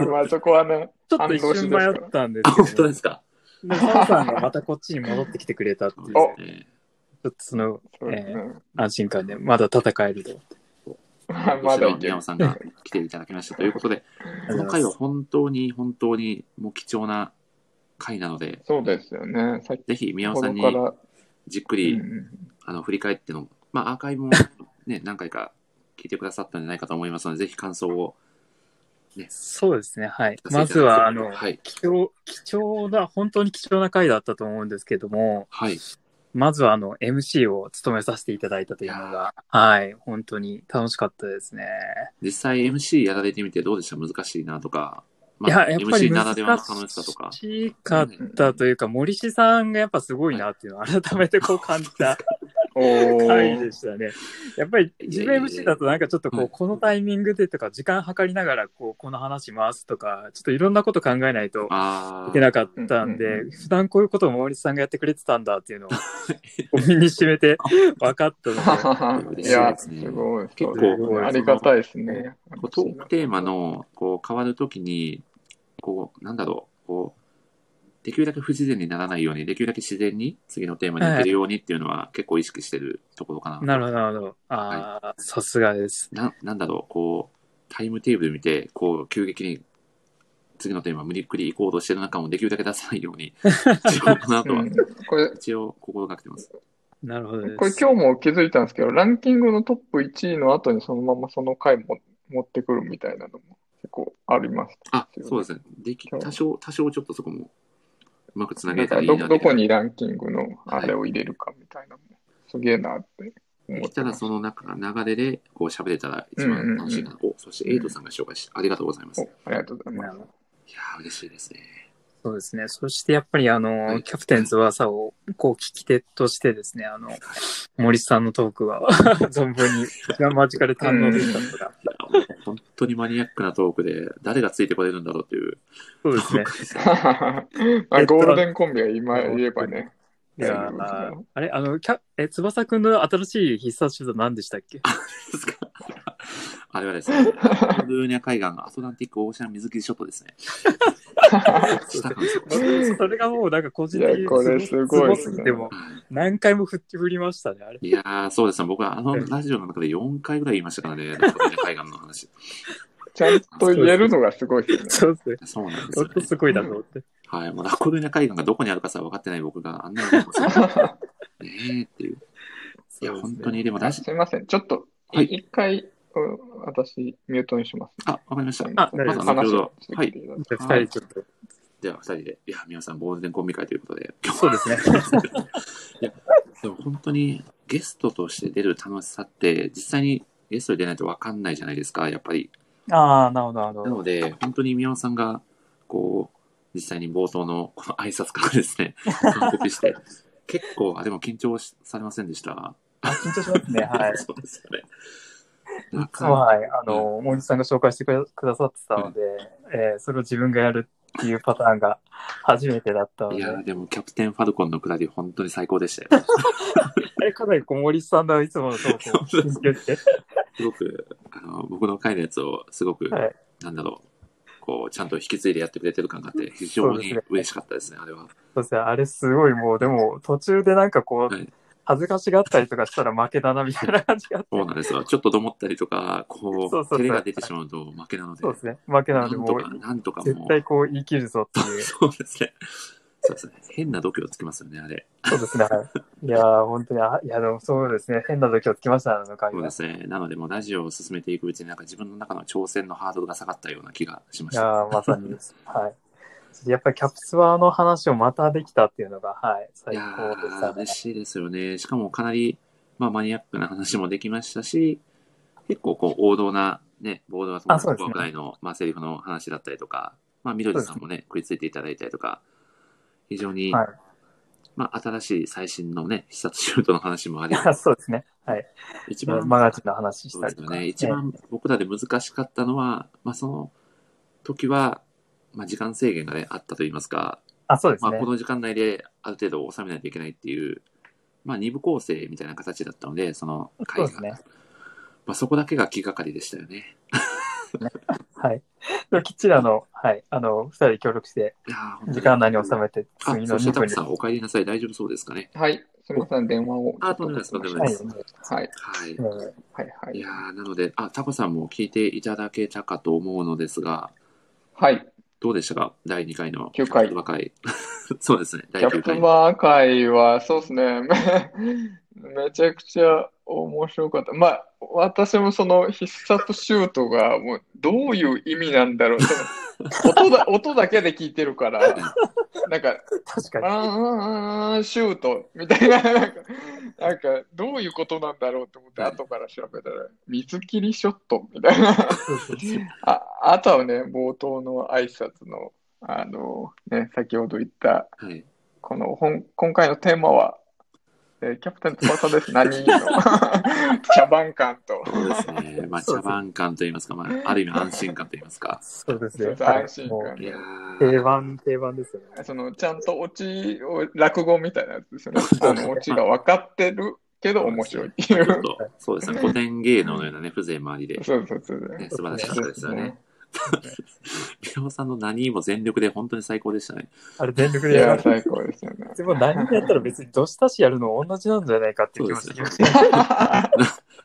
S2: まあそこはね、
S5: ちょっと一瞬迷ったんですけ
S1: 本
S5: ど
S1: 当ですか
S5: でも澤さんがまたこっちに戻ってきてくれたっていう、ちょ
S1: そうですね。
S5: っとその
S2: そうですね。
S5: 安心感で、まだ戦えると。
S2: まあ
S1: こ
S2: ま
S1: ち
S2: だ
S1: らの
S2: いけ
S1: 宮
S2: る
S1: 尾。さんが来ていただきましたということで、この回は本当に本当にもう貴重な回なので、
S2: そうですよね。さっき
S1: ぜひ宮尾
S2: ほ
S1: さん
S2: ど
S1: に
S2: から。
S1: じっく
S2: う
S1: り、
S2: ん
S1: あの振り返っての、まあ、アーカイブも、ね、何回か聞いてくださったんじゃないかと思いますので、ぜひ感想を。
S5: そうですね、はい。
S1: 聞
S5: ま
S1: かせて
S5: ず
S1: いただき
S5: は、
S1: たい
S5: あの、
S1: はい
S5: 貴重、貴重な、本当に貴重な回だったと思うんですけども、
S1: はい。
S5: まずは、あの、MC を務めさせていただいたというのが、はい、本当に楽しかったですね。
S1: 実際 MC やられてみてどうでした難しいなとか、
S5: いや、やっぱり
S1: MC ならでは
S5: 難
S1: の楽しさとか。
S5: しかったというか、森氏さんがやっぱすごいなっていうのを改めてこう感じた
S2: おー
S5: 回でしたね。やっぱり自分 MC だとなんかちょっとこう、このタイミングでとか、時間計りながらこう、この話回すとか、ちょっといろんなこと考えないと
S1: あ
S5: いけ
S1: あ。
S5: なかったん
S2: うん
S5: で、普段こういうことを森さんがやってくれてたんだ っていうのを身にしめて分かったので、
S2: いや、すごい。
S1: 結構
S2: そうありがたいですね。
S1: こうトークテーマのこう変わるときに、こう、なんだろう、こう、できるだけ不自然にならないように、できるだけ自然に次のテーマに行けるようにっていうのは結構意識してるところか な。
S5: なるほど、なるほど。ああ、さすがです。
S1: ななんだろう、こう、タイムテーブル見て、こう、急激に次のテーマ無理っくり行こうとしてる中もできるだけ出さないように、一応この 後は
S2: うん、これ、
S1: 一応心がけてます。
S5: なるほどです。
S2: これ今日も気づいたんですけど、ランキングのトップ1位の後にそのままその回も持ってくるみたいなのも結構あります。
S1: あ、そうですね。でき、
S2: 今日
S1: 多少、多少ちょっとそこもうまくつなげ
S2: な
S1: れた
S2: んから
S1: いいな
S2: ど、
S1: って
S2: どこにランキングのあれを入れるかみたいなのも、すげえなって
S1: で
S2: 思っ
S1: き
S2: て
S1: たら
S2: ます。
S1: その中流れでこう喋れたら一番楽しいかな。お、そしてエイトさんが紹介して、ありがとうございます。い
S2: おありがとうござい
S5: な
S2: ま
S5: るほど
S1: やー嬉しいですね。
S5: そうですね。そしてやっぱりあの、
S1: はい
S5: キャプテン翼をこう聞き手としてですね、あの、森さんのトークは 存分に一番間近で堪能できたのが、
S1: いやもう本当にマニアックなトークで、誰がついてこれるんだろうっていう。
S5: そうですね。
S2: す。まあ、ゴールデンコンビは今言えばね。
S5: いやー、あれ、あの、キャえ翼くんの新しい必殺手段何でしたっ け
S1: ですかあれはですね、カンブーニャ海岸、アトランティックオーシャン水切りショットですね。したかもしれない。
S5: それがもうなんか個人的
S2: い
S5: に
S2: やこれすごいですね
S5: すぎても、何回も振って振りましたね、あれ。
S1: いやー、そうですね。僕はあのラジオの中で4回ぐらい言いましたからね、カンブーニャ海岸の話。
S2: ちゃんと言えるのがすごいですね。
S5: そうですね。
S1: そうなんです
S5: ほ
S1: よ、
S5: んと
S1: ね。
S5: すごいなと思って。
S1: はい。もうラコルーニャ海岸がどこにあるかさ、分かってない僕があんなに言うことするねえっ ていう。いや、
S5: そうです
S1: 本
S5: ね
S1: 当に、でもラ
S2: あ
S1: ジ
S2: すいません。ちょっと、い
S1: はい
S2: 一回、うん私、ミュートにします。
S1: あ、わかりました。
S5: あ
S2: まず
S5: 大丈夫
S2: 話を
S1: ですはい
S2: 続けていただ
S5: じゃあ二人ちょっと。
S1: では、二人で。いや、皆さん、ゴールデンコンビ会ということで。
S5: そうですね。
S1: いや、でも本当にゲストとして出る楽しさって、実際にゲストで出ないとわかんないじゃないですか、やっぱり。
S5: ああ、なるほど、なるほ
S1: な
S5: ど。
S1: ので、本当に宮尾さんが、こう、実際に冒頭のこの挨拶からですね、完コピして、結構、あ、でも緊張しされませんでした。。
S5: あ緊張しますね、 はい
S1: そうですよね。なかなか
S5: はい、あの、森さんが紹介してくだくださってたので、えーそれを自分がやるっていうパターンが初めてだったの
S1: い
S5: で、
S1: やーでもキャプテンファルコンのくだり本当に最高でした よ。
S5: あれかなりこう森さんのいつものトークを
S1: そう
S5: 続けて、
S1: すごく、あの、僕の回のやつをすごく、
S5: はい
S1: なんだろう、こう、ちゃんと引き継いでやってくれてる感があって、非常
S5: そうです
S1: に
S5: ね
S1: 嬉しかったですね、あれは。
S5: そうですね、あれすごいもう、でも途中でなんかこう、
S1: はい
S5: 恥ずかしがったりとかしたら負けだなみたいな感じがあって、
S1: そうなんですよ。ちょっとどもったりとか、こ
S5: そうそう
S1: う、
S5: そう
S1: 照れが出てしまうと負けなので、
S5: そうですね、負けな
S1: な
S5: の
S1: ん
S5: で、
S1: と
S5: もう
S1: か、なんとかも
S5: 絶
S1: う、
S5: 対こう言い切るぞっていう、
S1: そうですね。そうですね。変な度胸つきますよね、あれ。
S5: そうです ね、はいいやー、本当に、あいや、でもそうですね、変な度胸つきましたね、あの回
S1: そう
S5: は
S1: で。すね。なので、もうラジオを進めていくうちに、なんか自分の中の挑戦のハードルが下がったような気がしま
S5: い
S1: した。
S5: やーまさにです。はい。やっぱりキャプツバーの話をまたできたっていうのが、はい、
S1: い
S5: 最
S1: や
S5: 高でし
S1: ー
S5: たね
S1: 嬉。しいですよね。しかもかなり、まあ、マニアックな話もできましたし、結構こう王道な、ね、ボードが
S5: あそうです
S1: 怖
S5: ね
S1: くないの、まあ、セリフの話だったりとか、まあ、緑さんもね、食いついていただいたりとか、非常に、
S5: はい
S1: まあ、新しい最新のね、必殺シュートの話もあ り、
S5: そうですね。はい。
S1: 一番、
S5: マガジンの話し
S1: そう
S5: た
S1: です
S5: りと
S1: よ
S5: か。
S1: ね、一番僕らで難しかったのは、まあ、その時は、まあ、時間制限がね、あったといいますか、
S5: あ、そうです
S1: まあ、
S5: ね
S1: こ。の時間内である程度収めないといけないっていう、まあ、二部構成みたいな形だったので、その
S5: そう
S1: 会
S5: です
S1: が。
S5: ね。
S1: まあ、そこだけが気がかりでしたよね。
S5: はい。でもきっちりあの、はい、あの、二人で協力して、
S1: いやー本当に
S5: 時間内に収めて、
S1: あ
S5: 次、
S1: そ
S5: の
S1: して
S5: 2
S1: タ
S5: 分
S1: ク
S5: に。
S1: さ
S5: は
S1: ん、お帰りなさい。大丈夫そうですかね。
S2: はい。すみません、電話を。
S1: あとんでもないですとんでもない
S5: い
S1: で。
S2: はい。
S1: はい
S5: え。ー
S2: はい、はいい
S1: や。ーなので、あ、タコさんも聞いていただけたかと思うのですが、
S2: はい。
S1: どうでしたか第2回の
S2: 9回
S1: キャプツバ会。 そうですね、第
S2: キャプ
S1: 9
S2: テ
S1: 回
S2: ン。バー会は、そうですね。 めめちゃくちゃ面白かった。まあ、私もその必殺シュートが、もう、どういう意味なんだろう。その 音だ、音だけで聞いてるから、なんか、
S5: 確かに。
S2: あーあー、シュートみたいな、なんか、なんかどういうことなんだろうと思って、
S1: はい
S2: 後から調べたら、水切りショットみたいな。あ、あとはね、冒頭の挨拶の、あの、ね、先ほど言った、
S1: はい。
S2: この本、今回のテーマは、えーキャプテン翼です。何の茶番感と。
S1: そうですね。まあ、
S5: そう
S1: 茶
S5: ですね
S1: 番感といいますか、まあ、ある意味安心感といいますか。
S5: そうです
S2: ちょ
S5: ね
S2: っ。と安心
S5: も
S2: 感
S5: う
S1: い
S2: で
S1: や。ー
S5: 定番、定番ですよね。
S2: そのちゃんとオチを落語みたいなやつですよね。
S1: そう
S2: あ
S1: ですね
S2: のオチが分かってるけど面白いってい
S1: ちょっ
S2: う。
S1: と、そうですね。古典芸能のようなね、風情もありで、
S2: そうそうそう。
S1: ね、素晴らしかったですよね。
S2: です
S1: 宮尾さんの何も全力で本当に最高でしたね。
S5: あれ、全力
S2: ね。い
S5: でやら
S2: や、
S5: ない。
S2: 最高ですよね。
S5: でも何やったら別にどしたしやるの同じなんじゃないかっていう気もしてきました。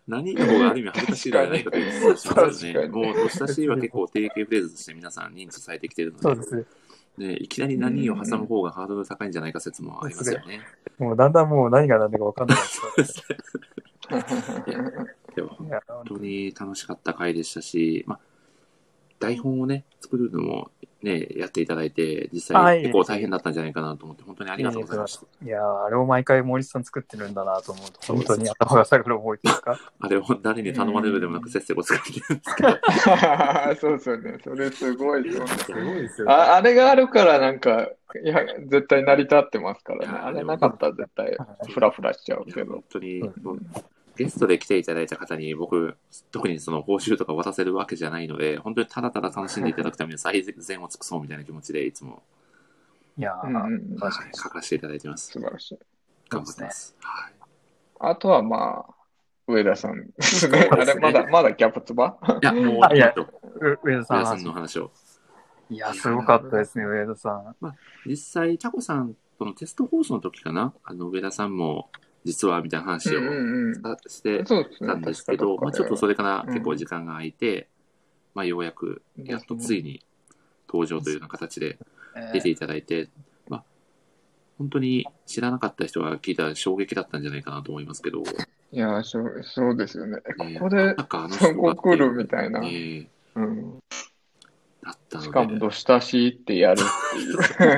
S1: 何の方がある意味恥ずかしいのではないかという気がしますよね。
S2: 確かに
S1: もう、年親しいは結構定型フレーズとして皆さん認知されてきてるので、
S5: そうですね。
S1: ねいきなり何を挟む方がハードル高いんじゃないか説もありますよね。
S5: もうだんだんもう何が何だか分かんなくなってきます
S1: でも
S5: いや
S1: 本当に楽しかった回でしたし、まあ、台本をね、作るのもね、やっていただいて、実
S5: は
S1: 際
S5: い
S1: 結構大変だったんじゃないかなと思って、本当にありがとうございました。
S5: いやーあれを毎回森さん作ってるんだなと思うと、
S1: そうで
S5: 本
S1: す
S5: 当に頭が下がる思いですか。
S1: あれを誰に頼まれるでもなく、せっせと作ってるんですけど、
S2: そうですよね。それすごいですよね。
S5: すごいですよね。
S2: ああれがあるから、なんか、いや、絶対成り立ってますから
S1: い
S2: ね。
S1: や
S2: あれなかったら絶対、フラフラしちゃう
S1: い
S2: け
S1: や
S2: ど
S1: 本。当に
S5: うん、
S1: もうゲストで来ていただいた方に僕、特にその報酬とか渡せるわけじゃないので、本当にただただ楽しんでいただくために最善を尽くそうみたいな気持ちでいつも、
S5: いやー
S2: うんうん
S5: マジ
S1: はい、書かせていただいてます。
S2: 素晴らしい。
S1: 頑張ってます。はい、
S2: あとはまあ、上田さんです ね。あれ、まだ、まだキャプツバ
S1: いや、もう、
S5: あいや
S1: ちょっと
S5: う上田さ
S1: 皆
S5: ん
S1: さんのお話を。
S5: いや、すごかったですね、上田さん。
S1: 実際、タコさんとのテスト放送の時かな、あの、上田さんも、実は、みたいな話
S2: う
S1: を
S2: んうん。
S1: して
S2: そうですね。
S1: たんですけど、
S2: 確か
S1: まあ、ちょっとそれから
S2: うん
S1: 結構時間が空いて、まあ、ようやく、やっとついに登場というような形で出ていただいて、まあ、本当に知らなかった人が聞いたら衝撃だったんじゃないかなと思います けど、
S2: いや、そう、そうですよね。
S1: ね
S2: ここで
S1: まさ、かあの
S2: そ
S1: 人
S2: こ
S1: が
S2: 来るみたいな。
S1: ね
S2: うん。
S1: だったので、
S2: しかも、どしたしってやるってい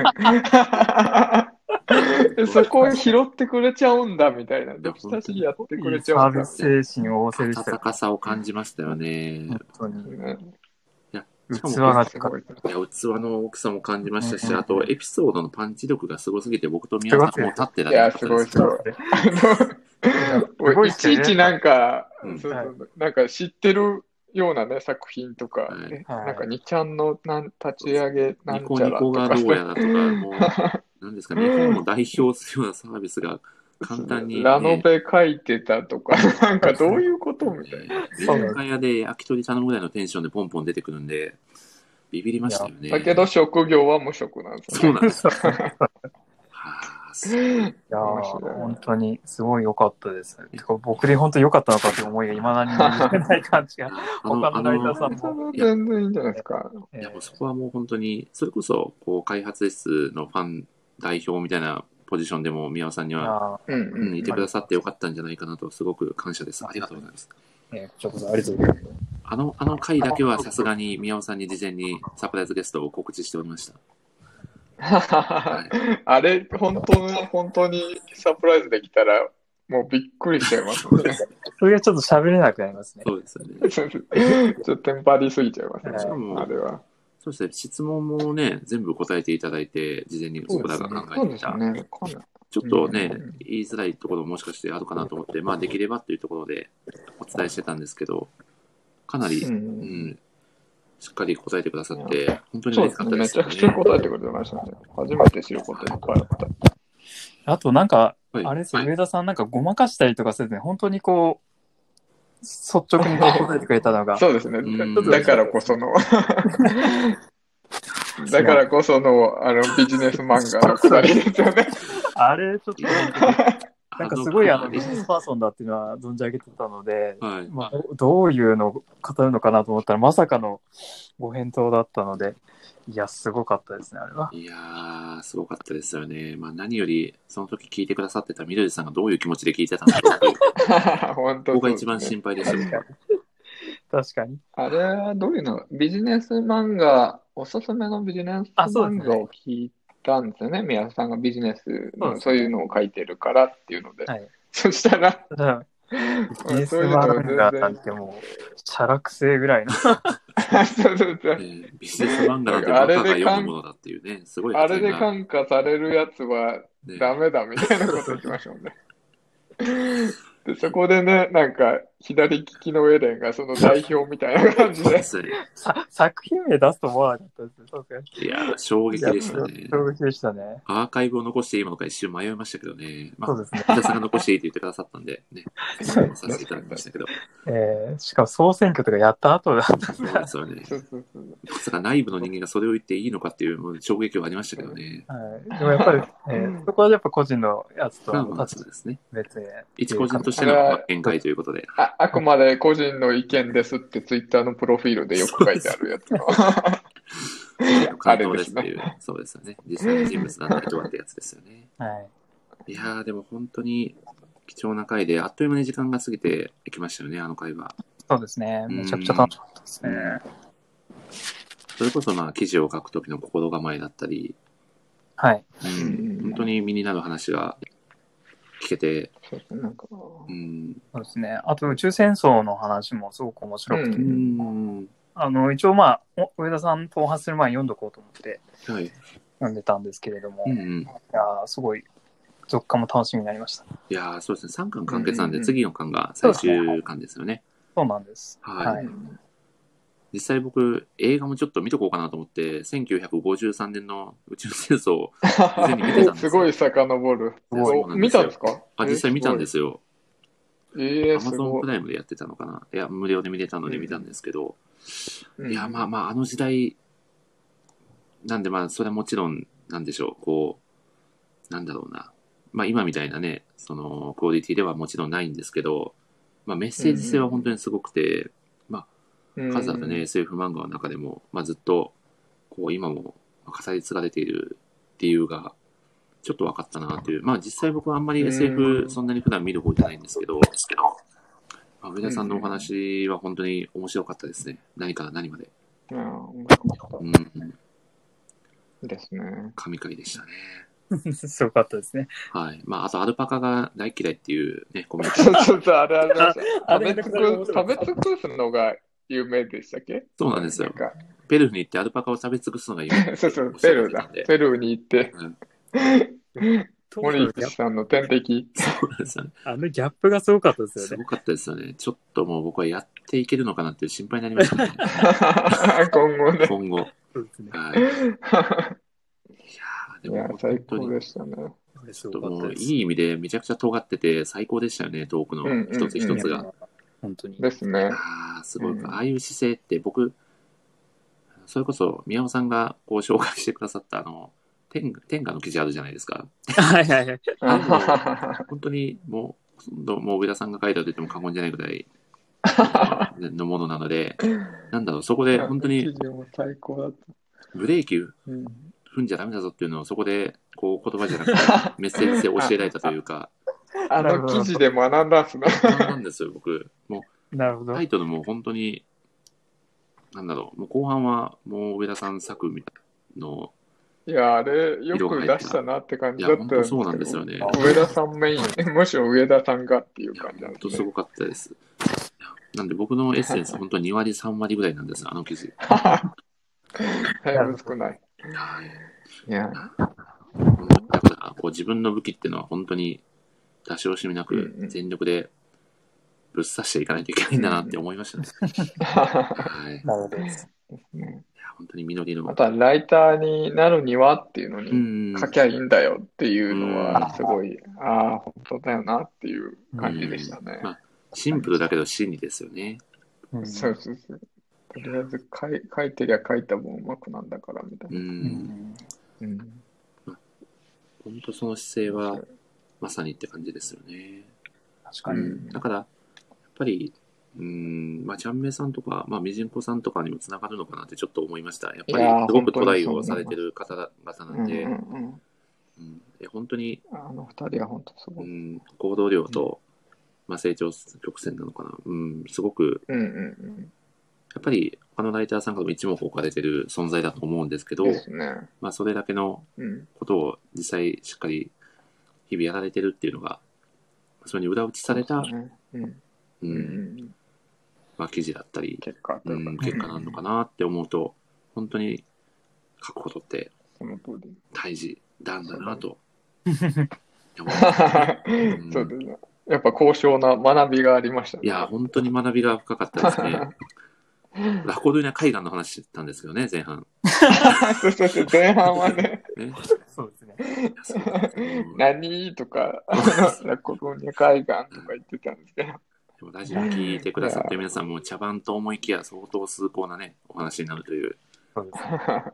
S2: う。 そこを拾ってくれちゃうんだみたいな。どしたしやってくれちゃう
S5: サ
S2: ん
S5: ービ
S2: だ。
S5: ス精神を旺盛で
S1: 温
S5: したよ。
S1: かさを感じましたよね。
S5: 本当に。
S2: ね
S5: 器が
S2: す
S5: 高
S2: ご
S5: かっ
S2: い
S1: いや器の大きさも感じました
S5: うん
S1: し、
S5: うん
S1: あとエピソードのパンチ力がすごすぎて、僕と宮本さんもう立ってら
S2: い
S1: れな
S2: や、
S1: か
S2: す
S1: った
S2: ご
S1: で
S2: い
S1: す
S2: すごい。
S5: すごいっ
S2: い
S5: す
S2: ち
S5: よね
S2: いちなんか
S1: うん、
S2: そう
S5: はい
S2: そうなんか知ってるようなね、作品とか
S1: はい、
S2: え
S5: はい
S2: なんか、にちゃんのなん立ち上げな
S1: ニ
S2: ん
S1: コ
S2: ちゃ
S1: ニ
S2: ら
S1: コ
S2: と
S1: が
S2: か
S1: どうや
S2: ね、
S1: らとか、 もう、なんですか、日本を代表するようなサービスが簡単に、ね、
S2: ラノベ書いてた とか、なんかどういうことみたいな。
S1: 居酒屋で焼き鳥頼むぐらいのテンションでポンポン出てくるんで、ビビりましたよね。
S2: だけど、職業は無職なんです
S1: そう
S2: ね。
S1: なんです。
S5: そうそうい
S1: はあ、すごい
S5: やー
S2: 面白い
S5: 本当にすごい良かったです。てか僕で本当良かったのかという思いがいまだに抜けない感じが。
S1: なあ
S5: 他のライターさん
S2: それは全然いいんじゃないですか。
S5: え
S1: いやも
S5: ー
S1: うそこはもう本当に、それこそ、こう、開発室のファン代表みたいなポジションでも、宮尾さんには、
S5: あ
S2: うん
S1: う
S2: うん
S1: ん、いてくださってよかったんじゃないかなと、すごく感謝です。ありがとうございます。
S5: ーえーこちらこそありがとうございます。
S1: あの、あの回だけはさすがに宮尾さんに事前にサプライズゲストを告知しておりました。はい。
S2: あれ、本当に、本当にサプライズできたら、もうびっくりしちゃいます ね。
S5: それがちょっと喋れなくなりますね。
S1: そうですよね。
S2: ちょっとテンパりすぎちゃいますね。
S5: し
S1: かも
S2: あれは。
S1: そうですね。質問もね、全部答えていただいて、事前に僕らが考えていた。
S2: ね。こんな
S1: ちょっとね
S2: うん、
S1: 言いづらいところもしかしてあるかなと思って、まあできればっていうところでお伝えしてたんですけど、かなり、
S2: う
S1: うんん、しっかり答えてくださって、本当に
S2: そう
S1: 嬉
S2: で
S1: し
S2: す
S1: かっ
S2: ね。
S1: たで
S2: め
S1: す
S2: ちゃ
S1: よ
S2: くちゃ
S1: ね。
S2: 答えてくれましたね。初めて知ることいっぱいあった。
S5: あとなんか、
S1: はい
S5: あれですよ、
S1: はい
S5: 上田さんなんかごまかしたりとかせずに、本当にこう、率直に答えてくれたのが、
S2: そうですね
S1: うん。
S2: だからこその、 だからこその、あの、ビジネス漫画のくだりです よね。
S5: あれちょっと、なんかすごいあの、ビ
S1: 回
S5: ジネスパーソンだっていうのは存じ上げてたので、
S1: はい。
S5: まあ、どどういうのを語るのかなと思ったら、まさかのご返答だったので、いや、すごかったですね、あ れは。
S1: いやー、すごかったですよね。まあ、何より、その時聞いてくださってたみどりさんがどういう気持ちで聞いてたのかっていう、
S2: 本当
S1: ここが
S2: そうで
S1: 一
S2: す
S1: 番
S2: ね。
S1: 心配で したね。
S5: 確かに。
S2: あれはどういうのビジネス漫画、おすすめのビジネス
S5: あそうで
S2: 漫
S5: すね
S2: 画を聞いたんですよね。宮田さんがビジネス
S5: そうです
S2: の
S5: ね
S2: そういうのを書いてるからっていうので。
S5: はい。
S2: そしたら、
S5: ただ、ビジネス
S2: そういうの
S5: マ
S2: は
S5: ンガ
S2: 全
S5: なん
S2: 然、
S5: てもう、シャラクセぐらいの。
S2: そうそうそう
S1: えービジネス漫画なんてバカが読むものだっていうね、すごい
S2: あ
S1: 発
S2: れ
S1: 言
S2: で
S1: が、
S2: 感化されるやつは
S1: ね、
S2: ダメだみたいなこと言ってましたもんね。で、そこでね、なんか、左利きのエレンがその代表みたいな感じで、
S1: つい
S5: さ作品名出すと思わなかったですね。そうですね。
S1: いやー、衝撃でした
S5: い
S1: ね
S5: や。衝撃でしたね。
S1: アーカイブを残していいものか一瞬迷いましたけどね。ま
S5: そう
S1: あ、
S5: ですね。
S1: 木田さんが残していいって言ってくださったんで、ね、参考させていただきましたけど、
S5: えー、しかも総選挙とかやった後だったん
S1: そう
S5: で
S1: ですよね。
S2: そうそうそう。
S1: まさか内部の人間がそれを言っていいのかっていうもう衝撃はありましたけどね。
S5: はい、でもや っぱり、えーそこはやっぱ個人のやつと
S1: まあ
S5: あ
S1: ま
S5: の
S1: あ、
S5: 立
S1: そう
S5: ち
S1: ですね。
S5: 別に。
S1: 一個人として
S2: これ
S1: の
S2: は
S1: 見解ということで。
S2: あ、あくまで個人の意見ですってツイッターのプロフィールでよく書いてあるやつの。
S1: 感動ですっていう、そうですよね。実際の人物なんだとはってやつですよね。
S5: はい。
S1: いやー、でも本当に貴重な回で、あっという間に時間が過ぎていきましたよね、あの回は。
S5: そうですね。めちゃくちゃ楽しかったですね。
S1: それこそまあ記事を書くときの心構えだったり、
S5: はい。
S1: うん、本当に身になる話が聞けて、
S2: そうそうなんか、
S1: うん、
S5: そうですね。あと宇宙戦争の話もすごく面白くて、
S1: うーん、
S5: あの、一応まあ、お上田さんとお話しする前に読んどこうと思って
S1: はい、
S5: 読んでたんですけれども、
S1: うん、
S5: い
S1: うん。
S5: やーすごい、続刊も楽しみになりました。
S1: いやー、そうですね、3巻完結なん
S2: うんうん
S1: で、
S2: うん
S1: 次の巻が最終巻ですよね。
S5: そうなんです。
S1: はい
S5: はい。
S1: 実際僕、映画もちょっと見とこうかなと思って、1953年の宇宙戦争を事前に見てたんです
S2: す
S1: よ。
S2: ごい遡る。
S1: そう
S2: お
S1: なんで
S2: 見
S1: すよ
S2: たんですか。
S1: あ、実際見たんですすよ。
S2: ごいえ
S1: ア
S2: え、
S1: マ
S2: す
S1: ゾン
S2: ご
S1: プ
S2: い。
S1: ライムでやってたのかな。いや、無料で見れたので見たんですけど、
S2: うん
S1: いや、まあまあ、あの時代、なんでまあ、それはもちろん、なんでしょう、こう、なんだろうな。まあ、今みたいなね、その、クオリティではもちろんないんですけど、まあ、メッセージ性は本当にすごくて、
S2: うん
S1: 数あるね、SF 漫画の中でも、まあ、ずっと、こう、今もまあ語り継がれている理由が、ちょっと分かったなという。まあ、実際僕はあんまり
S2: う
S1: SF、
S2: ん
S1: そんなに普段見る方じゃないんですけど、まあ、上田さんのお話は本当に面白かったですね。何から何まで。
S2: いや面白かっ
S1: うん、
S2: たですね。
S1: 神回でしたね。
S5: すごかったですね。
S1: はい。まあ、あと、アルパカが大嫌いっていうね、コメント。
S2: そうそうそう、あれありました。
S5: あ
S2: 食
S5: れ
S2: べ
S5: め
S2: 尽
S5: ちゃくちゃ面
S2: く、食
S5: 白か
S2: べ
S5: った
S2: 尽くすのが有名でしたっけ
S1: そうなんですよ。
S2: か
S1: ペルーに行ってアルパカを食べ尽くすのがいい。
S2: そうそう、ペルーだ。ペルーに行って、
S1: うん
S5: と
S2: モ
S5: に
S2: リ
S5: かくや
S2: ス
S5: っ
S2: さんの天 敵。
S1: そうなんですよね。
S5: ぱあのギャップがすごかったですよ
S1: す
S5: ね。
S1: ごかったですよね。ちょっともう僕はやっていけるのかなっていう心配になりましたね。
S2: 今後ね。
S1: 今後。
S5: そうですね。
S1: はい。いやーで
S2: いや
S1: も、
S2: 最
S1: 本当
S2: 高
S1: に、
S2: でしたね。
S5: これすごか
S1: も
S5: った
S1: う
S5: です。
S1: いい意味でめちゃくちゃ尖ってて最高でしたよね、トークの一つ一つ
S2: うん
S1: が。
S5: 本当に。
S2: ですね。
S1: ああ、すごい。
S2: うん
S1: ああいう姿勢って僕、それこそ宮尾さんがこう紹介してくださったあの、天天下の記事あるじゃないですか。
S5: はいはいはい。
S1: 本当にもう、ほとんどもう上田さんが書いたと言っても過言じゃないぐらいのものなので、なんだろう、そこ で本当に
S2: 記事も最高だっ
S1: ブレーキ
S2: た。うん
S1: 踏んじゃダメだぞっていうのをそこでこう言葉じゃなくてメッセージ性を教えられたというか、
S2: あの記事で学んだんすね。
S1: そうなんですよ、僕。も
S5: なるほ
S1: う
S5: ど
S1: タ。イトルも本当に、なんだろう、もう後半はもう上田さん作みたいの、
S2: いや、あれ、よく出したなって感
S1: い
S2: じ
S1: や
S2: だ、っ
S1: 本
S2: た
S1: 当
S2: んですけ
S1: そうなん
S2: ど
S1: ですよね。い
S2: 上田さんメイ ン、むしろ上田さんがっていう
S1: や、
S2: 感じなん
S1: 本
S2: で
S1: 当
S2: す
S1: す
S2: ね。
S1: ごかったです。いやなんで僕のエッセンス、本当2割、3割ぐらいなんですよ、あの記事。
S2: だいぶ少ない。
S1: はい。
S2: い や、
S1: 本当にだから、こう自分の武器っていうのは本当に出し惜しみなく
S2: うんうん
S1: 全力でぶっ刺していかないといけないんだなって思いましたね。はい。
S5: なるほどです。
S1: 本当に実りの。
S2: あとはライターになるにはっていうの
S1: う
S2: に
S1: ん。
S2: 書きゃいいんだよっていうの
S1: うん
S2: はすごい、ああ、本当だよなっていう感じでしたね。
S1: まあ、シンプルだけど真理ですよね。。
S5: うん
S2: そうそうそう。とりあえず書い書いてりゃ書いた分うまくなんだからみたいうな。
S5: うんん
S2: うん
S1: 本当その姿勢は、まさにって感じですよね。
S5: 確か
S2: う
S5: に。
S2: ん
S1: だから、やっぱり、うん、まあ、ちゃんめいさんとか、まあ、みじんこさんとかにもつながるのかなってちょっと思いました。やっぱ
S2: いや
S1: り、
S2: ー
S1: すごく
S2: 本当に
S1: トライをされてる方々なんで、
S2: う
S1: うん
S2: うんん
S1: え本当に、
S2: うん、あの二人は本当す
S1: う
S2: ごい。
S1: ん、行動量と、まあ、成長曲線なのかな。うん、すごく、
S2: うんうん
S1: やっぱり、他のライターさんからも一目置かれてる存在だと思うんですけ
S2: う
S1: ど
S2: ん。、ですね。
S1: まあ、それだけの
S2: うん。
S1: ことを実際しっかり日々やられてるっていうのが、それに裏打ちされた、
S2: ねうん
S1: う、
S2: うんうんん。
S1: まあ、記事だったり、
S2: 結果と
S1: う、
S2: いうんか。
S1: 結果なのかなって思うと、本当に書くことって
S2: その通り。
S1: 大事なんだなと。
S5: そ
S1: い
S5: う
S1: やもううん
S2: そうですね。やっぱ高尚な学びがありましたね。
S1: いや、本当に学びが深かったですね。ラコドゥーニャ海岸の話してたんですけどね、前半。
S2: そうそうそう、前半はね、
S1: ね、
S5: そうですね。
S1: いやそうなんですよ
S2: 何とか、あのラコドニア海岸とか言ってたんですけど、
S1: でもラジオ聞いてくださってる皆さんも茶番と思いきや相当崇高なね、お話になるという、
S5: そうです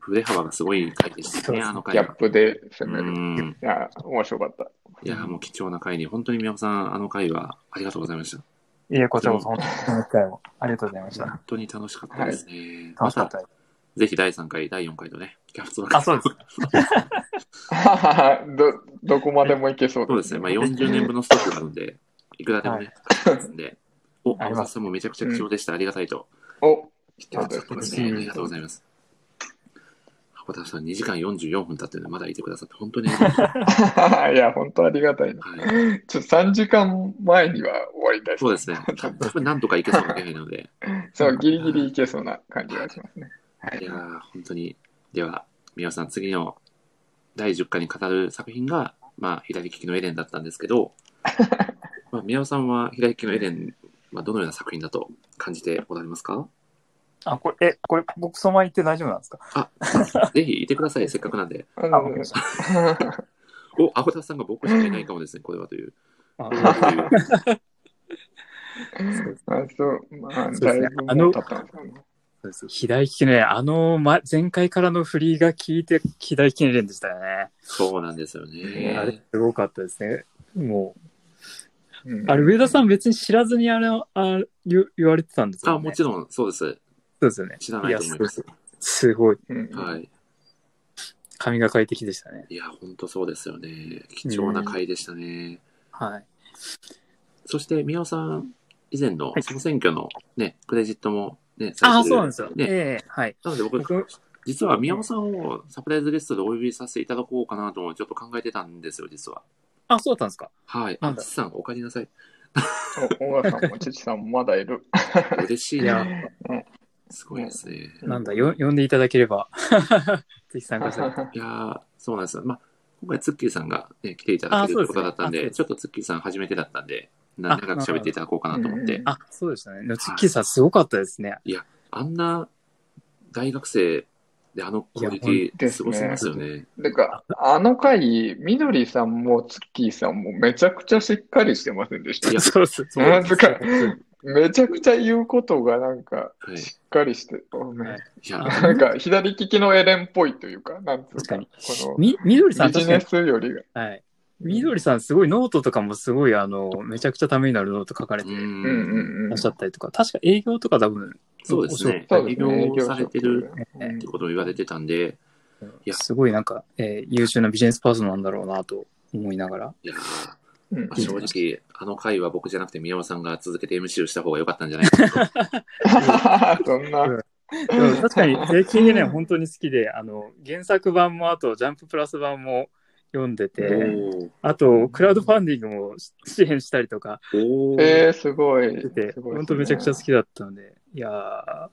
S1: 振れ幅がすごい回でしたね、あの
S2: ギ
S1: 回
S2: ャッ
S1: は。
S2: プで
S1: う
S2: 攻める。
S1: ん。
S2: いや、面白かった。
S1: いや、もう貴重な回に、本当に宮本さん、あの回はありがとうございました。
S5: いえ、こちらこそ、本当に、回もありがとうございました。
S1: 本当に楽しかったですね。
S5: 楽しか
S1: ま、
S5: ったたです。
S1: ぜひ第3回、第4回とね、キャプツバ
S5: あ、そうです。
S2: ど、どこまでもいけそう
S1: そうですね、まあ、40年分のストックがあるんで、いくらでもね、ありますんで。お、
S5: あ
S1: あ
S5: り
S1: り
S5: ま
S1: ますさんもめちゃくちゃ貴重でした。ありがたいと
S2: お、
S1: 言ってくださってますね。ありがとうございます。箱田さん、2時間44分経ってるのでまだいてくださって、本当 にありがとうございま
S2: いや、本当ありがたいな。
S1: す。はい、
S2: ちょっと3時間前には終わりたい
S1: そうですね。多分なんとかいけそうな気配なので。
S2: そう、ギリギリいけそうな感じがしますね。
S1: いやー本当に。では、皆さん、次の第10回に語る作品が、まあ、左利きのエレンだったんですけ ど、まあ、宮尾さんは左利きのエレンはどのような作品だと感じておられますか
S5: あ、これ、え、これ、僕、そのまま言って大丈夫なんですか
S1: ぜひいてください、せっかくなんで。
S2: あ
S5: あ、
S2: の
S5: わかりました。
S1: お、アホタさんが僕しかいないかもですね、これはという。
S5: あ
S1: これはという
S2: あそう、まあ、
S5: そうで
S2: だ
S5: す
S2: い
S5: ね
S2: ぶもう経ったんですかね。
S5: そうです。左利きのエレン、あの、ま、前回からの振りが効いて、左利きのエレンでしたよね。
S1: そうなんですよ
S5: あれ
S1: ね。、
S5: すごかったですね。も
S2: う
S5: う、
S2: ん
S5: あれ、上田さん別に知らずにあれ、あ言言われてたんですよ、ね。
S1: あ、もちろん、そうです。
S5: そうですよね。
S1: 知らないと思います。
S5: すごい。
S2: うん
S1: はい。
S5: 神が快適でしたね。
S1: いや、本当そうですよね。貴重な回でしたね。
S5: はい。
S1: そして、宮尾さん、以前の総選挙のね、クレジットもね、
S5: あ、そうなんですよ。
S1: ね
S5: ええはい。
S1: なので僕、
S5: 僕、
S1: 実は宮尾さんをサプライズゲストでお呼びさせていただこうかなともちょっと考えてたんですよ、実は。
S5: あ、そうだったんですか。
S1: はい。
S5: なん
S1: あ、
S5: だ
S1: 父さん、お帰りなさい。
S2: お小川さんも、父さんもまだいる。
S1: 嬉しい
S5: いや
S1: な。、すごいですね。
S5: なんだ、よ呼んでいただければ、 ぜひ参加したい。
S1: いやーそうなんですよ。まあ、今回、ツッキーさんが、ね、来ていただける
S5: あ
S1: っ
S5: ー
S1: て
S5: そ
S1: こと
S5: うですね
S1: だったんで、
S5: あそうです
S1: ちょっとツッキーさん初めてだったんで、な長く喋っていただこうかなと思っ
S2: う
S1: て
S2: ん、
S5: あ、そうでしたね。でもツッキーさん、すごかったですね。
S1: あんな大学生であのクオリティ、すごすぎますよね。
S2: なんか、あの回、みどりさんもツッキーさんもめちゃくちゃしっかりしてませんでした
S1: い。や
S5: そうです。
S1: そうなん
S2: な
S1: で
S2: ん
S1: すよ
S2: か、めちゃくちゃ言うことがなんか、
S1: はい
S2: しっかりして、おめ
S5: はい
S1: いや、
S5: あ
S2: なんか、左利きのエレンっぽいというか、なんつう
S5: 確かに
S2: こ
S5: み、みどり
S2: の、
S5: さん、
S2: ビジ
S5: 確か
S2: ネ
S5: に。
S2: スよりが。
S5: はい。みどりさん、すごいノートとかもすごい、あの、めちゃくちゃためになるノート書かれ
S1: う
S5: て
S1: ん
S2: うんうんうん
S5: らっしゃったりとか、確か営業とか多分、
S1: そうですね。
S2: そうで
S1: 営
S2: すね、
S1: 業されてる
S5: え
S1: ってことを言われてたんで、いや
S5: すごいなんか、えー優秀なビジネスパーソンなんだろうなと思いながら。
S1: いやー
S2: うんうん
S1: まあ正直、あの回は僕じゃなくて宮尾さんが続けて MC をした方が良かったんじゃないかなと。
S2: そんな。
S5: でも確かに、税金でね、本当に好きで、あの、原作版も、あと、ジャンププラス版も読んでて、あと、クラウドファンディングも支援したりとか
S1: おーおー
S2: えー、すごい。
S5: してて、
S2: すごいですね
S5: 本当めちゃくちゃ好きだったので、いやー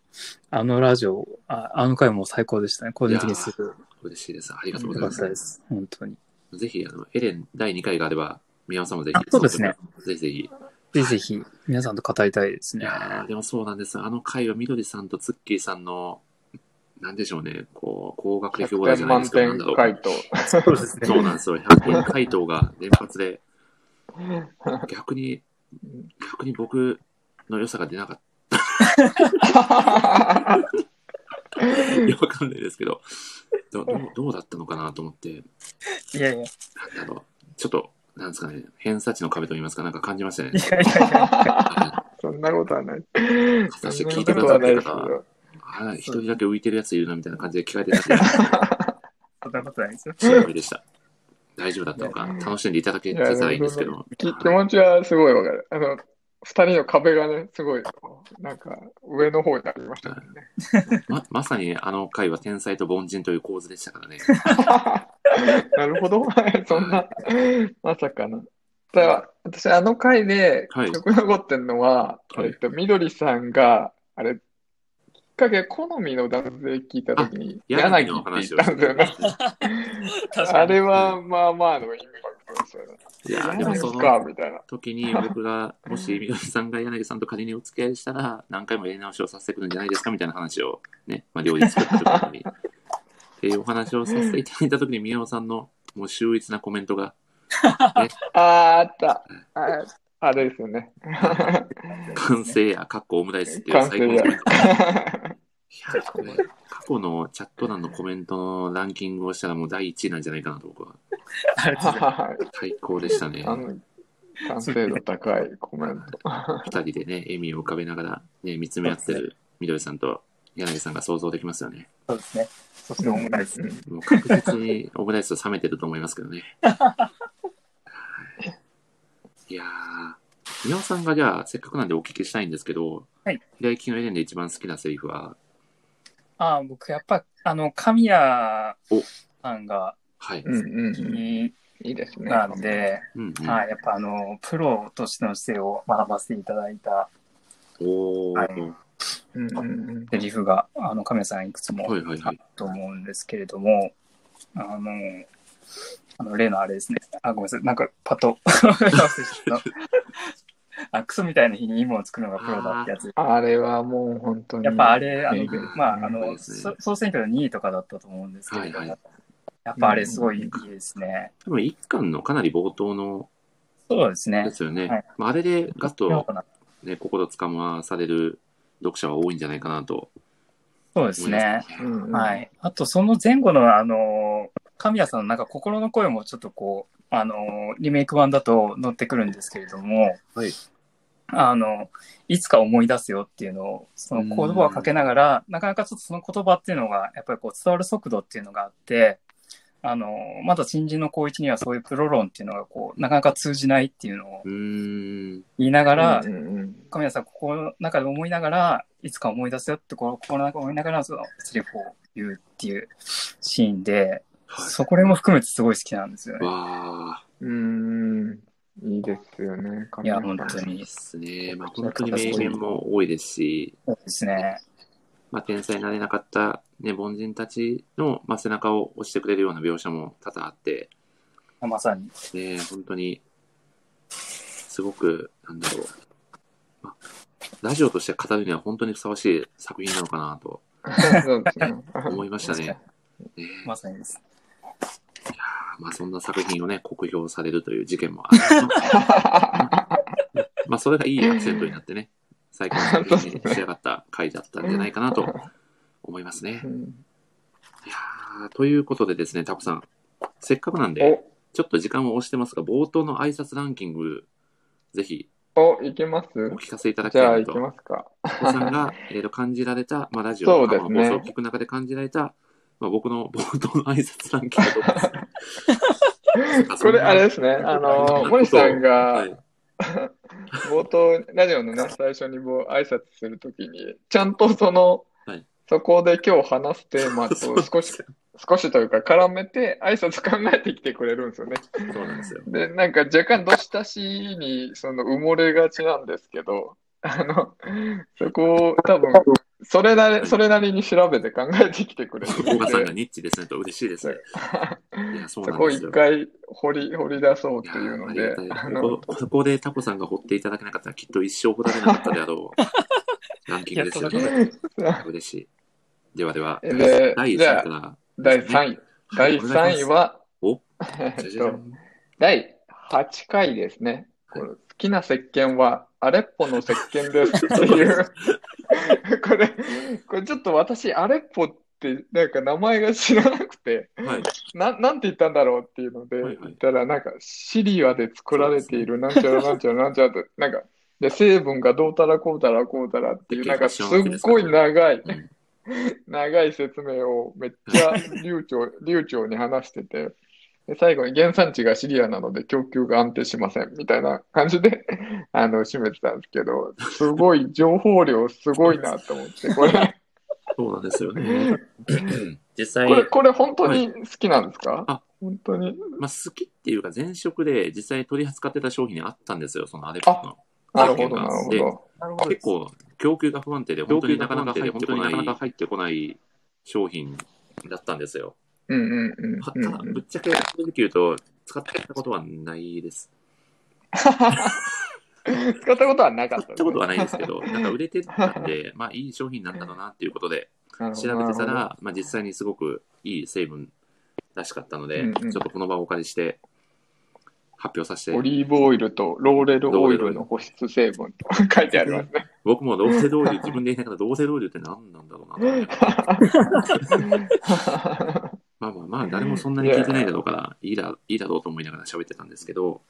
S5: あのラジオ、ああの回も最高でしたね。個人的にすごい
S1: 嬉しいです。ありがとうご
S5: 良
S1: ざい
S5: か
S1: ます
S5: った。です。本当に。
S1: ぜひ、あの、エレン第2回があれば、宮尾さんもぜ
S5: あ
S1: ひ、
S5: そうですね。
S1: ぜひぜひ。
S5: ぜひぜひ、皆さんと語りたいです
S1: い
S5: ね。
S1: やーでもそうなんです。あの回は、みどりさんとツッキーさんの、なんでしょうね、こう、高学歴オーラじ
S2: 100
S1: ゃないです
S2: 満
S1: けど、なんだ
S2: 点
S1: ろう。
S2: 回答。
S5: そうですね。
S1: そうなんですよ。100点回答が連発で、逆に、逆に僕の良さが出なかっ
S2: あ
S1: た。 いや、わかんないですけど、どどうどうだったのかなと思って、
S5: いやいや。い
S1: なんだろう。ちょっと、なんですかね、偏差値の壁といいますか、なんか感じましたね。
S5: やいやいや
S2: そんなことはない。
S1: 果たして
S2: そ
S1: 聞
S2: んな
S1: い
S2: こ
S1: て
S2: と
S1: くださ
S2: は
S1: って
S2: ない
S1: る
S2: ですけ
S1: 方は
S2: ど。
S1: あら一人だけ浮いてるやついるなみたいな感じで聞かれてたんで、
S5: そんなことないですよ。
S1: 心配で した。大丈夫だったのか、楽しんでいただけ
S2: い
S1: て
S2: や、
S1: た
S2: でも
S1: らいいんですけど。
S2: き気持ちはすごいわかる。あの、二人の壁がね、すごい、なんか、上の方にありましたね。
S1: ままさにあの回は天才と凡人という構図でしたからね。
S2: なるほど。そんな、まさかな。だから、私、あの回で、
S1: はい
S2: 記憶に残ってんのは、
S1: はい
S2: えっと、みどりさんが、あれ、きっかけ、好みの男性聞いたときに、
S1: 柳
S2: 柳
S1: の
S2: って言
S1: 話
S2: っ
S1: を
S2: た
S1: し
S2: んですよね。
S1: て。
S5: 確かに
S2: あれは、まあまあのインパクトそういうの。
S1: いやーでもそ
S2: 柳
S1: の
S2: か、みたいな。
S1: 時に僕が、もしみどりさんが柳さんと仮にお付き合いしたら、何回もやり直しをさせてくるんじゃないですかみたいな話をね、まあ、両日作ってる時に。っていうお話をさせていただいた時に、宮尾さんのもう秀逸なコメントが、
S2: ああ、あった。ああれですよね。
S1: 完成や、かっこオムライスっていう
S2: 完
S1: 最高
S2: 成
S1: の
S2: や
S1: コメント。いやーこれ、過去のチャット欄のコメントのランキングをしたらもう第1位なんじゃないかなと僕は。
S5: ありがとうございま
S1: 最高でしたね。
S2: あの、 完成度高いコメント。
S1: 二人でね、笑みを浮かべながら、ね、見つめ合ってるみどりさんと柳さんが想像できますよね。
S5: す。そうですね。そしてオムライス。
S2: うん
S1: もう確実にオムライス冷めてると思いますけどね。いやー、宮尾さんがじゃあ、せっかくなんでお聞きしたいんですけど、
S5: はい
S1: 平井きのエレンで一番好きなセリフは、
S5: ああ、僕、やっぱ、あの、神谷
S1: お
S5: さんが
S1: はい。
S2: うんうん
S5: 気
S2: うん。
S5: に
S2: いいですね。
S5: なんで、
S1: うんうん
S5: はい、やっぱあの、プロとしての姿勢を学ばせていただいた
S1: おー、
S5: は
S2: うんうんうん。
S5: セリフが、あの、神谷さんいくつも
S1: はいはい
S5: あ
S1: は
S5: る
S1: い。
S5: と思うんですけれども、あの、あの例のあれですね。あ、ごめんなさい。なんか、パッと、 あ、クソみたいな日に芋を作るのがプロだってやつ。
S2: あれはもう本当に。
S5: やっぱあれ、あ
S2: う
S5: の
S2: ん、
S5: まあ、あ
S1: そう
S5: の、
S1: ですね
S5: そ総選挙の2位とかだったと思うんですけれども、
S1: はいは
S5: やっぱあれすごいいいですね。
S1: 多分一巻のかなり冒頭の
S5: そうです
S1: で
S5: ね。
S1: すよね。
S5: はい
S1: まあ、あれでガッ
S5: そう
S1: と、ね、心つかまされる読者は多いんじゃないかなと
S5: で
S1: 思い
S5: す
S1: ます
S5: ね。
S1: ね。
S2: うんうん
S5: はい。あと、その前後の、あの、神谷さんのなんか心の声もちょっとこう、あの、リメイク版だと乗ってくるんですけれども、
S1: はい
S5: あの、いつか思い出すよっていうのを、その言葉をかけながら、なかなかちょっとその言葉っていうのが、やっぱりこう伝わる速度っていうのがあって、あの、まだ新人の高一にはそういうプロ論っていうのがこう、なかなか通じないっていうのを
S1: うーん。
S5: 言いながら、
S2: うんうんうん
S5: 神谷さん、ここの中で思いながら、いつか思い出すよって、こう心の中で思いながら、そのセリフを言うっていうシーンで、
S1: はい
S5: そこら辺も含めてすごい好きなんですよね。
S1: わあ、
S2: うんうん。いいですよね。
S5: いや、本 当
S1: いい
S5: に
S1: っ。すね。まあ、本当に名言も多いですし、
S5: そうですね。
S1: まあ、天才になれなかった、ね、凡人たちの、まあ、背中を押してくれるような描写も多々あって、
S5: まさに。
S1: ね、本当に、すごく、なんだろう、まあ、ラジオとして語るには本当にふさわしい作品なのかなと
S2: そうですね。
S1: 思いましたね。ね
S5: まさにです。
S1: まあ、そんな作品をね、酷評されるという事件もある。まあ、それがいいアクセントになってね、最高の作品に仕上がった回だったんじゃないかなと思いますね
S2: う。ん
S1: いやーということでですね、タコさん、せっかくなんで、
S2: お
S1: ちょっと時間を押してますが、冒頭の挨拶ランキング、ぜひ
S2: お、いけます
S1: お聞かせいただき
S2: じゃ
S1: たいな
S2: あ、
S1: いと。
S2: けますか。
S1: タコさんが、えー、と感じられた、まあ、ラジオ
S2: そう
S1: とか
S2: ですね
S1: 放送を聞く中で感じられた、まあ、僕の冒頭の挨拶ランキングとか ですね
S2: これ、あれですね。あの、森さ
S1: は
S2: んが
S1: い、
S2: 冒頭、ラジオのね、最初にもう挨拶するときに、ちゃんとその
S1: はい、
S2: そこで今日話すテー マと少し、少しというか絡めて挨拶考えてきてくれるんですよね。
S1: そうなんですよ。
S2: で、なんか若干どしたしにその埋もれがちなんですけど、あの、そこを多分、それなり、それなりに調べて考えてきてくれて
S1: 岡さんが
S2: て、
S1: ニッチですねと嬉しいですね。いや、そ
S2: そう
S1: なん
S2: こを
S1: です
S2: 一
S1: よ。
S2: 回掘り、掘り出そうっ
S1: い
S2: て
S1: や
S2: いう
S1: ー
S2: の
S1: ありが
S2: で
S1: たい、
S2: あ
S1: こ
S2: の、
S1: こここでタコさんが掘っていただけなかったらきっと一生掘られなかったであろ うランキングですよ
S5: いや
S1: ね。嬉しい。ではでは、
S2: で
S1: 第
S2: じ
S1: 3
S2: ゃ
S1: 位
S2: あ
S1: から。
S2: 第3位。第3位は、
S1: お
S2: え
S1: じゃじ
S2: っ
S1: ゃじゃ
S2: と、
S1: ん
S2: 第8回ですね。これ好きな石鹸はアレッポの石鹸ですっていう。これ、これちょっと私、アレッポってなんか名前が知らなくて、
S1: はい。
S2: な、なんて言ったんだろうっていうので、
S1: はいはい
S2: 言ったらなんかシリアで作られているなんちゃら なんちゃらなんちゃらって、なんか、で、成分がどうたらこうたらこうたらっていう、なんかすっごい長い、
S1: うん
S2: 長い説明をめっち ゃ流暢、流暢に話してて、で最後に原産地がシリアなので供給が安定しませんみたいな感じで あの締めてたんですけど、すごい情報量すごいなと思って、 これ、
S1: そうなんですよね。実際、
S2: これ、これ本当に好きなんですか
S1: あ
S2: 本当に。
S1: まあ、好きっていうか前職で実際取り扱ってた商品にあったんですよ、そのアレックの。
S2: なるほど、なるほ
S1: で
S2: ど。
S1: 結構、供給が不安定で、本当になかなか入ってこない、なかなか入ってこない商品だったんですよ。
S2: うんうんうん
S1: は
S2: うん
S1: ただぶっちゃけ正直言うと、使ったことはないです。
S2: 使ったことはなかった
S1: 使ったことはないですけ ど、なんか売れてたんで、まあいい商品なんだろうなっていうことで、調べてたら、まあ実際にすごくいい成分らしかったので、
S2: うんうん
S1: ちょっとこの場をお借りして、発表させ
S2: オ
S1: て、
S2: リーブオイルとローレルオイルの保湿成分と書いてありますね。
S1: 僕もどうせどういう、自分で言いながらどうせどういうって何なんだろうなと思って。まあまあまあ、誰もそんなに聞いてないだろうから、いいだいいだろうと思いながら喋ってたんですけど、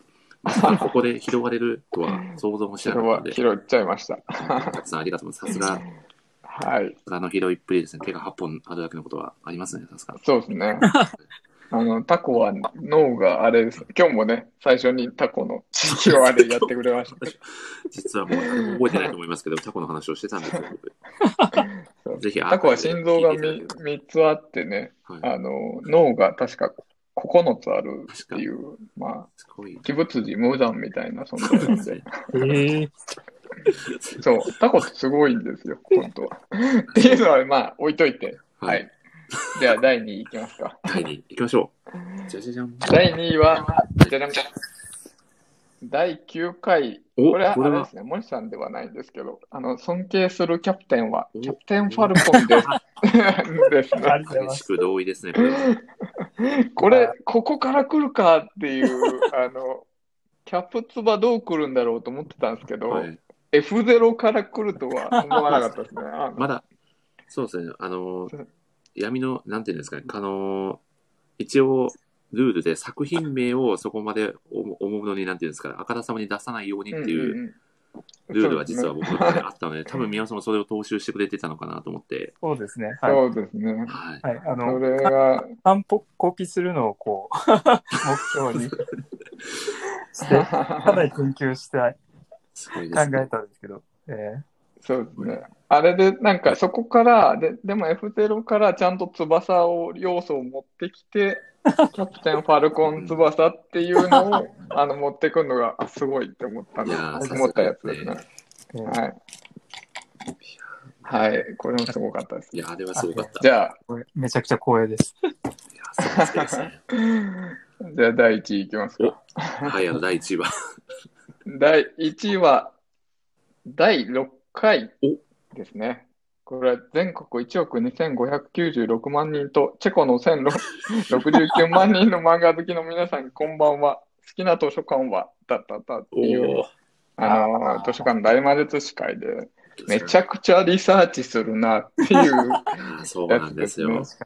S1: まさかここで拾われるとは想像もし
S2: そ
S1: な
S2: れ
S1: かった
S2: は
S1: ので、
S2: 拾っちゃいました。
S1: たくさんありがとうございます。さすが、
S2: はい。
S1: あの拾いっぷりですね。手が8本あるだけのことはありますね、さすが。
S2: そうですね。あの、タコは脳があれです。今日もね、最初にタコの地域をあれやってくれました。
S1: 実はもう誰も覚えてないと思いますけど、タコの話をしてたんですよ、
S2: そ
S1: 僕。
S2: う
S1: ぜひ、
S2: タコは心臓が
S1: 聞いていただけ
S2: 3
S1: ると
S2: つあってね、
S1: はい、
S2: あの、脳が確か9つあるっていう、まあ、
S1: すごい。
S2: 鬼仏寺無惨みたいな存在なんで。
S5: ええ
S2: そう、タコってすごいんですよ、本当は。っていうのは、まあ、置いといて。は
S1: はいい。。
S2: じゃあ、第2位いきますか。
S1: 第2位、行きましょう。じゃじゃじゃん。
S2: 第2位は、じゃじゃん。第9回。
S1: お
S2: これは、
S1: こ
S2: あ
S1: れ
S2: れ
S1: は
S2: ですね、森さんではないんですけど、あの、尊敬するキャプテンは、
S1: お
S2: キャプテンファルコンです。 ですね。
S1: 激しく同意ですね、これは。
S2: これ、ここから来るかっていう、あの、キャプツバどう来るんだろうと思ってたんですけど、
S1: はい、
S2: F0 から来るとは思わなかったですね。あの
S1: まだ、そうですね、あの
S2: そう、
S1: 闇の、なんていうんですかね、あの、一応、ルールで作品名をそこまで思思うのに、なんていうんですかね、あからさまに出さないようにっていう
S2: うんうんうん
S1: ルールは実は
S2: そう
S1: 僕の中であった ので、多分宮本さんもそれを踏襲してくれてたのかなと思って、
S5: そうですね。はい。
S2: そうですね。
S1: はい。
S5: はい、
S2: そ
S5: あの、
S2: れが、
S5: 散歩、コピするのをこう、 目標にして、かなり研究して考
S1: すごいです
S5: え
S1: ね。
S5: たんですけど、えー
S2: そうですね。あれで、なんかそこから、で、でも F0 からちゃんと翼を、要素を持ってき て、キャプテンファルコン翼っていうの を、あの、持ってくるのが、あすごいって思ったの
S1: いやーさすが
S2: 思ったやつですね。
S5: えー
S2: はい。はい、これもすごかったです。
S1: いや、あれはすごかった。
S2: じゃあ、
S5: これめちゃくちゃ光栄です。
S1: いや、すごい好きですね。
S2: じゃあ第1位いきますか。
S1: はい、あの、第1位は。
S2: 第1位は、第6回ですね。これは全国1億2596万人と、チェコの1069万人の漫画好きの皆さん、こんばんは。好きな図書館は、だったったって
S1: お
S2: いう、
S1: お。
S2: あのー、図書館大魔術司会で、めち
S1: ゃ
S2: ゃくちゃリサーチするなっていう、
S1: そうなんです
S2: や
S1: よ
S2: つ。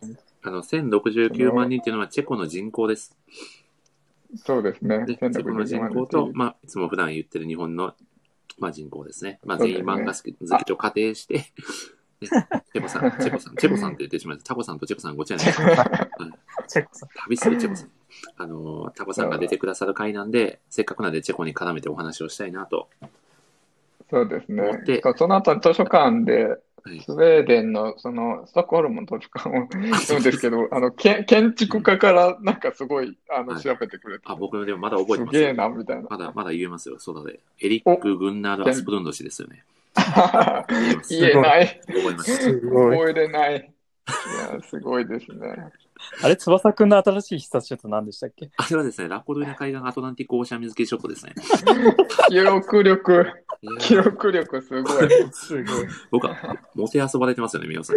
S1: あの、1069万人っていうのはチェコの人口です。
S2: そうですね、
S1: でチェコの人
S2: 1069万人
S1: 口と、まあ、いつも普段言ってる日本の、まあ、人口ですね。まあ、全員
S2: そうですね
S1: 漫画好き好きと仮定 して、ねチェコさん、チェコさん、チェコさんって言ってしまいました。タコさんとチェコさんごちゃになりました
S5: チェコさん。
S1: 旅するチェコさん。あのー、タコさんが出てくださる回なんで、せっかくなんでチェコに絡めてお話をしたいなと。
S2: そうですね
S1: 持っ。て
S2: そうその後図書館で、
S1: はい
S2: スウェーデンのそのストックホルムの図書館を読んです けど、あのけ建築家からなんかすごいあの
S1: はい
S2: 調べてくれて、
S1: あ、僕のでもまだ覚えて
S2: す
S1: ます
S2: げえ
S1: よ。
S2: なみたいな。
S1: まだ、まだ言えますよ。そうだで。エリック・グンナール・アスプルンド氏ですよね。言えます。
S2: 言えない、
S1: 覚えました。
S5: すごい。
S2: 覚えれない。いや、すごいですね。
S5: あれ、翼くんの新しい必殺ショット何でしたっけ
S1: あれはですね、ラコドイナ海岸アトランティック・オーシャン水系ショットですね。
S2: 記憶力、
S1: いやー
S2: 記憶力 すごい。
S5: すごい。い
S1: 僕は、もてあそばれてますよね、皆さん。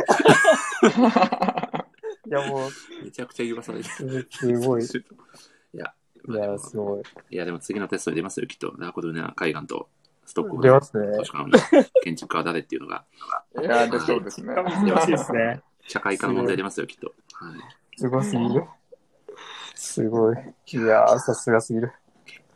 S5: や、もう、
S1: めちゃくちゃ言わされてる。
S5: すごい。い
S1: いや、まあで
S5: や、
S1: も
S5: すごい。
S1: いや、でも次のテストで出ますよ、きっと。ラコドイナ海岸とストックホル
S5: 出
S1: ム
S5: ますね。
S1: 図書館の建築家は誰っていうのが、
S2: いや、でそうですね。
S5: 難しいですね。
S1: 社会科の問題出ますよ、きっと。はい。
S5: すごすぎる。すごい。いやー、さすがすぎる。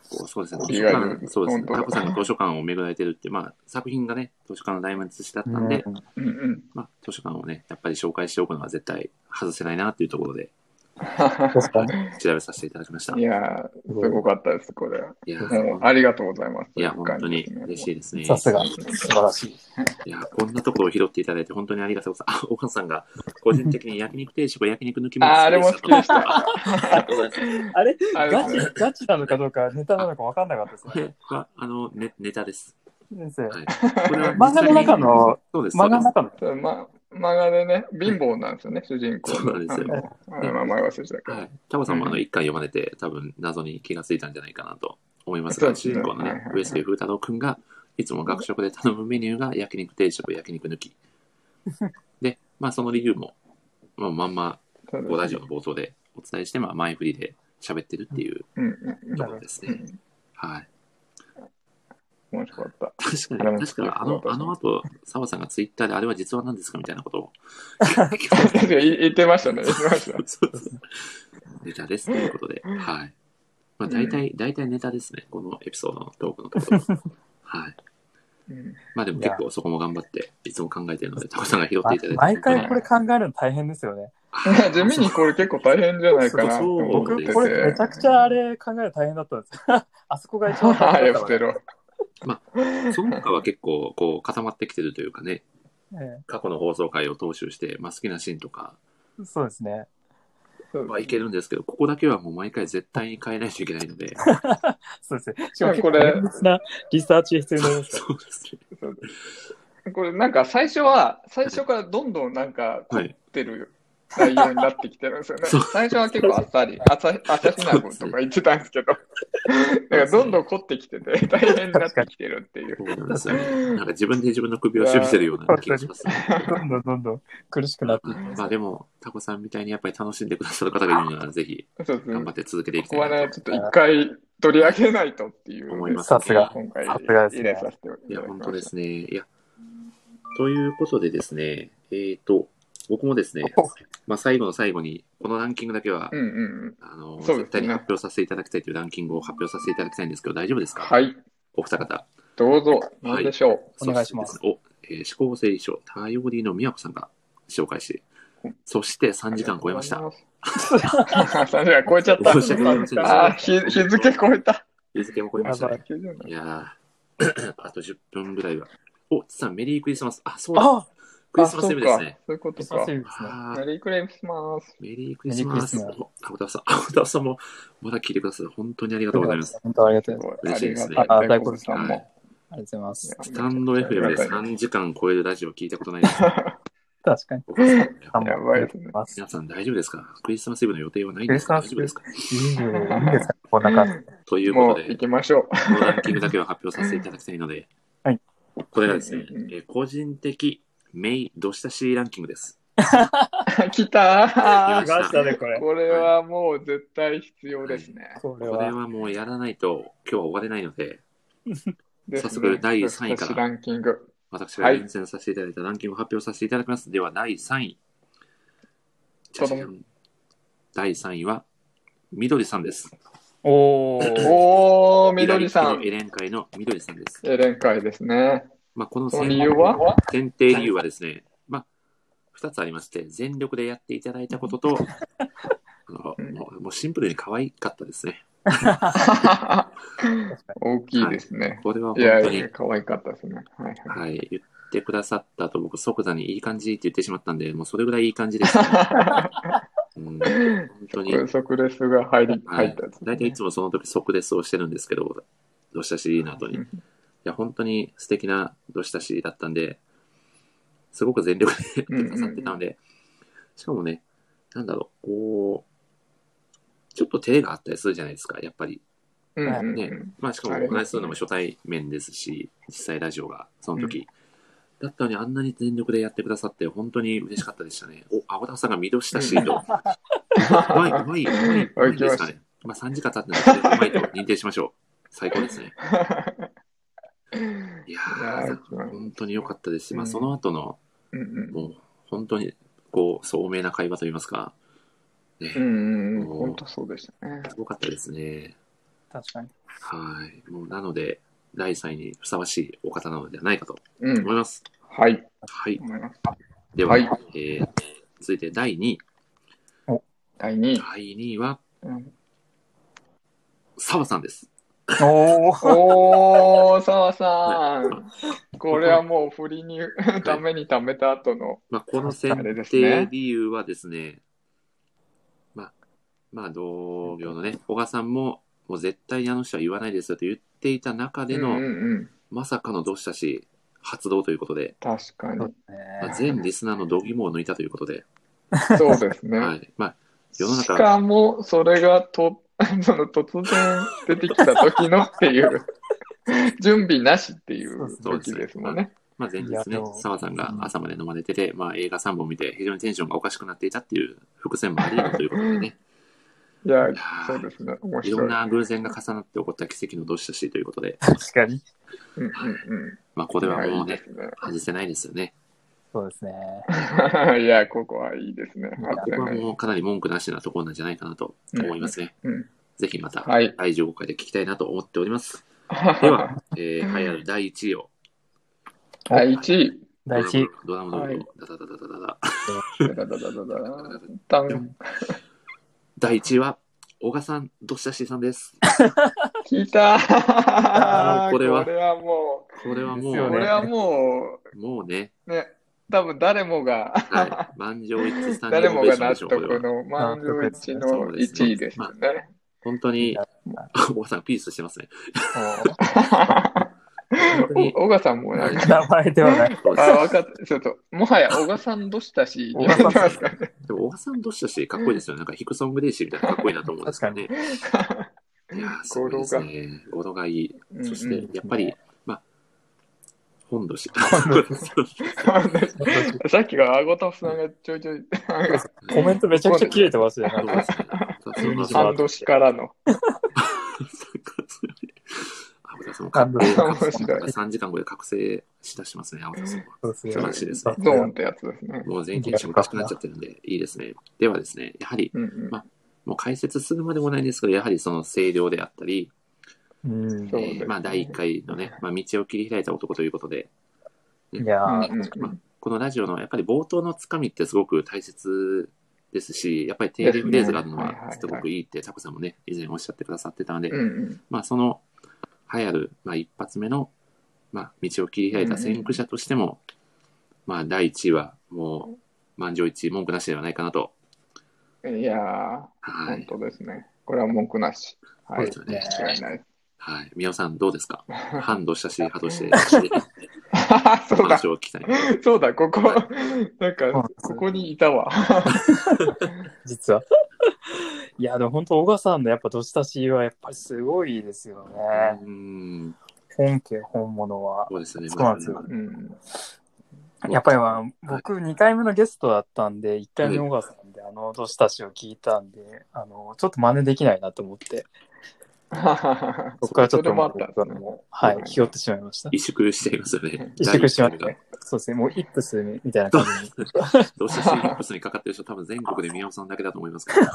S1: こうそうですね、図
S2: 意
S1: 書
S2: 外に
S1: 館、そうですね、
S2: 本当だ
S1: タコさんが図書館を巡られてるって、まあ、作品がね、図書館の大満しだったんで、
S5: うん
S2: うんうん。
S1: まあ、図書館をね、やっぱり紹介しておくのは絶対外せないなっていうところで、
S5: 確かに。
S1: 調べさせていただきました。
S2: い
S1: い
S2: や、すごかったです、これ。
S1: や、
S2: もうありがとうございます。
S1: いや本当に嬉し
S2: い。
S1: いですね。
S5: さすが、素晴らしい。
S1: いや、こんなところを拾っていただいて、本当にありがとうございます。あ、お母さんが、個人的に焼肉定食、焼肉抜き
S2: あー、あれも好きでし
S1: 好き
S2: た。
S5: あれ
S2: あれ
S5: ガチ、ガチなのかどうか、ネタなのか分かんなかったです
S1: こ
S5: ね。
S1: れは、あの、ね、ネタです。
S5: 先生。
S1: はい。これは
S5: 漫画の中の
S1: そうです。
S5: 漫画の中の。
S2: そうま、漫画でね、貧乏なんですよね、主人公。
S1: そうなんですよ
S2: よ。あの名前忘れてたけど
S1: は。い。タコさんもあの、一回読まれて、多分謎に気がついたんじゃないかなと思います
S2: そう
S1: が、
S2: です
S1: 主
S2: ね
S1: 人公の
S2: はい
S1: ね
S2: はい、
S1: 上杉風太郎くんが、いつも学食で頼むメニューが焼肉定食、焼肉抜 き。で、まあその理由も、まあまんま、
S2: そうです
S1: こうラジオの冒頭でお伝えして、まあ前振りで喋ってるっていう
S2: うんうんうん
S1: ところですね。はい。
S2: 面白かった。
S1: 確
S2: あ
S1: か
S2: れも
S1: に、確かあの、あの後、澤さんがツイッターで、あれは実話なんですかみたいなことを。
S2: 確かに言ってましたね、言ってました。
S1: そうそう ネタですということで、はい。まあ、大体、大体ネタですね、このエピソードのトークのとこ ろ。はい。
S2: うん
S1: まあでも結構そこも頑張って、いつも考えてるので、タコさんが拾っていただいて。
S5: 毎回これ考えるの大変ですよね。
S2: 地味にこれ結構大変じゃないかなと思っ
S1: そう
S2: て
S1: です
S2: て。
S5: 僕、これめちゃくちゃあれ考えるの大変だったんです。 あそこが一番大
S2: は
S5: 変
S2: い、
S5: だ
S2: 捨
S5: ったか
S2: て
S5: ら
S2: ろ。
S1: その他は結構、こう、固まってきてるというかね、
S5: え
S1: 過去の放送回を踏襲して、まあ好きなシーンとか
S5: えそうですね。
S1: はいけるんですけど、ここだけはもう毎回絶対に変えないといけないので、
S5: そうですね。しかも結
S2: こ
S5: 構
S2: れ
S5: 綿密なリサーチが必要になりますか
S1: そうですね。
S2: これなんか最初は、最初からどんどんなんか凝ってる内容になってきてるんですよね
S1: そう。
S2: 最初は結構あっさり、朝朝日奈子とか言ってたんですけど、なんかどんどん凝ってきてて、大変になってきてるっていう。
S1: そうなんですよね。なんか自分で自分の首を絞めてるような気がします、ね。
S5: ら。どんどんどんどん苦しくなっていきます
S1: まあでも、タコさんみたいにやっぱり楽しんでくださる方がいるなら、ぜひ
S2: そうですね
S1: 頑張。って続けていき
S2: ここ
S1: た
S2: はい
S1: な
S2: ね、ちょっと一回取り上げないとっていう。
S1: 思います、
S5: さすが
S2: 今回
S5: さすがです
S2: 入
S5: ね
S2: れさせていただきました。
S1: いや、本当ですね。いや。ということでですね、えっ、と、僕もですね、まあ最後の最後に、このランキングだけは、
S2: うんうんうん。
S1: あの、
S2: そうですね
S1: 絶対に発表させていただきたいというランキングを発表させていただきたいんですけど、大丈夫ですか
S2: はい、
S1: お二方。
S2: どうぞ。何でしょう。
S5: お願いします
S1: そしてですねお、えー、思考整理書、タイオリーのみやこさんが紹介し、そして3時間超えました。
S2: 3時間超えちゃった。
S1: 申し訳ありませんでした
S2: あー日日付超えた。
S1: 日付も超えましたね。
S2: 90
S1: いやー あと10分ぐらいは。お、つさん、メリークリスマス。あ、そうだ。
S5: あ
S1: クリスマスイブです
S2: あ
S1: ね。
S2: そうかそういうこと
S5: 久
S2: か
S5: しぶ。りですね。
S1: あー
S2: メリークリスマス。
S1: メリークリスマス。
S5: メリークリス
S1: おあ、小田さん、あ小田さんも、まだ聞いてくださる。本当にありがとうございます。
S5: 本当ありがと
S2: す
S5: うござい
S2: ごい。
S5: ます。
S1: 嬉
S2: あ
S1: しいで
S2: りが
S1: す
S2: た
S1: ね
S2: い。
S5: あ
S2: 大黒さん
S1: はい
S2: も。
S5: ありがとうございます。
S1: スタンド FM で3時間超えるラジオ聞いたことないです。
S5: 確かに。
S1: 小田さん
S5: あ
S2: やばいですね
S5: りがとうござます。
S1: 皆さん大丈夫ですかクリスマスイブの予定はないんですか
S5: ク
S1: 大
S5: リス
S1: 丈夫で
S5: マス
S1: すか
S5: いいねいいですねこんな感じ。
S1: というこ
S2: も
S1: と
S2: う
S1: で
S2: 行、きましょ
S1: このランキングだけは発表させていただきたいので、
S5: はい
S1: これがですね、
S2: うんうん
S1: えー個人的メイドしたしランキングです。
S2: う。 来た
S1: 来ました
S5: ね、これ
S2: ー。これはもう絶対必要ですね。
S5: これ
S1: これ
S5: は。
S1: はもうやらないと今日は終われないので、
S2: ですね
S1: 早速第三位から
S2: 女子ランキング。
S1: 私が厳選させていただいたランキングを発表させていただきます。では、第3位。じゃじゃん第3位は、みどりさんです。
S5: おー。
S2: おー、みどりさん
S1: 左利き。のエレン会のみどりさんです。
S2: エレン会ですね。
S1: まあ、この
S2: その
S1: 選
S2: 理由 は
S1: 選定理由はですね、まあ、2つありまして、全力でやっていただいたこと と、あのもうもうシンプルに可愛かったですね。
S2: 大きいですね。
S1: これはい
S2: や
S1: 本当
S2: い
S1: に
S2: や、可愛かったですね。はいはい。
S1: はい、言ってくださった後、僕、即座にいい感じって言ってしまったんで、もうそれぐらいいい感じです、ね。 うん、本当に。
S2: 即即レスが入り、
S1: は
S2: 入っ
S1: い
S2: たやつ。。
S1: 大体いつもその時即レスをしてるんですけど、どしたしの後に。
S2: う
S1: い
S2: ん
S1: や、本当に素敵などしたしだったんで、すごく全力で
S2: うんうんうん
S1: くださってたので、しかもね、なんだろう、こう、ちょっと手があったりするじゃないですか、やっぱり。
S2: うんうんうん
S1: ね、まあしかもお話しするのも初対面ですし、実際ラジオがその時。だったのにあんなに全力でやってくださって本当に嬉しかったでしたね。お、青田さんが見通したし、と。 うまい、うまい、うまい、うまいですかね。まあ3時間経ってますけど、うまいと認定しましょう。 最高ですね。いや
S2: いや
S1: ー
S2: ー、
S1: 本当に良かったですし、まあ
S2: うん
S1: その後の、
S2: うんうん
S1: もう本当に、こう、聡明な会話といいますか、ね
S2: う、んう
S1: も
S2: ん
S1: う
S2: 本当そうでしたね。
S1: すごかったですね。
S5: 確かに。
S1: はい。もうなので、第3位にふさわしいお方なのではないかと
S2: うん
S1: 思い。ます。
S2: はい。
S1: はい。
S2: 思います
S1: では、
S2: はい
S1: えー続いて第2位。
S2: 第2位。
S1: 第2位は、
S2: うん
S1: 澤さんです。
S5: おー。
S2: おー、澤さん。これはもう振りに、ためにためた後の。
S1: まあ、この
S2: あ
S1: 選
S2: れです
S1: 定
S2: ね
S1: 理由はですね、まあ、まあ、同業のね、小川さんも、もう絶対にあの人は言わないですよと言っていた中での、
S2: うんうんうん
S1: まさかのどうしたし、発動ということで、
S2: 確かに。
S1: まあ、全リスナーの度肝を抜いたということで、
S2: そうですね。
S1: はいまあ、世の
S2: し
S1: 中、
S2: かも、それがと、 その突然出てきた時のっていう、 準備なしっていう時ですもんね。
S1: まあ、前日
S5: いやで
S1: ね
S5: も、
S1: 澤さんが朝まで飲まれてて、まあ、映画3本見て、非常にテンションがおかしくなっていたっていう伏線もあり得るということでね、
S2: いや
S1: いや、ー
S2: そうですね。面
S1: いろ
S2: 白
S1: ん
S2: い。
S1: な偶然が重なって起こった奇跡のどしとしということで、
S5: 確かに。
S2: うんうんうん。
S1: まあ、これはもう
S2: いやいい
S1: ね
S2: で、すね
S1: 外せないですよね。
S5: そうですね。
S2: いや、ここはいいですね。
S1: これはもうかなり文句なしなところなんじゃないかなと思いますね。
S2: うんうん
S1: ぜひまた、
S2: はい
S1: 第15回で聞きたいなと思っております。で
S2: は
S1: は、えー、栄えある第1位を。
S2: 第1位。
S5: 第一位。
S1: ドラムロール
S2: は
S1: の、ダダダダダダダ。
S2: ダダダダダダダン
S1: 第1位は、小賀さん、どっしゃしさんです。
S2: 聞いた
S1: あーこ
S2: こ
S1: れ
S2: れ
S1: は
S2: はも
S1: これはもう、
S5: です
S2: う、
S5: よ
S2: これ
S5: ね
S2: はも
S1: もうね、
S2: う、ね、多分誰もが、
S1: はい、満場一致スタンディ
S2: 誰
S1: ングオ
S2: も
S1: ベー
S2: が
S1: ションでしょう、こ
S2: 納
S1: れ
S2: 得
S1: は。
S2: の満場一致の1位ですよね。
S1: 本当 に、小賀さん、ピースしてますね。本当
S2: お
S1: に、
S2: 小賀さんもなんか、
S5: 名前ではない。
S1: そうで
S2: あ、分かった。ちょっと、もはや小賀さんどしたし、
S5: 小賀さん
S2: 言われてますからね
S1: すでも、小賀さん、どっしゃし、かっこいいですよね。なんか、ヒクソングレイシーみたいなかっこいいなと思うんですけどね。いやー、すごいですね。語呂がいい。そし
S2: うん
S1: て
S2: う、
S1: やっぱり、まあ、本土し。
S2: ん さっきから顎とさんがちょいちょい、
S5: コメントめちゃくちゃ切れてますよね。
S1: そうですね。
S2: 半年からの。
S1: 青田さんも覚醒
S2: 面白い
S1: 3時間後で覚醒しだしますね、青田さんは。
S5: そうですね
S1: 素晴らしいですね。
S2: ゾーンってやつですね。
S1: もう全員テンションおかしくなっちゃってるんで、いいですね。ではですね、やはり、
S2: うんうん
S1: まもう解説するまでもないんですけど、やはりその声量であったり、
S5: うん。
S2: そうですね
S1: えーまあ、第1回のね、まあ、道を切り開いた男ということで、
S5: いやー、
S2: うんうん
S1: まあ、このラジオのやっぱり冒頭のつかみってすごく大切ですし、やっぱり定例フレーズがあるの
S2: ですねはいはい
S1: は
S2: はい
S1: すごくいいって、タコさんもね、以前おっしゃってくださってたので、
S2: うんうん
S1: まあ、その流行る、まあ、一発目の、まあ、道を切り開いた先駆者としても、まあ、第1位はもう満場一致文句なしではないかなと。
S2: いやー、
S1: は
S2: 本
S1: い。
S2: 当ですね。これは文句なし。は
S1: そう
S2: い。
S1: ですよね
S2: 間違いない。
S1: はい。宮尾さん、どうですか反動したし、派動して、してお
S2: そうだ
S1: 話、を聞きたい。
S2: そうだ、ここ
S1: は、
S2: なんか、ここにいたわ。
S5: 実は。 いや、でも本当、小川さんのやっぱ年足しはやっぱりすごいですよね。
S1: うん。
S5: 本家本物は。
S1: そうですね。
S5: そうなんですよ
S2: うん
S5: やっぱりまあ僕2回目のゲストだったんで、1回目小川さんであの年足しを聞いたんで、あの、ちょっと真似できないなと思って、 そこからち
S2: そ
S5: ょっと
S2: れもあったんですね
S5: もうはい、気負ってしまいました。
S1: 萎縮しちゃいますよ ね。
S5: 萎縮しま
S1: 第一回
S5: した
S1: が
S5: ね。そうですね、もうイップスみたいな感じに。
S1: どうしてシーップスにかかってる人、多分全国で宮尾さんだけだと思いますから。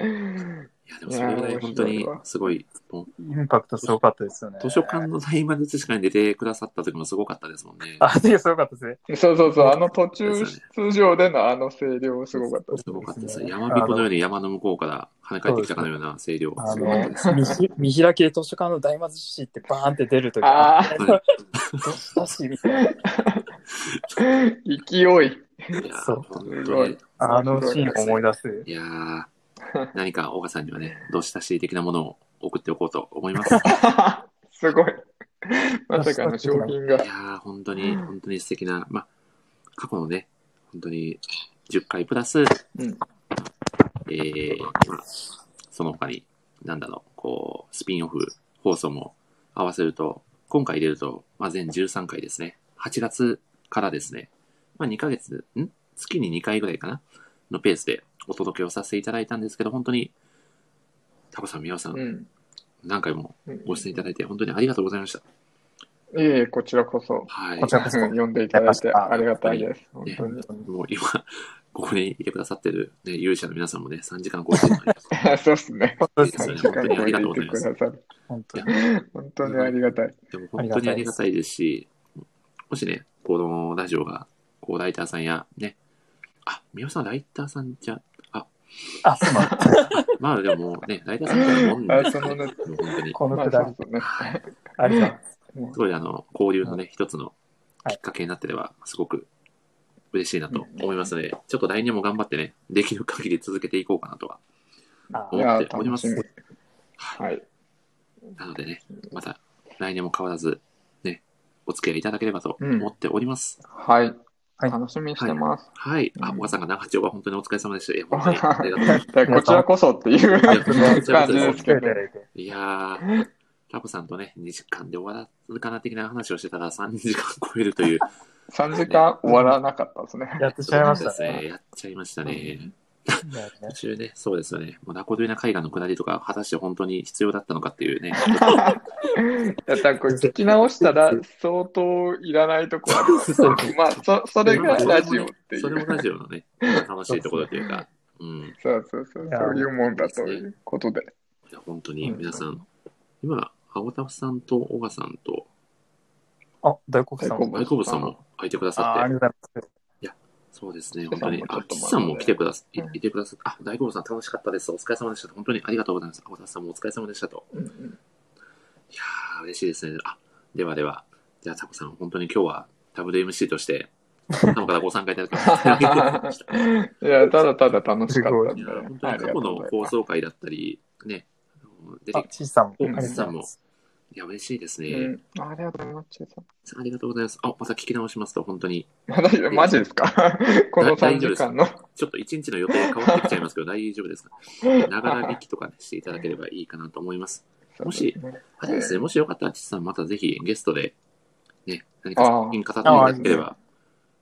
S1: いや、でもそれぐらい本当にすごい、もう
S5: インパクトすごかったですよね。
S1: 図書館の大魔術師会に出てくださった時もすごかったですもんね。
S5: あ、で、すごかったですね。
S2: そうそうそう、あの途中出場でのあの声量すごかったです
S1: すごかったです。
S5: そうですね
S1: 山彦のように山の向こうから跳ね返ってきたかのような声量。
S5: あ
S1: すごかった
S5: の
S1: です。、
S5: 見ひ見開きで図書館の大魔術師ってバーンって出るとき、
S2: あ
S1: は
S5: 年足しみたいな。
S2: 勢い。
S1: いいやー
S5: そう
S1: 本当に。
S5: あのシーンを思い出す。
S1: いやー何か大賀さんにはね、どうしたし的なものを送っておこうと思います。い
S2: すごい。まさかの商品が。
S1: やー本当に、本当に素敵な、まあ、過去のね、本当に10回プラス、
S2: うん
S1: えー、まあ、その他に、なんだろう、こう、スピンオフ放送も合わせると、今回入れると、まあ、全13回ですね。8月からですね、まあ、2ヶ月、ん月に2回ぐらいかなのペースでお届けをさせていただいたんですけど、本当に、タコさん、ミワさん、
S2: うん。
S1: 何回もご出演いただいて、本当にありがとうございました。
S2: いえいえ、こちらこそ。
S1: はい
S5: こ。ちらこそ
S2: 読んでいただいてありがたいです。本
S1: ね
S2: 当に。
S1: もう今、ここにいてくださってる、ね、勇者の皆さんもね、3時間超えてるのに、
S2: そうですね。
S5: そう
S1: で
S5: ですす
S1: よ
S5: ね
S1: ね、
S2: 時間超えていてくださる。
S5: 本当に。
S2: 本当にありがたい。
S1: でも本当にありがたいですし、もしね、このラジオが、こう、ライターさんや、ね、あ、みおさん、ライターさんじゃ、
S5: あ、すまん。
S1: まあでもね、ライターさんみたいなもんなん
S2: あ
S1: です
S2: そ
S1: よ
S2: の
S1: ね、
S2: ね、
S1: もう本当に。
S5: この
S2: ま
S5: く
S2: あそ
S5: だ
S2: うです
S5: り。
S2: ね。
S5: ありがとうございます。
S2: も
S1: すごい、あの、交流のね、一つの
S5: は
S1: き
S5: い
S1: っかけになってれば、すごく嬉しいなと思いますので、ちょっと来年も頑張ってね、できる限り続けていこうかなとは
S5: あ
S2: うい
S1: 思
S2: や
S1: っ
S2: ー、
S1: ておりま
S2: 楽し
S1: す
S2: み。。はい。
S1: なのでね、また来年も変わらず、ね、お付き合いいただければと思っております。
S2: はい。
S5: はい
S2: 楽しみにしてます。
S1: はい。あ、
S2: う
S1: 小
S2: ん
S1: 川さんが長丁場本当にお疲れ様でした。いや、 本当にありがとうございま
S2: だからこちらこそっていう
S1: やそういうことです
S2: 感じですけど。
S1: す。いやー、タコさんとね、2時間で終わらずかな的な話をしてたら3時間超えるという、
S2: 3時間終わらなかったで すね。
S5: やってしまいました
S1: そうです
S5: ね。
S1: ね。やっちゃいましたね。
S5: だよね
S1: 途中ね、そうですよね。もうナコドゥナ絵画の下りとか、果たして本当に必要だったのかっていう ね。
S2: だからこれ聞き直したら相当いらないとこあります
S1: そう
S2: ね。まあ、そ、それがラジオってい
S1: それも
S2: う。
S1: ラジオの ね、楽しいところというか、うん。
S2: そうそうそう。そういうもんだということで。
S1: いや、本当に皆さん、今、青田さんと小川さんと
S5: あ、大黒さんも。
S1: 大久保さんも空いてくだ
S5: あ
S1: さ
S5: ーあ
S1: っ
S5: り
S1: て、
S5: がとうございます。
S1: そうですね、
S2: 岸
S1: 本
S2: さ
S1: 当
S2: んも
S1: に
S2: ち
S1: あ、岸さんも来て
S2: ょっ、と待って
S1: くださ、い
S2: うん
S1: いてくださっあ、大久保さん楽しかったです、お疲れ様でした、本当にありがとうございます、青田さんもお疲れ様でしたと。
S2: うんうん
S1: いやー、嬉しいですね。あ、ではでは、じゃあ、タコさん、本当に今日は WMC として、タコからご参加いただき ましてありがとうございました。
S2: いや、ただただ楽しかったん
S1: いや
S2: で
S1: 本。当
S2: あ
S1: に
S2: り
S1: 過去
S2: がとう
S1: の
S2: ござい
S1: 放
S2: ます。
S1: 送回だったり、ね、あの出
S5: あ
S1: て、き
S5: ちいさんも。あ
S1: う
S5: り
S1: ん
S5: がとうございます。
S1: いや、嬉しいですね。
S2: うん、ありがとうございますチェさん。
S1: ありがとうございます。あ、また聞き直しますと、本当に。
S2: まだ、マジです かこの3時間の。
S1: ちょっと一日の予定変わってきちゃいますけど、大丈夫ですかながら聞きとかね、していただければいいかなと思います。もしあれですね、もしよかったら、ちさん、またぜひゲストで、ね、何か作品語っていただければ。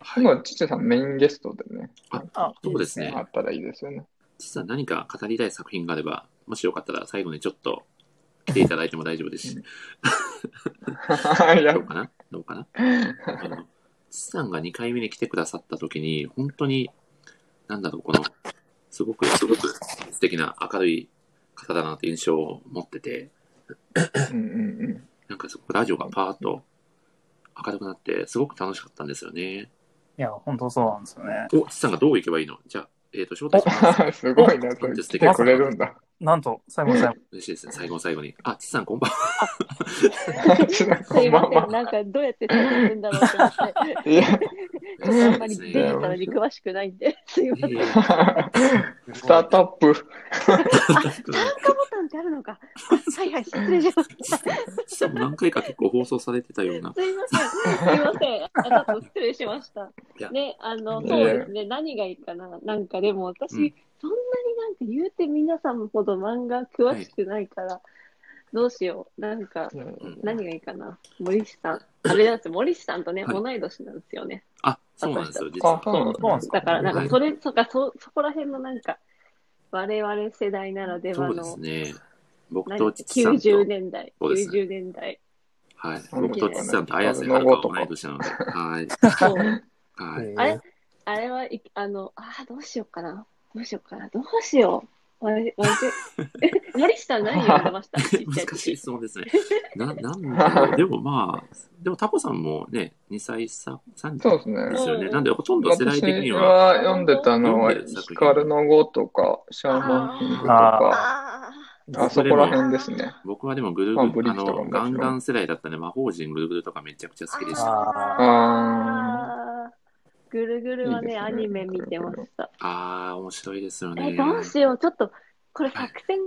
S1: はい。
S2: 今、チチさんメインゲストでね、
S5: あ
S1: そうですね
S2: あったらいいですよね。
S1: ちさん、何か語りたい作品があれば、もしよかったら、最後にちょっと来ていただいても大丈夫ですし、
S2: いや
S1: どう、かなどうかなあの、ちさんが2回目に来てくださった時に、本当に、なんだろう、この、すごく、すごく素敵な明るい方だなって印象を持ってて、
S2: うんうん うん。
S1: なんかそこラジオがパーッと明るくなって、すごく楽しかったんですよね。
S5: いや、本当そうなんですよね。
S1: お、ちさんがどう行けばいいのじゃあ、えっ、と、招待します。
S2: すごいな、それ来てくれるんだ。
S5: なんと、最後の最後。
S1: 嬉しいですね、最後の最後に。あ、ちさんこんばんは。
S4: すいませ
S2: まあ
S4: ん、なんかどうやって進むんだろうと思っ て。
S2: いや、
S4: あんまりデ
S1: いや
S4: ジタルに詳しくないんで、すいません。
S1: いやいや
S2: スタートアップ。
S4: 参加ボタンってある のか。あはいはい、失礼しました。すい
S1: ちさんも何回か結構放送されてたような。
S4: ません。すいません。あちょっと失礼しました
S1: いや。
S4: ね、あの、
S2: い
S4: そ
S2: や
S4: う
S2: いや
S4: ですね。何がいいかな。なんかでも私、
S1: うん
S4: そんなになんか言うて皆さんほど漫画詳しくないから、どうしよう。なんか、何がいいかな。森下さん。あれなんですよ。森下さんとね、
S1: はい
S4: 同い年なんですよね。
S1: あ、そうなんですよ、実
S2: あ
S1: は、。
S2: そう
S5: そうなんです
S4: だから、なん
S1: は
S4: か
S1: い
S4: それとか、そ、そこら辺のなんか、我々世代ならでは
S1: そうで
S4: の、
S1: すね。僕と
S4: 何
S1: ちさんと
S4: 90、年代、
S1: そうですね
S4: 90年代。
S1: はい、
S2: なん
S4: だ
S1: 僕とちさんと綾瀬はるかは同い年なので、はい。
S4: そう。
S1: はい。
S4: あれあれはい、あの、ああ、どうしようかな。どうしようかな。どうしよう。われわれえ森下何読んでましたちっちゃい
S1: 難しい
S4: 時。
S1: 質問ですね。な、なんだろう。でもまあ、でもタコさんもね、2歳差、3
S2: そ
S1: 歳
S2: うですね。
S1: ですよね。
S4: うん
S1: なんで、ほとんど世代
S2: 私
S1: 的には、
S2: は読んでたのは、光の碁とか、シャーマンキングとか、
S4: あ
S2: あそこら辺ですね。
S1: 僕はでもグル
S2: まあ
S1: グ
S2: ブ
S1: ル、
S2: リ
S1: あ
S2: ッジとか
S1: の、
S2: ももちろん
S1: ガンガン世代だったね、魔法陣ぐるぐるとかめちゃくちゃ好きでした。あ
S4: あ
S2: あ
S4: あぐるぐるはい
S2: い
S4: ね、
S2: ですね
S4: アニメ見てました。
S1: あー、面白いですよね。
S4: え、どうしよう。ちょっと、これ作戦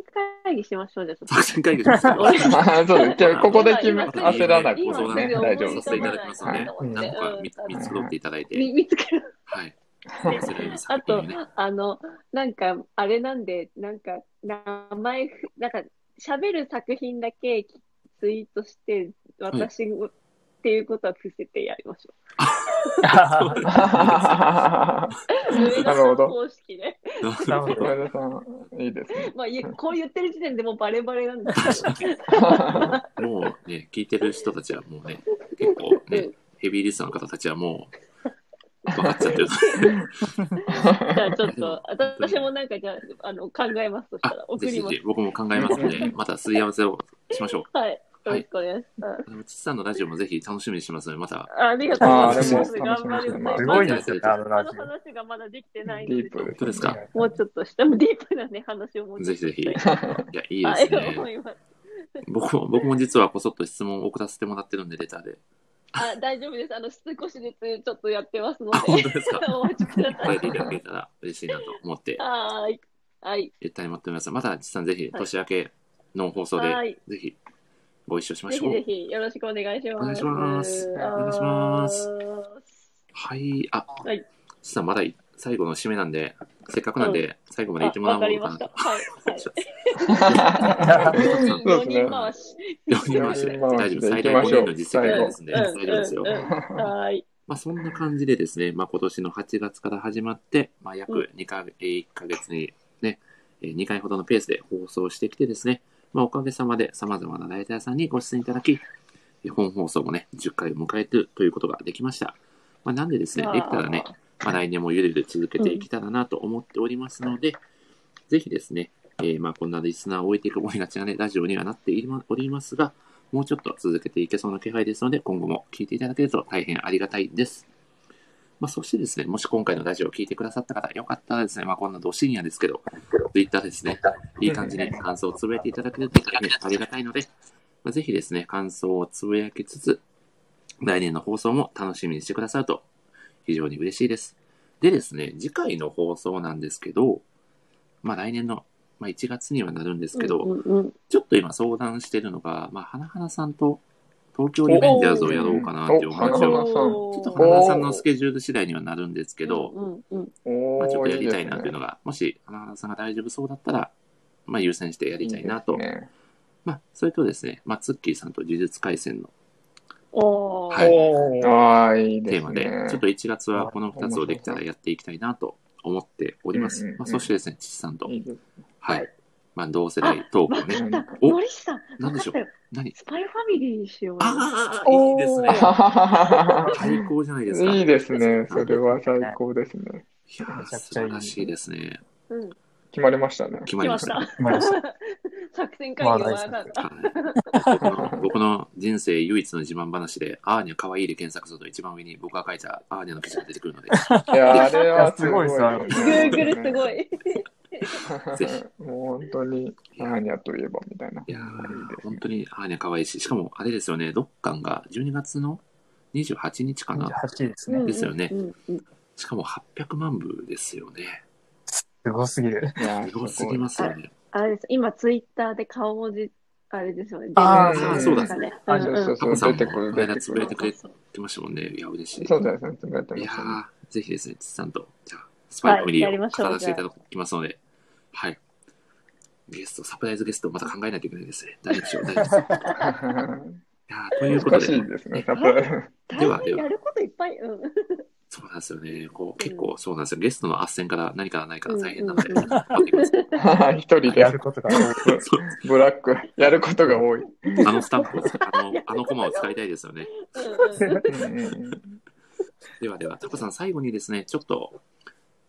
S4: 会議しましょう。じゃあちょ
S1: 作戦会議しますけど
S4: っと。 俺
S2: あそうですじゃあ。ここで決め、焦らなくて
S1: ご
S4: 今
S1: 相
S4: す
S1: 談
S4: ぐ
S2: ね、
S4: 思
S2: 大
S4: い
S2: 丈夫
S4: 浮
S1: さ
S2: で
S1: せて
S2: す
S4: か
S1: い
S4: ば
S1: ただ
S4: な
S1: き
S4: い
S1: ますの
S4: な
S1: で
S4: と思っ
S1: 何個か見
S4: て。うん
S1: 見繕っていただいて、
S4: み見つける。
S1: はい。
S4: ね
S1: それより作
S4: あ
S1: 品を
S4: と
S1: ね。、
S4: あの、なんか、あれなんで、なんか、名前ふ、なんか、喋る作品だけツイートして、私も、っていうことは伏せてやりましょ
S2: なる
S4: う。上田さ
S5: あ
S2: ほ
S4: ん
S2: ど
S4: 方式で。
S5: ー、なるほど。
S2: 上田さん、いいですね。
S4: まあ、いこう言ってる時点でもうバレバレなんだけど。
S1: もうね、聞いてる人たちはもうね、結構ね、ヘビーリスナーの方たちはもう、分かっちゃってる。
S4: じゃあちょっと、私もなんか、じゃあ、あの、考えますとしたら、
S1: あ、
S4: 送
S1: ぜひ
S4: り
S1: ぜ
S4: ます
S1: ひ。僕も考えますので、またすり合わせをしましょう。
S4: はい。よろしくお願いします。
S1: あのちっさんのラジオもぜひ楽しみにしてますので、また、
S4: あありがとうございます。
S2: ああれ
S4: 頑
S2: も
S4: 張ります。
S5: す
S1: 楽し
S5: ごい
S1: み
S5: で
S1: にし
S5: す
S1: て
S5: よね、
S1: ます
S5: あのラ
S4: こ
S5: ジ
S4: の話がまだできてないん
S2: ディ
S4: で
S2: ー、プ
S1: 本当ですか
S4: もうちょっとした、もうディープなね、話をもうち
S1: ぜ
S4: ょっと
S1: ひぜひ。い
S4: したい
S1: や、いいです
S4: はい、
S1: ね。
S4: 思います。
S1: 僕も、僕も実はこそっと質問を送らせてもらってるんで、レターで。
S4: あ、大丈夫です。あの、少しずつちょっとやってますの
S1: あ、本
S4: で、
S1: 当ですか。
S4: お待ちくださ
S1: 答え
S4: い。
S1: ていただけたら嬉しいなと思って、
S4: はーい。はい。
S1: 絶対待っております。また、ちっさんぜひ、年明けの放送で
S4: はい、
S1: ぜひ、ご一緒しま
S4: ぜ
S1: しょ
S4: ひ
S1: う
S4: ぜ。ひよろしくお願いし
S1: お
S4: ます。
S1: 願いします
S4: お
S1: お願いします。はい、あ、
S4: はい
S1: さあまだい最後の締めなんで、せっかくなんで、最後まで言ってもらお
S4: あ
S1: う
S4: わ
S1: か
S4: かりま
S1: な
S4: した。。はい。はい
S1: ちょっ
S2: そうですね
S4: 四人四人回し。
S1: 四人回しで、
S2: 四人回
S1: 大丈
S2: しで
S1: 夫、
S2: 行
S1: 最
S2: き
S1: 大
S2: ま
S1: 5
S2: しょ
S1: 年
S2: う
S1: の実績がありますんで、
S4: うん
S1: 大丈夫ですよ。
S4: うんはい。
S1: まあそんな感じでですね、まあ今年の8月から始まって、まあ約2か、えー1ヶ月にね、えー2回ほどのペースで放送してきてですね、まあおかげさまで様々なライターさんにご出演いただき、えー本放送もね、10回を迎えてるということができました。まあなんでですね、
S4: わあ
S1: できたらね、まあ来年もゆるゆる続けていけたらなと思っておりますので、ぜひですね、えーまあこんなリスナーを置いていく思いがちなね、ラジオにはなっていまおりますが、もうちょっと続けていけそうな気配ですので、今後も聞いていただけると大変ありがたいです。まあ、そしてですね、もし今回のラジオを聞いてくださった方、よかったらですね、まあ、こんなど深夜ですけど、Twitter ですね、いい感じに感想をつぶやいていただけると大変ありがたいので、まあ、ぜひですね、感想をつぶやきつつ、来年の放送も楽しみにしてくださると非常に嬉しいです。でですね、次回の放送なんですけど、まあ、来年の、まあ、1月にはなるんですけど、
S4: うんうんうん
S1: ちょっと今相談してるのが、まあ、花花さんと東京リベンジャーズをやろうかなっていうお
S2: お
S1: 話
S2: 花
S1: を、
S2: 花さん
S1: ちょっと
S2: お
S1: 花花さんのスケジュール次第にはなるんですけど、
S4: うんうんうん
S2: お
S1: まあ、ちょっ
S2: ー、
S1: とやりたい
S2: です
S1: な
S2: ね
S1: っていうのが、もし花花さんが大丈夫そうだったら、まあ、優先してやりたいなと。
S2: いいですね
S1: まあ、それとですね、まあ、ツッキーさんと呪術廻戦の
S4: おー
S1: はい
S5: おー
S2: ああ、いいで
S1: テー
S2: す
S1: マ
S2: ね。
S1: で、ちょっと1月はこの2つをできたら
S2: 面白そう
S1: やっていきたいなと思っておりま
S2: うん
S1: す
S2: うんう。ん
S1: まあ、そしてですね、父さんと
S2: い、いです
S1: はい。まあ、同世代トークをね、
S2: ね。
S1: お
S4: 森下、
S1: なんでしょう
S4: わかったよ
S1: 何
S4: スパイファミリーにしようよ。
S1: ああ、いいですね
S4: お。ー
S1: 最高じゃないですか。
S2: いいですね。それ
S1: い
S2: は最高ですね。
S1: やー、
S5: めちゃく
S1: 素
S5: ちゃ
S1: 晴
S5: いい
S1: らしいですね。
S4: うん、
S2: 決まりましたね。
S1: 決ま
S4: 来
S1: りま
S4: ま
S1: し。
S4: したた。
S5: 決まりまし
S4: 作戦会議はまだだ。
S1: はい、僕の僕の人生唯一の自慢話で、アーニャ可愛いで検索すると一番上に僕が書いたアーニャの記事が出てくるの で、
S2: いや、あれはすごい
S5: いやすごいで
S4: Google すごい。
S1: ぜひ
S2: もう本当に、何やといえばみたいな。
S1: いや
S2: いいで
S1: ー
S2: す
S1: 本当にアーニャ可愛いし、しかもあれですよね、ロッカンが12月の28日かな。
S5: 28です
S4: うん
S5: ね。
S1: ですよね
S4: うんうん
S1: しかも800万部ですよね。
S5: すごすぎる。
S2: いや
S1: すごすぎますよね。
S4: あれです。今、ツイッターで顔文字、あれですよね。
S5: あー
S4: 出るんです
S1: そうだ
S4: なんかね。
S5: あ
S4: ん
S2: そ
S4: ん
S2: うそ
S1: タ
S2: うそ
S1: コ
S2: う、
S1: さんも
S2: 出てく
S1: こ
S2: る、
S1: の間
S2: 出て
S1: つ
S2: く
S1: ぶやい
S2: る
S1: て。くれてましたもんね。いや、嬉しい。
S2: そうですね、出て
S1: い
S2: ま
S1: や
S2: したね。
S1: ーぜひですね、つさんと、じゃあ、スパイファミリ
S4: はいやり
S1: ーを
S4: ましょう
S1: 語らせていただきますので、はい。ゲスト、サプライズゲスト、また考えないといけないですね。大丈夫でしょう、大丈夫 ですよ。 いやーということ
S2: 難し
S1: で
S2: い、ですね、サプライズ。
S1: で
S4: 大
S1: はで
S4: 変
S1: は
S4: やることいっぱい。うん。
S1: そうなんですよね。こう、結構そうなんですよ。ゲストの斡旋から何かないから大変なので、
S4: うんうんうん
S1: 頑張ってください
S2: 一人で
S5: やることが多い。
S1: そう
S2: ブラック、やることが多い。
S1: あのスタンプを、あ の、あのコマを使いたいですよね。
S4: うんうん
S2: うんうん
S1: ではでは、タコさん、最後にですね、ちょっと、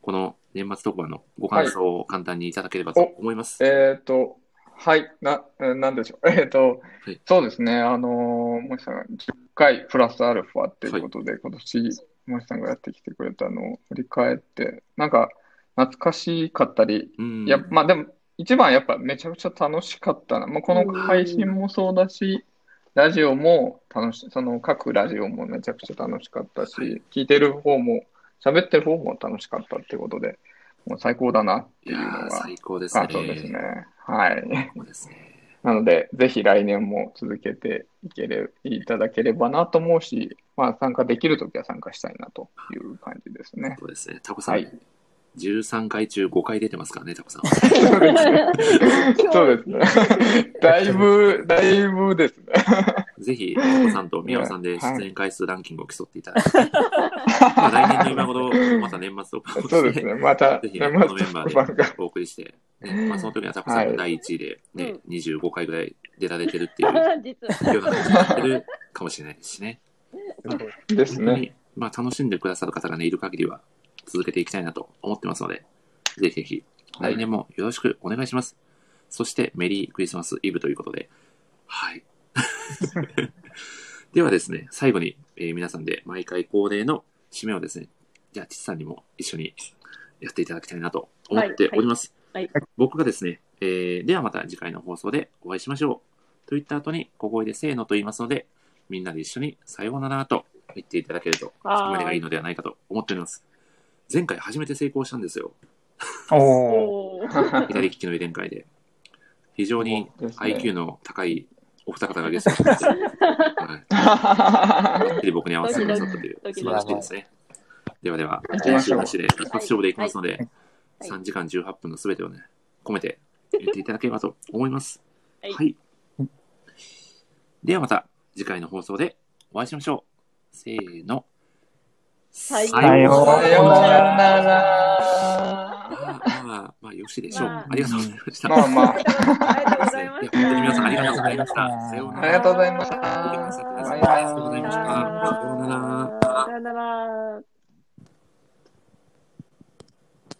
S1: この年末特番のご感想を簡単にいただければと思います。
S2: えっと、はい、な、えーなんでしょう。 えっと
S1: はい、
S2: そうですね、あのー、森さんが10回プラスアルファっていうことで、今年、森さんがやってきてくれたのを振り返って、なんか、懐かしかったり、
S1: うん。
S2: いや、まあでも、一番やっぱめちゃくちゃ楽しかったな。まあ、この配信もそうだし、ラジオも楽し、その各ラジオもめちゃくちゃ楽しかったし、聞いてる方も、喋ってる方も楽しかったってことで、もう最高だなって
S1: い
S2: いう
S1: や
S2: の
S1: ー
S2: が
S1: 最高ですね
S2: 感。想ですね。はい。
S1: そうですね。
S2: なので、ぜひ来年も続けていけれ、いただければなと思うし、まあ参加できるときは参加したいなという感じです ね。
S1: そうですね。タコさん、
S2: はい
S1: 13回中5回出てますからね、タコさん。
S2: そうですね。だいぶ、だいぶですね。
S1: ぜひ、タコさんと宮尾さんで出演回数ランキングを競っていただいて、まあ来年の今頃、また年末を
S2: そうですね。また、
S1: ぜひ、
S2: 生
S1: このメンバ
S2: 番
S1: ー
S2: が
S1: でお送りして、ねまあ、その時にはタコさん
S2: は
S1: が
S2: い
S1: 第1位で、ね
S4: うん
S1: 25回ぐらい出られてるっていう、よ
S4: 実
S1: うな感じになってるかもしれないですしね。
S2: です
S1: 本当
S2: ね。
S1: に、まあ、楽しんでくださる方が、ね、いる限りは続けていきたいなと思ってますので、ぜひぜひ
S2: はい
S1: 来年もよろしくお願いします。そしてメリークリスマスイブということで、 はい。 ではですね、最後に、えー皆さんで毎回恒例の締めをですね、じゃあ、ちさんにも一緒にやっていただきたいなと思っております。
S4: はいはい
S1: 僕がですね、えーではまた次回の放送でお会いしましょう。といった後に小声でせーのと言いますので、みんなで一緒にさようならと言っていただけると、
S4: あー
S1: 胸がいいのではないかと思っております。前回初めて成功したんですよ。
S5: おお。
S4: おー
S1: 左利きの遺伝会で。非常に
S2: そうですね
S1: IQ の高いお二方がゲストに来てください。 はい。ばっちり僕に合わせてくださったという、
S4: ドキ
S1: 素
S4: ド
S1: 晴らし
S4: キ
S1: いですね。ではでは、
S2: 行きま
S1: 練
S2: し
S1: 習
S2: ょう
S1: なしで一発勝負でいきますので、
S4: はい
S1: 3時間18分のすべてをね、込めて言っていただければと思います。
S3: はい
S1: ではまた次回の放送でお会いしましょう。せーの。
S4: さよう
S5: さよう
S2: さよう
S5: な
S2: な
S5: ら
S2: ら。
S1: まあまあ、まあ、よしでしょう。
S4: まあ
S1: ありがとうございました。
S2: まあまあ。
S4: ありがとうござ
S1: い
S4: い
S1: や
S4: ま
S1: 本
S4: し
S1: 当
S4: た。
S1: に皆 さんありがとうございました。さような
S2: ありが
S1: ら。
S2: とうございまし
S1: ごきげんな
S2: た
S1: さってくだ
S4: あ
S1: さい
S4: り
S1: あ
S4: が
S1: りがと
S4: とう
S1: うござ
S4: ござい
S1: い
S4: ま
S1: ま
S4: し
S1: したた。さようなら。
S4: さようなら。